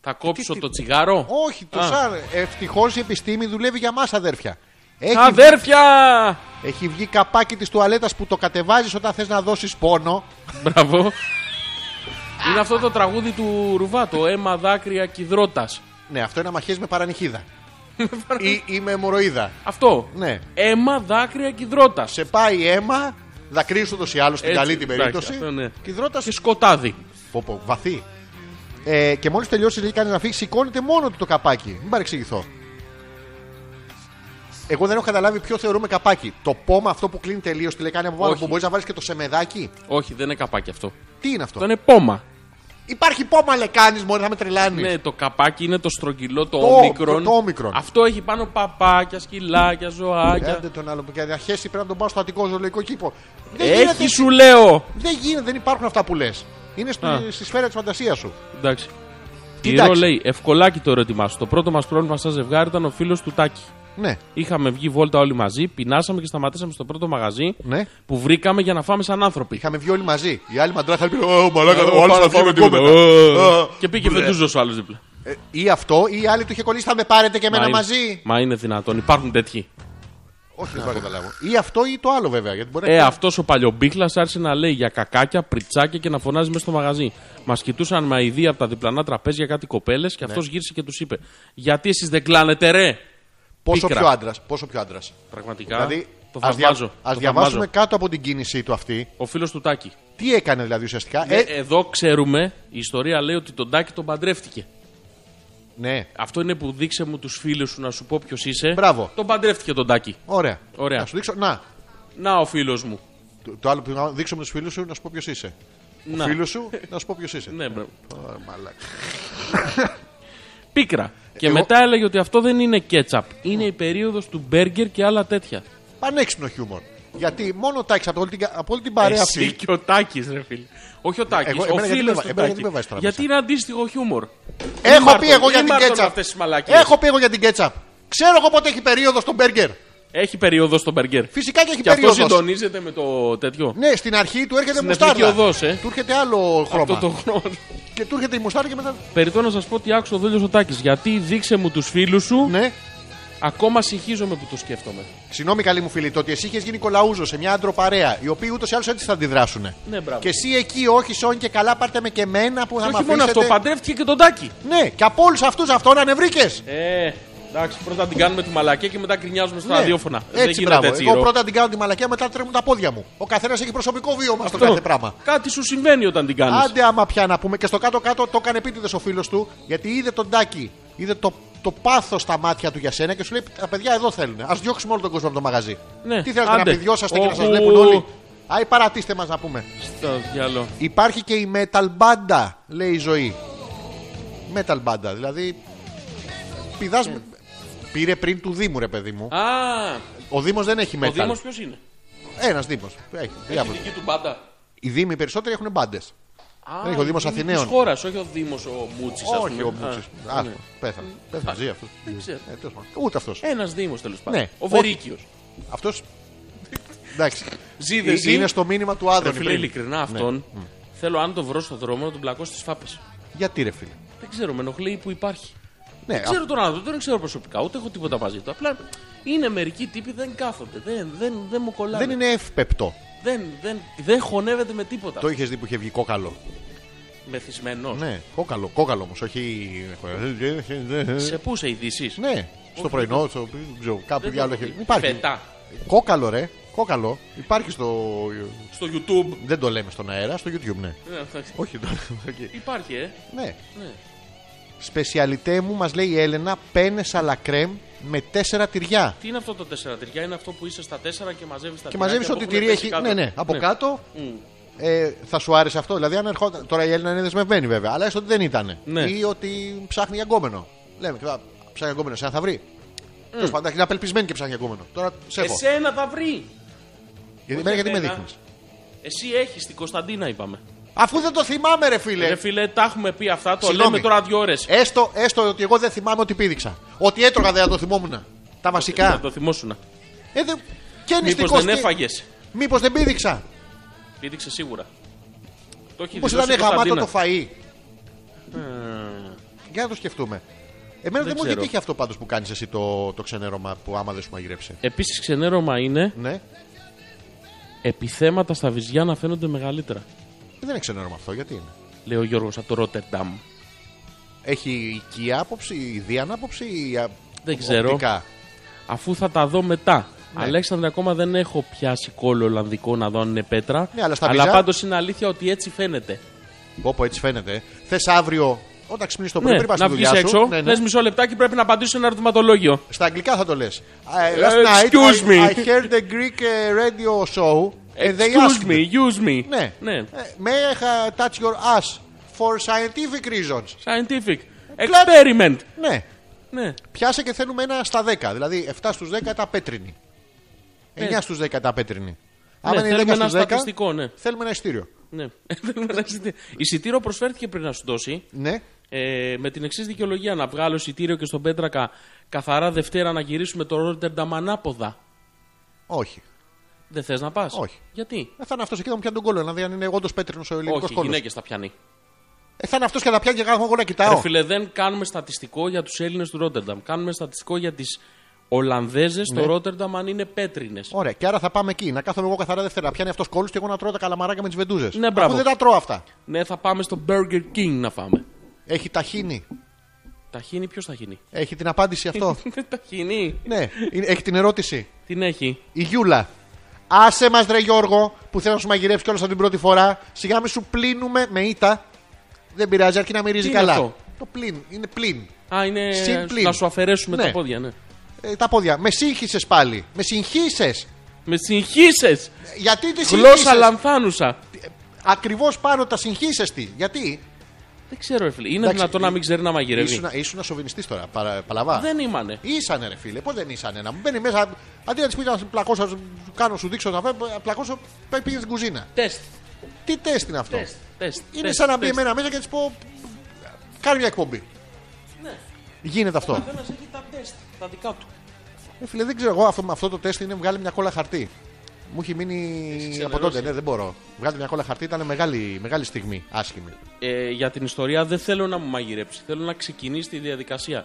[SPEAKER 2] Θα κόψω
[SPEAKER 1] τι-
[SPEAKER 2] το τσιγάρο.
[SPEAKER 1] Όχι, το
[SPEAKER 2] Α.
[SPEAKER 1] σαν. Ευτυχώς η επιστήμη δουλεύει για μας, αδέρφια. Έχει,
[SPEAKER 2] Αδέρφια!
[SPEAKER 1] έχει βγει καπάκι της τουαλέτας που το κατεβάζεις όταν θες να δώσεις πόνο.
[SPEAKER 2] Μπράβο. Είναι αυτό το τραγούδι του Ρουβά, το αίμα δάκρυα κυδρότας.
[SPEAKER 1] Ναι, αυτό είναι αμαχέ με
[SPEAKER 2] <laughs>
[SPEAKER 1] παρανυχίδα. ή, ή με αιμορροίδα.
[SPEAKER 2] Αυτό.
[SPEAKER 1] Ναι.
[SPEAKER 2] Αίμα δάκρυα κυδρότας.
[SPEAKER 1] Σε πάει αίμα, δακρύζει ούτω ή άλλως στην
[SPEAKER 2] Έτσι,
[SPEAKER 1] καλή την
[SPEAKER 2] εντάξει,
[SPEAKER 1] περίπτωση.
[SPEAKER 2] αυτό ναι.
[SPEAKER 1] Και δρότα.
[SPEAKER 2] Και σκοτάδι.
[SPEAKER 1] Πω, πω, βαθύ. Ε, και μόλις τελειώσει, λέει κάνει να φύγει, σηκώνεται μόνο του το καπάκι. Μην παρεξηγηθώ. Εγώ δεν έχω καταλάβει ποιο θεωρούμε καπάκι. Το πόμα αυτό που κλείνει τελείως τη λεκάνη από πάνω
[SPEAKER 2] Όχι.
[SPEAKER 1] που μπορείς να βάλεις και το σεμεδάκι.
[SPEAKER 2] Όχι, δεν είναι καπάκι αυτό.
[SPEAKER 1] Τι είναι αυτό.
[SPEAKER 2] Αυτό είναι πόμα.
[SPEAKER 1] Υπάρχει πόμα λεκάνης, μόνο θα με τρελάνεις.
[SPEAKER 2] Ναι, το καπάκι είναι το στρογγυλό, το,
[SPEAKER 1] Το-
[SPEAKER 2] όμικρον.
[SPEAKER 1] το- το όμικρον. Ε,
[SPEAKER 2] Αυτό έχει πάνω παπάκια, σκυλάκια, ζωάκια.
[SPEAKER 1] Άντε τον άλλο. Για να χέσει πρέπει να τον πάω στο Αττικό Ζωολογικό Κήπο. Δεν
[SPEAKER 2] Έχει
[SPEAKER 1] γίνεται
[SPEAKER 2] σου λέω!
[SPEAKER 1] Δεν γίνεται, δεν υπάρχουν αυτά που λες. Είναι στο-
[SPEAKER 2] Α.
[SPEAKER 1] στη σφαίρα της φαντασίας σου.
[SPEAKER 2] Εντάξει. Η
[SPEAKER 1] Κοιτάξτε.
[SPEAKER 2] Ρο λέει: Ευκολάκι το ερώτημά σου. Το πρώτο μας πρόβλημα σαν ζευγάρι ήταν ο φίλος του Τάκη.
[SPEAKER 1] Ναι,
[SPEAKER 2] Είχαμε βγει βόλτα όλοι μαζί, πεινάσαμε και σταματήσαμε στο πρώτο μαγαζί
[SPEAKER 1] ναι.
[SPEAKER 2] που βρήκαμε για να φάμε σαν άνθρωποι.
[SPEAKER 1] Είχαμε βγει όλοι μαζί. Οι άλλοι μαντρά θα πει Ω, μαλάκα,
[SPEAKER 2] Ε,
[SPEAKER 1] ο άλλος θα
[SPEAKER 2] πάμε
[SPEAKER 1] φάμε
[SPEAKER 2] τίποτα.
[SPEAKER 1] τίποτα.
[SPEAKER 2] Ε,
[SPEAKER 1] Ε,
[SPEAKER 2] Και πήγε
[SPEAKER 1] μπλε.
[SPEAKER 2] φετούζος ο άλλος δίπλα.
[SPEAKER 1] Ε, Ή αυτό, ή οι άλλοι του είχε κολλήσει, θα με πάρετε και εμένα
[SPEAKER 2] είναι-
[SPEAKER 1] μαζί.
[SPEAKER 2] Μα είναι δυνατόν, υπάρχουν τέτοιοι.
[SPEAKER 1] Όχι, δεν μπορώ να καταλάβω. Ή αυτό ή το άλλο βέβαια. Γιατί μπορεί
[SPEAKER 2] Ε,
[SPEAKER 1] να.
[SPEAKER 2] αυτός ο παλιομπίχλα άρχισε να λέει για κακάκια, πριτσάκια και να φωνάζει μέσα στο μαγαζί. Μας κοιτούσαν με αηδία από τα διπλανά τραπέζια κάτι κοπέλες
[SPEAKER 1] Ναι.
[SPEAKER 2] και αυτός γύρισε και τους είπε: Γιατί εσείς δεν κλάνετε, ρε!
[SPEAKER 1] Πόσο
[SPEAKER 2] πίκρα.
[SPEAKER 1] πιο άντρας. Πόσο πιο άντρας.
[SPEAKER 2] Πραγματικά.
[SPEAKER 1] Δηλαδή,
[SPEAKER 2] το
[SPEAKER 1] ας
[SPEAKER 2] θαυμάζω. το θαυμάζω.
[SPEAKER 1] διαβάσουμε κάτω από την κίνησή του αυτή.
[SPEAKER 2] Ο φίλος του Τάκη.
[SPEAKER 1] Τι έκανε δηλαδή ουσιαστικά.
[SPEAKER 2] Ε,
[SPEAKER 1] Ε,
[SPEAKER 2] Εδώ ξέρουμε, η ιστορία λέει ότι τον Τάκη τον παντρεύτηκε.
[SPEAKER 1] ναι,
[SPEAKER 2] Αυτό είναι που δείξε μου τους φίλους σου να σου πω ποιος είσαι.
[SPEAKER 1] Μπράβο.
[SPEAKER 2] Τον παντρεύτηκε τον Τάκη.
[SPEAKER 1] ωραία.
[SPEAKER 2] Ωραία.
[SPEAKER 1] Να σου δείξω. Να,
[SPEAKER 2] Να ο φίλος μου.
[SPEAKER 1] το, το άλλο που να δείξω με τους φίλους σου να σου πω ποιος είσαι.
[SPEAKER 2] Να.
[SPEAKER 1] Ο φίλος σου να σου πω ποιος είσαι.
[SPEAKER 2] Ναι, μπρο.
[SPEAKER 1] Ω, μαλάκα.
[SPEAKER 2] Πίκρα. Και
[SPEAKER 1] εγώ-
[SPEAKER 2] μετά έλεγε ότι αυτό δεν είναι κέτσαπ. Είναι η περίοδος του μπέργκερ και άλλα τέτοια.
[SPEAKER 1] Πανέξυπνο χιούμορ. Γιατί μόνο τάξει από όλη την, από όλη την παρέα
[SPEAKER 2] Εσύ
[SPEAKER 1] αυτή.
[SPEAKER 2] και ο Τάκης, ρε φίλε. Όχι ο Τάκης,
[SPEAKER 1] Εγώ-
[SPEAKER 2] ο
[SPEAKER 1] εμένα γιατί
[SPEAKER 2] φίλος
[SPEAKER 1] με-
[SPEAKER 2] του
[SPEAKER 1] εμένα γιατί
[SPEAKER 2] Τάκη.
[SPEAKER 1] με βάζεις τώρα
[SPEAKER 2] Γιατί
[SPEAKER 1] μέσα.
[SPEAKER 2] είναι αντίστοιχο χιούμορ.
[SPEAKER 1] Έχω πει
[SPEAKER 2] Ήμαρτον,
[SPEAKER 1] εγώ για την
[SPEAKER 2] ήμαρτον
[SPEAKER 1] κέτσαπ.
[SPEAKER 2] αυτές τις μαλακίες.
[SPEAKER 1] Έχω πει εγώ για την κέτσαπ. Ξέρω εγώ πότε έχει περίοδο στο μπέργκερ.
[SPEAKER 2] Έχει περίοδο στο μπέργκερ.
[SPEAKER 1] Φυσικά και έχει
[SPEAKER 2] Και αυτό
[SPEAKER 1] περίοδο.
[SPEAKER 2] συντονίζεται με το τέτοιο.
[SPEAKER 1] Ναι, στην αρχή του έρχεται
[SPEAKER 2] Στην
[SPEAKER 1] μουστάρδα.
[SPEAKER 2] Εθνική Οδός, ε.
[SPEAKER 1] Του έρχεται άλλο χρώμα.
[SPEAKER 2] Αυτό το χρώμα.
[SPEAKER 1] Και του έρχεται η μουστάρδα και μετά.
[SPEAKER 2] Περιτώ να σας πω ότι άκουσα ο Δόλιο ο Τάκης, Γιατί δείξε μου τους φίλους σου.
[SPEAKER 1] Ναι.
[SPEAKER 2] Ακόμα συγχύζομαι που το σκέφτομαι.
[SPEAKER 1] Συγγνώμη, καλή μου φίλη, το ότι εσύ είχες γίνει κολαούζο σε μια άντροπαρέα, οι οποίοι ούτως ή άλλως έτσι θα αντιδράσουν.
[SPEAKER 2] Ναι, μπράβο.
[SPEAKER 1] Και εσύ εκεί, όχι, Σόνι, και καλά, πάρτε με και εμένα που θα
[SPEAKER 2] Και
[SPEAKER 1] με
[SPEAKER 2] όχι μόνο αυτό,
[SPEAKER 1] αφήσετε.
[SPEAKER 2] παντρεύτηκε και τον Τάκη.
[SPEAKER 1] Ναι, και από όλους αυτούς αυτόν ανεβρήκες.
[SPEAKER 2] Ε, εντάξει, πρώτα την κάνουμε τη μαλακία και μετά κρινιάζουμε στα ραδιόφωνα. Δεν
[SPEAKER 1] Ναι. Έτσι,
[SPEAKER 2] γίνεται
[SPEAKER 1] μπράβο.
[SPEAKER 2] έτσι.
[SPEAKER 1] Εγώ
[SPEAKER 2] Ρο.
[SPEAKER 1] πρώτα την κάνω τη μαλακία, μετά τρέμουν τα πόδια μου. Ο καθένας έχει προσωπικό βίωμα στο
[SPEAKER 2] Αυτό.
[SPEAKER 1] κάθε πράγμα.
[SPEAKER 2] Κάτι σου συμβαίνει όταν την κάνεις.
[SPEAKER 1] Άντε άμα πια να πούμε. Και στο κάτω-κάτω το έκανε επίτηδες ο φίλος του, γιατί είδε τον τάκι. Είδε το, το πάθος στα μάτια του για σένα και σου λέει: Τα παιδιά εδώ θέλουν. Ας διώξουμε όλο τον κόσμο από το μαγαζί.
[SPEAKER 2] Ναι,
[SPEAKER 1] Τι θέλετε να
[SPEAKER 2] άντε.
[SPEAKER 1] πει, δυόσαστε και να σα
[SPEAKER 2] Οχου.
[SPEAKER 1] βλέπουν όλοι. Άι, παρατήστε μας να πούμε.
[SPEAKER 2] Στο διάλο.
[SPEAKER 1] Υπάρχει και η metal banda, λέει η ζωή. Metal banda, δηλαδή. Πηδάς... Πήρε πριν του Δήμου, ρε παιδί μου.
[SPEAKER 2] Ε. Α,
[SPEAKER 1] Ο Δήμος δεν έχει
[SPEAKER 2] ο Δήμος
[SPEAKER 1] metal.
[SPEAKER 2] ποιος είναι.
[SPEAKER 1] Ένας Δήμος. Έχει,
[SPEAKER 2] Έχει
[SPEAKER 1] διάφορα.
[SPEAKER 2] δική του μπάντα.
[SPEAKER 1] Οι Δήμοι περισσότεροι έχουν μπάντες.
[SPEAKER 2] Α,
[SPEAKER 1] Έχει ο Δήμος
[SPEAKER 2] είναι της
[SPEAKER 1] Αθηναίων.
[SPEAKER 2] χώρας, όχι ο Δήμος ο Μούτσης.
[SPEAKER 1] Όχι, ο ναι. Μπούτσης.
[SPEAKER 2] ναι.
[SPEAKER 1] Άστο, πέθανε. Πέθανε, ζει αυτός.
[SPEAKER 2] ξέρω. Ε.
[SPEAKER 1] Ούτε αυτός.
[SPEAKER 2] Ένας Δήμος τέλος
[SPEAKER 1] Ναι.
[SPEAKER 2] πάντων. Ο
[SPEAKER 1] Όχι.
[SPEAKER 2] Βερίκιος.
[SPEAKER 1] Αυτός. Εντάξει.
[SPEAKER 2] Ζει,
[SPEAKER 1] Ε,
[SPEAKER 2] δεν ζει.
[SPEAKER 1] Είναι στο μήνυμα του
[SPEAKER 2] Ρε
[SPEAKER 1] Άδωνη.
[SPEAKER 2] φίλε,
[SPEAKER 1] πριν.
[SPEAKER 2] ειλικρινά αυτόν θέλω αν το βρω στον δρόμο να τον πλακώσω στις φάπες.
[SPEAKER 1] Γιατί ρε φίλε.
[SPEAKER 2] Δεν ξέρω, με ενοχλεί που υπάρχει.
[SPEAKER 1] Ναι,
[SPEAKER 2] Ξέρω τον άνθρωπο, δεν τον ξέρω προσωπικά, ούτε έχω τίποτα μαζί του. Απλά είναι μερικοί τύποι δεν κάθονται, δεν, δεν, δεν μου
[SPEAKER 1] α,
[SPEAKER 2] κολλάνε.
[SPEAKER 1] δεν είναι εύπεπτο.
[SPEAKER 2] δεν, δεν, δεν χωνεύεται με τίποτα.
[SPEAKER 1] Το είχες δει που είχε βγει κόκαλο.
[SPEAKER 2] Μεθυσμένος.
[SPEAKER 1] Ναι, κόκαλο, κόκαλο όμως, όχι.
[SPEAKER 2] Σε πού σε ειδήσεις.
[SPEAKER 1] Ναι, στο πρωινό, στο δεν ξέρω, κάπου διάλογο έχει. Υπάρχει.
[SPEAKER 2] Πετά.
[SPEAKER 1] Κόκαλο, ρε, κόκαλο. Υπάρχει στο.
[SPEAKER 2] Στο YouTube.
[SPEAKER 1] Δεν το λέμε στον αέρα, στο YouTube, ναι.
[SPEAKER 2] Ναι, εντάξει.
[SPEAKER 1] Όχι,
[SPEAKER 2] <laughs>
[SPEAKER 1] το εκεί.
[SPEAKER 2] Υπάρχει, ε.
[SPEAKER 1] Ναι.
[SPEAKER 2] Ναι.
[SPEAKER 1] Σπεσιαλιτέ μου, μας λέει η Έλενα, πένε αλακρέμ με τέσσερα τυριά.
[SPEAKER 2] Τι είναι αυτό το τέσσερα τυριά, είναι αυτό που είσαι στα τέσσερα και μαζεύεις τα
[SPEAKER 1] Και μαζεύει ό,τι τυρί έχει. Ναι, ναι, από κάτω.
[SPEAKER 2] Μμμ.
[SPEAKER 1] Ε, θα σου άρεσε αυτό. Δηλαδή, αν ερχόταν. Τώρα η Έλληνα είναι δεσμευμένη βέβαια, αλλά έστω ότι δεν ήταν.
[SPEAKER 2] Ναι.
[SPEAKER 1] Ή ότι ψάχνει για γκόμενο. Λέμε, «Α, ψάχνει για γκόμενο, εσένα θα βρει. Τέλος πάντων, είναι απελπισμένη και ψάχνει για γκόμενο. Τώρα σε έχω.
[SPEAKER 2] Εσένα θα βρει.
[SPEAKER 1] Γιατί,
[SPEAKER 2] όχι
[SPEAKER 1] εμένα, γιατί με
[SPEAKER 2] εμένα.
[SPEAKER 1] δείχνεις.
[SPEAKER 2] Εσύ έχεις την Κωνσταντίνα, είπαμε.
[SPEAKER 1] Αφού δεν το θυμάμαι, ρε φίλε.
[SPEAKER 2] Ρε φίλε, τα έχουμε πει αυτά, το
[SPEAKER 1] Ε. Συγγνώμη. Ε,
[SPEAKER 2] λέμε τώρα δύο ώρες.
[SPEAKER 1] Έστω, έστω ότι εγώ δεν θυμάμαι ότι πήδηξα. Ότι έτρωγα δεν θα το θυμόμουν. Τα
[SPEAKER 2] Να
[SPEAKER 1] βασικά.
[SPEAKER 2] το θυμόσουνα.
[SPEAKER 1] ε, δεν... Και
[SPEAKER 2] Μήπω δεν έφαγες.
[SPEAKER 1] Μήπως δεν πήδηξα.
[SPEAKER 2] Πήδηξε σίγουρα. Το έχει
[SPEAKER 1] Μήπως
[SPEAKER 2] δηλώσει
[SPEAKER 1] ήταν
[SPEAKER 2] η
[SPEAKER 1] γαμάτο
[SPEAKER 2] Κωνσταντίνα.
[SPEAKER 1] το φαΐ. Για να το σκεφτούμε. Εμένα δεν,
[SPEAKER 2] Δεν
[SPEAKER 1] μου έχει
[SPEAKER 2] ξέρω.
[SPEAKER 1] τύχει αυτό πάντως που κάνεις εσύ το, το ξενέρωμα που άμα δεν σου μαγειρέψει.
[SPEAKER 2] Επίσης, ξενέρωμα είναι
[SPEAKER 1] Ναι.
[SPEAKER 2] επιθέματα στα βυζιά να φαίνονται μεγαλύτερα.
[SPEAKER 1] Ε, Δεν είναι ξενέρωμα αυτό, γιατί είναι.
[SPEAKER 2] Λέει ο Γιώργος από το Ρότερνταμ.
[SPEAKER 1] Έχει οικία άποψη, ιδία άποψη ή α-
[SPEAKER 2] Δεν ξέρω.
[SPEAKER 1] οπτικά.
[SPEAKER 2] Αφού θα τα δω μετά.
[SPEAKER 1] Ναι.
[SPEAKER 2] Αλέξανδρε, ακόμα δεν έχω πιάσει κόλλο Ολλανδικό να δω αν είναι πέτρα.
[SPEAKER 1] Ναι, αλλά στα βυζιά-
[SPEAKER 2] πάντως είναι αλήθεια ότι έτσι φαίνεται.
[SPEAKER 1] Πω, πω, έτσι φαίνεται. Θες αύριο, όταν ξυπνήσεις το πρωί,
[SPEAKER 2] Ναι,
[SPEAKER 1] πριν πας
[SPEAKER 2] να
[SPEAKER 1] στη
[SPEAKER 2] βγεις
[SPEAKER 1] δουλειά σου.
[SPEAKER 2] έξω,
[SPEAKER 1] ναι, ναι.
[SPEAKER 2] λες μισό λεπτάκι, πρέπει να απαντήσω ένα ερωτηματολόγιο.
[SPEAKER 1] Στα αγγλικά θα το λες.
[SPEAKER 2] excuse
[SPEAKER 1] I,
[SPEAKER 2] me.
[SPEAKER 1] I heard the Greek uh, radio show. and Ε, they
[SPEAKER 2] Excuse
[SPEAKER 1] asked-
[SPEAKER 2] me, use me.
[SPEAKER 1] Ναι.
[SPEAKER 2] ναι.
[SPEAKER 1] Ε, May I ha- touch your ass for scientific reasons.
[SPEAKER 2] Scientific. Experiment.
[SPEAKER 1] Ναι.
[SPEAKER 2] Ναι.
[SPEAKER 1] Πιάσε και θέλουμε ένα στα 10. Δηλαδή 7 στου 10 τα πέτρινη. 9 στου 10 τα πέτρινη. Άμα είναι 10
[SPEAKER 2] Ναι. θέλουμε ένα
[SPEAKER 1] στους 10,
[SPEAKER 2] στατιστικό, ναι.
[SPEAKER 1] θέλουμε ένα ειστήριο.
[SPEAKER 2] ναι. <laughs> Θέλουμε ένα εισιτήριο. Εισιτήριο προσφέρθηκε πριν να σου δώσει.
[SPEAKER 1] Ναι.
[SPEAKER 2] Ε, με την εξής δικαιολογία να βγάλω εισιτήριο και στον Πέτρακα καθαρά Δευτέρα να γυρίσουμε το Ρότερνταμ ανάποδα.
[SPEAKER 1] Όχι.
[SPEAKER 2] Δεν θες να πας.
[SPEAKER 1] Όχι.
[SPEAKER 2] Γιατί.
[SPEAKER 1] Ε, θα είναι αυτός εκεί και θα μου πιάνει τον κόλλο. Δηλαδή αν είναι όντως πέτρινος ο ελληνικός
[SPEAKER 2] Όχι, οι
[SPEAKER 1] κόλλος.
[SPEAKER 2] γυναίκες τα πιάνει.
[SPEAKER 1] Ε, θα είναι αυτός και θα πιάνει και εγώ εγώ να
[SPEAKER 2] Ρε
[SPEAKER 1] κοιτάω.
[SPEAKER 2] φίλε, δεν κάνουμε στατιστικό για τους Έλληνες του Ρότερνταμ. Κάνουμε στατιστικό για τις Ολλανδέζες στο
[SPEAKER 1] Ναι.
[SPEAKER 2] Ρότερνταμ αν είναι πέτρινες.
[SPEAKER 1] Ωραία, και άρα θα πάμε εκεί. Να κάθομαι εγώ καθαρά Δευτέρα. Πιάνει αυτός κόλλος και εγώ να τρώω τα καλαμαράκια με τις βεντούζες.
[SPEAKER 2] Ναι, μπράβο.
[SPEAKER 1] δεν τα τρώω αυτά.
[SPEAKER 2] Ναι, θα πάμε στο Burger King να φάμε.
[SPEAKER 1] Έχει ταχύνη.
[SPEAKER 2] Ταχύνη, ποιος ταχύνη.
[SPEAKER 1] Έχει την
[SPEAKER 2] <laughs>
[SPEAKER 1] απάντηση αυτό.
[SPEAKER 2] ταχύνη.
[SPEAKER 1] ναι, Είναι- έχει την ερώτηση.
[SPEAKER 2] Την έχει.
[SPEAKER 1] Η Γιούλα. Άσε μας, ρε Γιώργο, που θέλω να σου μαγειρεύσει κιόλα από την πρώτη φορά. Σιγά μην σου πλύνουμε με ήττα. Δεν πειράζει, αρκεί να μυρίζει
[SPEAKER 2] Τι είναι
[SPEAKER 1] καλά.
[SPEAKER 2] αυτό?
[SPEAKER 1] Το πλήν, είναι πλήν.
[SPEAKER 2] Α, είναι.
[SPEAKER 1] Συμπλήν.
[SPEAKER 2] Να σου αφαιρέσουμε
[SPEAKER 1] Ναι.
[SPEAKER 2] τα πόδια, ναι.
[SPEAKER 1] Ε, τα πόδια. Με σύγχυσες πάλι. Με συγχύσες.
[SPEAKER 2] Με συγχύσες!
[SPEAKER 1] Γιατί τη
[SPEAKER 2] Γλώσσα
[SPEAKER 1] συγχύσες.
[SPEAKER 2] λανθάνουσα.
[SPEAKER 1] Ακριβώς πάνω τα συγχύσες τη. Γιατί.
[SPEAKER 2] Δεν ξέρω, ρε φίλε. Είναι
[SPEAKER 1] Εντάξει,
[SPEAKER 2] δυνατόν να μην ξέρει να μαγειρεύει.
[SPEAKER 1] Ήσουν, ήσουν σοβινιστής τώρα, παρα, παλαβά.
[SPEAKER 2] Δεν ήμανε.
[SPEAKER 1] Ήσανε, ρε φίλε, πώς δεν ήσανε. Να μου μπαίνει μέσα. Αντί να της πεις να σε πλακώσω, να σου κάνω, σου δείξω, να φέρω, να πλακώσω, πέ- πήγες στην κουζίνα.
[SPEAKER 2] Τεστ.
[SPEAKER 1] Τι τεστ είναι αυτό.
[SPEAKER 2] Τεστ. Τεστ.
[SPEAKER 1] Είναι
[SPEAKER 2] τεστ,
[SPEAKER 1] σαν να μπει
[SPEAKER 2] τεστ.
[SPEAKER 1] εμένα μέσα και να της πω. Κάνει μια εκπομπή. Γίνεται αυτό.
[SPEAKER 2] καθένας έχει τα τεστ, τα δικά του.
[SPEAKER 1] Ε, φίλε, δεν ξέρω εγώ αυτό, αυτό το τεστ είναι βγάλει μια κόλλα χαρτί. Μου έχει μείνει από τότε, ναι, δεν μπορώ. Βγάλει μια κόλλα χαρτί, ήταν μεγάλη, μεγάλη στιγμή, άσχημη.
[SPEAKER 2] Ε, για την ιστορία δεν θέλω να μου μαγειρέψει. Θέλω να ξεκινήσει τη διαδικασία.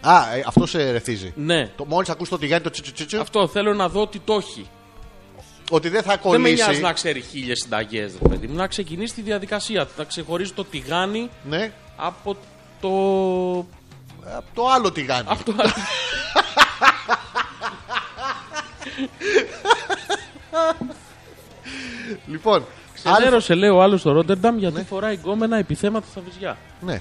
[SPEAKER 1] Α, ε, αυτό σε ρεθίζει.
[SPEAKER 2] Ναι.
[SPEAKER 1] Το, μόλις ακούς το τηγάνι το τσιτσιτσιτσιου,
[SPEAKER 2] Αυτό θέλω να δω ότι το έχει.
[SPEAKER 1] ότι δεν θα
[SPEAKER 2] Δεν με
[SPEAKER 1] κολλήσει.
[SPEAKER 2] νοιάζει να ξέρει χίλιες συνταγές, ρε παιδί μου. Να ξεκινήσει τη διαδικασία. Να ξεχωρίζει το τηγάνι
[SPEAKER 1] Ναι,
[SPEAKER 2] από το.
[SPEAKER 1] από το άλλο τηγάνι.
[SPEAKER 2] Αυτό.
[SPEAKER 1] Λοιπόν,
[SPEAKER 2] Ξέρω, σε λέει ο άλλος στο Ρότερνταμ γιατί φοράει γκόμενα επιθέματα στα βυζιά.
[SPEAKER 1] Ναι.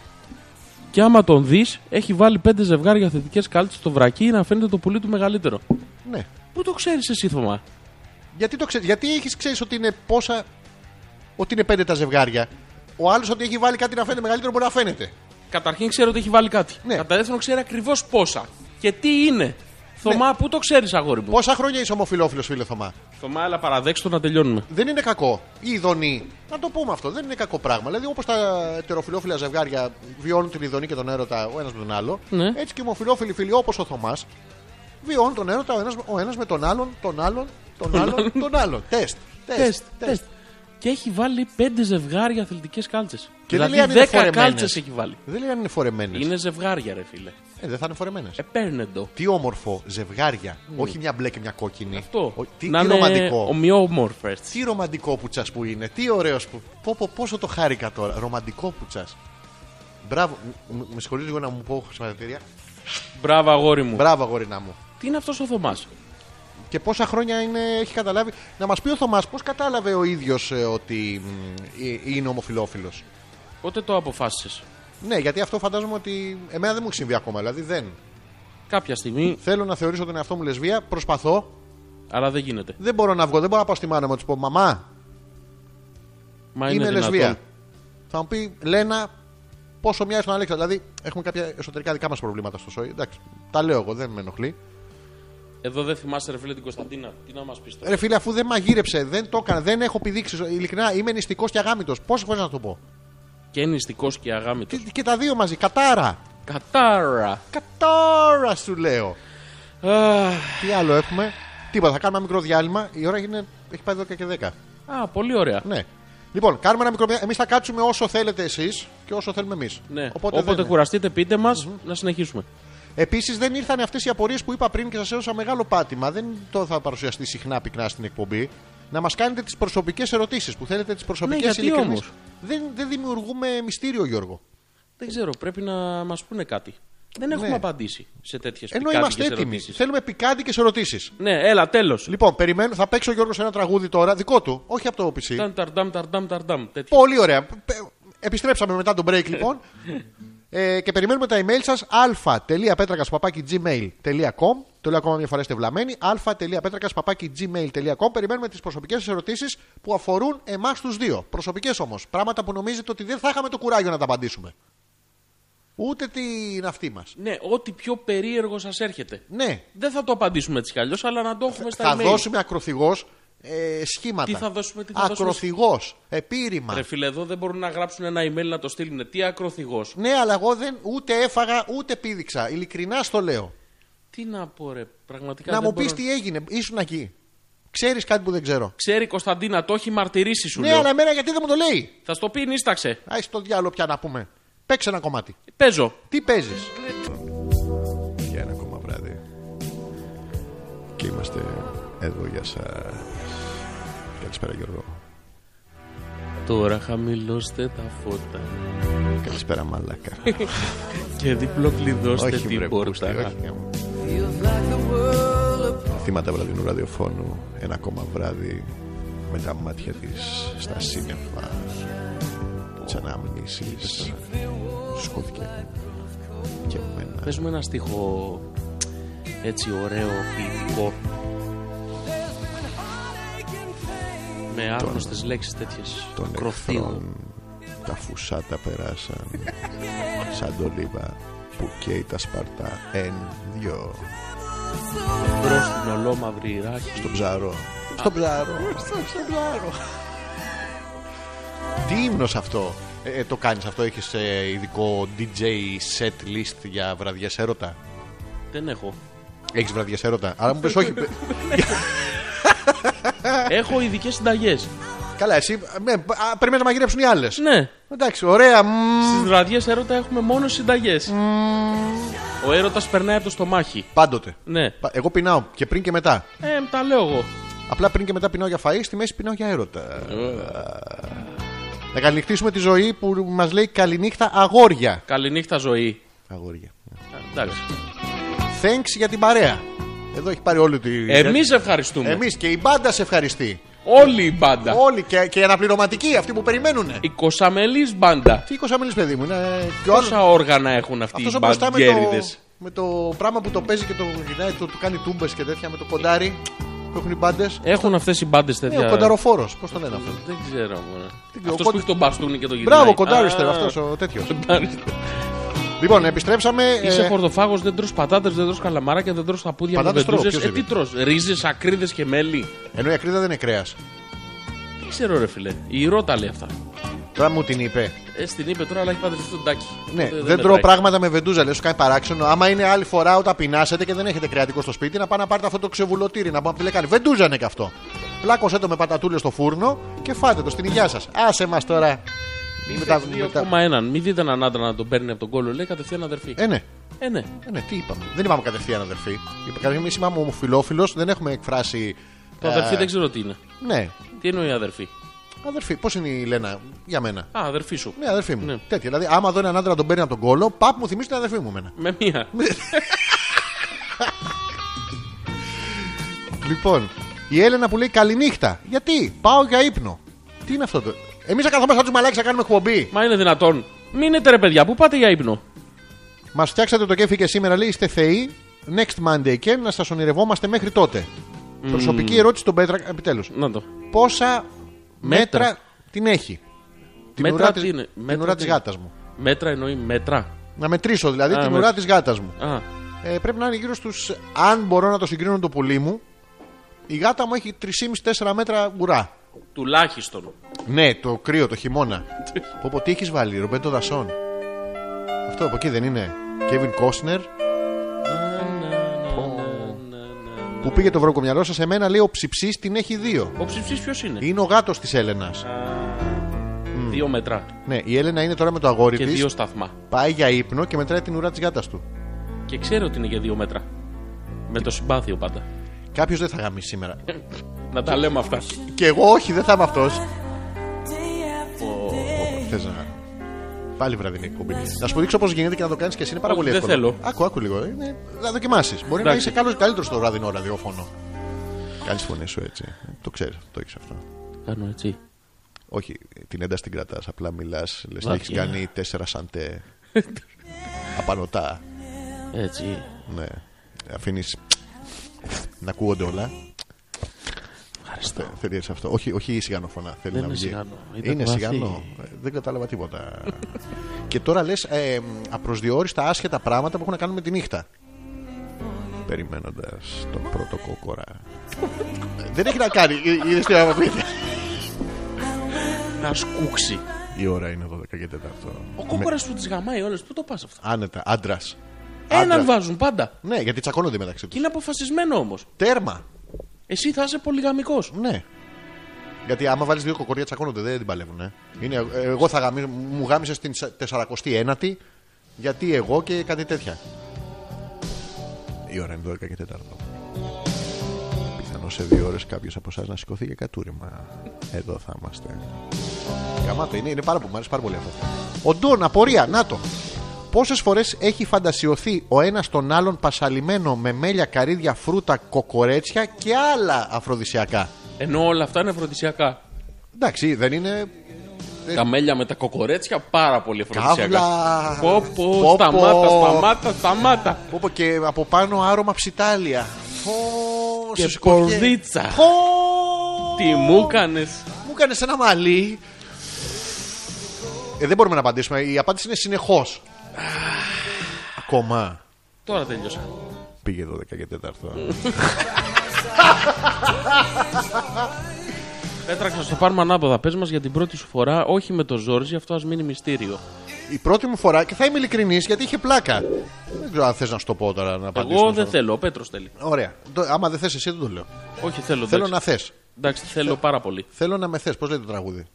[SPEAKER 2] Και άμα τον δεις, έχει βάλει πέντε ζευγάρια θετικέ κάλτσε στο βρακί να φαίνεται το πουλί του μεγαλύτερο.
[SPEAKER 1] Ναι.
[SPEAKER 2] Πού το ξέρεις εσύ, Θωμά.
[SPEAKER 1] Γιατί, το ξέρεις, γιατί έχεις ξέρεις ότι είναι πόσα. Ότι είναι πέντε τα ζευγάρια. Ο άλλος ότι έχει βάλει κάτι να φαίνεται μεγαλύτερο μπορεί να φαίνεται.
[SPEAKER 2] Καταρχήν ξέρω ότι έχει βάλει κάτι.
[SPEAKER 1] Ναι.
[SPEAKER 2] Κατά δεύτερον ξέρω ακριβώς πόσα. Και τι είναι.
[SPEAKER 1] Ναι.
[SPEAKER 2] Θωμά, πού το ξέρεις, αγόρι μου.
[SPEAKER 1] Πόσα χρόνια είσαι ομοφυλόφιλος, φίλε Θωμά.
[SPEAKER 2] Θωμά, αλλά παραδέξτε το να τελειώνουμε.
[SPEAKER 1] Δεν είναι κακό. Η ειδονή. Να το πούμε αυτό. Δεν είναι κακό πράγμα. Δηλαδή, όπως τα ετεροφιλόφιλα ζευγάρια βιώνουν την ειδονή και τον έρωτα ο ένας με τον άλλο,
[SPEAKER 2] Ναι.
[SPEAKER 1] έτσι και οι ομοφυλόφιλοι φίλοι όπως ο Θωμάς βιώνουν τον έρωτα ο ένας- ο ένας με τον άλλον, τον άλλον, τον άλλον, τον άλλον. Τεστ. Τεστ. Τεστ.
[SPEAKER 2] Και έχει βάλει πέντε ζευγάρια αθλητικές κάλτσες.
[SPEAKER 1] Και δεν
[SPEAKER 2] δηλαδή
[SPEAKER 1] λέει αν είναι φορεμένες. Ναι.
[SPEAKER 2] κάλτσες έχει βάλει.
[SPEAKER 1] Δεν λέει αν είναι φορεμένες.
[SPEAKER 2] Είναι ζευγάρια, ρε φίλε.
[SPEAKER 1] Ε, δεν θα είναι φορεμένες.
[SPEAKER 2] Ε, παίρνε το.
[SPEAKER 1] Τι όμορφο, ζευγάρια. Όχι μια μπλε και μια κόκκινη.
[SPEAKER 2] Ναι. Αυτό.
[SPEAKER 1] Ο- τι,
[SPEAKER 2] να
[SPEAKER 1] τι
[SPEAKER 2] είναι
[SPEAKER 1] ρομαντικό.
[SPEAKER 2] ομοιόμορφες.
[SPEAKER 1] Τι ρομαντικό πουτσα που είναι. Τι ωραίος που. Πω, πω, πόσο το χάρηκα τώρα. Ρομαντικό πουτσα. Μπράβο. Μ- μ- Με συγχωρείτε λίγο να μου πω χρησιμοποιητήρια.
[SPEAKER 2] Μπράβο, αγόρι μου.
[SPEAKER 1] Μπράβο, αγόρινα μου.
[SPEAKER 2] Τι είναι αυτός ο Θωμάς.
[SPEAKER 1] Και πόσα χρόνια είναι, έχει καταλάβει. Να μας πει ο Θωμάς πώς κατάλαβε ο ίδιος ότι μ, ε, είναι ομοφυλόφιλο.
[SPEAKER 2] Πότε το αποφάσισες.
[SPEAKER 1] Ναι, γιατί αυτό φαντάζομαι ότι εμένα δεν μου έχει συμβεί ακόμα. Δηλαδή δεν.
[SPEAKER 2] Κάποια στιγμή,
[SPEAKER 1] Θέλω να θεωρήσω τον εαυτό μου λεσβία, προσπαθώ,
[SPEAKER 2] αλλά δεν γίνεται.
[SPEAKER 1] δεν μπορώ να βγω, δεν μπορώ να πάω στη μάνα μου να της πω Μαμά,
[SPEAKER 2] Μα
[SPEAKER 1] είμαι
[SPEAKER 2] είναι δυνατόν.
[SPEAKER 1] λεσβία. Θα μου πει Λένα, πόσο μοιάζει τον Αλέξα. Δηλαδή, έχουμε κάποια εσωτερικά δικά μας προβλήματα στο σόι. Εντάξει, τα λέω εγώ, δεν με ενοχλεί.
[SPEAKER 2] Εδώ δεν θυμάσαι, ρε φίλε, την Κωνσταντίνα. Τι να μας πεις τώρα.
[SPEAKER 1] Ρε φίλε, αφού δεν μαγείρεψε, δεν το έκανα, δεν έχω επιδείξεις. Ειλικρινά, είμαι νηστικός και αγάμητο. Πόσες φορές να το πω.
[SPEAKER 2] Και νηστικός και αγάμητο.
[SPEAKER 1] Και, και τα δύο μαζί, κατάρα.
[SPEAKER 2] Κατάρα.
[SPEAKER 1] Κατάρα σου λέω.
[SPEAKER 2] Αχ.
[SPEAKER 1] Τι άλλο έχουμε. Τίποτα, θα κάνουμε ένα μικρό διάλειμμα. Η ώρα είναι, έχει πάει 12 και 10.
[SPEAKER 2] Α, πολύ ωραία.
[SPEAKER 1] Ναι. Λοιπόν, κάνουμε ένα μικρό. Εμείς θα κάτσουμε όσο θέλετε εσείς και όσο θέλουμε εμείς.
[SPEAKER 2] Ναι. Οπότε, κουραστείτε, πείτε μας να συνεχίσουμε.
[SPEAKER 1] Επίσης, δεν ήρθαν αυτές οι απορίες που είπα πριν και σας έδωσα μεγάλο πάτημα. Δεν το θα παρουσιαστεί συχνά πυκνά στην εκπομπή. Να μας κάνετε τις προσωπικές ερωτήσεις που θέλετε, τις προσωπικέ
[SPEAKER 2] Ναι, γιατί όμως?
[SPEAKER 1] Δεν, δεν δημιουργούμε μυστήριο, Γιώργο.
[SPEAKER 2] Δεν ξέρω, πρέπει να μας πούνε κάτι. Δεν έχουμε απαντήσει σε τέτοιες
[SPEAKER 1] Ναι. Ενώ είμαστε έτοιμοι. Θέλουμε πικάντικες ερωτήσεις.
[SPEAKER 2] Ναι, έλα, τέλος.
[SPEAKER 1] Λοιπόν, περιμένω. Θα παίξει ο Γιώργο ένα τραγούδι τώρα, δικό του, όχι από το PC.
[SPEAKER 2] Ταν ταρντάμ, ταρντάμ, ταρντάμ. Τέτοιο.
[SPEAKER 1] Πολύ ωραία. Πε- Επιστρέψαμε μετά τον break λοιπόν. ε, και περιμένουμε τα email σας α.πέτρακα.gmail.com. Το λέω ακόμα μια φορά είστε βλαμμένοι. α.πέτρακα.gmail.com. Περιμένουμε τις προσωπικές σας ερωτήσεις που αφορούν εμάς τους δύο. Προσωπικές όμως. Πράγματα που νομίζετε ότι δεν θα είχαμε το κουράγιο να τα απαντήσουμε. Ούτε την αυτή μας.
[SPEAKER 2] Ναι, ό,τι πιο περίεργο σας έρχεται.
[SPEAKER 1] Ναι,
[SPEAKER 2] Δεν θα το απαντήσουμε έτσι κι αλλιώς, αλλά να το έχουμε στα
[SPEAKER 1] θα
[SPEAKER 2] email.
[SPEAKER 1] δώσουμε ακροθυγός ε, σχήματα.
[SPEAKER 2] Τι θα δώσουμε, τι θα δώσουμε.
[SPEAKER 1] Ακροθυγός. Επίρρημα.
[SPEAKER 2] Ρε φίλε, εδώ δεν μπορούν να γράψουν ένα email να το στείλουν. Τι ακροθυγός.
[SPEAKER 1] Ναι, αλλά εγώ δεν ούτε έφαγα ούτε πήδηξα. Ειλικρινά στο λέω.
[SPEAKER 2] Τι να πω, ρε. Πραγματικά.
[SPEAKER 1] να
[SPEAKER 2] δεν
[SPEAKER 1] μου πει
[SPEAKER 2] μπορώ.
[SPEAKER 1] τι έγινε. Ήσουν εκεί. Ξέρεις κάτι που δεν ξέρω.
[SPEAKER 2] Ξέρει η Κωνσταντίνα, το έχει μαρτυρήσει σου.
[SPEAKER 1] Ναι,
[SPEAKER 2] λέω.
[SPEAKER 1] αλλά εμένα γιατί δεν μου το λέει.
[SPEAKER 2] Θα στο πει, νίσταξε.
[SPEAKER 1] Α το διάλογο πια να πούμε. Παίξε ένα κομμάτι.
[SPEAKER 2] Παίζω.
[SPEAKER 1] Τι παίζεις. Για ένα ακόμα βράδυ. Και είμαστε εδώ για σας. Καλησπέρα Γιώργο.
[SPEAKER 2] Τώρα χαμηλώστε τα φώτα
[SPEAKER 1] Καλησπέρα Μαλάκα.
[SPEAKER 2] και διπλοκλειδώστε
[SPEAKER 1] όχι
[SPEAKER 2] την
[SPEAKER 1] βρε
[SPEAKER 2] πόρτα.
[SPEAKER 1] πούστη, όχι.
[SPEAKER 4] Feels like the world
[SPEAKER 1] θύματα βραδινού ραδιοφώνου ένα ακόμα βράδυ με τα μάτια της στα σύννεφα τις αναμνήσεις σκόθηκε και εμένα
[SPEAKER 2] Πες μου ένα στίχο έτσι ωραίο, ποιητικό. Με άγνωστες λέξεις τέτοιες.
[SPEAKER 1] των
[SPEAKER 2] Κροφτίου.
[SPEAKER 1] εχθρών τα φουσάτα <laughs> περάσαν σαν το λίβα που καίει τα σπαρτά εν δυο
[SPEAKER 2] Μπρος στην ολόμαυρη ράχη.
[SPEAKER 1] στον ψαρό στον ψαρό στον ψαρό τι ύμνος αυτό ε, ε, το κάνεις αυτό έχεις ε, ειδικό DJ set list για βραδιές έρωτα
[SPEAKER 2] Δεν έχω.
[SPEAKER 1] έχεις βραδιές έρωτα άρα μου πες όχι παι-
[SPEAKER 2] έχω ειδικές συνταγές.
[SPEAKER 1] καλά εσύ με, α, περιμένεις να μαγειρέψουν οι άλλες
[SPEAKER 2] Ναι.
[SPEAKER 1] εντάξει ωραία μμμ.
[SPEAKER 2] Στις βραδιές έρωτα έχουμε μόνο συνταγές. Ο έρωτας περνάει από το στομάχι.
[SPEAKER 1] πάντοτε
[SPEAKER 2] Ναι.
[SPEAKER 1] Πα- εγώ πεινάω και πριν και μετά
[SPEAKER 2] Ε, τα λέω εγώ.
[SPEAKER 1] Απλά πριν και μετά πεινάω για φαΐ, στη μέση πεινάω για έρωτα.
[SPEAKER 2] Ε.
[SPEAKER 1] Να καληνυχτήσουμε τη ζωή που μας λέει καληνύχτα αγόρια.
[SPEAKER 2] Καληνύχτα ζωή.
[SPEAKER 1] Αγόρια.
[SPEAKER 2] Ε, Εντάξει.
[SPEAKER 1] Thanks για την παρέα. Εδώ έχει πάρει όλη τη...
[SPEAKER 2] Εμείς ευχαριστούμε.
[SPEAKER 1] Εμείς και η μπάντα σε ευχαριστεί.
[SPEAKER 2] Όλη η μπάντα.
[SPEAKER 1] Όλοι και, και οι αναπληρωματικοί, αυτοί που περιμένουν.
[SPEAKER 2] Η κοσαμελής μπάντα.
[SPEAKER 1] Τι 20 μίλης παιδί μου. Είναι... και ο άλλος-
[SPEAKER 2] Πόσα όργανα έχουν αυτοί
[SPEAKER 1] Λοιπόν, Αυτός
[SPEAKER 2] οι
[SPEAKER 1] ο μπροστά με το,
[SPEAKER 2] μπαντιέριδες.
[SPEAKER 1] με το πράγμα που το παίζει και το γυρνάει, το, του κάνει τούμπες και τέτοια με το κοντάρι που έχουν οι μπάντες.
[SPEAKER 2] Έχουν αυτές οι μπάντες
[SPEAKER 1] Ναι, ο
[SPEAKER 2] τέτοια.
[SPEAKER 1] κονταροφόρος, πώς το λένε αυτό.
[SPEAKER 2] Δεν ξέρω. μωρέ.
[SPEAKER 1] ξέρω,
[SPEAKER 2] Αυτός
[SPEAKER 1] κον-
[SPEAKER 2] που έχει τον μπαστούνι και το γυρνάει.
[SPEAKER 1] Μπράβο, κοντάριστε
[SPEAKER 2] Α,
[SPEAKER 1] αυτός ο τέτοιος.
[SPEAKER 2] κοντάριστε.
[SPEAKER 1] Λοιπόν, επιστρέψαμε.
[SPEAKER 2] Είσαι
[SPEAKER 1] ε,
[SPEAKER 2] χορδοφάγος, δεν τρως πατάτες, δεν τρως καλαμάρακια, δεν τρως ταπούδια με
[SPEAKER 1] Πατάτες τρώω,
[SPEAKER 2] βεντούζες.
[SPEAKER 1] ποιος
[SPEAKER 2] Ε, τι
[SPEAKER 1] είναι?
[SPEAKER 2] τρως, ρίζες, ακρίδες και μέλι.
[SPEAKER 1] Ενώ η ακρίδα δεν είναι κρέας.
[SPEAKER 2] Δεν ξέρω ρε φίλε, η Ρώτα λέει αυτά.
[SPEAKER 1] Τώρα μου την είπε.
[SPEAKER 2] Ε, στην είπε τώρα, αλλά έχει παντρευτεί τον τάκι.
[SPEAKER 1] Ναι,
[SPEAKER 2] Οπότε
[SPEAKER 1] δεν, τρώω
[SPEAKER 2] Ε, μετράει.
[SPEAKER 1] πράγματα με βεντούζα, λες, σου κάνει παράξενο. Άμα είναι άλλη φορά όταν πεινάσετε και δεν έχετε κρεατικό στο σπίτι, να πάνε να πάρετε αυτό το ξεβουλωτήρι. Να πάνε να κάνει βεντούζα είναι και αυτό. Πλάκωσέ το με πατατούλες στο φούρνο και φάτε το στην υγειά σας. Άσε μας τώρα.
[SPEAKER 2] Μη
[SPEAKER 1] Μετά-
[SPEAKER 2] θες
[SPEAKER 1] μετά-
[SPEAKER 2] 2,1. Μην δείτε έναν άντρα να τον παίρνει από τον κόλλο, λέει κατευθείαν αδερφή.
[SPEAKER 1] Ε, ναι.
[SPEAKER 2] Ε, ναι.
[SPEAKER 1] Ε, ναι, τι είπαμε. Δεν είπαμε κατευθείαν αδερφή. Είπα καταρχήν εμείς είμαστε ομοφυλόφιλος, δεν έχουμε εκφράσει.
[SPEAKER 2] Το
[SPEAKER 1] ε,
[SPEAKER 2] αδερφή δεν ξέρω τι είναι.
[SPEAKER 1] Ναι,
[SPEAKER 2] Τι εννοεί αδερφή.
[SPEAKER 1] αδερφή. Πώς είναι η Λένα για μένα.
[SPEAKER 2] Α, αδερφή σου.
[SPEAKER 1] Ναι, αδερφή μου.
[SPEAKER 2] Ναι.
[SPEAKER 1] Τέτοια. Δηλαδή, άμα δω έναν άντρα να τον παίρνει από τον κόλο, παπ μου θυμίζει την αδερφή μου εμένα.
[SPEAKER 2] Με μία.
[SPEAKER 1] Λοιπόν, η Έλενα που λέει καληνύχτα. Γιατί, πάω για ύπνο. Τι είναι αυτό το. Εμείς θα καθόμαστε σαν τους μαλάκι να κάνουμε εκπομπή.
[SPEAKER 2] Μα είναι δυνατόν. Μείνετε ρε παιδιά, πού πάτε για ύπνο.
[SPEAKER 1] Μας φτιάξατε το κέφι και σήμερα, λέει, είστε θεοί. Next Monday και να σας ονειρευόμαστε μέχρι τότε. Προσωπική ερώτηση στον Πέτρα, επιτέλους.
[SPEAKER 2] Να το.
[SPEAKER 1] Πόσα μέτρα,
[SPEAKER 2] Μέτρα.
[SPEAKER 1] την έχει. Την
[SPEAKER 2] Μέτρα
[SPEAKER 1] ουρά
[SPEAKER 2] τι
[SPEAKER 1] της-
[SPEAKER 2] είναι,
[SPEAKER 1] την
[SPEAKER 2] μέτρα
[SPEAKER 1] ουρά
[SPEAKER 2] τι
[SPEAKER 1] της
[SPEAKER 2] είναι.
[SPEAKER 1] γάτας μου.
[SPEAKER 2] Μέτρα εννοεί μέτρα.
[SPEAKER 1] Να μετρήσω δηλαδή
[SPEAKER 2] Α,
[SPEAKER 1] την
[SPEAKER 2] με-
[SPEAKER 1] ουρά της γάτας μου.
[SPEAKER 2] Α,
[SPEAKER 1] Ε, πρέπει να είναι γύρω στους. Αν μπορώ να το συγκρίνω με το πουλί μου, η γάτα μου έχει 3,5-4 μέτρα ουρά.
[SPEAKER 2] τουλάχιστον.
[SPEAKER 1] Ναι, το κρύο, το χειμώνα.
[SPEAKER 2] <laughs>
[SPEAKER 1] πω, πω, τι έχεις βάλει, Ρομπέντο Δασόν. Αυτό από εκεί δεν είναι. Κέβιν Κόσνερ. Που πήγε το βρόκο μυαλό σας, εμένα λέει ο ψυψής την έχει δύο.
[SPEAKER 2] Ο ψηφιστή ποιος είναι.
[SPEAKER 1] Είναι ο γάτος της Έλενας.
[SPEAKER 2] Δύο μέτρα
[SPEAKER 1] Ναι, η Έλενα είναι τώρα με το αγόρι
[SPEAKER 2] και
[SPEAKER 1] της.
[SPEAKER 2] δύο σταθμά.
[SPEAKER 1] Πάει για ύπνο και μετράει την ουρά της γάτας του.
[SPEAKER 2] Και ξέρω ότι είναι για δύο μέτρα. Με το συμπάθειο πάντα.
[SPEAKER 1] Κάποιος δεν θα γαμίσει σήμερα.
[SPEAKER 2] Να τα λέμε αυτά.
[SPEAKER 1] και εγώ όχι, δεν θα είμαι αυτός. Θες να. Πάλι βραδινή εκπομπή. Να σου δείξω πώς γίνεται και να το κάνεις και εσύ είναι πάρα
[SPEAKER 2] Όχι,
[SPEAKER 1] πολύ
[SPEAKER 2] δεν
[SPEAKER 1] εύκολο.
[SPEAKER 2] θέλω.
[SPEAKER 1] Άκου, άκου λίγο. ε, Είναι... Να δοκιμάσεις. Μπορεί να
[SPEAKER 2] Εντάξει.
[SPEAKER 1] είσαι καλός, καλύτερος στο βραδινό ραδιόφωνο. Κάνει φωνή σου έτσι. Το ξέρεις, το έχεις αυτό.
[SPEAKER 2] Κάνω έτσι.
[SPEAKER 1] Όχι, την ένταση την κρατάς. Απλά μιλάς, λες και
[SPEAKER 2] Βάθια.
[SPEAKER 1] έχεις κάνει τέσσερα <laughs> σαντέ. Απανοτά.
[SPEAKER 2] Έτσι.
[SPEAKER 1] Ναι. Αφήνεις να ακούγονται όλα. Ευχαριστώ. Θέλει έτσι αυτό. Όχι, όχι σιγανόφωνα. Θέλει
[SPEAKER 2] Δεν
[SPEAKER 1] να
[SPEAKER 2] είναι
[SPEAKER 1] βγει.
[SPEAKER 2] σιγανό. Ήταν
[SPEAKER 1] Είναι
[SPEAKER 2] βαθύ.
[SPEAKER 1] σιγανό. Ε, Δεν κατάλαβα τίποτα. και τώρα λες ε, απροσδιορίστα άσχετα πράγματα που έχουν να κάνουν με τη νύχτα. Περιμένοντας τον πρώτο κόκορα. Ε, Δεν έχει να κάνει. Ε, Είδες τι να μου πείτε.
[SPEAKER 2] Να σκούξει.
[SPEAKER 1] Η ώρα είναι 12 και 4.
[SPEAKER 2] Ο κόκορας που τις γαμάει όλες, πού το πας αυτό.
[SPEAKER 1] Άνετα, άντρας.
[SPEAKER 2] Έναν βάζουν πάντα.
[SPEAKER 1] Ναι, γιατί τσακώνονται μεταξύ
[SPEAKER 2] Και
[SPEAKER 1] του.
[SPEAKER 2] είναι αποφασισμένο όμως.
[SPEAKER 1] Τέρμα.
[SPEAKER 2] Εσύ θα είσαι πολυγαμικός.
[SPEAKER 1] Ναι. Γιατί άμα βάλεις δύο κοκορία τσακώνονται, δεν την παλεύουν. Ε. Είναι, ε, εγώ θα γαμίσω, μου γάμισες στην 49η, γιατί εγώ και κάτι τέτοια. Η ώρα είναι 12 και 4. Πιθανώς σε δύο ώρες κάποιος από εσάς να σηκωθεί για κατούριμα. Εδώ θα είμαστε. Γαμάτο είναι, είναι πάρα πολύ, μου αρέσει πάρα πολύ αυτό. Ο Ντόν, απορία, να το. Πόσες φορές έχει φαντασιωθεί ο ένας τον άλλον πασαλιμένο με μέλια, καρύδια, φρούτα, κοκορέτσια και άλλα αφροδισιακά.
[SPEAKER 2] Ενώ όλα αυτά είναι φροντισιακά.
[SPEAKER 1] Εντάξει, δεν είναι.
[SPEAKER 2] Τα μέλια με τα κοκορέτσια πάρα πολύ φροντισιακά.
[SPEAKER 1] Καύλα.
[SPEAKER 2] Πω,
[SPEAKER 1] Πω,
[SPEAKER 2] πω, σταμάτα,
[SPEAKER 1] πω.
[SPEAKER 2] σταμάτα, σταμάτα.
[SPEAKER 1] Πω, πω, και από πάνω άρωμα ψιτάλια. Πω,
[SPEAKER 2] Και
[SPEAKER 1] σου σκοτειέ.
[SPEAKER 2] πορδίτσα.
[SPEAKER 1] Πω,
[SPEAKER 2] Τι μου έκανε.
[SPEAKER 1] μου έκανε ένα μαλλί. Ε, δεν μπορούμε να απαντήσουμε. Η απάντηση είναι συνεχώς. Ακόμα.
[SPEAKER 2] Τώρα τέλειωσα.
[SPEAKER 1] Πήγε 12 και 4.
[SPEAKER 2] Πέτραξα στο πάρμα ανάποδα. Πες μας για την πρώτη σου φορά, όχι με το Ζόρζι, αυτό ας μείνει μυστήριο.
[SPEAKER 1] Η πρώτη μου φορά, και θα είμαι ειλικρινής γιατί είχε πλάκα. Δεν ξέρω αν θες να σου το πω τώρα να απαντήσω.
[SPEAKER 2] Εγώ δεν θέλω, ο Πέτρος θέλει.
[SPEAKER 1] Ωραία. Το- Άμα δεν θες εσύ, δεν το λέω.
[SPEAKER 2] Όχι, θέλω.
[SPEAKER 1] Θέλω
[SPEAKER 2] εντάξει.
[SPEAKER 1] να θες.
[SPEAKER 2] Εντάξει, θέλω πάρα πολύ.
[SPEAKER 1] Θέλω να με θες. Πώς λέει το τραγούδι.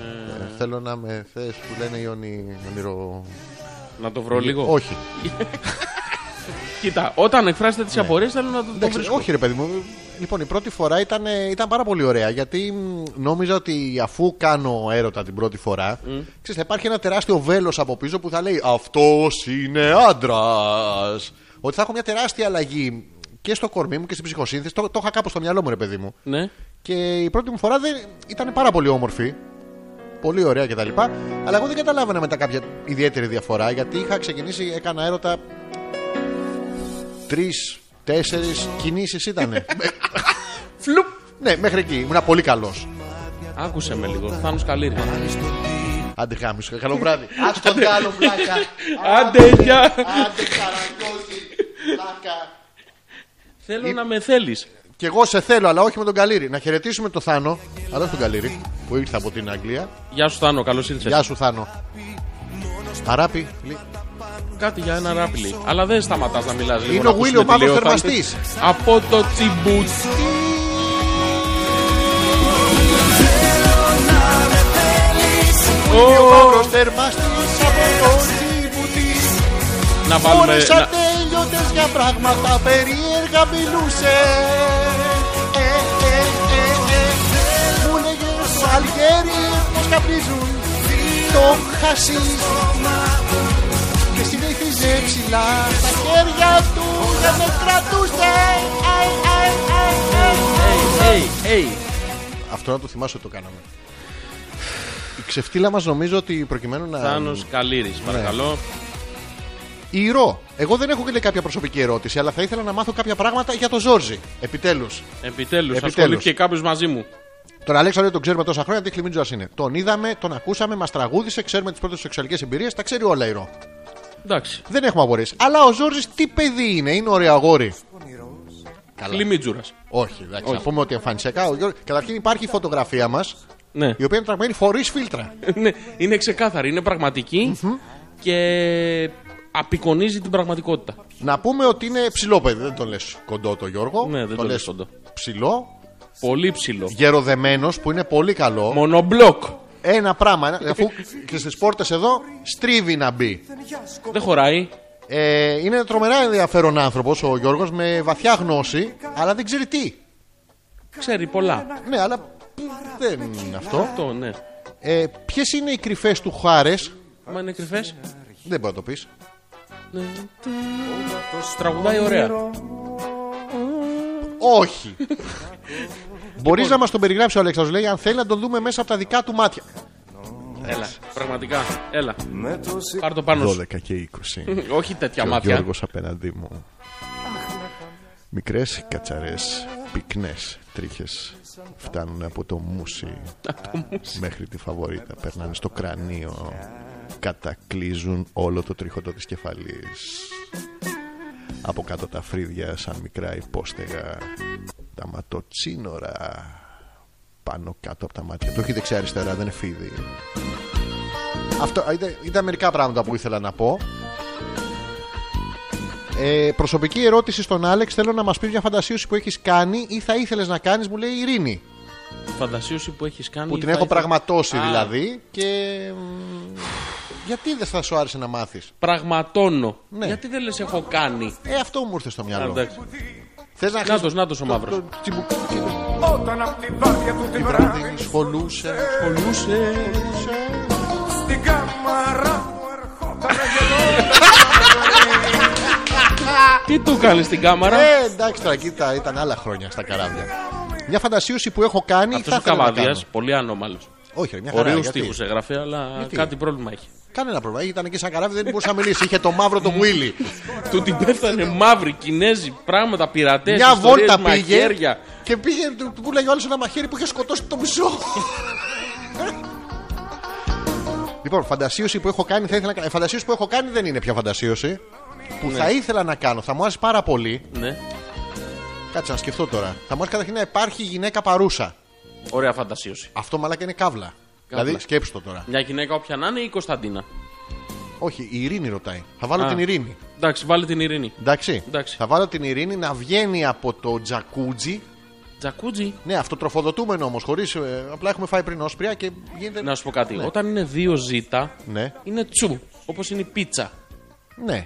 [SPEAKER 1] Ε, θέλω να με θες που λένε οι όνει- όνειρο.
[SPEAKER 2] Να το βρω λίγο.
[SPEAKER 1] Ε, Όχι.
[SPEAKER 2] Κοίτα, όταν εκφράσετε τις απορίες, θέλω να το, το
[SPEAKER 1] Ναι. Εντάξει,
[SPEAKER 2] βρίσκω.
[SPEAKER 1] όχι ρε παιδί μου. Λοιπόν, η πρώτη φορά ήταν, ε, ήταν πάρα πολύ ωραία γιατί μ, νόμιζα ότι αφού κάνω έρωτα την πρώτη φορά, ξέρεις, θα υπάρχει ένα τεράστιο βέλος από πίσω που θα λέει Αυτός είναι άντρας. Ότι θα έχω μια τεράστια αλλαγή και στο κορμί μου και στην ψυχοσύνθεση. Το, το είχα κάπου στο μυαλό μου, ρε παιδί μου.
[SPEAKER 2] Ναι.
[SPEAKER 1] Και η πρώτη μου φορά δεν... ήταν πάρα πολύ όμορφη. Πολύ ωραία κτλ. Αλλά εγώ δεν καταλάβαινα μετά κάποια ιδιαίτερη διαφορά γιατί είχα ξεκινήσει, έκανα έρωτα. Τρεις, τέσσερις κινήσεις <laughs> ήταν. Φλουπ! Ναι, μέχρι εκεί. Ήμουν πολύ καλός.
[SPEAKER 2] Άκουσε με λίγο. Θάνο Καλύρη.
[SPEAKER 1] Άντε γάμισο, καλό βράδυ. Ας τον κάνω πλάκα.
[SPEAKER 2] Άντε, γεια.
[SPEAKER 1] Άντε καραγκιόζη, πλάκα.
[SPEAKER 2] Θέλω να με θέλεις.
[SPEAKER 1] Κι εγώ σε θέλω, αλλά όχι με τον Καλύρη. Να χαιρετήσουμε τον Θάνο, αλλά όχι τον Καλύρη, που ήρθε από την Αγγλία.
[SPEAKER 2] Γεια σου, Θάνο, καλώς ήρθες.
[SPEAKER 1] Γεια σου Θάνο. Αράπη. λέει.
[SPEAKER 2] Κάτι για ένα ράπλι. Αλλά δεν σταματάς να μιλάς.
[SPEAKER 1] Είναι ο Γουίλιο Μάλλον θερμαστής.
[SPEAKER 2] Από το τσιμπούτσι.
[SPEAKER 1] Ο Μαύρος θερμαστής από το Τζιμπουτής.
[SPEAKER 2] Να βάλουμε.
[SPEAKER 1] Χωρίς
[SPEAKER 2] να-
[SPEAKER 1] ατέλειωτες για πράγματα περίεργα μιλούσε. Ε, ε, ε, ε. Μου λέγες στο Αλγέρι πως καπνίζουν το χασίς. Και συνέχιζε ψηλά τα χέρια του να με κρατούσε. Αι, αι, αι, αι.
[SPEAKER 2] Hey, hey.
[SPEAKER 1] Αυτό να το θυμάσαι ότι το κάναμε. Η ξεφτύλα μας νομίζω ότι προκειμένου να.
[SPEAKER 2] Θάνος Καλύρη, παρακαλώ.
[SPEAKER 1] Ηρώ. Εγώ δεν έχω και λέει κάποια προσωπική ερώτηση, αλλά θα ήθελα να μάθω κάποια πράγματα για τον Ζόρζι. Επιτέλους.
[SPEAKER 2] Επιτέλους,
[SPEAKER 1] Επιτέλους.
[SPEAKER 2] ασχολήθηκε κάποιος μαζί μου.
[SPEAKER 1] Τον Αλέξανδρο τον ξέρουμε τόσα χρόνια, τι χλιμίτζος είναι. Τον είδαμε, τον ακούσαμε, μας τραγούδισε, ξέρουμε τις πρώτες σεξουαλικέ εμπειρίες, τα ξέρει όλα Ηρώ.
[SPEAKER 2] Εντάξει.
[SPEAKER 1] Δεν έχουμε απορίε. Αλλά ο Ζόρζις τι παιδί είναι, είναι ωραίο αγόρι. Καλά.
[SPEAKER 2] Κλιμίτζουρα.
[SPEAKER 1] Όχι, εντάξει, να πούμε ότι εμφανισιακά. Ο Γιώργος- Καταρχήν υπάρχει η φωτογραφία μας,
[SPEAKER 2] Ναι.
[SPEAKER 1] η οποία είναι τραγμένη χωρί φίλτρα.
[SPEAKER 2] ναι. Είναι ξεκάθαρη, είναι πραγματική και απεικονίζει την πραγματικότητα.
[SPEAKER 1] Να πούμε ότι είναι ψηλό παιδί, δεν τον λες κοντό το Γιώργο.
[SPEAKER 2] Ναι, δεν
[SPEAKER 1] τον
[SPEAKER 2] τον
[SPEAKER 1] λες
[SPEAKER 2] λες κοντό.
[SPEAKER 1] Ψηλό,
[SPEAKER 2] Πολύ ψηλό.
[SPEAKER 1] γεροδεμένος που είναι πολύ καλό.
[SPEAKER 2] Μονομπλοκ.
[SPEAKER 1] Ένα πράγμα, ένα- αφού και στις πόρτες εδώ στρίβει να μπει.
[SPEAKER 2] Δεν χωράει.
[SPEAKER 1] Ε, είναι τρομερά ενδιαφέρον άνθρωπος ο Γιώργος με βαθιά γνώση, αλλά δεν ξέρει τι.
[SPEAKER 2] Ξέρει πολλά.
[SPEAKER 1] Ναι, αλλά π, δεν είναι αυτό.
[SPEAKER 2] Αυτό, ναι.
[SPEAKER 1] Ε, Ποιες είναι οι κρυφές του χάρες,
[SPEAKER 2] Μα είναι κρυφές.
[SPEAKER 1] δεν μπορεί να το πεις.
[SPEAKER 2] Τραγουδάει ωραία.
[SPEAKER 1] Όχι. Μπορείς να μας τον περιγράψει ο Αλέξανδρος λέει αν θέλει να τον δούμε μέσα από τα δικά του μάτια.
[SPEAKER 2] Έλα, πραγματικά. Έλα. Πάρ το πάνω σου.
[SPEAKER 1] και 20.
[SPEAKER 2] Όχι τέτοια
[SPEAKER 1] και ο
[SPEAKER 2] μάτια.
[SPEAKER 1] Γιώργος απέναντί μου. Μικρές κατσαρές, πυκνές τρίχες φτάνουν από το μουσι μέχρι τη φαβορίτα. Περνάνε στο κρανίο, κατακλείζουν όλο το τριχωτό της κεφαλής. Από κάτω τα φρύδια σαν μικρά υπόστεγα, τα ματοτσίνορα πάνω κάτω από τα μάτια. Το έχει δεξιά αριστερά, δεν είναι φίδι. Αυτό ήταν, ήταν μερικά πράγματα που ήθελα να πω. Ε, προσωπική ερώτηση στον Άλεξ. Θέλω να μας πει μια φαντασίωση που έχεις κάνει ή θα ήθελες να κάνεις, μου λέει η Ειρήνη.
[SPEAKER 2] Φαντασίωση που έχεις κάνει.
[SPEAKER 1] Που την
[SPEAKER 2] θα
[SPEAKER 1] έχω
[SPEAKER 2] ήθελα-
[SPEAKER 1] πραγματώσει
[SPEAKER 2] Α.
[SPEAKER 1] δηλαδή. Και. μ, Γιατί δεν θα σου άρεσε να μάθεις.
[SPEAKER 2] Πραγματώνω.
[SPEAKER 1] Ναι.
[SPEAKER 2] Γιατί δεν λες έχω κάνει.
[SPEAKER 1] Ε, αυτό μου ήρθε στο μυαλό.
[SPEAKER 2] Εντάξει.
[SPEAKER 1] Θες να
[SPEAKER 2] Νάτος, νάτος ο μαύρος.
[SPEAKER 5] Όταν απ' τη βάρδια του Ε, τη βράδυ
[SPEAKER 1] Βράδυ, σχολούσε.
[SPEAKER 2] Πολούσε.
[SPEAKER 5] στην κάμαρα μου ερχόταν γελό
[SPEAKER 2] Τι του κάνει στην κάμαρα.
[SPEAKER 1] Ε, εντάξει τώρα, κοίτα, ήταν άλλα χρόνια στα καράβια. Μια φαντασίωση που έχω κάνει.
[SPEAKER 2] Αυτός
[SPEAKER 1] θα
[SPEAKER 2] ο
[SPEAKER 1] ήθελα να
[SPEAKER 2] καβαδία,
[SPEAKER 1] κάνω.
[SPEAKER 2] πολύ ανώμαλο.
[SPEAKER 1] Όχι, ρε, μια χαρά.
[SPEAKER 2] Ωραίους
[SPEAKER 1] γιατί.
[SPEAKER 2] τείχου έγραφε, αλλά
[SPEAKER 1] Γιατί?
[SPEAKER 2] κάτι πρόβλημα έχει.
[SPEAKER 1] Κανένα πρόβλημα. Ήταν εκεί σαν καράβι, δεν μπορούσε να μιλήσει. Είχε το μαύρο
[SPEAKER 2] Ναι.
[SPEAKER 1] το μουίλι.
[SPEAKER 2] Του την πέφτανε μαύροι Κινέζοι πράγματα, πειρατές.
[SPEAKER 1] Μια βόλτα πήγε και πήγε, του του πουλάγε ο άλλος ένα μαχαίρι που είχε σκοτώσει το μισό. <laughs> λοιπόν, φαντασίωση που έχω κάνει, θα ήθελα, να κα- ε, φαντασίωση που έχω κάνει δεν είναι πια φαντασίωση. Που θα ήθελα να κάνω, θα μου άρεσε πάρα πολύ.
[SPEAKER 2] Ναι.
[SPEAKER 1] Κάτσε να σκεφτώ τώρα. Θα μου άρεσε καταρχήν να υπάρχει γυναίκα παρούσα.
[SPEAKER 2] Ωραία φαντασίωση.
[SPEAKER 1] Αυτό μαλάκα είναι καύλα. Δηλαδή, σκέψτε το τώρα.
[SPEAKER 2] Μια γυναίκα όποια να είναι ή η Κωνσταντίνα.
[SPEAKER 1] Όχι, η Ειρήνη ρωτάει. Θα βάλω
[SPEAKER 2] Α.
[SPEAKER 1] την Ειρήνη.
[SPEAKER 2] Εντάξει, βάλε την ειρήνη.
[SPEAKER 1] Εντάξει.
[SPEAKER 2] Εντάξει.
[SPEAKER 1] Θα βάλω την Ειρήνη να βγαίνει από το τζακούτζι.
[SPEAKER 2] Τζακούτζι.
[SPEAKER 1] Ναι, αυτό τροφοδοτούμενο όμως. Χωρίς. ε, απλά έχουμε φάει πριν όσπρια και γίνεται.
[SPEAKER 2] Να σου πω κάτι. Όταν είναι δύο ζήτα,
[SPEAKER 1] Ναι.
[SPEAKER 2] είναι τσου. Όπως είναι η πίτσα.
[SPEAKER 1] Ναι,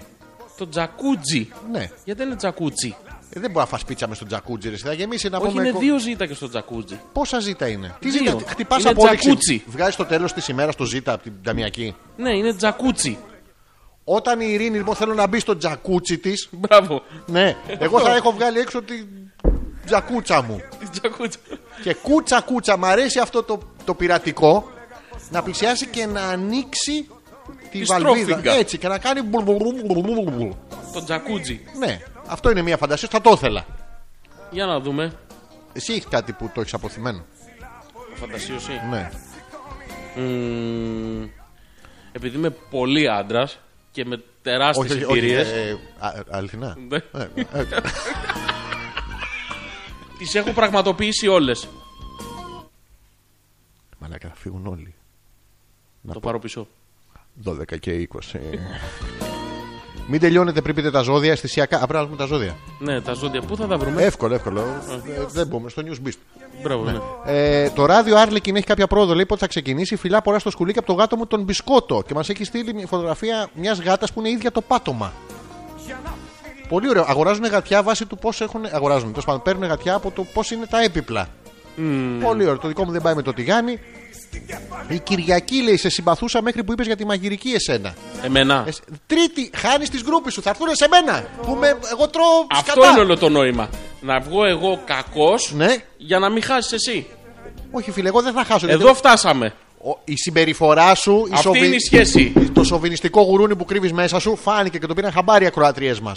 [SPEAKER 2] Το τζακούτζι.
[SPEAKER 1] ναι.
[SPEAKER 2] Γιατί δεν είναι τζακούτσι.
[SPEAKER 1] Ε, δεν μπορεί να φας πίτσα με στον τζακούτζι, ρε. Θα γεμίσει να
[SPEAKER 2] Όχι,
[SPEAKER 1] πούμε.
[SPEAKER 2] είναι
[SPEAKER 1] κο-
[SPEAKER 2] δύο ζήτα και στο τζακούτζι.
[SPEAKER 1] Πόσα ζήτα είναι. Τι
[SPEAKER 2] Δύο.
[SPEAKER 1] ζήτα. Χτυπάς
[SPEAKER 2] Είναι τζακούτσι.
[SPEAKER 1] απόδειξη. Βγάζει το τέλος της ημέρας το ζήτα από την ταμιακή.
[SPEAKER 2] Ναι, είναι τζακούτσι.
[SPEAKER 1] Όταν η Ειρήνη λοιπόν θέλω να μπει στο τζακούτσι της.
[SPEAKER 2] Μπράβο.
[SPEAKER 1] Ναι, εγώ θα έχω βγάλει έξω την τζακούτσα μου.
[SPEAKER 2] Τη τζακούτσα.
[SPEAKER 1] Και κούτσα κούτσα, μ' αρέσει αυτό το, το πειρατικό να πλησιάσει και να ανοίξει τη
[SPEAKER 2] Τη
[SPEAKER 1] βαλβίδα.
[SPEAKER 2] στρόφιγγα.
[SPEAKER 1] Έτσι και να κάνει. μπουλμπουλμπουλμπουλμπουλμπουλ.
[SPEAKER 2] Το τζακούτζι.
[SPEAKER 1] Ναι, αυτό είναι μια φαντασία, θα το ήθελα.
[SPEAKER 2] Για να δούμε.
[SPEAKER 1] Εσύ έχεις κάτι που το έχεις αποθυμένο.
[SPEAKER 2] Φαντασίωση.
[SPEAKER 1] Ναι.
[SPEAKER 2] Μμμ, επειδή είμαι πολύ άντρας και με τεράστιες
[SPEAKER 1] Όχι, όχι, όχι.
[SPEAKER 2] εμπειρίε.
[SPEAKER 1] ε, α- αληθινά.
[SPEAKER 2] Ναι.
[SPEAKER 1] Ε, ε,
[SPEAKER 2] <laughs> Τις έχω πραγματοποιήσει όλες.
[SPEAKER 1] Μαλάκα, θα φύγουν όλοι.
[SPEAKER 2] Το πάρω πίσω.
[SPEAKER 1] 12 και 20. Μην τελειώνετε πριν πείτε τα ζώδια αισθησιακά. Απλά να πούμε τα ζώδια.
[SPEAKER 2] Ναι, τα ζώδια. Πού θα τα βρούμε.
[SPEAKER 1] Εύκολο, εύκολο. Ε, Δεν μπορούμε, στο News Beast.
[SPEAKER 2] Μπράβο, ναι.
[SPEAKER 1] Ε, το ράδιο Άρλεκιν έχει κάποια πρόοδο. Λέει πότε θα ξεκινήσει. Φυλά πορά στο σκουλίκι από το γάτο μου τον μπισκότο. Και μας έχει στείλει μια φωτογραφία μιας γάτας που είναι ίδια το πάτωμα. Πολύ ωραίο. Αγοράζουν γατιά βάσει του πώς έχουν. Αγοράζουν. τέλος πάντων, παίρνουν γατιά από το πώς είναι τα έπιπλα. Πολύ ωραίο. Το δικό μου δεν πάει με το τηγάνι. Η Κυριακή λέει σε συμπαθούσα μέχρι που είπες για τη μαγειρική εσένα.
[SPEAKER 2] Εμένα.
[SPEAKER 1] Εσ- Τρίτη, χάνεις τη γκρούπη σου. Θα έρθουν σε μένα. Που με, εγώ τρώω
[SPEAKER 2] Αυτό
[SPEAKER 1] σκατά.
[SPEAKER 2] είναι όλο το νόημα. Να βγω εγώ κακός
[SPEAKER 1] Ναι.
[SPEAKER 2] για να μην χάσεις εσύ.
[SPEAKER 1] Όχι φίλε, εγώ Ε, δεν θα χάσω. γιατί
[SPEAKER 2] Εδώ φτάσαμε.
[SPEAKER 1] Ο- η συμπεριφορά σου, η
[SPEAKER 2] Αυτή
[SPEAKER 1] σοβι-
[SPEAKER 2] είναι η σχέση.
[SPEAKER 1] το σοβινιστικό γουρούνι που κρύβεις μέσα σου φάνηκε και το πήραν χαμπάρι οι ακροάτριέ μας.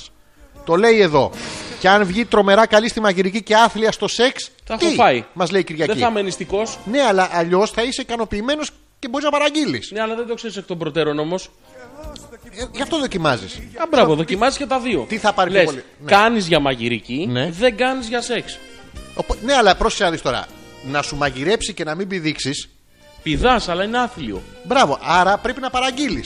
[SPEAKER 1] Το λέει εδώ. Και αν βγει τρομερά καλή στη μαγειρική και άθλια στο σεξ.
[SPEAKER 2] Τα
[SPEAKER 1] τι,
[SPEAKER 2] έχω φάει.
[SPEAKER 1] Μας λέει η Κυριακή.
[SPEAKER 2] Δεν θα είμαι νηστικός.
[SPEAKER 1] Ναι, αλλά αλλιώς θα είσαι ικανοποιημένος και μπορείς να παραγγείλεις.
[SPEAKER 2] Ναι, αλλά δεν το ξέρεις εκ των προτέρων όμως.
[SPEAKER 1] Ε, γι' αυτό δοκιμάζεις.
[SPEAKER 2] Α, μπράβο, δοκιμάζεις και τα δύο.
[SPEAKER 1] τι θα πάρει πιο
[SPEAKER 2] Λες,
[SPEAKER 1] πολύ. Ναι.
[SPEAKER 2] Κάνεις για μαγειρική,
[SPEAKER 1] Ναι.
[SPEAKER 2] δεν κάνεις για σεξ.
[SPEAKER 1] Ναι, αλλά πρόσεχε να δεις τώρα. Να σου μαγειρέψει και να μην πηδήξεις.
[SPEAKER 2] Πηδάς, αλλά είναι άθλιο.
[SPEAKER 1] Μπράβο, άρα πρέπει να παραγγείλεις.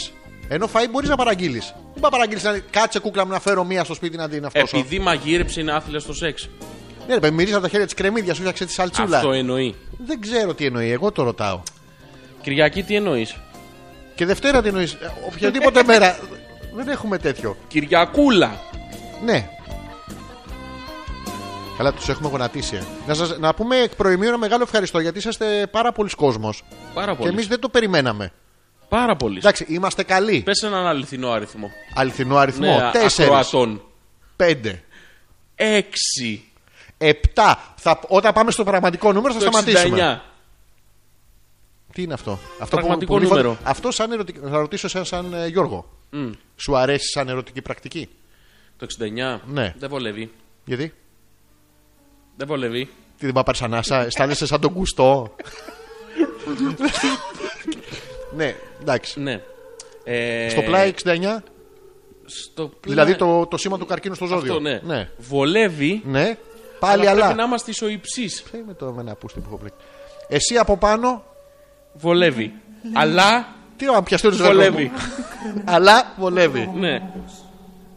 [SPEAKER 1] Ενώ φαΐ μπορείς να παραγγείλεις. Δεν πάει παραγγείλεις να κάτσε κούκλα μου να φέρω μία στο σπίτι να την αυτό.
[SPEAKER 2] Επειδή μαγείρεψε είναι άθλια στο σεξ.
[SPEAKER 1] Ναι, ρε, παιδί, μυρίζα τα χέρια της κρεμίδια, σου φτιάξε της σαλτσούλα.
[SPEAKER 2] Αυτό εννοεί.
[SPEAKER 1] Δεν ξέρω τι εννοεί, εγώ το ρωτάω.
[SPEAKER 2] Κυριακή τι εννοείς.
[SPEAKER 1] Και Δευτέρα τι εννοείς. Ε,
[SPEAKER 2] <laughs>
[SPEAKER 1] Οποιαδήποτε μέρα. Δεν έχουμε τέτοιο.
[SPEAKER 2] Κυριακούλα.
[SPEAKER 1] Ναι. Καλά, τους έχουμε γονατίσει. ε. Να, σας, να πούμε εκ προημίου ένα μεγάλο ευχαριστώ γιατί είσαστε πάρα πολλοί κόσμος.
[SPEAKER 2] Πάρα
[SPEAKER 1] Και
[SPEAKER 2] πολύ.
[SPEAKER 1] εμεί δεν το περιμέναμε.
[SPEAKER 2] Πάρα πολύ.
[SPEAKER 1] Εντάξει, είμαστε καλοί.
[SPEAKER 2] Πες έναν αληθινό αριθμό.
[SPEAKER 1] Αληθινό αριθμό.
[SPEAKER 2] Ναι,
[SPEAKER 1] Τέσσερις.
[SPEAKER 2] ακροατών.
[SPEAKER 1] Πέντε.
[SPEAKER 2] Έξι.
[SPEAKER 1] Επτά. Θα, όταν πάμε στο πραγματικό νούμερο θα
[SPEAKER 2] Το
[SPEAKER 1] σταματήσουμε.
[SPEAKER 2] 69.
[SPEAKER 1] Τι είναι αυτό. αυτό
[SPEAKER 2] Πραγματικό
[SPEAKER 1] γλύφονται-
[SPEAKER 2] νούμερο.
[SPEAKER 1] Αυτό σαν ερωτική. Θα ρωτήσω σαν, σαν ε, Γιώργο. Σου αρέσει σαν ερωτική πρακτική.
[SPEAKER 2] Το 69.
[SPEAKER 1] Ναι.
[SPEAKER 2] Δεν βολεύει.
[SPEAKER 1] Γιατί.
[SPEAKER 2] Δεν βολεύει.
[SPEAKER 1] Τι δεν πάει πάρεις ανάσα, αισθάνεσαι σαν τον κουστό. ναι, εντάξει.
[SPEAKER 2] Ναι. Ε,
[SPEAKER 1] Στο πλάι 69,
[SPEAKER 2] στο πλάι-
[SPEAKER 1] δηλαδή το, το σήμα του καρκίνου στο ζώδιο.
[SPEAKER 2] Αυτό, ναι.
[SPEAKER 1] ναι.
[SPEAKER 2] Βολεύει.
[SPEAKER 1] Ναι, πάλι
[SPEAKER 2] αλλά
[SPEAKER 1] αλλά.
[SPEAKER 2] πρέπει να είμαστε ισοϊψείς.
[SPEAKER 1] Τι με το με ένα πούστη που έχω πλέξει. Εσύ από πάνω,
[SPEAKER 2] Βολεύει. αλλά
[SPEAKER 1] τι να πιαστεί το
[SPEAKER 2] βολεύει.
[SPEAKER 1] αλλά βολεύει.
[SPEAKER 2] ναι.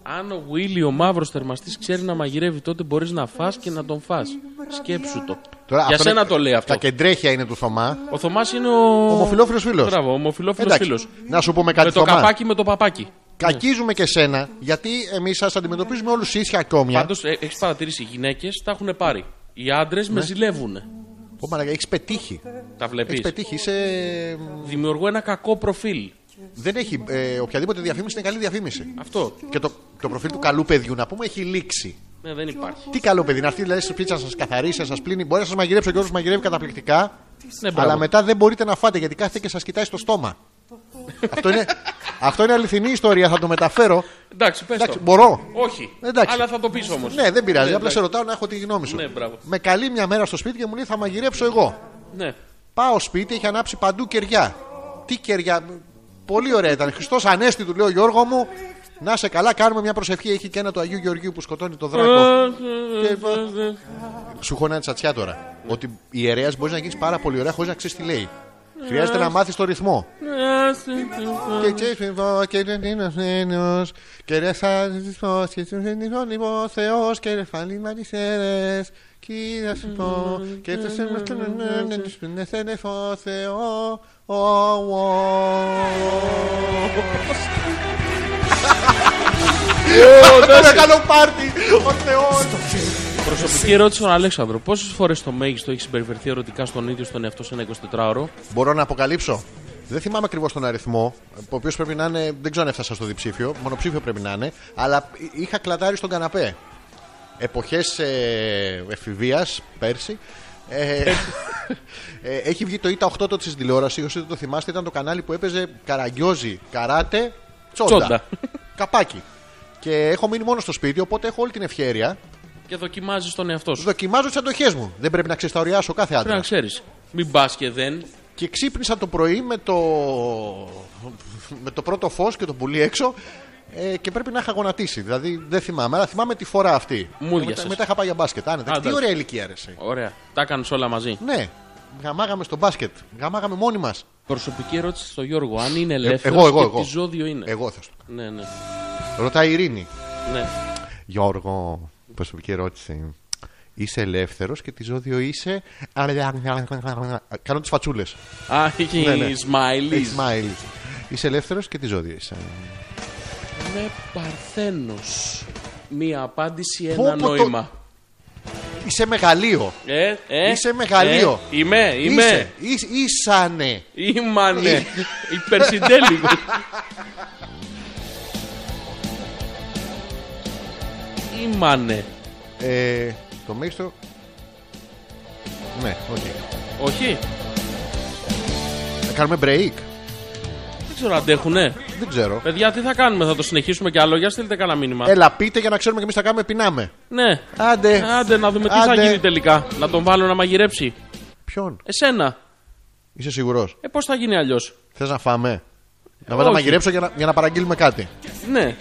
[SPEAKER 2] Αν ο Βίλι ο μαύρος θερμαστής ξέρει να μαγειρεύει, τότε μπορείς να φας και να τον φας Σκέψου το.
[SPEAKER 1] Τώρα,
[SPEAKER 2] Για
[SPEAKER 1] αυτό
[SPEAKER 2] σένα
[SPEAKER 1] είναι-
[SPEAKER 2] το λέει αυτό.
[SPEAKER 1] Τα κεντρέχια είναι του Θωμά.
[SPEAKER 2] Ο Θωμάς είναι ο.
[SPEAKER 1] Ομοφυλόφιλος φίλος.
[SPEAKER 2] Μπράβο, ομοφυλόφιλο
[SPEAKER 1] Εντάξει,
[SPEAKER 2] φίλος.
[SPEAKER 1] Να σου πούμε κάτι
[SPEAKER 2] Με το
[SPEAKER 1] Θωμά.
[SPEAKER 2] καπάκι με το παπάκι.
[SPEAKER 1] Κακίζουμε και σένα, γιατί εμείς σας αντιμετωπίζουμε όλους ίσια ακόμη.
[SPEAKER 2] Πάντω έχει ε, παρατηρήσει, οι γυναίκες τα έχουν πάρει. Οι άντρες
[SPEAKER 1] Ναι.
[SPEAKER 2] με ζηλεύουν.
[SPEAKER 1] Έχεις πετύχει.
[SPEAKER 2] Τα
[SPEAKER 1] Έχει
[SPEAKER 2] βλέπει.
[SPEAKER 1] πετύχει, είσαι.
[SPEAKER 2] Δημιουργώ ένα κακό προφίλ.
[SPEAKER 1] Δεν έχει. ε, οποιαδήποτε διαφήμιση είναι καλή διαφήμιση.
[SPEAKER 2] Αυτό.
[SPEAKER 1] Και το, το προφίλ του καλού παιδιού, να πούμε, έχει λήξει.
[SPEAKER 2] Ναι, δεν υπάρχει.
[SPEAKER 1] Τι καλό παιδί, να έρθει δηλαδή στο σπίτι να σας καθαρίσει, να σας πλύνει. Μπορεί να σας μαγειρέψει ο Γιώργο μαγειρεύει καταπληκτικά.
[SPEAKER 2] Ναι, μπράβο.
[SPEAKER 1] αλλά μετά δεν μπορείτε να φάτε γιατί κάθεται και σας κοιτάει στο στόμα. αυτό, είναι, αυτό είναι αληθινή ιστορία, θα το μεταφέρω.
[SPEAKER 2] Εντάξει, πες
[SPEAKER 1] Εντάξει,
[SPEAKER 2] το.
[SPEAKER 1] μπορώ.
[SPEAKER 2] Όχι.
[SPEAKER 1] Εντάξει.
[SPEAKER 2] Αλλά θα το πεις όμως.
[SPEAKER 1] Ναι, δεν πειράζει.
[SPEAKER 2] Ναι,
[SPEAKER 1] Απλά
[SPEAKER 2] εντάξει.
[SPEAKER 1] σε ρωτάω να έχω τη γνώμη σου.
[SPEAKER 2] Ναι, μπράβο.
[SPEAKER 1] Με καλεί μια μέρα στο σπίτι και μου λέει θα μαγειρέψω εγώ.
[SPEAKER 2] Ναι.
[SPEAKER 1] Πάω σπίτι, έχει ανάψει παντού κεριά. Τι κεριά. Πολύ ωραία ήταν. Χριστός Ανέστη, του λέω Γιώργο μου. Να σε καλά, κάνουμε μια προσευχή. Έχει και ένα του Αγίου Γεωργίου που σκοτώνει το δράκο. Και- Σου έχω ένα τσατσιά τώρα. Ότι ιερέας μπορεί να γίνεις πάρα πολύ ωραία χωρίς να ξέρεις τι λέει. Χρειάζεται να μάθεις το ρυθμό. Και ξέρει, και δεν είναι ασθενό. Και ρε θαρισμό, και του ενημερώνει ο Θεός. Και ρε φαλή μαρισέρες. Και να σου πω, και το σε μα τον ενένε του πνεθένε ο Θεό. Ω, ω. Ένα καλό πάρτι, ο Θεός
[SPEAKER 2] Προσωπική ερώτηση στον Αλέξανδρο. Πόσες φορές το μέγιστο έχει συμπεριφερθεί ερωτικά στον ίδιο στον εαυτό σε ένα 24ωρο.
[SPEAKER 1] Μπορώ να αποκαλύψω. Δεν θυμάμαι ακριβώς τον αριθμό, ο οποίος πρέπει να είναι. Δεν ξέρω αν έφτασα στο διψήφιο, μονοψήφιο πρέπει να είναι, αλλά είχα κλατάρει στον καναπέ. Εποχές ε, εφηβείας, πέρσι. Ε, ε, έχει βγει το ΙΤΑ 8 της τηλεόρασης, όσοι δεν το θυμάστε, ήταν το κανάλι που έπαιζε καραγκιόζι, καράτε, τσόντα.
[SPEAKER 2] Τσόντα.
[SPEAKER 1] Καπάκι. Και έχω μείνει μόνο στο σπίτι, οπότε έχω όλη την ευχαίρεια.
[SPEAKER 2] Και δοκιμάζεις τον εαυτό σου.
[SPEAKER 1] Δοκιμάζω τις αντοχές μου. Δεν πρέπει να ξεσταωριάσω κάθε
[SPEAKER 2] Πρέπει να
[SPEAKER 1] άντρα.
[SPEAKER 2] ξέρεις. Μην πας και δεν.
[SPEAKER 1] Και ξύπνησα το πρωί με το, με το πρώτο φως και το πουλί έξω ε, και πρέπει να είχα γονατίσει. Δηλαδή δεν θυμάμαι, αλλά θυμάμαι τη φορά αυτή. Ε,
[SPEAKER 2] Μούδιασες.
[SPEAKER 1] Μετά, μετά είχα πάει για μπάσκετ. Άνετα.
[SPEAKER 2] Άντε.
[SPEAKER 1] Τι ωραία ηλικία αρέσει.
[SPEAKER 2] Ωραία. Τα έκανε όλα μαζί.
[SPEAKER 1] Ναι, γαμάγαμε στο μπάσκετ. Γαμάγαμε μόνοι μας.
[SPEAKER 2] Προσωπική ερώτηση στον Γιώργο. Αν είναι ελεύθερο.
[SPEAKER 1] Ε, εγώ, εγώ, εγώ.
[SPEAKER 2] Τι ζώδιο είναι.
[SPEAKER 1] Εγώ θα σου το
[SPEAKER 2] Ναι, ναι.
[SPEAKER 1] κάνω. Ρωτάει η Ειρήνη.
[SPEAKER 2] ναι.
[SPEAKER 1] Γιώργο, προσωπική ερώτηση. Είσαι ελεύθερος και τη ζώδιο είσαι. Κάνω τις φατσούλες.
[SPEAKER 2] Α, έχει
[SPEAKER 1] Ναι, ναι.
[SPEAKER 2] smiley.
[SPEAKER 1] Είσαι ελεύθερος και τη ζώδιο είσαι.
[SPEAKER 2] Είμαι παρθένος. Μία απάντηση,
[SPEAKER 1] Πω,
[SPEAKER 2] ένα
[SPEAKER 1] πω, το-
[SPEAKER 2] νόημα.
[SPEAKER 1] Είσαι μεγαλείο.
[SPEAKER 2] Ε, ε,
[SPEAKER 1] Είσαι μεγαλείο.
[SPEAKER 2] ε, είμαι, είμαι.
[SPEAKER 1] Είσαι, Ήσ- ήσανε.
[SPEAKER 2] Είμανε.
[SPEAKER 1] Ναι.
[SPEAKER 2] Υπερσυντέλικο.Ήμανε.
[SPEAKER 1] Ε, το μέγιστο. Ναι, οκ.
[SPEAKER 2] Όχι.
[SPEAKER 1] Θα κάνουμε break.
[SPEAKER 2] Δεν ξέρω αν αντέχουνε.
[SPEAKER 1] Δεν ξέρω.
[SPEAKER 2] Παιδιά, τι θα κάνουμε, θα το συνεχίσουμε κι άλλο. Για στείλτε κανένα μήνυμα.
[SPEAKER 1] Έλα, πείτε για να ξέρουμε και εμείς τα κάνουμε. Πεινάμε.
[SPEAKER 2] Ναι.
[SPEAKER 1] Ε, Άντε.
[SPEAKER 2] Άντε να δούμε τι θα
[SPEAKER 1] Άντε.
[SPEAKER 2] γίνει τελικά. Να τον βάλω να μαγειρέψει.
[SPEAKER 1] Ποιον,
[SPEAKER 2] Εσένα.
[SPEAKER 1] είσαι σίγουρος.
[SPEAKER 2] Ε, πώς θα γίνει αλλιώς.
[SPEAKER 1] Θες να φάμε. Να βάλω να
[SPEAKER 2] Ε, όχι.
[SPEAKER 1] μαγειρέψω για να, για να παραγγείλουμε κάτι.
[SPEAKER 2] Ναι.
[SPEAKER 1] Ε.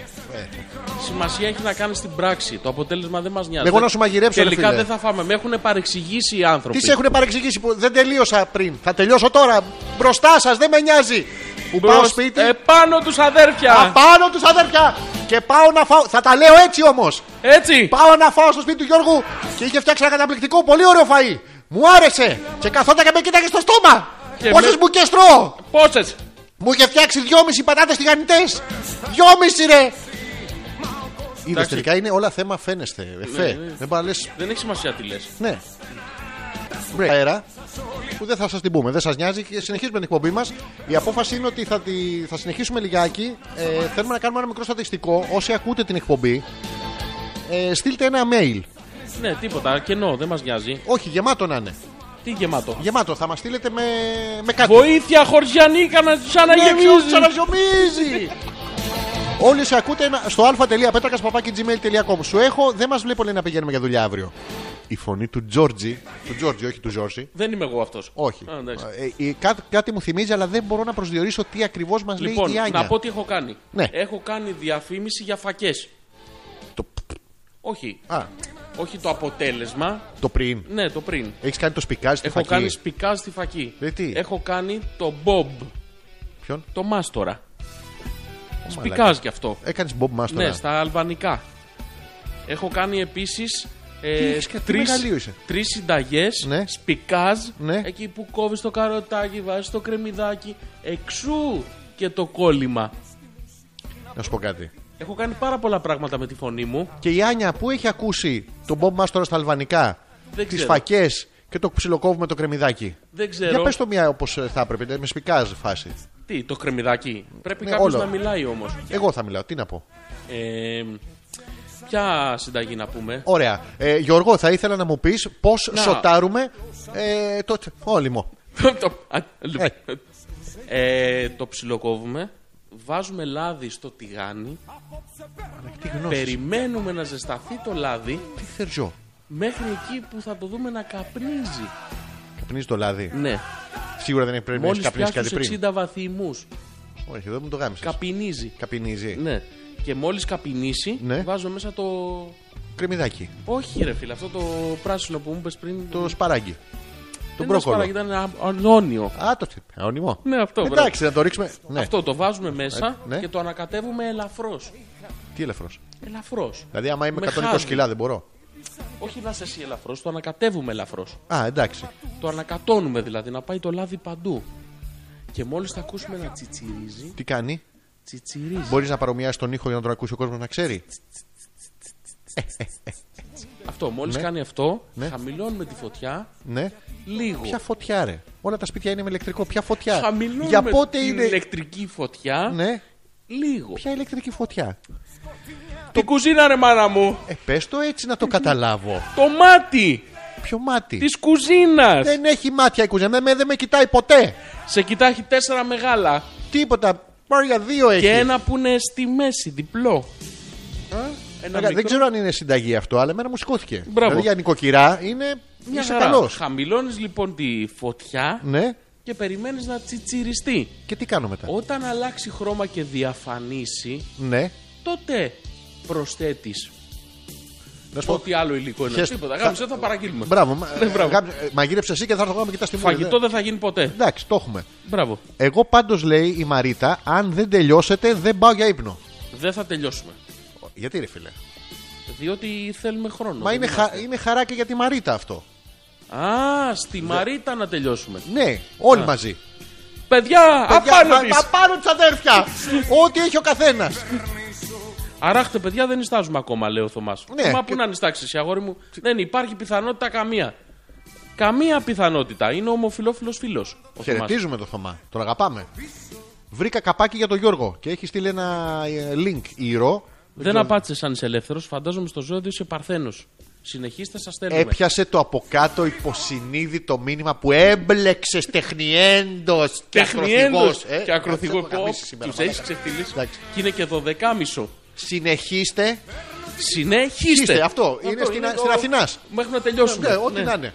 [SPEAKER 2] Σημασία έχει να κάνει την πράξη. Το αποτέλεσμα δεν μας νοιάζει.
[SPEAKER 1] Εγώ να σου μαγειρέψω, ρε
[SPEAKER 2] Τελικά
[SPEAKER 1] φίλε.
[SPEAKER 2] δεν θα φάμε. Με έχουν παρεξηγήσει οι άνθρωποι.
[SPEAKER 1] Τις σε έχουν παρεξηγήσει που δεν τελείωσα πριν. Θα τελειώσω τώρα. Μπροστά σας, δεν με νοιάζει. Που πάω
[SPEAKER 2] Μπρος-
[SPEAKER 1] σπίτι.
[SPEAKER 2] Επάνω τους αδέρφια.
[SPEAKER 1] Απάνω τους αδέρφια. Και πάω να φάω. Θα τα λέω έτσι όμως.
[SPEAKER 2] Έτσι.
[SPEAKER 1] Πάω να φάω στο σπίτι του Γιώργου και είχε φτιάξει ένα καταπληκτικό, πολύ ωραίο φαΐ. Μου άρεσε και καθόταν και με κοίταγε στο στόμα.
[SPEAKER 2] Και
[SPEAKER 1] Πόσε
[SPEAKER 2] με-
[SPEAKER 1] μπουκές τρώω.
[SPEAKER 2] Πόσες.
[SPEAKER 1] Μου είχε φτιάξει δυόμιση πατάτες τηγανιτές. Δυόμιση ρε. Είδες,
[SPEAKER 2] Εντάξει. Ναι,
[SPEAKER 1] τελικά είναι όλα θέμα φαίνεστε. Εφέ. Δεν πάει να λες,
[SPEAKER 2] Δεν έχει σημασία τι λες.
[SPEAKER 1] Ναι. Break. Αέρα που δεν θα σας την πούμε, δεν σας νοιάζει και συνεχίζουμε την εκπομπή μας. Η απόφαση είναι ότι θα, τη, θα συνεχίσουμε λιγάκι. Ε, θέλουμε να κάνουμε ένα μικρό στατιστικό. Όσοι ακούτε την εκπομπή, ε, στείλτε ένα mail.
[SPEAKER 2] Ναι, τίποτα. Κενό, δεν μας νοιάζει.
[SPEAKER 1] Όχι, γεμάτο να είναι.
[SPEAKER 2] Τι γεμάτο.
[SPEAKER 1] Γεμάτο, θα μας στείλετε με, με κάτι.
[SPEAKER 2] Βοήθεια, χωριανή, κανα σαν να
[SPEAKER 1] Ναι,
[SPEAKER 2] γεμίζει.
[SPEAKER 1] ποιος ξαναζωμίζει. Όλοι σε ακούτε ένα- στο α.πέτρακα.gmail.com Σου έχω, δεν μας βλέπω λέει να πηγαίνουμε για δουλειά αύριο. Η φωνή του Τζόρτζι, του Τζόρτζι, όχι του Ζόρζι.
[SPEAKER 2] Δεν είμαι εγώ αυτός.
[SPEAKER 1] Όχι.
[SPEAKER 2] Α, εντάξει.
[SPEAKER 1] Ε, ε, κάτι, κάτι μου θυμίζει, αλλά δεν μπορώ να προσδιορίσω τι ακριβώς μας λέει
[SPEAKER 2] Λοιπόν,
[SPEAKER 1] η Άνια.
[SPEAKER 2] να πω τι έχω κάνει.
[SPEAKER 1] Ναι.
[SPEAKER 2] Έχω κάνει διαφήμιση για φακές.
[SPEAKER 1] Το,
[SPEAKER 2] Όχι.
[SPEAKER 1] α,
[SPEAKER 2] Όχι το αποτέλεσμα.
[SPEAKER 1] το πριν.
[SPEAKER 2] Ναι, το πριν.
[SPEAKER 1] Έχεις κάνει το σπικάζι στη
[SPEAKER 2] Έχω
[SPEAKER 1] φακή.
[SPEAKER 2] κάνει σπικά στη φακή.
[SPEAKER 1] Δηλαδή τι?
[SPEAKER 2] Έχω κάνει το Bob,
[SPEAKER 1] Ποιον?
[SPEAKER 2] το μάστορα.
[SPEAKER 1] Μαλάκα.
[SPEAKER 2] Σπικάζει κι αυτό.
[SPEAKER 1] Έκανες Bob Master.
[SPEAKER 2] Ναι, στα αλβανικά. Έχω κάνει επίσης. Ε,
[SPEAKER 1] έχεις κάνει, τι μεγαλείο είσαι.
[SPEAKER 2] τρεις συνταγές
[SPEAKER 1] Ναι.
[SPEAKER 2] σπικάζ
[SPEAKER 1] Ναι.
[SPEAKER 2] εκεί που κόβεις το καροτάκι βάζεις το κρεμμυδάκι εξού και το κόλλημα
[SPEAKER 1] Να σου πω κάτι.
[SPEAKER 2] έχω κάνει πάρα πολλά πράγματα με τη φωνή μου
[SPEAKER 1] Και η Άνια που έχει ακούσει τον Bob Master στα αλβανικά,
[SPEAKER 2] Δεν
[SPEAKER 1] τις
[SPEAKER 2] ξέρω.
[SPEAKER 1] φακές και το ε, ψιλοκόβουμε το κρεμμυδάκι.
[SPEAKER 2] δεν
[SPEAKER 1] Για
[SPEAKER 2] ξέρω
[SPEAKER 1] πες το μία όπως θα έπρεπε, με σπικάζ φάση.
[SPEAKER 2] Τι, το κρεμμυδάκι. Πρέπει
[SPEAKER 1] Ναι,
[SPEAKER 2] κάποιος
[SPEAKER 1] όλο.
[SPEAKER 2] να μιλάει όμως.
[SPEAKER 1] Εγώ θα μιλάω, τι να πω.
[SPEAKER 2] Ε, ποια συνταγή να πούμε.
[SPEAKER 1] Ωραία. Ε, Γιώργο, θα ήθελα να μου πεις πώς
[SPEAKER 2] Να.
[SPEAKER 1] σοτάρουμε ε, το τ- όλυμο.
[SPEAKER 2] <laughs> Το- α, λοιπόν. Ε, το ψιλοκόβουμε. Βάζουμε λάδι στο τηγάνι.
[SPEAKER 1] Τι γνώση.
[SPEAKER 2] Περιμένουμε να ζεσταθεί το λάδι
[SPEAKER 1] Τι θερζό.
[SPEAKER 2] μέχρι εκεί που θα το δούμε να καπνίζει.
[SPEAKER 1] Καπνίζει το λάδι.
[SPEAKER 2] Ναι.
[SPEAKER 1] Σίγουρα δεν έχει πρέπει να έχεις
[SPEAKER 2] Μόλις
[SPEAKER 1] καπνίσει κάτι
[SPEAKER 2] πιάσει
[SPEAKER 1] πριν.
[SPEAKER 2] 60 βαθμούς.
[SPEAKER 1] Όχι, εδώ μου το γάμισες.
[SPEAKER 2] Καπινίζει.
[SPEAKER 1] Καπνίζει.
[SPEAKER 2] Ναι. Και μόλις καπινίσει,
[SPEAKER 1] Ναι.
[SPEAKER 2] βάζω μέσα το.
[SPEAKER 1] Κρεμμυδάκι.
[SPEAKER 2] Όχι, ρε φίλε, αυτό το πράσινο που μου είπες πριν.
[SPEAKER 1] Το σπαράγγι. Το
[SPEAKER 2] Δεν
[SPEAKER 1] μπρόκολο.
[SPEAKER 2] ήταν σπαράγγι, Ήταν α- αλόνιο.
[SPEAKER 1] Α, το αιώνυμο.
[SPEAKER 2] Ναι, αυτό,
[SPEAKER 1] Εντάξει, να το ρίξουμε. Ναι.
[SPEAKER 2] Αυτό το βάζουμε μέσα
[SPEAKER 1] Ε, ναι.
[SPEAKER 2] και το ανακατεύουμε ελαφρώς.
[SPEAKER 1] Τι ελεύθερο.
[SPEAKER 2] Ελαφρώς.
[SPEAKER 1] Δηλαδή, άμα είμαι
[SPEAKER 2] Με
[SPEAKER 1] 120
[SPEAKER 2] χάδι.
[SPEAKER 1] κιλά, δεν μπορώ.
[SPEAKER 2] Όχι να είσαι εσύ ελαφρώ, το ανακατεύουμε ελαφρώς.
[SPEAKER 1] Α, εντάξει.
[SPEAKER 2] Το ανακατώνουμε δηλαδή, να πάει το λάδι παντού. Και μόλις θα ακούσουμε να τσιτσιρίζει,
[SPEAKER 1] Τι κάνει.
[SPEAKER 2] τσιτσιρίζει.
[SPEAKER 1] Μπορείς να παρομοιάσεις τον ήχο για να τον ακούσει ο κόσμος να ξέρει.
[SPEAKER 2] Αυτό, μόλις
[SPEAKER 1] Ναι.
[SPEAKER 2] κάνει αυτό,
[SPEAKER 1] Ναι.
[SPEAKER 2] χαμηλώνουμε τη φωτιά
[SPEAKER 1] Ναι.
[SPEAKER 2] λίγο.
[SPEAKER 1] Ποια φωτιά, ρε. Όλα τα σπίτια είναι με ηλεκτρικό. Ποια φωτιά.
[SPEAKER 2] Χαμηλώνουμε
[SPEAKER 1] Για πότε
[SPEAKER 2] την
[SPEAKER 1] είναι.
[SPEAKER 2] ηλεκτρική φωτιά
[SPEAKER 1] Ναι.
[SPEAKER 2] λίγο.
[SPEAKER 1] Ποια ηλεκτρική φωτιά.
[SPEAKER 2] Την κουζίνα ρε μάνα μου,
[SPEAKER 1] Ε, πες το έτσι να το καταλάβω.
[SPEAKER 2] το μάτι
[SPEAKER 1] Ποιο μάτι.
[SPEAKER 2] της κουζίνας.
[SPEAKER 1] Δεν έχει μάτια η κουζίνα. Δεν με, δεν με κοιτάει ποτέ.
[SPEAKER 2] Σε κοιτάχει τέσσερα μεγάλα
[SPEAKER 1] Τίποτα. Μάρια δύο έχει.
[SPEAKER 2] και ένα που είναι στη μέση, διπλό. Ένα
[SPEAKER 1] Ωραία, Δεν
[SPEAKER 2] μικρό.
[SPEAKER 1] ξέρω αν είναι συνταγή αυτό, αλλά εμένα μου σηκώθηκε.
[SPEAKER 2] Μπράβο.
[SPEAKER 1] Δηλαδή για νοικοκυρά είναι.
[SPEAKER 2] Μια
[SPEAKER 1] είσαι
[SPEAKER 2] χαρά.
[SPEAKER 1] καλό.
[SPEAKER 2] Χαμηλώνεις λοιπόν τη φωτιά
[SPEAKER 1] Ναι.
[SPEAKER 2] και περιμένεις να τσιτσιριστεί.
[SPEAKER 1] Και τι κάνω μετά.
[SPEAKER 2] Όταν αλλάξει χρώμα και διαφανίσει,
[SPEAKER 1] Ναι.
[SPEAKER 2] τότε προσθέτεις
[SPEAKER 1] Να σου πω.
[SPEAKER 2] ό,τι άλλο υλικό είναι.
[SPEAKER 1] Χες-
[SPEAKER 2] Τίποτα.
[SPEAKER 1] θα-
[SPEAKER 2] Γάμισε, θα παραγγείλουμε.
[SPEAKER 1] Μπράβο. μα-
[SPEAKER 2] Ναι, μπράβο.
[SPEAKER 1] γάμ- ε, Μαγείρεψε εσύ και θα έρθω εγώ να με κοιτάς τη μούρη. ναι.
[SPEAKER 2] Φαγητό δεν θα γίνει ποτέ.
[SPEAKER 1] Εντάξει, το έχουμε.
[SPEAKER 2] Μπράβο.
[SPEAKER 1] Εγώ πάντως λέει η Μαρίτα, αν δεν τελειώσετε, δεν πάω για ύπνο.
[SPEAKER 2] Δεν θα τελειώσουμε.
[SPEAKER 1] Γιατί ρε φίλε.
[SPEAKER 2] Διότι θέλουμε χρόνο.
[SPEAKER 1] Μα
[SPEAKER 2] Δεν
[SPEAKER 1] είναι,
[SPEAKER 2] είμαστε-
[SPEAKER 1] χα... είναι χαρά και για τη Μαρίτα αυτό.
[SPEAKER 2] Α, στη Μαρίτα να τελειώσουμε.
[SPEAKER 1] Ναι, όλοι μαζί.
[SPEAKER 2] Παιδιά, απάνω της!
[SPEAKER 1] Απάνω της αδέρφια! Ό,τι έχει ο καθένας.
[SPEAKER 2] Αράχτε, παιδιά, δεν νιστάζουμε ακόμα, λέει ο Θωμάς.
[SPEAKER 1] Ναι,
[SPEAKER 2] Μα
[SPEAKER 1] και-
[SPEAKER 2] που να νιστάξει, αγόρι μου. Δεν υπάρχει πιθανότητα καμία. Καμία πιθανότητα. Είναι ομοφυλόφιλο φίλο.
[SPEAKER 1] Χαιρετίζουμε τον Θωμά. Τον αγαπάμε. Βρήκα καπάκι για τον Γιώργο και έχει στείλει ένα ε, link ήρω.
[SPEAKER 2] Δεν απάτησε αν είσαι ελεύθερος. Φαντάζομαι στο ζώδιο είσαι παρθένος. Συνεχίστε, σας
[SPEAKER 1] Ε,
[SPEAKER 2] στέλνουμε.
[SPEAKER 1] Έπιασε το από κάτω υποσυνείδητο μήνυμα που έμπλεξες τεχνιέντος και ε. ακροθυγός.
[SPEAKER 2] Τεχνιέντος και ακροθυγός. Του έχει ξεφτυλίσει.
[SPEAKER 1] Εντάξει.
[SPEAKER 2] Και είναι και 12,5.
[SPEAKER 1] Συνεχίστε. Είστε,
[SPEAKER 2] Συνεχίστε.
[SPEAKER 1] αυτό. Είναι στην Α- στην Αθηνάς.
[SPEAKER 2] Μέχρι να τελειώσουμε.
[SPEAKER 1] Ναι, ό,τι
[SPEAKER 2] Ναι.
[SPEAKER 1] να είναι.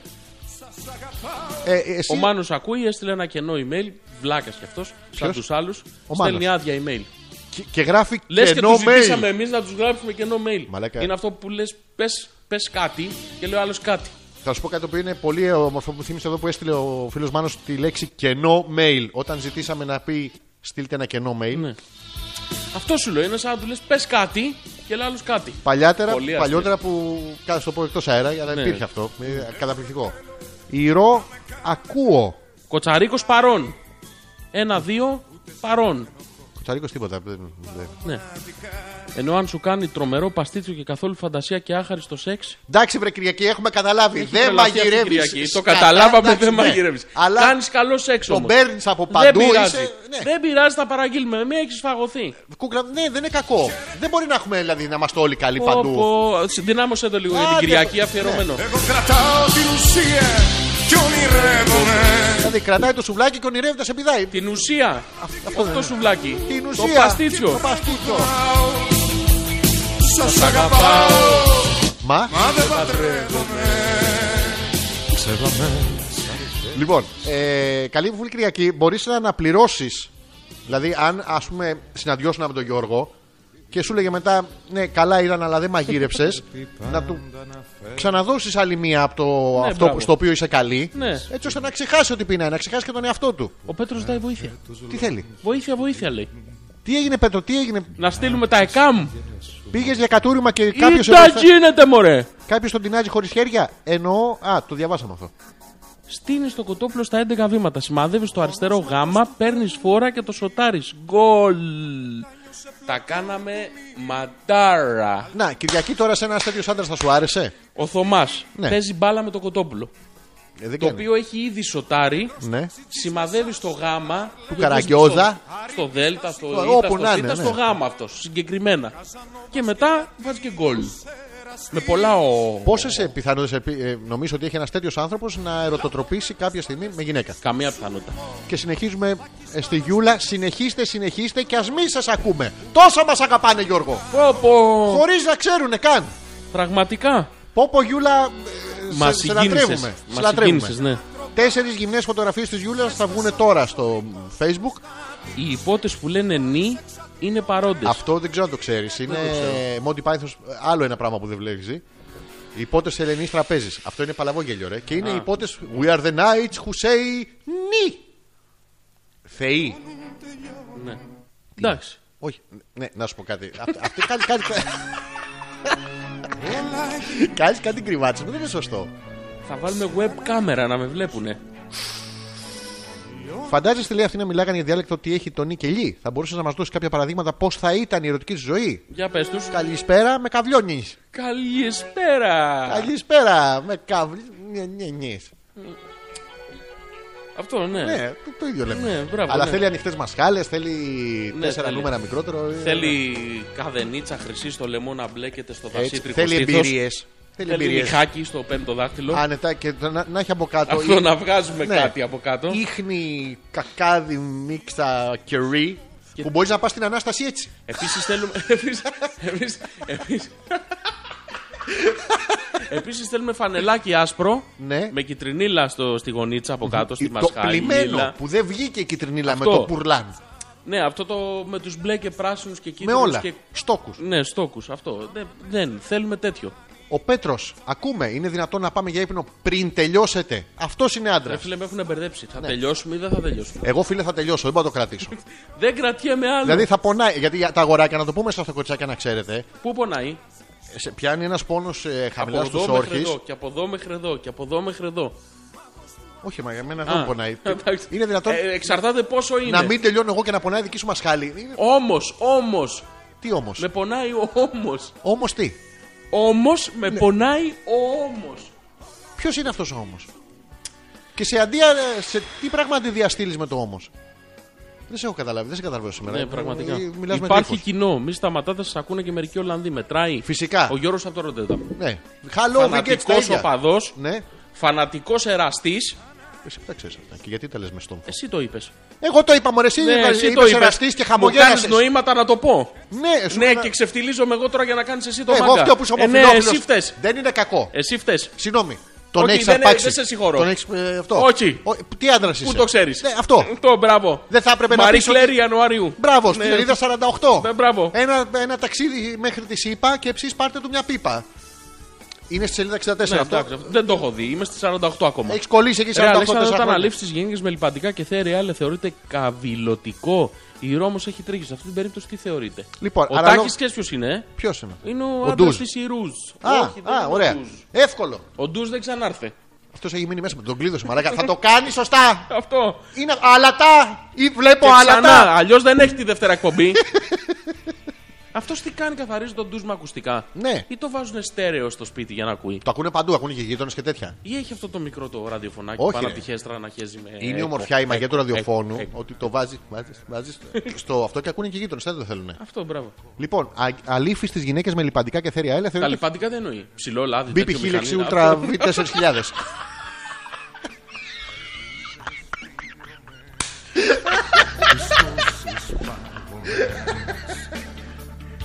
[SPEAKER 1] Ε, ε, εσύ-
[SPEAKER 2] Ο Μάνος ακούει, έστειλε ένα κενό email. Βλάκας κι αυτός, σαν
[SPEAKER 1] Ποιος?
[SPEAKER 2] τους άλλους.
[SPEAKER 1] Ο
[SPEAKER 2] Στέλνει
[SPEAKER 1] Μάνος.
[SPEAKER 2] άδεια email.
[SPEAKER 1] και, και γράφει
[SPEAKER 2] Λες και
[SPEAKER 1] κενό
[SPEAKER 2] τους
[SPEAKER 1] mail.
[SPEAKER 2] ζητήσαμε εμείς να τους γράψουμε κενό mail.
[SPEAKER 1] Μαλάκα.
[SPEAKER 2] Είναι αυτό που λες, πες πες κάτι και λέει ο άλλος κάτι.
[SPEAKER 1] Θα σου πω κάτι το οποίο είναι πολύ ε, όμορφο που θύμισε εδώ που έστειλε ο φίλος Μάνος τη λέξη κενό mail. Όταν ζητήσαμε να πει στείλτε ένα κενό mail.
[SPEAKER 2] Ναι. Αυτό σου λέει, είναι σαν να του λες, πες κάτι και λέει άλλος κάτι.
[SPEAKER 1] Παλιάτερα,
[SPEAKER 2] Πολύ αστείος.
[SPEAKER 1] παλιότερα που κάθε στο πω εκτός αέρα, αλλά
[SPEAKER 2] Ναι.
[SPEAKER 1] υπήρχε αυτό. Ε, Καταπληκτικό. Ηρώ, ακούω.
[SPEAKER 2] Κοτσαρίκος παρών. Ένα-δύο παρών.
[SPEAKER 1] Κουτσαρίκο τίποτα. δεν- δεν.
[SPEAKER 2] Ναι. Ενώ αν σου κάνει τρομερό παστίτσιο και καθόλου φαντασία και άχαριστο σεξ.
[SPEAKER 1] Εντάξει, βρε Κυριακή, έχουμε καταλάβει. δεν
[SPEAKER 2] τρελαθεί αυτή η
[SPEAKER 1] μαγειρεύεις.
[SPEAKER 2] Κυριακή. Το καταλάβαμε, δεν μαγειρεύει.
[SPEAKER 1] ναι. Αλλά
[SPEAKER 2] Κάνεις καλό σεξ
[SPEAKER 1] τον
[SPEAKER 2] όμως.
[SPEAKER 1] παίρνεις από
[SPEAKER 2] Δεν
[SPEAKER 1] παντού.
[SPEAKER 2] πειράζει.
[SPEAKER 1] Είσαι, ναι,
[SPEAKER 2] Δεν πειράζει, θα παραγγείλουμε. Μην έχεις φαγωθεί.
[SPEAKER 1] κούκλα, ναι, δεν είναι κακό. Δεν μπορεί να έχουμε δηλαδή να είμαστε όλοι καλοί
[SPEAKER 2] Πω,
[SPEAKER 1] παντού.
[SPEAKER 2] πω. Συνδυνάμωσε το λίγο για την
[SPEAKER 1] Άντε,
[SPEAKER 2] Κυριακή
[SPEAKER 1] ναι.
[SPEAKER 2] αφιερωμένο.
[SPEAKER 5] Εγώ κρατάω την ουσία κι ονειρεύομαι
[SPEAKER 1] Δηλαδή κρατάει το σουβλάκι και ονειρεύεται να σε πηδάει.
[SPEAKER 2] Την ουσία.
[SPEAKER 1] Αυτό
[SPEAKER 2] Το
[SPEAKER 1] δεν είναι.
[SPEAKER 2] σουβλάκι.
[SPEAKER 1] Την
[SPEAKER 2] Το
[SPEAKER 1] ουσία. Το
[SPEAKER 2] παστίτσιο.
[SPEAKER 1] παστίτσιο.
[SPEAKER 5] Σας αγαπάω
[SPEAKER 1] Μα.
[SPEAKER 5] μα δεν παντρεύομαι
[SPEAKER 1] Λοιπόν, ε, καλή μου φίλη Κυριακή, μπορείς να αναπληρώσεις. Δηλαδή, αν ας πούμε συναντιώσουν με τον Γιώργο και σου λέγε μετά, Ναι, καλά ήταν, αλλά δεν μαγείρεψες,
[SPEAKER 2] <laughs>
[SPEAKER 1] να του ξαναδώσεις άλλη μία από το
[SPEAKER 2] Ναι,
[SPEAKER 1] αυτό
[SPEAKER 2] μπράβο.
[SPEAKER 1] στο οποίο είσαι καλή,
[SPEAKER 2] Ναι.
[SPEAKER 1] έτσι ώστε να ξεχάσει ότι πεινάει, να ξεχάσει και τον εαυτό του.
[SPEAKER 2] Ο Πέτρος ζητάει βοήθεια.
[SPEAKER 1] Τι θέλει.
[SPEAKER 2] Βοήθεια, βοήθεια λέει.
[SPEAKER 1] Τι έγινε, Πέτρο, τι έγινε.
[SPEAKER 2] Να στείλουμε τα ΕΚΑΜ.
[SPEAKER 1] Πήγες για κατούριμα και
[SPEAKER 2] Ή
[SPEAKER 1] κάποιος
[SPEAKER 2] τα γίνεται, μωρέ.
[SPEAKER 1] κάποιος τον τεινάζει χωρίς χέρια. Εννοώ. Α, το διαβάσαμε αυτό.
[SPEAKER 2] Στείνεις το κοτόπουλο στα 11 βήματα. Σημαδεύεις το αριστερό γάμα, παίρνεις φόρα και το σοτάρεις. Γκολ. Τα κάναμε μαντάρα.
[SPEAKER 1] Να, Κυριακή τώρα σε ένας τέτοιος άντρας θα σου άρεσε.
[SPEAKER 2] Ο Θωμάς
[SPEAKER 1] Ναι.
[SPEAKER 2] παίζει μπάλα με το κοτόπουλο.
[SPEAKER 1] Ε, δεν
[SPEAKER 2] το
[SPEAKER 1] κάνει.
[SPEAKER 2] οποίο έχει ήδη σοτάρει,
[SPEAKER 1] Ναι.
[SPEAKER 2] σημαδεύει στο γάμα. Του
[SPEAKER 1] Καραγκιόζα.
[SPEAKER 2] Στο δέλτα, στο
[SPEAKER 1] Στο-
[SPEAKER 2] ήττα,
[SPEAKER 1] όπου
[SPEAKER 2] στο
[SPEAKER 1] να είναι,
[SPEAKER 2] θήτα,
[SPEAKER 1] ναι.
[SPEAKER 2] στο γάμα αυτός, συγκεκριμένα. Και μετά βάζει και γκολ. Με πολλά ο...
[SPEAKER 1] Πόσες πιθανότητες ε, νομίζω ότι έχει ένας τέτοιος άνθρωπος να ερωτοτροπήσει κάποια στιγμή με γυναίκα.
[SPEAKER 2] Καμία πιθανότητα.
[SPEAKER 1] Και συνεχίζουμε ε, στη Γιούλα. Συνεχίστε, συνεχίστε και ας μην σας ακούμε. Τόσα μας αγαπάνε, Γιώργο.
[SPEAKER 2] Πω, πω.
[SPEAKER 1] Χωρίς να ξέρουνε καν.
[SPEAKER 2] Πραγματικά.
[SPEAKER 1] Πόπο Γιούλα, ε,
[SPEAKER 2] Μας
[SPEAKER 1] σε, σε λατρεύουμε.
[SPEAKER 2] συγκίνησε.
[SPEAKER 1] Σε
[SPEAKER 2] Μα συγκίνησε,
[SPEAKER 1] λατρεύουμε.
[SPEAKER 2] ναι.
[SPEAKER 1] Τέσσερις γυμνές φωτογραφίες της Γιούλας θα βγουν τώρα στο Facebook.
[SPEAKER 2] Οι υπότες που λένε νη είναι παρόντες.
[SPEAKER 1] Αυτό δεν ξέρω αν το ξέρεις. Είναι Monty Python, άλλο ένα πράγμα που δεν βλέπεις. Οι υπότες Ελληνή τραπέζης. Αυτό είναι παλαβό γέλιο, ρε. Και είναι οι υπότες We are the knights who say νι. Θεοί.
[SPEAKER 2] Εντάξει.
[SPEAKER 1] Όχι, ναι, να σου πω κάτι. Αυτή- Αυτή κάνει κάτι. Κάνεις κάτι κρυβάτσι, δεν είναι σωστό.
[SPEAKER 2] Θα βάλουμε web κάμερα να με βλέπουνε.
[SPEAKER 1] Φαντάζεστε, λέει αυτή να μιλάγανε για διάλεκτο ότι έχει τον και λι. Θα μπορούσες να μας δώσεις κάποια παραδείγματα πώς θα ήταν η ερωτική σου ζωή.
[SPEAKER 2] Για πες τους.
[SPEAKER 1] Καλησπέρα με καβλιόνι.
[SPEAKER 2] Καλησπέρα.
[SPEAKER 1] Καλησπέρα με καβλιόνι.
[SPEAKER 2] Αυτό, ναι.
[SPEAKER 1] Ναι, το, το ίδιο λέμε.
[SPEAKER 2] Ναι, μπράβο,
[SPEAKER 1] Αλλά
[SPEAKER 2] ναι.
[SPEAKER 1] θέλει ανοιχτές μασχάλες, θέλει
[SPEAKER 2] Ναι,
[SPEAKER 1] τέσσερα
[SPEAKER 2] θέλει.
[SPEAKER 1] νούμερα μικρότερο. ε,
[SPEAKER 2] Θέλει καδενίτσα χρυσή στο λαιμό να μπλέκεται στο
[SPEAKER 1] Έτσι,
[SPEAKER 2] δασίτρικο
[SPEAKER 1] θέλει
[SPEAKER 2] στήθος.
[SPEAKER 1] εμπειρίες. Θέλει
[SPEAKER 2] Θέλει
[SPEAKER 1] εμπειρίες.
[SPEAKER 2] νυχάκι στο πέμπτο δάχτυλο.
[SPEAKER 1] Άνετα και να, να έχει από κάτω.
[SPEAKER 2] Αυτό
[SPEAKER 1] ή-
[SPEAKER 2] να βγάζουμε
[SPEAKER 1] Ναι.
[SPEAKER 2] κάτι από κάτω.
[SPEAKER 1] Ήχνη, κακάδι, μίξα, κερί. Που μπορείς να πας στην ανάσταση έτσι.
[SPEAKER 2] Επίσης θέλουμε. <laughs> Επίσης, επίσης, επίσης, επίσης θέλουμε φανελάκι άσπρο
[SPEAKER 1] Ναι.
[SPEAKER 2] με κυτρινίλα στο, στη γωνίτσα από κάτω, στη
[SPEAKER 1] το
[SPEAKER 2] μασχάλη.
[SPEAKER 1] πλημμένο
[SPEAKER 2] λίλα.
[SPEAKER 1] που δεν βγήκε η κυτρινίλα με
[SPEAKER 2] Αυτό.
[SPEAKER 1] το πουρλάν.
[SPEAKER 2] Ναι, αυτό το με τους μπλε και πράσινους και
[SPEAKER 1] Με
[SPEAKER 2] κίτρινους
[SPEAKER 1] όλα.
[SPEAKER 2] και
[SPEAKER 1] Στόκους.
[SPEAKER 2] Ναι, στόκους, αυτό. Δεν, δεν, θέλουμε τέτοιο.
[SPEAKER 1] Ο Πέτρος, ακούμε, είναι δυνατόν να πάμε για ύπνο πριν τελειώσετε. Αυτός είναι
[SPEAKER 2] Ρε
[SPEAKER 1] άντρα.
[SPEAKER 2] φίλε, με έχουν μπερδέψει.
[SPEAKER 1] Ναι.
[SPEAKER 2] Θα τελειώσουμε ή δεν θα τελειώσουμε.
[SPEAKER 1] Εγώ φίλε θα τελειώσω, δεν μπορώ να το κρατήσω.
[SPEAKER 2] Δεν κρατιέμαι άλλο.
[SPEAKER 1] δηλαδή θα πονάει. Γιατί για τα αγοράκια, να το πούμε στα κοτσάκια να ξέρετε,
[SPEAKER 2] Πού πονάει.
[SPEAKER 1] σε πιάνει ένας πόνος ε,
[SPEAKER 2] Από
[SPEAKER 1] χαμηλάς στου
[SPEAKER 2] εδώ μέχρι
[SPEAKER 1] όρχε.
[SPEAKER 2] εδώ και από εδώ μέχρι εδώ και από εδώ μέχρι εδώ.
[SPEAKER 1] Όχι, μα για μένα
[SPEAKER 2] Α,
[SPEAKER 1] δεν πονάει.
[SPEAKER 2] <laughs> εντάξει.
[SPEAKER 1] είναι δυνατόν
[SPEAKER 2] Ε, εξαρτάται πόσο είναι.
[SPEAKER 1] να μην τελειώνω εγώ και να πονάει δική σου μασχάλη. Είναι-
[SPEAKER 2] Όμως, όμως.
[SPEAKER 1] Τι όμως.
[SPEAKER 2] Με πονάει ο όμως.
[SPEAKER 1] Όμως τι.
[SPEAKER 2] Όμως, με
[SPEAKER 1] Ναι.
[SPEAKER 2] πονάει ο όμω.
[SPEAKER 1] Ποιος είναι αυτός ο όμω. Και σε, αντία, σε τι πράγμα αντιδιαστήλει με το όμω. Δεν σε έχω καταλάβει, δεν σε καταλαβαίνω σήμερα.
[SPEAKER 2] Ναι, πραγματικά.
[SPEAKER 1] Μι- Μιλάς
[SPEAKER 2] Υπάρχει
[SPEAKER 1] με τείχος.
[SPEAKER 2] κοινό. Μη σταματάτε, σας ακούνε και μερικοί Ολλανδοί. Μετράει.
[SPEAKER 1] Φυσικά.
[SPEAKER 2] Ο Γιώργος από το Ροντέτα.
[SPEAKER 1] Ναι. Hello, δεν gets
[SPEAKER 2] Φανατικό
[SPEAKER 1] τα ίδια.
[SPEAKER 2] οπαδός.
[SPEAKER 1] Ναι.
[SPEAKER 2] Φανατικός εραστής.
[SPEAKER 1] Εσύ που τα ξέρεις αυτά. Και γιατί τα λες με στόμα.
[SPEAKER 2] Εσύ το είπες.
[SPEAKER 1] Εγώ το είπα, μωρέ,
[SPEAKER 2] ναι,
[SPEAKER 1] εσύ είπα- Ναι, είπες εραστής και
[SPEAKER 2] Μου
[SPEAKER 1] χαμογέλασε.
[SPEAKER 2] κάνεις νοήματα να το πω.
[SPEAKER 1] Ναι, σου
[SPEAKER 2] ναι,
[SPEAKER 1] έκανα-
[SPEAKER 2] και ξεφτυλίζομαι εγώ τώρα για να κάνεις εσύ το
[SPEAKER 1] Ε,
[SPEAKER 2] μάγκα.
[SPEAKER 1] Εγώ φταίω που είσαι
[SPEAKER 2] ε, ναι,
[SPEAKER 1] ομοφυλόφιλος.
[SPEAKER 2] εσύ φταίς.
[SPEAKER 1] Δεν είναι κακό.
[SPEAKER 2] Εσύ φταίς.
[SPEAKER 1] Συγγνώμη. Τον
[SPEAKER 2] Όχι,
[SPEAKER 1] έχεις
[SPEAKER 2] δεν-
[SPEAKER 1] αρπάξει.
[SPEAKER 2] δεν σε συγχωρώ.
[SPEAKER 1] Τον έχεις, ε, αυτό.
[SPEAKER 2] Όχι.
[SPEAKER 1] Ο- τι άντρας είσαι.
[SPEAKER 2] Πού το ξέρεις.
[SPEAKER 1] Ναι, αυτό.
[SPEAKER 2] Το μπράβο.
[SPEAKER 1] Δεν θα έπρεπε να
[SPEAKER 2] Μαρή
[SPEAKER 1] πεις ότι- Ε,
[SPEAKER 2] Κλέρη Ιανουαρίου.
[SPEAKER 1] Μπράβο, στην
[SPEAKER 2] Ναι.
[SPEAKER 1] σελίδα 48.
[SPEAKER 2] Ναι, μπράβο.
[SPEAKER 1] Ένα, ένα ταξίδι μέχρι τη ΣΥΠΑ και εσεί πάρτε του μια πίπα. Είναι στη σελίδα 64
[SPEAKER 2] Ναι,
[SPEAKER 1] αυτό.
[SPEAKER 2] εντάξει, Δεν το έχω δει. Είμαι στη 48 ακόμα.
[SPEAKER 1] Έχεις κολλήσει εκεί 48
[SPEAKER 2] Ρε Αλέξανδρο,
[SPEAKER 1] τέσσερα
[SPEAKER 2] όταν
[SPEAKER 1] χρόνια.
[SPEAKER 2] αλήψει τι γεννήκε με λιπαντικά και θέα ρεάλε θεωρείται καβιλωτικό. Η Ρώμος έχει τρίχει. Σε αυτή την περίπτωση τι θεωρείται.
[SPEAKER 1] Λοιπόν,
[SPEAKER 2] ο
[SPEAKER 1] αναλο-
[SPEAKER 2] Τάκης ξέρεις ποιος είναι. ε?
[SPEAKER 1] Ποιος είναι.
[SPEAKER 2] Είναι ο,
[SPEAKER 1] Ο
[SPEAKER 2] άντρας
[SPEAKER 1] Ντούζ.
[SPEAKER 2] της Ιρούζ.
[SPEAKER 1] Α, α, ωραία. Εύκολο.
[SPEAKER 2] Ο Ντούζ δεν ξανάρθε.
[SPEAKER 1] Αυτός έχει μείνει μέσα με τον κλείδωσε μαλάκα. θα
[SPEAKER 2] <laughs>
[SPEAKER 1] το κάνει σωστά.
[SPEAKER 2] Αυτό.
[SPEAKER 1] Είναι αλατά ή βλέπω
[SPEAKER 2] Και
[SPEAKER 1] αλατά.
[SPEAKER 2] ξανά, αλλιώς δεν έχει τη δεύτερα
[SPEAKER 1] <laughs>
[SPEAKER 2] εκπομπή. Αυτός τι κάνει, καθαρίζει τον ντουζ με ακουστικά.
[SPEAKER 1] Ναι.
[SPEAKER 2] Ή το βάζουν στέρεο στο σπίτι για να ακούει.
[SPEAKER 1] Το ακούνε παντού, ακούνε και γείτονες και τέτοια.
[SPEAKER 2] Ή έχει αυτό το μικρό το ραδιοφωνάκι
[SPEAKER 1] Όχι,
[SPEAKER 2] πάνω
[SPEAKER 1] ρε.
[SPEAKER 2] από τη χέστρα να χέζει με.
[SPEAKER 1] Είναι η
[SPEAKER 2] echo,
[SPEAKER 1] ομορφιά η μαγεία
[SPEAKER 2] echo,
[SPEAKER 1] του
[SPEAKER 2] echo,
[SPEAKER 1] ραδιοφώνου
[SPEAKER 2] echo.
[SPEAKER 1] ότι το βάζεις στο αυτό και ακούνε και γείτονες. Δεν το θέλουν.
[SPEAKER 2] Αυτό, μπράβο.
[SPEAKER 1] Λοιπόν, αλήφη στι γυναίκες με λιπαντικά και θέρια έλα
[SPEAKER 2] Τα
[SPEAKER 1] θεωρείται.
[SPEAKER 2] λιπαντικά δεν εννοεί. Ψηλό λάδι.
[SPEAKER 1] BP
[SPEAKER 2] τέτοιο
[SPEAKER 1] χίλιξη
[SPEAKER 2] μηχανή,
[SPEAKER 1] Ultra
[SPEAKER 2] αυτό.
[SPEAKER 1] V4000.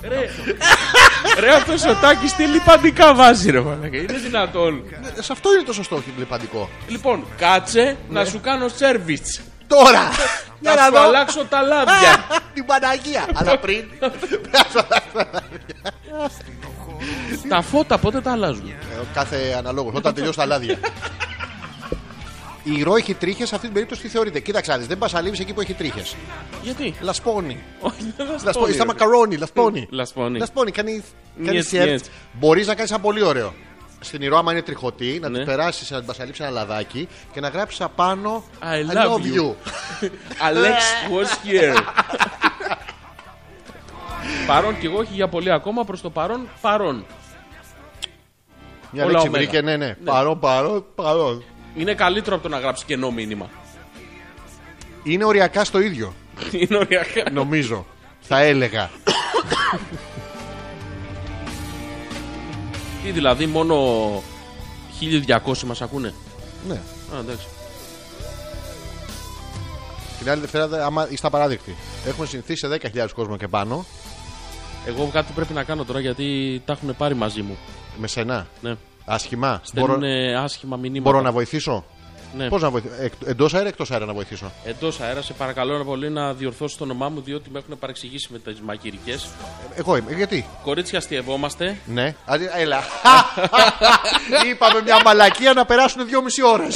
[SPEAKER 2] Ρε, <laughs> ρε αυτός ο Τάκης τι λιπαντικά βάζει, ρε μαλάκα. Είναι δυνατόν.
[SPEAKER 1] Ε, Σε αυτό είναι το σωστό λιπαντικό.
[SPEAKER 2] λοιπόν, κάτσε να σου κάνω σερβιτ.
[SPEAKER 1] Τώρα!
[SPEAKER 2] Ναι. Να σου αλλάξω τα λάδια.
[SPEAKER 1] Την Παναγία! Αλλά πριν.
[SPEAKER 2] τα φώτα πότε τα αλλάζουν.
[SPEAKER 1] Ε, Κάθε αναλόγως. Όταν τελειώσει τα λάδια. Η ρο έχει τρίχες, σε αυτή την περίπτωση τι θεωρείται. Κοίταξα, δεις, δεν πα αλήψει εκεί που έχει τρίχες.
[SPEAKER 2] Γιατί.
[SPEAKER 1] Λασπώνει.
[SPEAKER 2] Όχι, δεν θα
[SPEAKER 1] Λασπώνει. Στα
[SPEAKER 2] στώνει, ρε.
[SPEAKER 1] μακαρόνι, λασπώνει.
[SPEAKER 2] Λασπώνει.
[SPEAKER 1] Λασπώνει. Κάνει κάνει
[SPEAKER 2] Ναι. Yes,
[SPEAKER 1] σερτ.
[SPEAKER 2] yes.
[SPEAKER 1] Μπορείς να κάνεις ένα πολύ ωραίο. Στην ηρώ, άμα είναι τριχωτή, να
[SPEAKER 2] Ναι.
[SPEAKER 1] την περάσεις, να την πασαλείψει ένα λαδάκι και να γράψεις απάνω
[SPEAKER 2] I love you. Alex was <laughs> here. παρόν και εγώ, όχι για πολύ ακόμα, προς το παρόν, παρόν.
[SPEAKER 1] Μια
[SPEAKER 2] Όλα
[SPEAKER 1] λέξη
[SPEAKER 2] ωμέγα. Ναι.
[SPEAKER 1] βρήκε, ναι, ναι. Παρόν, παρόν, παρόν.
[SPEAKER 2] Είναι καλύτερο από το να γράψει κενό μήνυμα.
[SPEAKER 1] Είναι οριακά στο ίδιο,
[SPEAKER 2] Είναι <laughs> οριακά.
[SPEAKER 1] νομίζω. θα
[SPEAKER 2] <coughs>
[SPEAKER 1] έλεγα.
[SPEAKER 2] Τι δηλαδή, μόνο 1200 μας ακούνε.
[SPEAKER 1] ναι.
[SPEAKER 2] Α, εντάξει.
[SPEAKER 1] Την άλλη Δευτέρα, δε- άμα είστε απαράδεκτοι. Έχουμε συνηθίσει σε 10.000 κόσμο και πάνω.
[SPEAKER 2] Εγώ κάτι πρέπει να κάνω τώρα γιατί τα έχουν πάρει μαζί μου.
[SPEAKER 1] Με σένα.
[SPEAKER 2] Ναι.
[SPEAKER 1] Άσχημα. Μπορώ,
[SPEAKER 2] Στέλνουν άσχημα μηνύματα.
[SPEAKER 1] μπορώ να βοηθήσω.
[SPEAKER 2] Ναι.
[SPEAKER 1] Πώς να βοηθήσω. Εκ, Εντός αέρα, εκτός αέρα να βοηθήσω.
[SPEAKER 2] Εντός αέρα, σε παρακαλώ πολύ να διορθώσει το όνομά μου διότι με έχουν παρεξηγήσει με τις μαγειρικές.
[SPEAKER 1] Ε, Εγώ είμαι. Γιατί.
[SPEAKER 2] Κορίτσια, αστειευόμαστε.
[SPEAKER 1] Ναι. Α, Έλα. <laughs> Είπαμε μια μαλακία να περάσουν 2,5 ώρε. <laughs>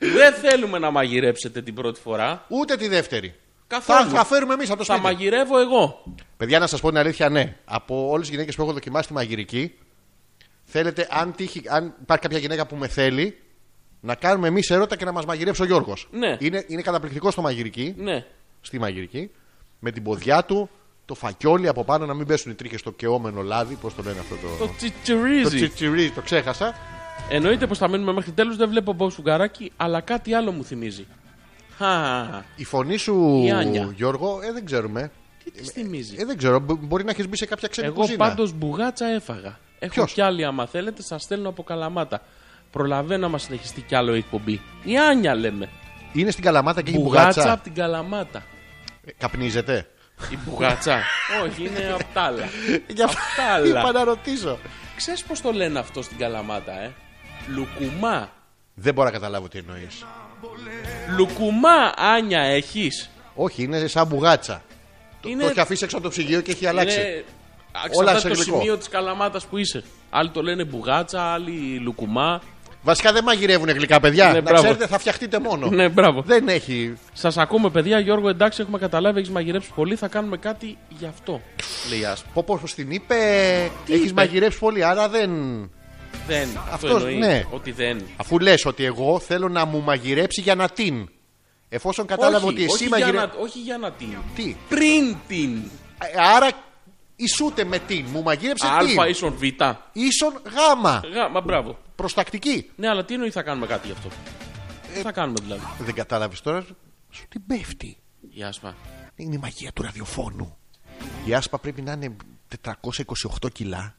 [SPEAKER 2] Δεν θέλουμε να μαγειρέψετε την πρώτη φορά.
[SPEAKER 1] Ούτε τη δεύτερη. Θα,
[SPEAKER 2] Καθόλου.
[SPEAKER 1] θα φέρουμε εμείς από το
[SPEAKER 2] Θα
[SPEAKER 1] σπίτι.
[SPEAKER 2] μαγειρεύω εγώ.
[SPEAKER 1] Παιδιά, να σας πω την αλήθεια, ναι. Από όλες τις γυναίκες που έχω δοκιμάσει τη μαγειρική, θέλετε, αν, τύχει, αν υπάρχει κάποια γυναίκα που με θέλει, να κάνουμε εμείς ερώτα και να μας μαγειρέψει ο Γιώργος.
[SPEAKER 2] Ναι.
[SPEAKER 1] Είναι, είναι καταπληκτικό στο μαγειρική,
[SPEAKER 2] Ναι.
[SPEAKER 1] στη μαγειρική, με την ποδιά του, το φακιόλι από πάνω, να μην πέσουν οι τρίχες στο κεόμενο λάδι. Πώς το λένε αυτό το.
[SPEAKER 2] Το
[SPEAKER 1] Το
[SPEAKER 2] τσιτσιρίζει.
[SPEAKER 1] τσιτσιρί, το ξέχασα.
[SPEAKER 2] Εννοείται πως θα μείνουμε μέχρι τέλου, δεν βλέπω Μποb Σουγκαράκι, αλλά κάτι άλλο μου θυμίζει. Χα.
[SPEAKER 1] Η φωνή σου,
[SPEAKER 2] Η Άνια.
[SPEAKER 1] Γιώργο, ε, δεν ξέρουμε.
[SPEAKER 2] Τι της θυμίζει.
[SPEAKER 1] Ε, δεν ξέρω, μπο- μπορεί να έχεις μπει σε κάποια ξένη
[SPEAKER 2] Εγώ
[SPEAKER 1] κουζίνα.
[SPEAKER 2] πάντως μπουγάτσα έφαγα. Έχω
[SPEAKER 1] Ποιος?
[SPEAKER 2] κι άλλη, άμα θέλετε, σας στέλνω από καλαμάτα. Προλαβαίνω άμα συνεχιστεί κι άλλο η εκπομπή. Η Άνια λέμε.
[SPEAKER 1] Είναι στην Καλαμάτα και έχει
[SPEAKER 2] Μπουγάτσα
[SPEAKER 1] μπουγάτσα.
[SPEAKER 2] από την καλαμάτα.
[SPEAKER 1] Ε, Καπνίζεται. Ε,
[SPEAKER 2] Η
[SPEAKER 1] <laughs>
[SPEAKER 2] μπουγάτσα. Όχι, είναι απ' τα άλλα.
[SPEAKER 1] Γι' αυτό <laughs>
[SPEAKER 2] Απ' τα άλλα.
[SPEAKER 1] είπα να ρωτήσω.
[SPEAKER 2] Ξέρεις πώς το λένε αυτό στην καλαμάτα, ε. Λουκουμά.
[SPEAKER 1] Δεν μπορώ να καταλάβω τι εννοείς.
[SPEAKER 2] Λουκουμά, Άνια, έχεις.
[SPEAKER 1] Όχι, είναι σαν μπουγάτσα. Το-
[SPEAKER 2] Είναι-
[SPEAKER 1] Το έχει αφήσει έξω από το ψυγείο και έχει αλλάξει.
[SPEAKER 2] Είναι
[SPEAKER 1] Όλα
[SPEAKER 2] Όλα
[SPEAKER 1] σε
[SPEAKER 2] το
[SPEAKER 1] ελληνικό.
[SPEAKER 2] σημείο της καλαμάτας που είσαι. Άλλοι το λένε μπουγάτσα, άλλοι λουκουμά.
[SPEAKER 1] Βασικά δεν μαγειρεύουν γλυκά, παιδιά.
[SPEAKER 2] Ναι,
[SPEAKER 1] να
[SPEAKER 2] μπράβο.
[SPEAKER 1] ξέρετε, θα φτιαχτείτε μόνο.
[SPEAKER 2] Ναι, μπράβο.
[SPEAKER 1] Δεν έχει.
[SPEAKER 2] Σας ακούμε, παιδιά. Γιώργο, εντάξει, έχουμε καταλάβει, έχεις μαγειρέψει πολύ. Θα κάνουμε κάτι γι' αυτό. Λέει ας πούμε.
[SPEAKER 1] Πω πω την είπε. Έχεις
[SPEAKER 2] είπε?
[SPEAKER 1] μαγειρεύσει πολύ, άρα δεν.
[SPEAKER 2] Δεν. Αυτός
[SPEAKER 1] Αυτός,
[SPEAKER 2] εννοείς.
[SPEAKER 1] ναι.
[SPEAKER 2] Ότι δεν.
[SPEAKER 1] Αφού λες ότι εγώ θέλω να μου μαγειρέψει για να την. Εφόσον κατάλαβα
[SPEAKER 2] όχι,
[SPEAKER 1] ότι εσύ
[SPEAKER 2] όχι, για
[SPEAKER 1] μαγειρεύει.
[SPEAKER 2] να, όχι για να την.
[SPEAKER 1] Τι.
[SPEAKER 2] Πριν την.
[SPEAKER 1] Άρα ισούται με την. Μου μαγείρεψε
[SPEAKER 2] Α
[SPEAKER 1] την.
[SPEAKER 2] ίσον β.
[SPEAKER 1] Ίσον γάμα.
[SPEAKER 2] Γάμα, μπράβο.
[SPEAKER 1] Προστακτική.
[SPEAKER 2] Ναι, αλλά τι εννοεί θα κάνουμε κάτι γι' αυτό. Τι θα κάνουμε δηλαδή.
[SPEAKER 1] Δεν κατάλαβες τώρα. Σου την πέφτει.
[SPEAKER 2] Η άσπα.
[SPEAKER 1] Είναι η μαγεία του ραδιοφώνου. Η άσπα πρέπει να είναι 428 κιλά.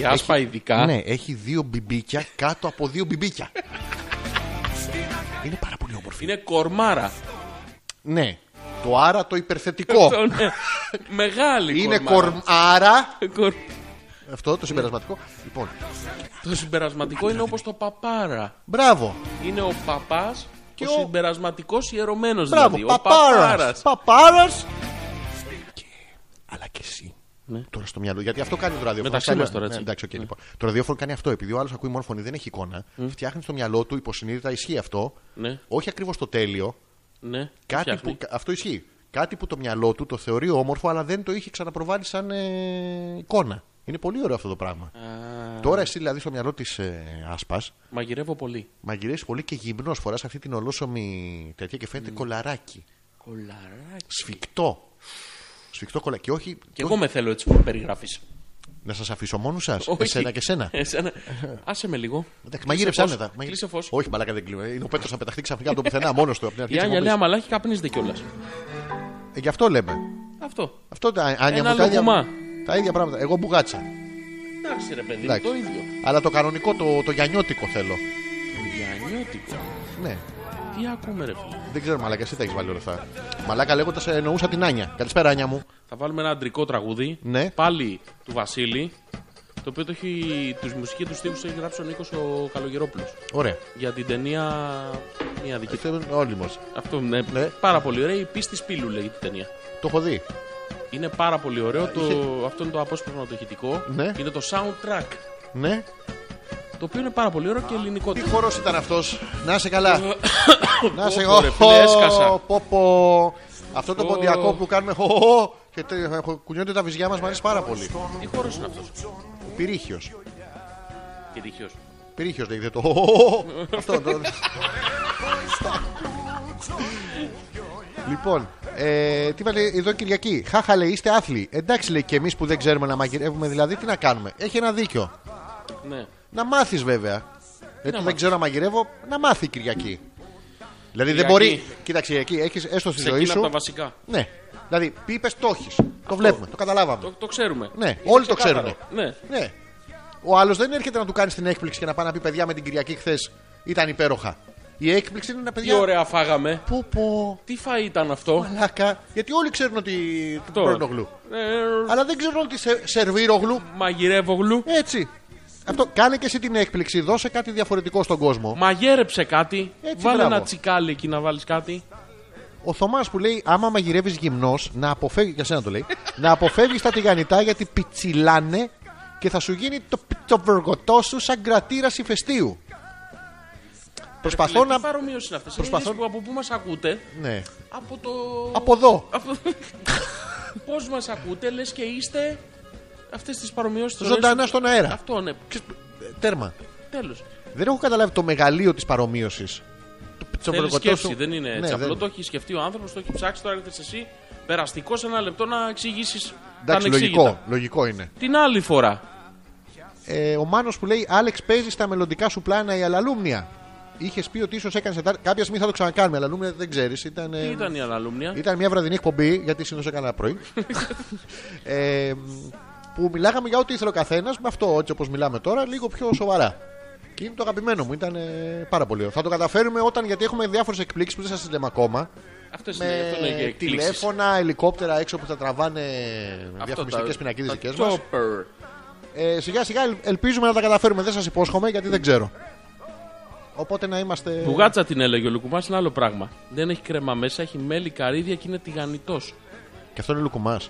[SPEAKER 2] Η άσπα ειδικά.
[SPEAKER 1] Ναι, έχει δύο μπιμπίκια κάτω από δύο μπιμπίκια. είναι πάρα πολύ όμορφη.
[SPEAKER 2] Είναι κορμάρα.
[SPEAKER 1] Ναι. Το άρα το υπερθετικό.
[SPEAKER 2] Αυτό, ναι. Μεγάλη
[SPEAKER 1] είναι
[SPEAKER 2] κορμάρα.
[SPEAKER 1] κορμ... άρα.
[SPEAKER 2] Κορ-
[SPEAKER 1] Αυτό το συμπερασματικό. Λοιπόν,
[SPEAKER 2] Το συμπερασματικό είναι όπως το παπάρα.
[SPEAKER 1] μπράβο.
[SPEAKER 2] Είναι ο παπάς και
[SPEAKER 1] Και
[SPEAKER 2] ο
[SPEAKER 1] ο-
[SPEAKER 2] συμπερασματικός ιερωμένος
[SPEAKER 1] Μπράβο.
[SPEAKER 2] δηλαδή. Ο
[SPEAKER 1] Παπάρας.
[SPEAKER 2] παπάρας.
[SPEAKER 1] Παπάρας. Αλλά και εσύ. Τώρα στο μυαλό. Γιατί αυτό κάνει το ραδιόφωνο.
[SPEAKER 2] Μεταξύ
[SPEAKER 1] Κάνει-
[SPEAKER 2] μας τώρα, έτσι.
[SPEAKER 1] Ναι, εντάξει, οκ, λοιπόν. Το ραδιόφωνο κάνει αυτό. Επειδή ο άλλος ακούει μόνο φωνή, δεν έχει εικόνα. Φτιάχνει στο μυαλό του υποσυνείδητα ισχύει αυτό.
[SPEAKER 2] Ναι.
[SPEAKER 1] Όχι ακριβώς το τέλειο.
[SPEAKER 2] Ναι,
[SPEAKER 1] Κάτι
[SPEAKER 2] φτιάχνει.
[SPEAKER 1] που, αυτό ισχύει. Κάτι που το μυαλό του το θεωρεί όμορφο, αλλά δεν το είχε ξαναπροβάλει σαν ε, εικόνα. Είναι πολύ ωραίο αυτό το πράγμα. Τώρα εσύ δηλαδή στο μυαλό της ε, Άσπας
[SPEAKER 2] Μαγειρεύω πολύ.
[SPEAKER 1] μαγειρεύεις πολύ και γυμνός. Φοράς αυτή την ολόσωμη τέτοια και φαίνεται κολαράκι.
[SPEAKER 2] Κολαράκι.
[SPEAKER 1] Σφιχτό. Σφιχτό κολαράκι. Και όχι.
[SPEAKER 2] Και εγώ με θέλω έτσι που περιγράφεις.
[SPEAKER 1] Να σας αφήσω μόνο σα. Εσένα και εσένα.
[SPEAKER 2] Άσε με λίγο.
[SPEAKER 1] Εντάξει, μαγείρεψε
[SPEAKER 2] φως.
[SPEAKER 1] άνετα. Μαγείρε-
[SPEAKER 2] Ε, Κλείσε φως.
[SPEAKER 1] Όχι, μαλάκα δεν κλείνω. Είναι ο Πέτρος να πεταχτεί ξαφνικά από το πουθενά μόνος του. από την αρχή
[SPEAKER 2] Η
[SPEAKER 1] της
[SPEAKER 2] Άνια λέει
[SPEAKER 1] εκπομπής.
[SPEAKER 2] αμαλά έχει καπνίζεται κιόλας.
[SPEAKER 1] Ε, Γι' αυτό λέμε.
[SPEAKER 2] Αυτό.
[SPEAKER 1] Αυτό τα Άνια
[SPEAKER 2] Ένα
[SPEAKER 1] μου τα ίδια,
[SPEAKER 2] λουκουμά.
[SPEAKER 1] τα ίδια πράγματα. Εγώ μπουγάτσα.
[SPEAKER 2] Εντάξει ρε παιδί,
[SPEAKER 1] Εντάξει.
[SPEAKER 2] το ίδιο.
[SPEAKER 1] Αλλά το κανονικό, το, το γιανιώτικο θέλω.
[SPEAKER 2] Γιαννιώτικο.
[SPEAKER 1] Ναι.
[SPEAKER 2] Τι ακούμε ρε φίλε.
[SPEAKER 1] Δεν ξέρω, μαλάκα, εσύ τα έχεις βάλει όλα αυτά. Μαλάκα λέγοντα, εννοούσα την Άνια. Καλησπέρα, Άνια μου.
[SPEAKER 2] Θα βάλουμε ένα αντρικό τραγούδι.
[SPEAKER 1] Ναι.
[SPEAKER 2] Πάλι του Βασίλη. Το οποίο το έχει, τους μουσική τους στίχους έχει γράψει ο Νίκος ο Καλογερόπουλος.
[SPEAKER 1] Ωραία.
[SPEAKER 2] Για την ταινία μια δική
[SPEAKER 1] Αυτό
[SPEAKER 2] του.
[SPEAKER 1] είναι Όλοι μας.
[SPEAKER 2] Αυτό Ε, ναι,
[SPEAKER 1] Ναι.
[SPEAKER 2] πάρα πολύ ωραίο. Η πίστη σπήλου λέγεται η ταινία.
[SPEAKER 1] Το έχω δει.
[SPEAKER 2] Είναι πάρα πολύ ωραίο. Το... Αυτό είναι το απόσπασμα το ηχητικό.
[SPEAKER 1] Ε, Ναι.
[SPEAKER 2] Είναι το soundtrack.
[SPEAKER 1] Ναι.
[SPEAKER 2] Το οποίο είναι πάρα πολύ ωραίο και ελληνικό.
[SPEAKER 1] Τι χώρος ήταν αυτός. Να είσαι
[SPEAKER 2] <coughs>
[SPEAKER 1] καλά. Να είσαι
[SPEAKER 2] Πω, πω, ρε, φίλε, έσκασα.
[SPEAKER 1] Πόπο. Αυτό το
[SPEAKER 2] Πω.
[SPEAKER 1] ποντιακό που κάνουμε. χω, χω, χω, Και τε- χω, κουνιόνται τα βυζιά μας, μου αρέσει πάρα πολύ.
[SPEAKER 2] Τι χώρος είναι αυτός.
[SPEAKER 1] Πυρίχιο.
[SPEAKER 2] Κυρίχιο.
[SPEAKER 1] Πυρίχιο λέγεται το. χω, χω, χω. Αυτό το. Λοιπόν, ε, τι βάλε εδώ Κυριακή. Χάχα λέει, είστε άθλοι. Εντάξει λέει και εμείς που δεν ξέρουμε να μαγειρεύουμε, δηλαδή τι να κάνουμε. Έχει ένα δίκιο.
[SPEAKER 2] Ναι.
[SPEAKER 1] Να μάθεις βέβαια. Γιατί δεν
[SPEAKER 2] μάθεις.
[SPEAKER 1] ξέρω να μαγειρεύω, να μάθει η Κυριακή. Δηλαδή δεν
[SPEAKER 2] Κυριακή.
[SPEAKER 1] μπορεί. Κοίταξε, εκεί έχεις έστω στη ζωή
[SPEAKER 2] Ξεκίνα από
[SPEAKER 1] σου.
[SPEAKER 2] τα βασικά.
[SPEAKER 1] Ναι. Δηλαδή, πίπε το έχεις. Το βλέπουμε, το καταλάβαμε.
[SPEAKER 2] Το, το ξέρουμε.
[SPEAKER 1] Ναι,
[SPEAKER 2] Είναι
[SPEAKER 1] όλοι το
[SPEAKER 2] ξεκάθαρο.
[SPEAKER 1] ξέρουν.
[SPEAKER 2] Ναι.
[SPEAKER 1] Ναι. Ο άλλος δεν έρχεται να του κάνει την έκπληξη και να πάει να πει παιδιά με την Κυριακή χθες ήταν υπέροχα. Η έκπληξη είναι ένα
[SPEAKER 2] Τι
[SPEAKER 1] παιδιά.
[SPEAKER 2] ωραία φάγαμε.
[SPEAKER 1] Πού πω,
[SPEAKER 2] Τι φαΐ ήταν αυτό.
[SPEAKER 1] μαλάκα. Γιατί όλοι ξέρουν ότι του
[SPEAKER 2] Το.
[SPEAKER 1] παίρνω γλου.
[SPEAKER 2] Ε,
[SPEAKER 1] Αλλά δεν ξέρουν ότι σε, σερβίρω γλου.
[SPEAKER 2] μαγειρεύω γλου.
[SPEAKER 1] Έτσι. Αυτό. Κάνε και εσύ την έκπληξη. Δώσε κάτι διαφορετικό στον κόσμο.
[SPEAKER 2] Μαγέρεψε κάτι.
[SPEAKER 1] Έτσι,
[SPEAKER 2] Βάλε
[SPEAKER 1] Ε, μπράβο.
[SPEAKER 2] ένα τσικάλι εκεί να βάλεις κάτι.
[SPEAKER 1] Ο Θωμάς που λέει: Άμα μαγειρεύεις γυμνός, να αποφεύγει. Για σένα το λέει: Να αποφεύγεις τα τηγανιτά γιατί πιτσιλάνε και θα σου γίνει το, το βεργοτό σου σαν κρατήρας ηφαιστείου. Προσπαθώ
[SPEAKER 2] Φίλε,
[SPEAKER 1] να.
[SPEAKER 2] Ε, Τι παρομοίωση είναι αυτές.
[SPEAKER 1] προσπαθώ-
[SPEAKER 2] Προσπαθώ... Που από πού μας ακούτε.
[SPEAKER 1] Ναι.
[SPEAKER 2] Από το.
[SPEAKER 1] Από εδώ. <laughs>
[SPEAKER 2] Από... Πώς μας ακούτε, λες και είστε. Αυτές τις παρομοιώσεις
[SPEAKER 1] Ζωντανά στον αέρα.
[SPEAKER 2] Αυτό ναι,
[SPEAKER 1] Τέρμα.
[SPEAKER 2] τέλος.
[SPEAKER 1] Δεν έχω καταλάβει το μεγαλείο της παρομοίωσης. Το
[SPEAKER 2] Θέλει
[SPEAKER 1] βεργοτό
[SPEAKER 2] σκέψη, ναι,
[SPEAKER 1] σου- Ναι,
[SPEAKER 2] δεν είναι έτσι. απλό
[SPEAKER 1] δεν-
[SPEAKER 2] το έχει σκεφτεί ο άνθρωπος, το έχει ψάξει, τώρα έρθει εσύ περαστικός σε ένα λεπτό να εξηγήσεις. τα
[SPEAKER 1] Εντάξει, λογικό,
[SPEAKER 2] ανεξήγητα.
[SPEAKER 1] λογικό είναι.
[SPEAKER 2] Την άλλη φορά.
[SPEAKER 1] Ε, ο Μάνος που λέει: Άλεξ, παίζεις στα μελλοντικά σου πλάνα η αλαλούμνια. Είχες πει ότι ίσως έκανες. Κάποια στιγμή θα το ξανακάνουμε. Αλαλούμνια δεν ξέρεις. Ήταν. ε,
[SPEAKER 2] Τι ήταν η αναλούμνια.
[SPEAKER 1] Ήταν μια βραδινή εκπομπή, γιατί συνήθως έκανα
[SPEAKER 2] <laughs>
[SPEAKER 1] πρωί. ε, που μιλάγαμε για ό,τι ήθελε ο καθένας, με αυτό έτσι όπως μιλάμε τώρα, λίγο πιο σοβαρά. Και είναι το αγαπημένο μου, ήταν ε, πάρα πολύ ωραίο. Θα το καταφέρουμε όταν, γιατί έχουμε διάφορες εκπλήξεις που δεν σας λέμε ακόμα.
[SPEAKER 2] Αυτές είναι,
[SPEAKER 1] Με
[SPEAKER 2] Ε, αυτό είναι για εκπλήξεις.
[SPEAKER 1] τηλέφωνα, ελικόπτερα έξω που θα τραβάνε
[SPEAKER 2] Αυτό
[SPEAKER 1] διαφημιστικέ
[SPEAKER 2] τα-
[SPEAKER 1] πινακίδες
[SPEAKER 2] τα
[SPEAKER 1] δικές μας.
[SPEAKER 2] chopper.
[SPEAKER 1] Ε, σιγά σιγά ελ- ελπίζουμε να τα καταφέρουμε. Δεν σας υπόσχομαι γιατί δεν ξέρω. Οπότε να είμαστε.
[SPEAKER 2] Μπουγάτσα την έλεγε ο Λουκουμάς, είναι άλλο πράγμα. Δεν έχει κρέμα μέσα, έχει μέλι, καρύδια και είναι τηγανιτός.
[SPEAKER 1] Και αυτό είναι λουκουμάς.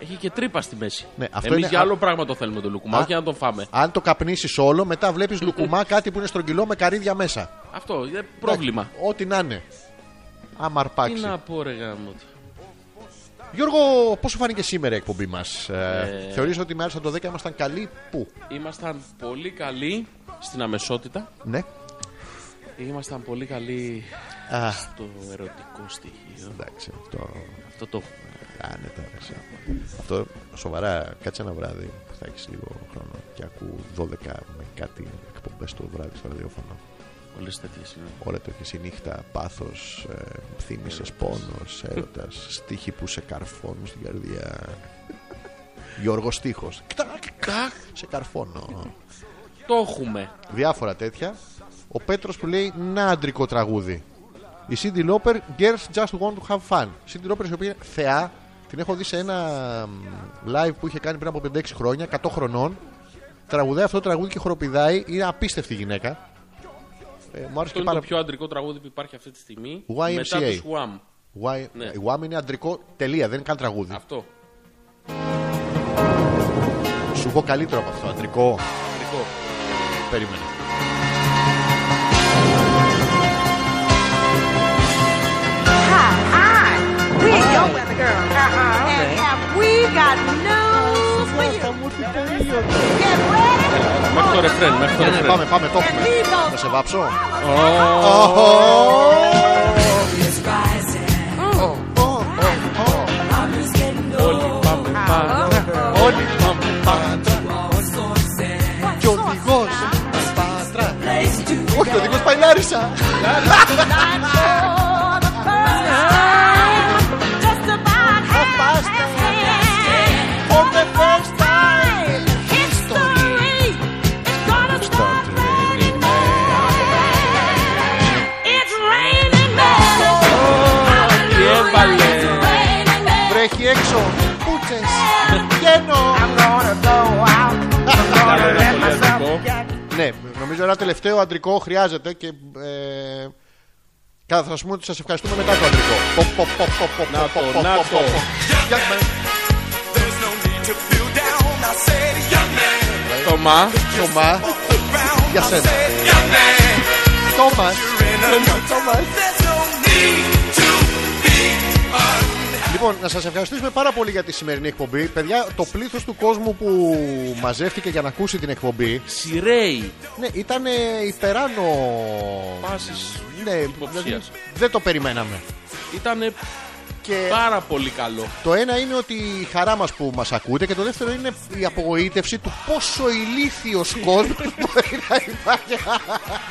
[SPEAKER 2] Έχει και τρύπα στη μέση.
[SPEAKER 1] Ναι, αυτό
[SPEAKER 2] Εμείς
[SPEAKER 1] είναι
[SPEAKER 2] για
[SPEAKER 1] α-
[SPEAKER 2] άλλο πράγμα το θέλουμε τον Λουκουμά,
[SPEAKER 1] Α.
[SPEAKER 2] όχι για να τον φάμε.
[SPEAKER 1] Αν το καπνίσεις όλο, μετά βλέπεις λουκουμά κάτι που είναι στρογγυλό με καρύδια μέσα.
[SPEAKER 2] Αυτό είναι πρόβλημα.
[SPEAKER 1] Εντάξει, Ό,τι να είναι. Άμα
[SPEAKER 2] Τι
[SPEAKER 1] αρπάξει.
[SPEAKER 2] να πω, ρε γάμο.
[SPEAKER 1] Γιώργο, πώς σου φάνηκε σήμερα η εκπομπή μας. Ε... Θεωρείς ότι με άρεσαν το 10 ήμασταν καλοί. Πού?
[SPEAKER 2] Ήμασταν πολύ καλοί στην αμεσότητα.
[SPEAKER 1] Ναι.
[SPEAKER 2] Ήμασταν πολύ καλοί
[SPEAKER 1] Α,
[SPEAKER 2] στο ερωτικό στοιχείο.
[SPEAKER 1] εντάξει, αυτό
[SPEAKER 2] Αυτό το έχουμε.
[SPEAKER 1] άνετα. ρε, εσύ. Αυτό σοβαρά, κάτσε ένα βράδυ που θα έχεις λίγο χρόνο και ακού 12 με κάτι εκπομπές το βράδυ στο ραδιόφωνο.
[SPEAKER 2] Πολλές τέτοιες είναι.
[SPEAKER 1] Ωραία το έχεις νύχτα, πάθος, ε, θύμησες, πόνο, έρωτας, στίχη που σε καρφώνουν στην καρδιά. Γιώργος Στίχος. Σε καρφώνω.
[SPEAKER 2] Το έχουμε.
[SPEAKER 1] διάφορα τέτοια. Ο Πέτρος που λέει να αντρικό τραγούδι. Η Cindy Lauper, Girls Just Want to Have Fun. Cindy Lauper, η οποία είναι θεά, την έχω δει σε ένα μ, live που είχε κάνει πριν από 5-6 χρόνια, 100 χρονών. Τραγουδάει αυτό το τραγούδι και χοροπηδάει. Είναι απίστευτη γυναίκα. Ε, μου άρεσε
[SPEAKER 2] Αυτό
[SPEAKER 1] και
[SPEAKER 2] είναι
[SPEAKER 1] πάρα
[SPEAKER 2] το πιο αντρικό τραγούδι που υπάρχει αυτή τη στιγμή.
[SPEAKER 1] YMCA.
[SPEAKER 2] Μετά του Wham.
[SPEAKER 1] Why...
[SPEAKER 2] Ναι.
[SPEAKER 1] Η Wham είναι αντρικό τελεία, δεν είναι καν τραγούδι.
[SPEAKER 2] Αυτό.
[SPEAKER 1] Σου έχω καλύτερο από αυτό. Αντρικό.
[SPEAKER 2] Αντρικό.
[SPEAKER 1] Περίμενε.
[SPEAKER 6] Hi, we're your weather girls. And have we got news for you? Get ready
[SPEAKER 2] Μέχρι το ρεφρέν, μέχρι το
[SPEAKER 1] Ναι, ναι,
[SPEAKER 2] ρεφρέν.
[SPEAKER 1] πάμε, πάμε, το
[SPEAKER 6] and
[SPEAKER 1] έχουμε.
[SPEAKER 6] leave those
[SPEAKER 1] Να σε βάψω.
[SPEAKER 2] Ω, Όλοι πάμε πάνω.
[SPEAKER 1] Όλοι πάμε πάντα. Και ο οδηγός πατρά. Όχι, ο οδηγός πάει Λάρισα.
[SPEAKER 6] for the first time. Just about half past ten. For the first time. History is gonna start raining men. It's raining men. Hallelujah, it's raining men.
[SPEAKER 1] Βρέχει έξω. Πούτσε. Βγαίνω.
[SPEAKER 2] Πολύ αντρικό.
[SPEAKER 1] Ναι, νομίζω ένα τελευταίο αντρικό χρειάζεται και. ε, Καλά, θα σα πούμε ότι σα ευχαριστούμε μετά το αντρικό. Πο, πο, πο, πο, πο,
[SPEAKER 2] Να
[SPEAKER 1] πο,
[SPEAKER 2] το,
[SPEAKER 1] πο,
[SPEAKER 2] να
[SPEAKER 1] πο,
[SPEAKER 2] το.
[SPEAKER 1] πο. Για-
[SPEAKER 4] There's no need to feel down. I said, young man,
[SPEAKER 2] Θωμά.
[SPEAKER 1] Τωμά,
[SPEAKER 4] look around.
[SPEAKER 1] Yes,
[SPEAKER 4] I
[SPEAKER 1] sir.
[SPEAKER 4] said, young man,
[SPEAKER 1] Τωμά.
[SPEAKER 4] you're in a good time. There's no need to be unhappy.
[SPEAKER 1] Λοιπόν, να σας ευχαριστήσουμε πάρα πολύ για τη σημερινή εκπομπή. Παιδιά, το πλήθος του κόσμου που μαζεύτηκε για να ακούσει την εκπομπή
[SPEAKER 2] Σιρέι.
[SPEAKER 1] Ναι, ήταν υπεράνω.
[SPEAKER 2] Πάσης
[SPEAKER 1] Ναι,
[SPEAKER 2] υποψίας.
[SPEAKER 1] δηλαδή, δεν το περιμέναμε.
[SPEAKER 2] Ήτανε
[SPEAKER 1] Και
[SPEAKER 2] Πάρα πολύ καλό.
[SPEAKER 1] το ένα είναι ότι η χαρά μας που μας ακούτε, και το δεύτερο είναι η απογοήτευση του πόσο ηλίθιος κόσμος <laughs> μπορεί να υπάρχει.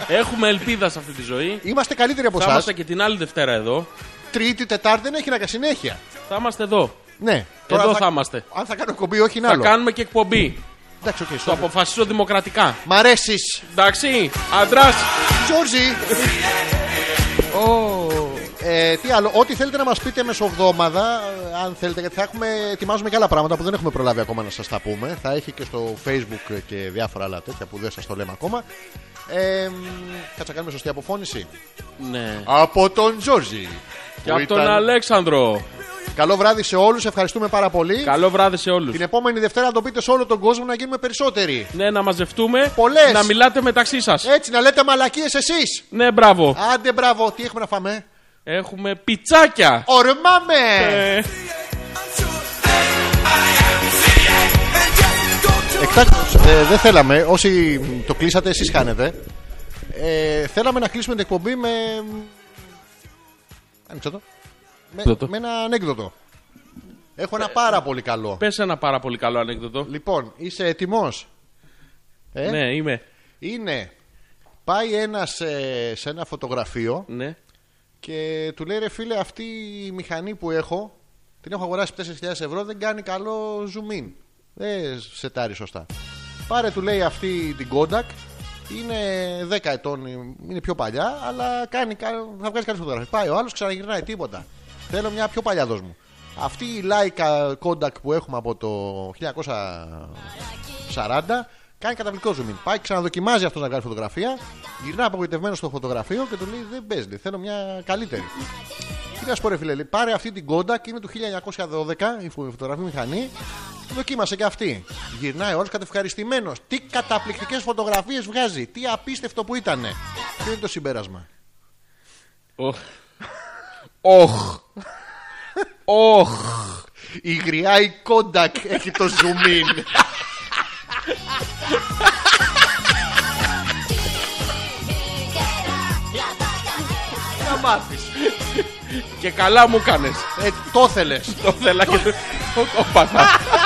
[SPEAKER 2] Έχουμε ελπίδα σε αυτή τη ζωή.
[SPEAKER 1] Είμαστε καλύτεροι από
[SPEAKER 2] Θα είμαστε
[SPEAKER 1] εσά.
[SPEAKER 2] και την άλλη Δευτέρα εδώ.
[SPEAKER 1] Τρίτη, Τετάρτη δεν έχει να κάνει συνέχεια.
[SPEAKER 2] Θα είμαστε εδώ.
[SPEAKER 1] Ναι.
[SPEAKER 2] Εδώ θα είμαστε.
[SPEAKER 1] Αν θα κάνω κομπή, όχι είναι
[SPEAKER 2] Θα
[SPEAKER 1] άλλο.
[SPEAKER 2] κάνουμε και εκπομπή.
[SPEAKER 1] Εντάξει, οκ,
[SPEAKER 2] Το
[SPEAKER 1] sorry.
[SPEAKER 2] αποφασίζω δημοκρατικά.
[SPEAKER 1] Μ' αρέσεις.
[SPEAKER 2] Εντάξει, αντράς.
[SPEAKER 1] Τζόρζι. Ε, τι άλλο, ό,τι θέλετε να μας πείτε μεσοβδόμαδα, ε, αν θέλετε, γιατί θα έχουμε, ετοιμάζουμε και άλλα πράγματα που δεν έχουμε προλάβει ακόμα να σας τα πούμε. Θα έχει και στο Facebook και διάφορα άλλα τέτοια που δεν σας το λέμε ακόμα. Ε, μ, κάτσε να κάνουμε σωστή αποφώνηση.
[SPEAKER 2] Ναι.
[SPEAKER 1] Από τον Τζόρζι.
[SPEAKER 2] Και
[SPEAKER 1] που
[SPEAKER 2] από τον
[SPEAKER 1] ήταν-
[SPEAKER 2] Αλέξανδρο.
[SPEAKER 1] Καλό βράδυ σε όλους, ευχαριστούμε πάρα πολύ.
[SPEAKER 2] Καλό βράδυ σε όλους.
[SPEAKER 1] Την επόμενη Δευτέρα να το πείτε σε όλο τον κόσμο να γίνουμε περισσότεροι.
[SPEAKER 2] Ναι, να μαζευτούμε.
[SPEAKER 1] Πολλές.
[SPEAKER 2] Να μιλάτε μεταξύ σας.
[SPEAKER 1] Έτσι, να λέτε μαλακίες εσείς.
[SPEAKER 2] Ναι, μπράβο.
[SPEAKER 1] Άντε, μπράβο, τι έχουμε να φάμε.
[SPEAKER 2] Έχουμε πιτσάκια.
[SPEAKER 1] Ορμάμε!
[SPEAKER 2] Ε,
[SPEAKER 1] Εκτάκτως, ε, δεν θέλαμε, όσοι το κλείσατε, εσείς χάνετε. Ε, θέλαμε να κλείσουμε την εκπομπή με. Άνοιξε το. Με,
[SPEAKER 2] Δωτο.
[SPEAKER 1] με ένα ανέκδοτο. Έχω ένα πάρα πολύ καλό.
[SPEAKER 2] Πες ένα πάρα πολύ καλό ανέκδοτο.
[SPEAKER 1] Λοιπόν, είσαι έτοιμος. Ε,
[SPEAKER 2] Ναι, είμαι.
[SPEAKER 1] Είναι. Πάει ένας ε, σε ένα φωτογραφείο
[SPEAKER 2] Ναι.
[SPEAKER 1] και του λέει ρε φίλε αυτή η μηχανή που έχω την έχω αγοράσει 4.000 ευρώ δεν κάνει καλό zoom in δεν σετάρει σωστά πάρε του λέει αυτή την Kodak είναι 10 ετών είναι πιο παλιά αλλά κάνει, κα- θα βγάζει καλή φωτογραφία πάει ο άλλος ξαναγυρνάει τίποτα θέλω μια πιο παλιά δώσ' μου αυτή η Leica Kodak που έχουμε από το 1940 κάνει καταπληκτικό zoom in. Πάει, ξαναδοκιμάζει αυτός να βγάλει φωτογραφία. Γυρνά απογοητευμένος στο φωτογραφείο και του λέει: Δεν παίζει, λέει, θέλω μια καλύτερη. Τι να σου πω, ρε φίλε, λέει, πάρε αυτή την Kodak, είναι του 1912, η φω- η φωτογραφική μηχανή. Δοκίμασε και αυτή. Γυρνάει όλος κατευχαριστημένος. Τι καταπληκτικές φωτογραφίες βγάζει. Τι απίστευτο που ήταν. Ποιο είναι το συμπέρασμα.
[SPEAKER 2] Οχ. Οχ. Οχ.
[SPEAKER 1] Η γριά η Kodak έχει το zoom in. Να μάθεις.
[SPEAKER 2] Και καλά μου κάνες.
[SPEAKER 1] Ε, το θέλες.
[SPEAKER 2] Το θέλα και το... Όπα.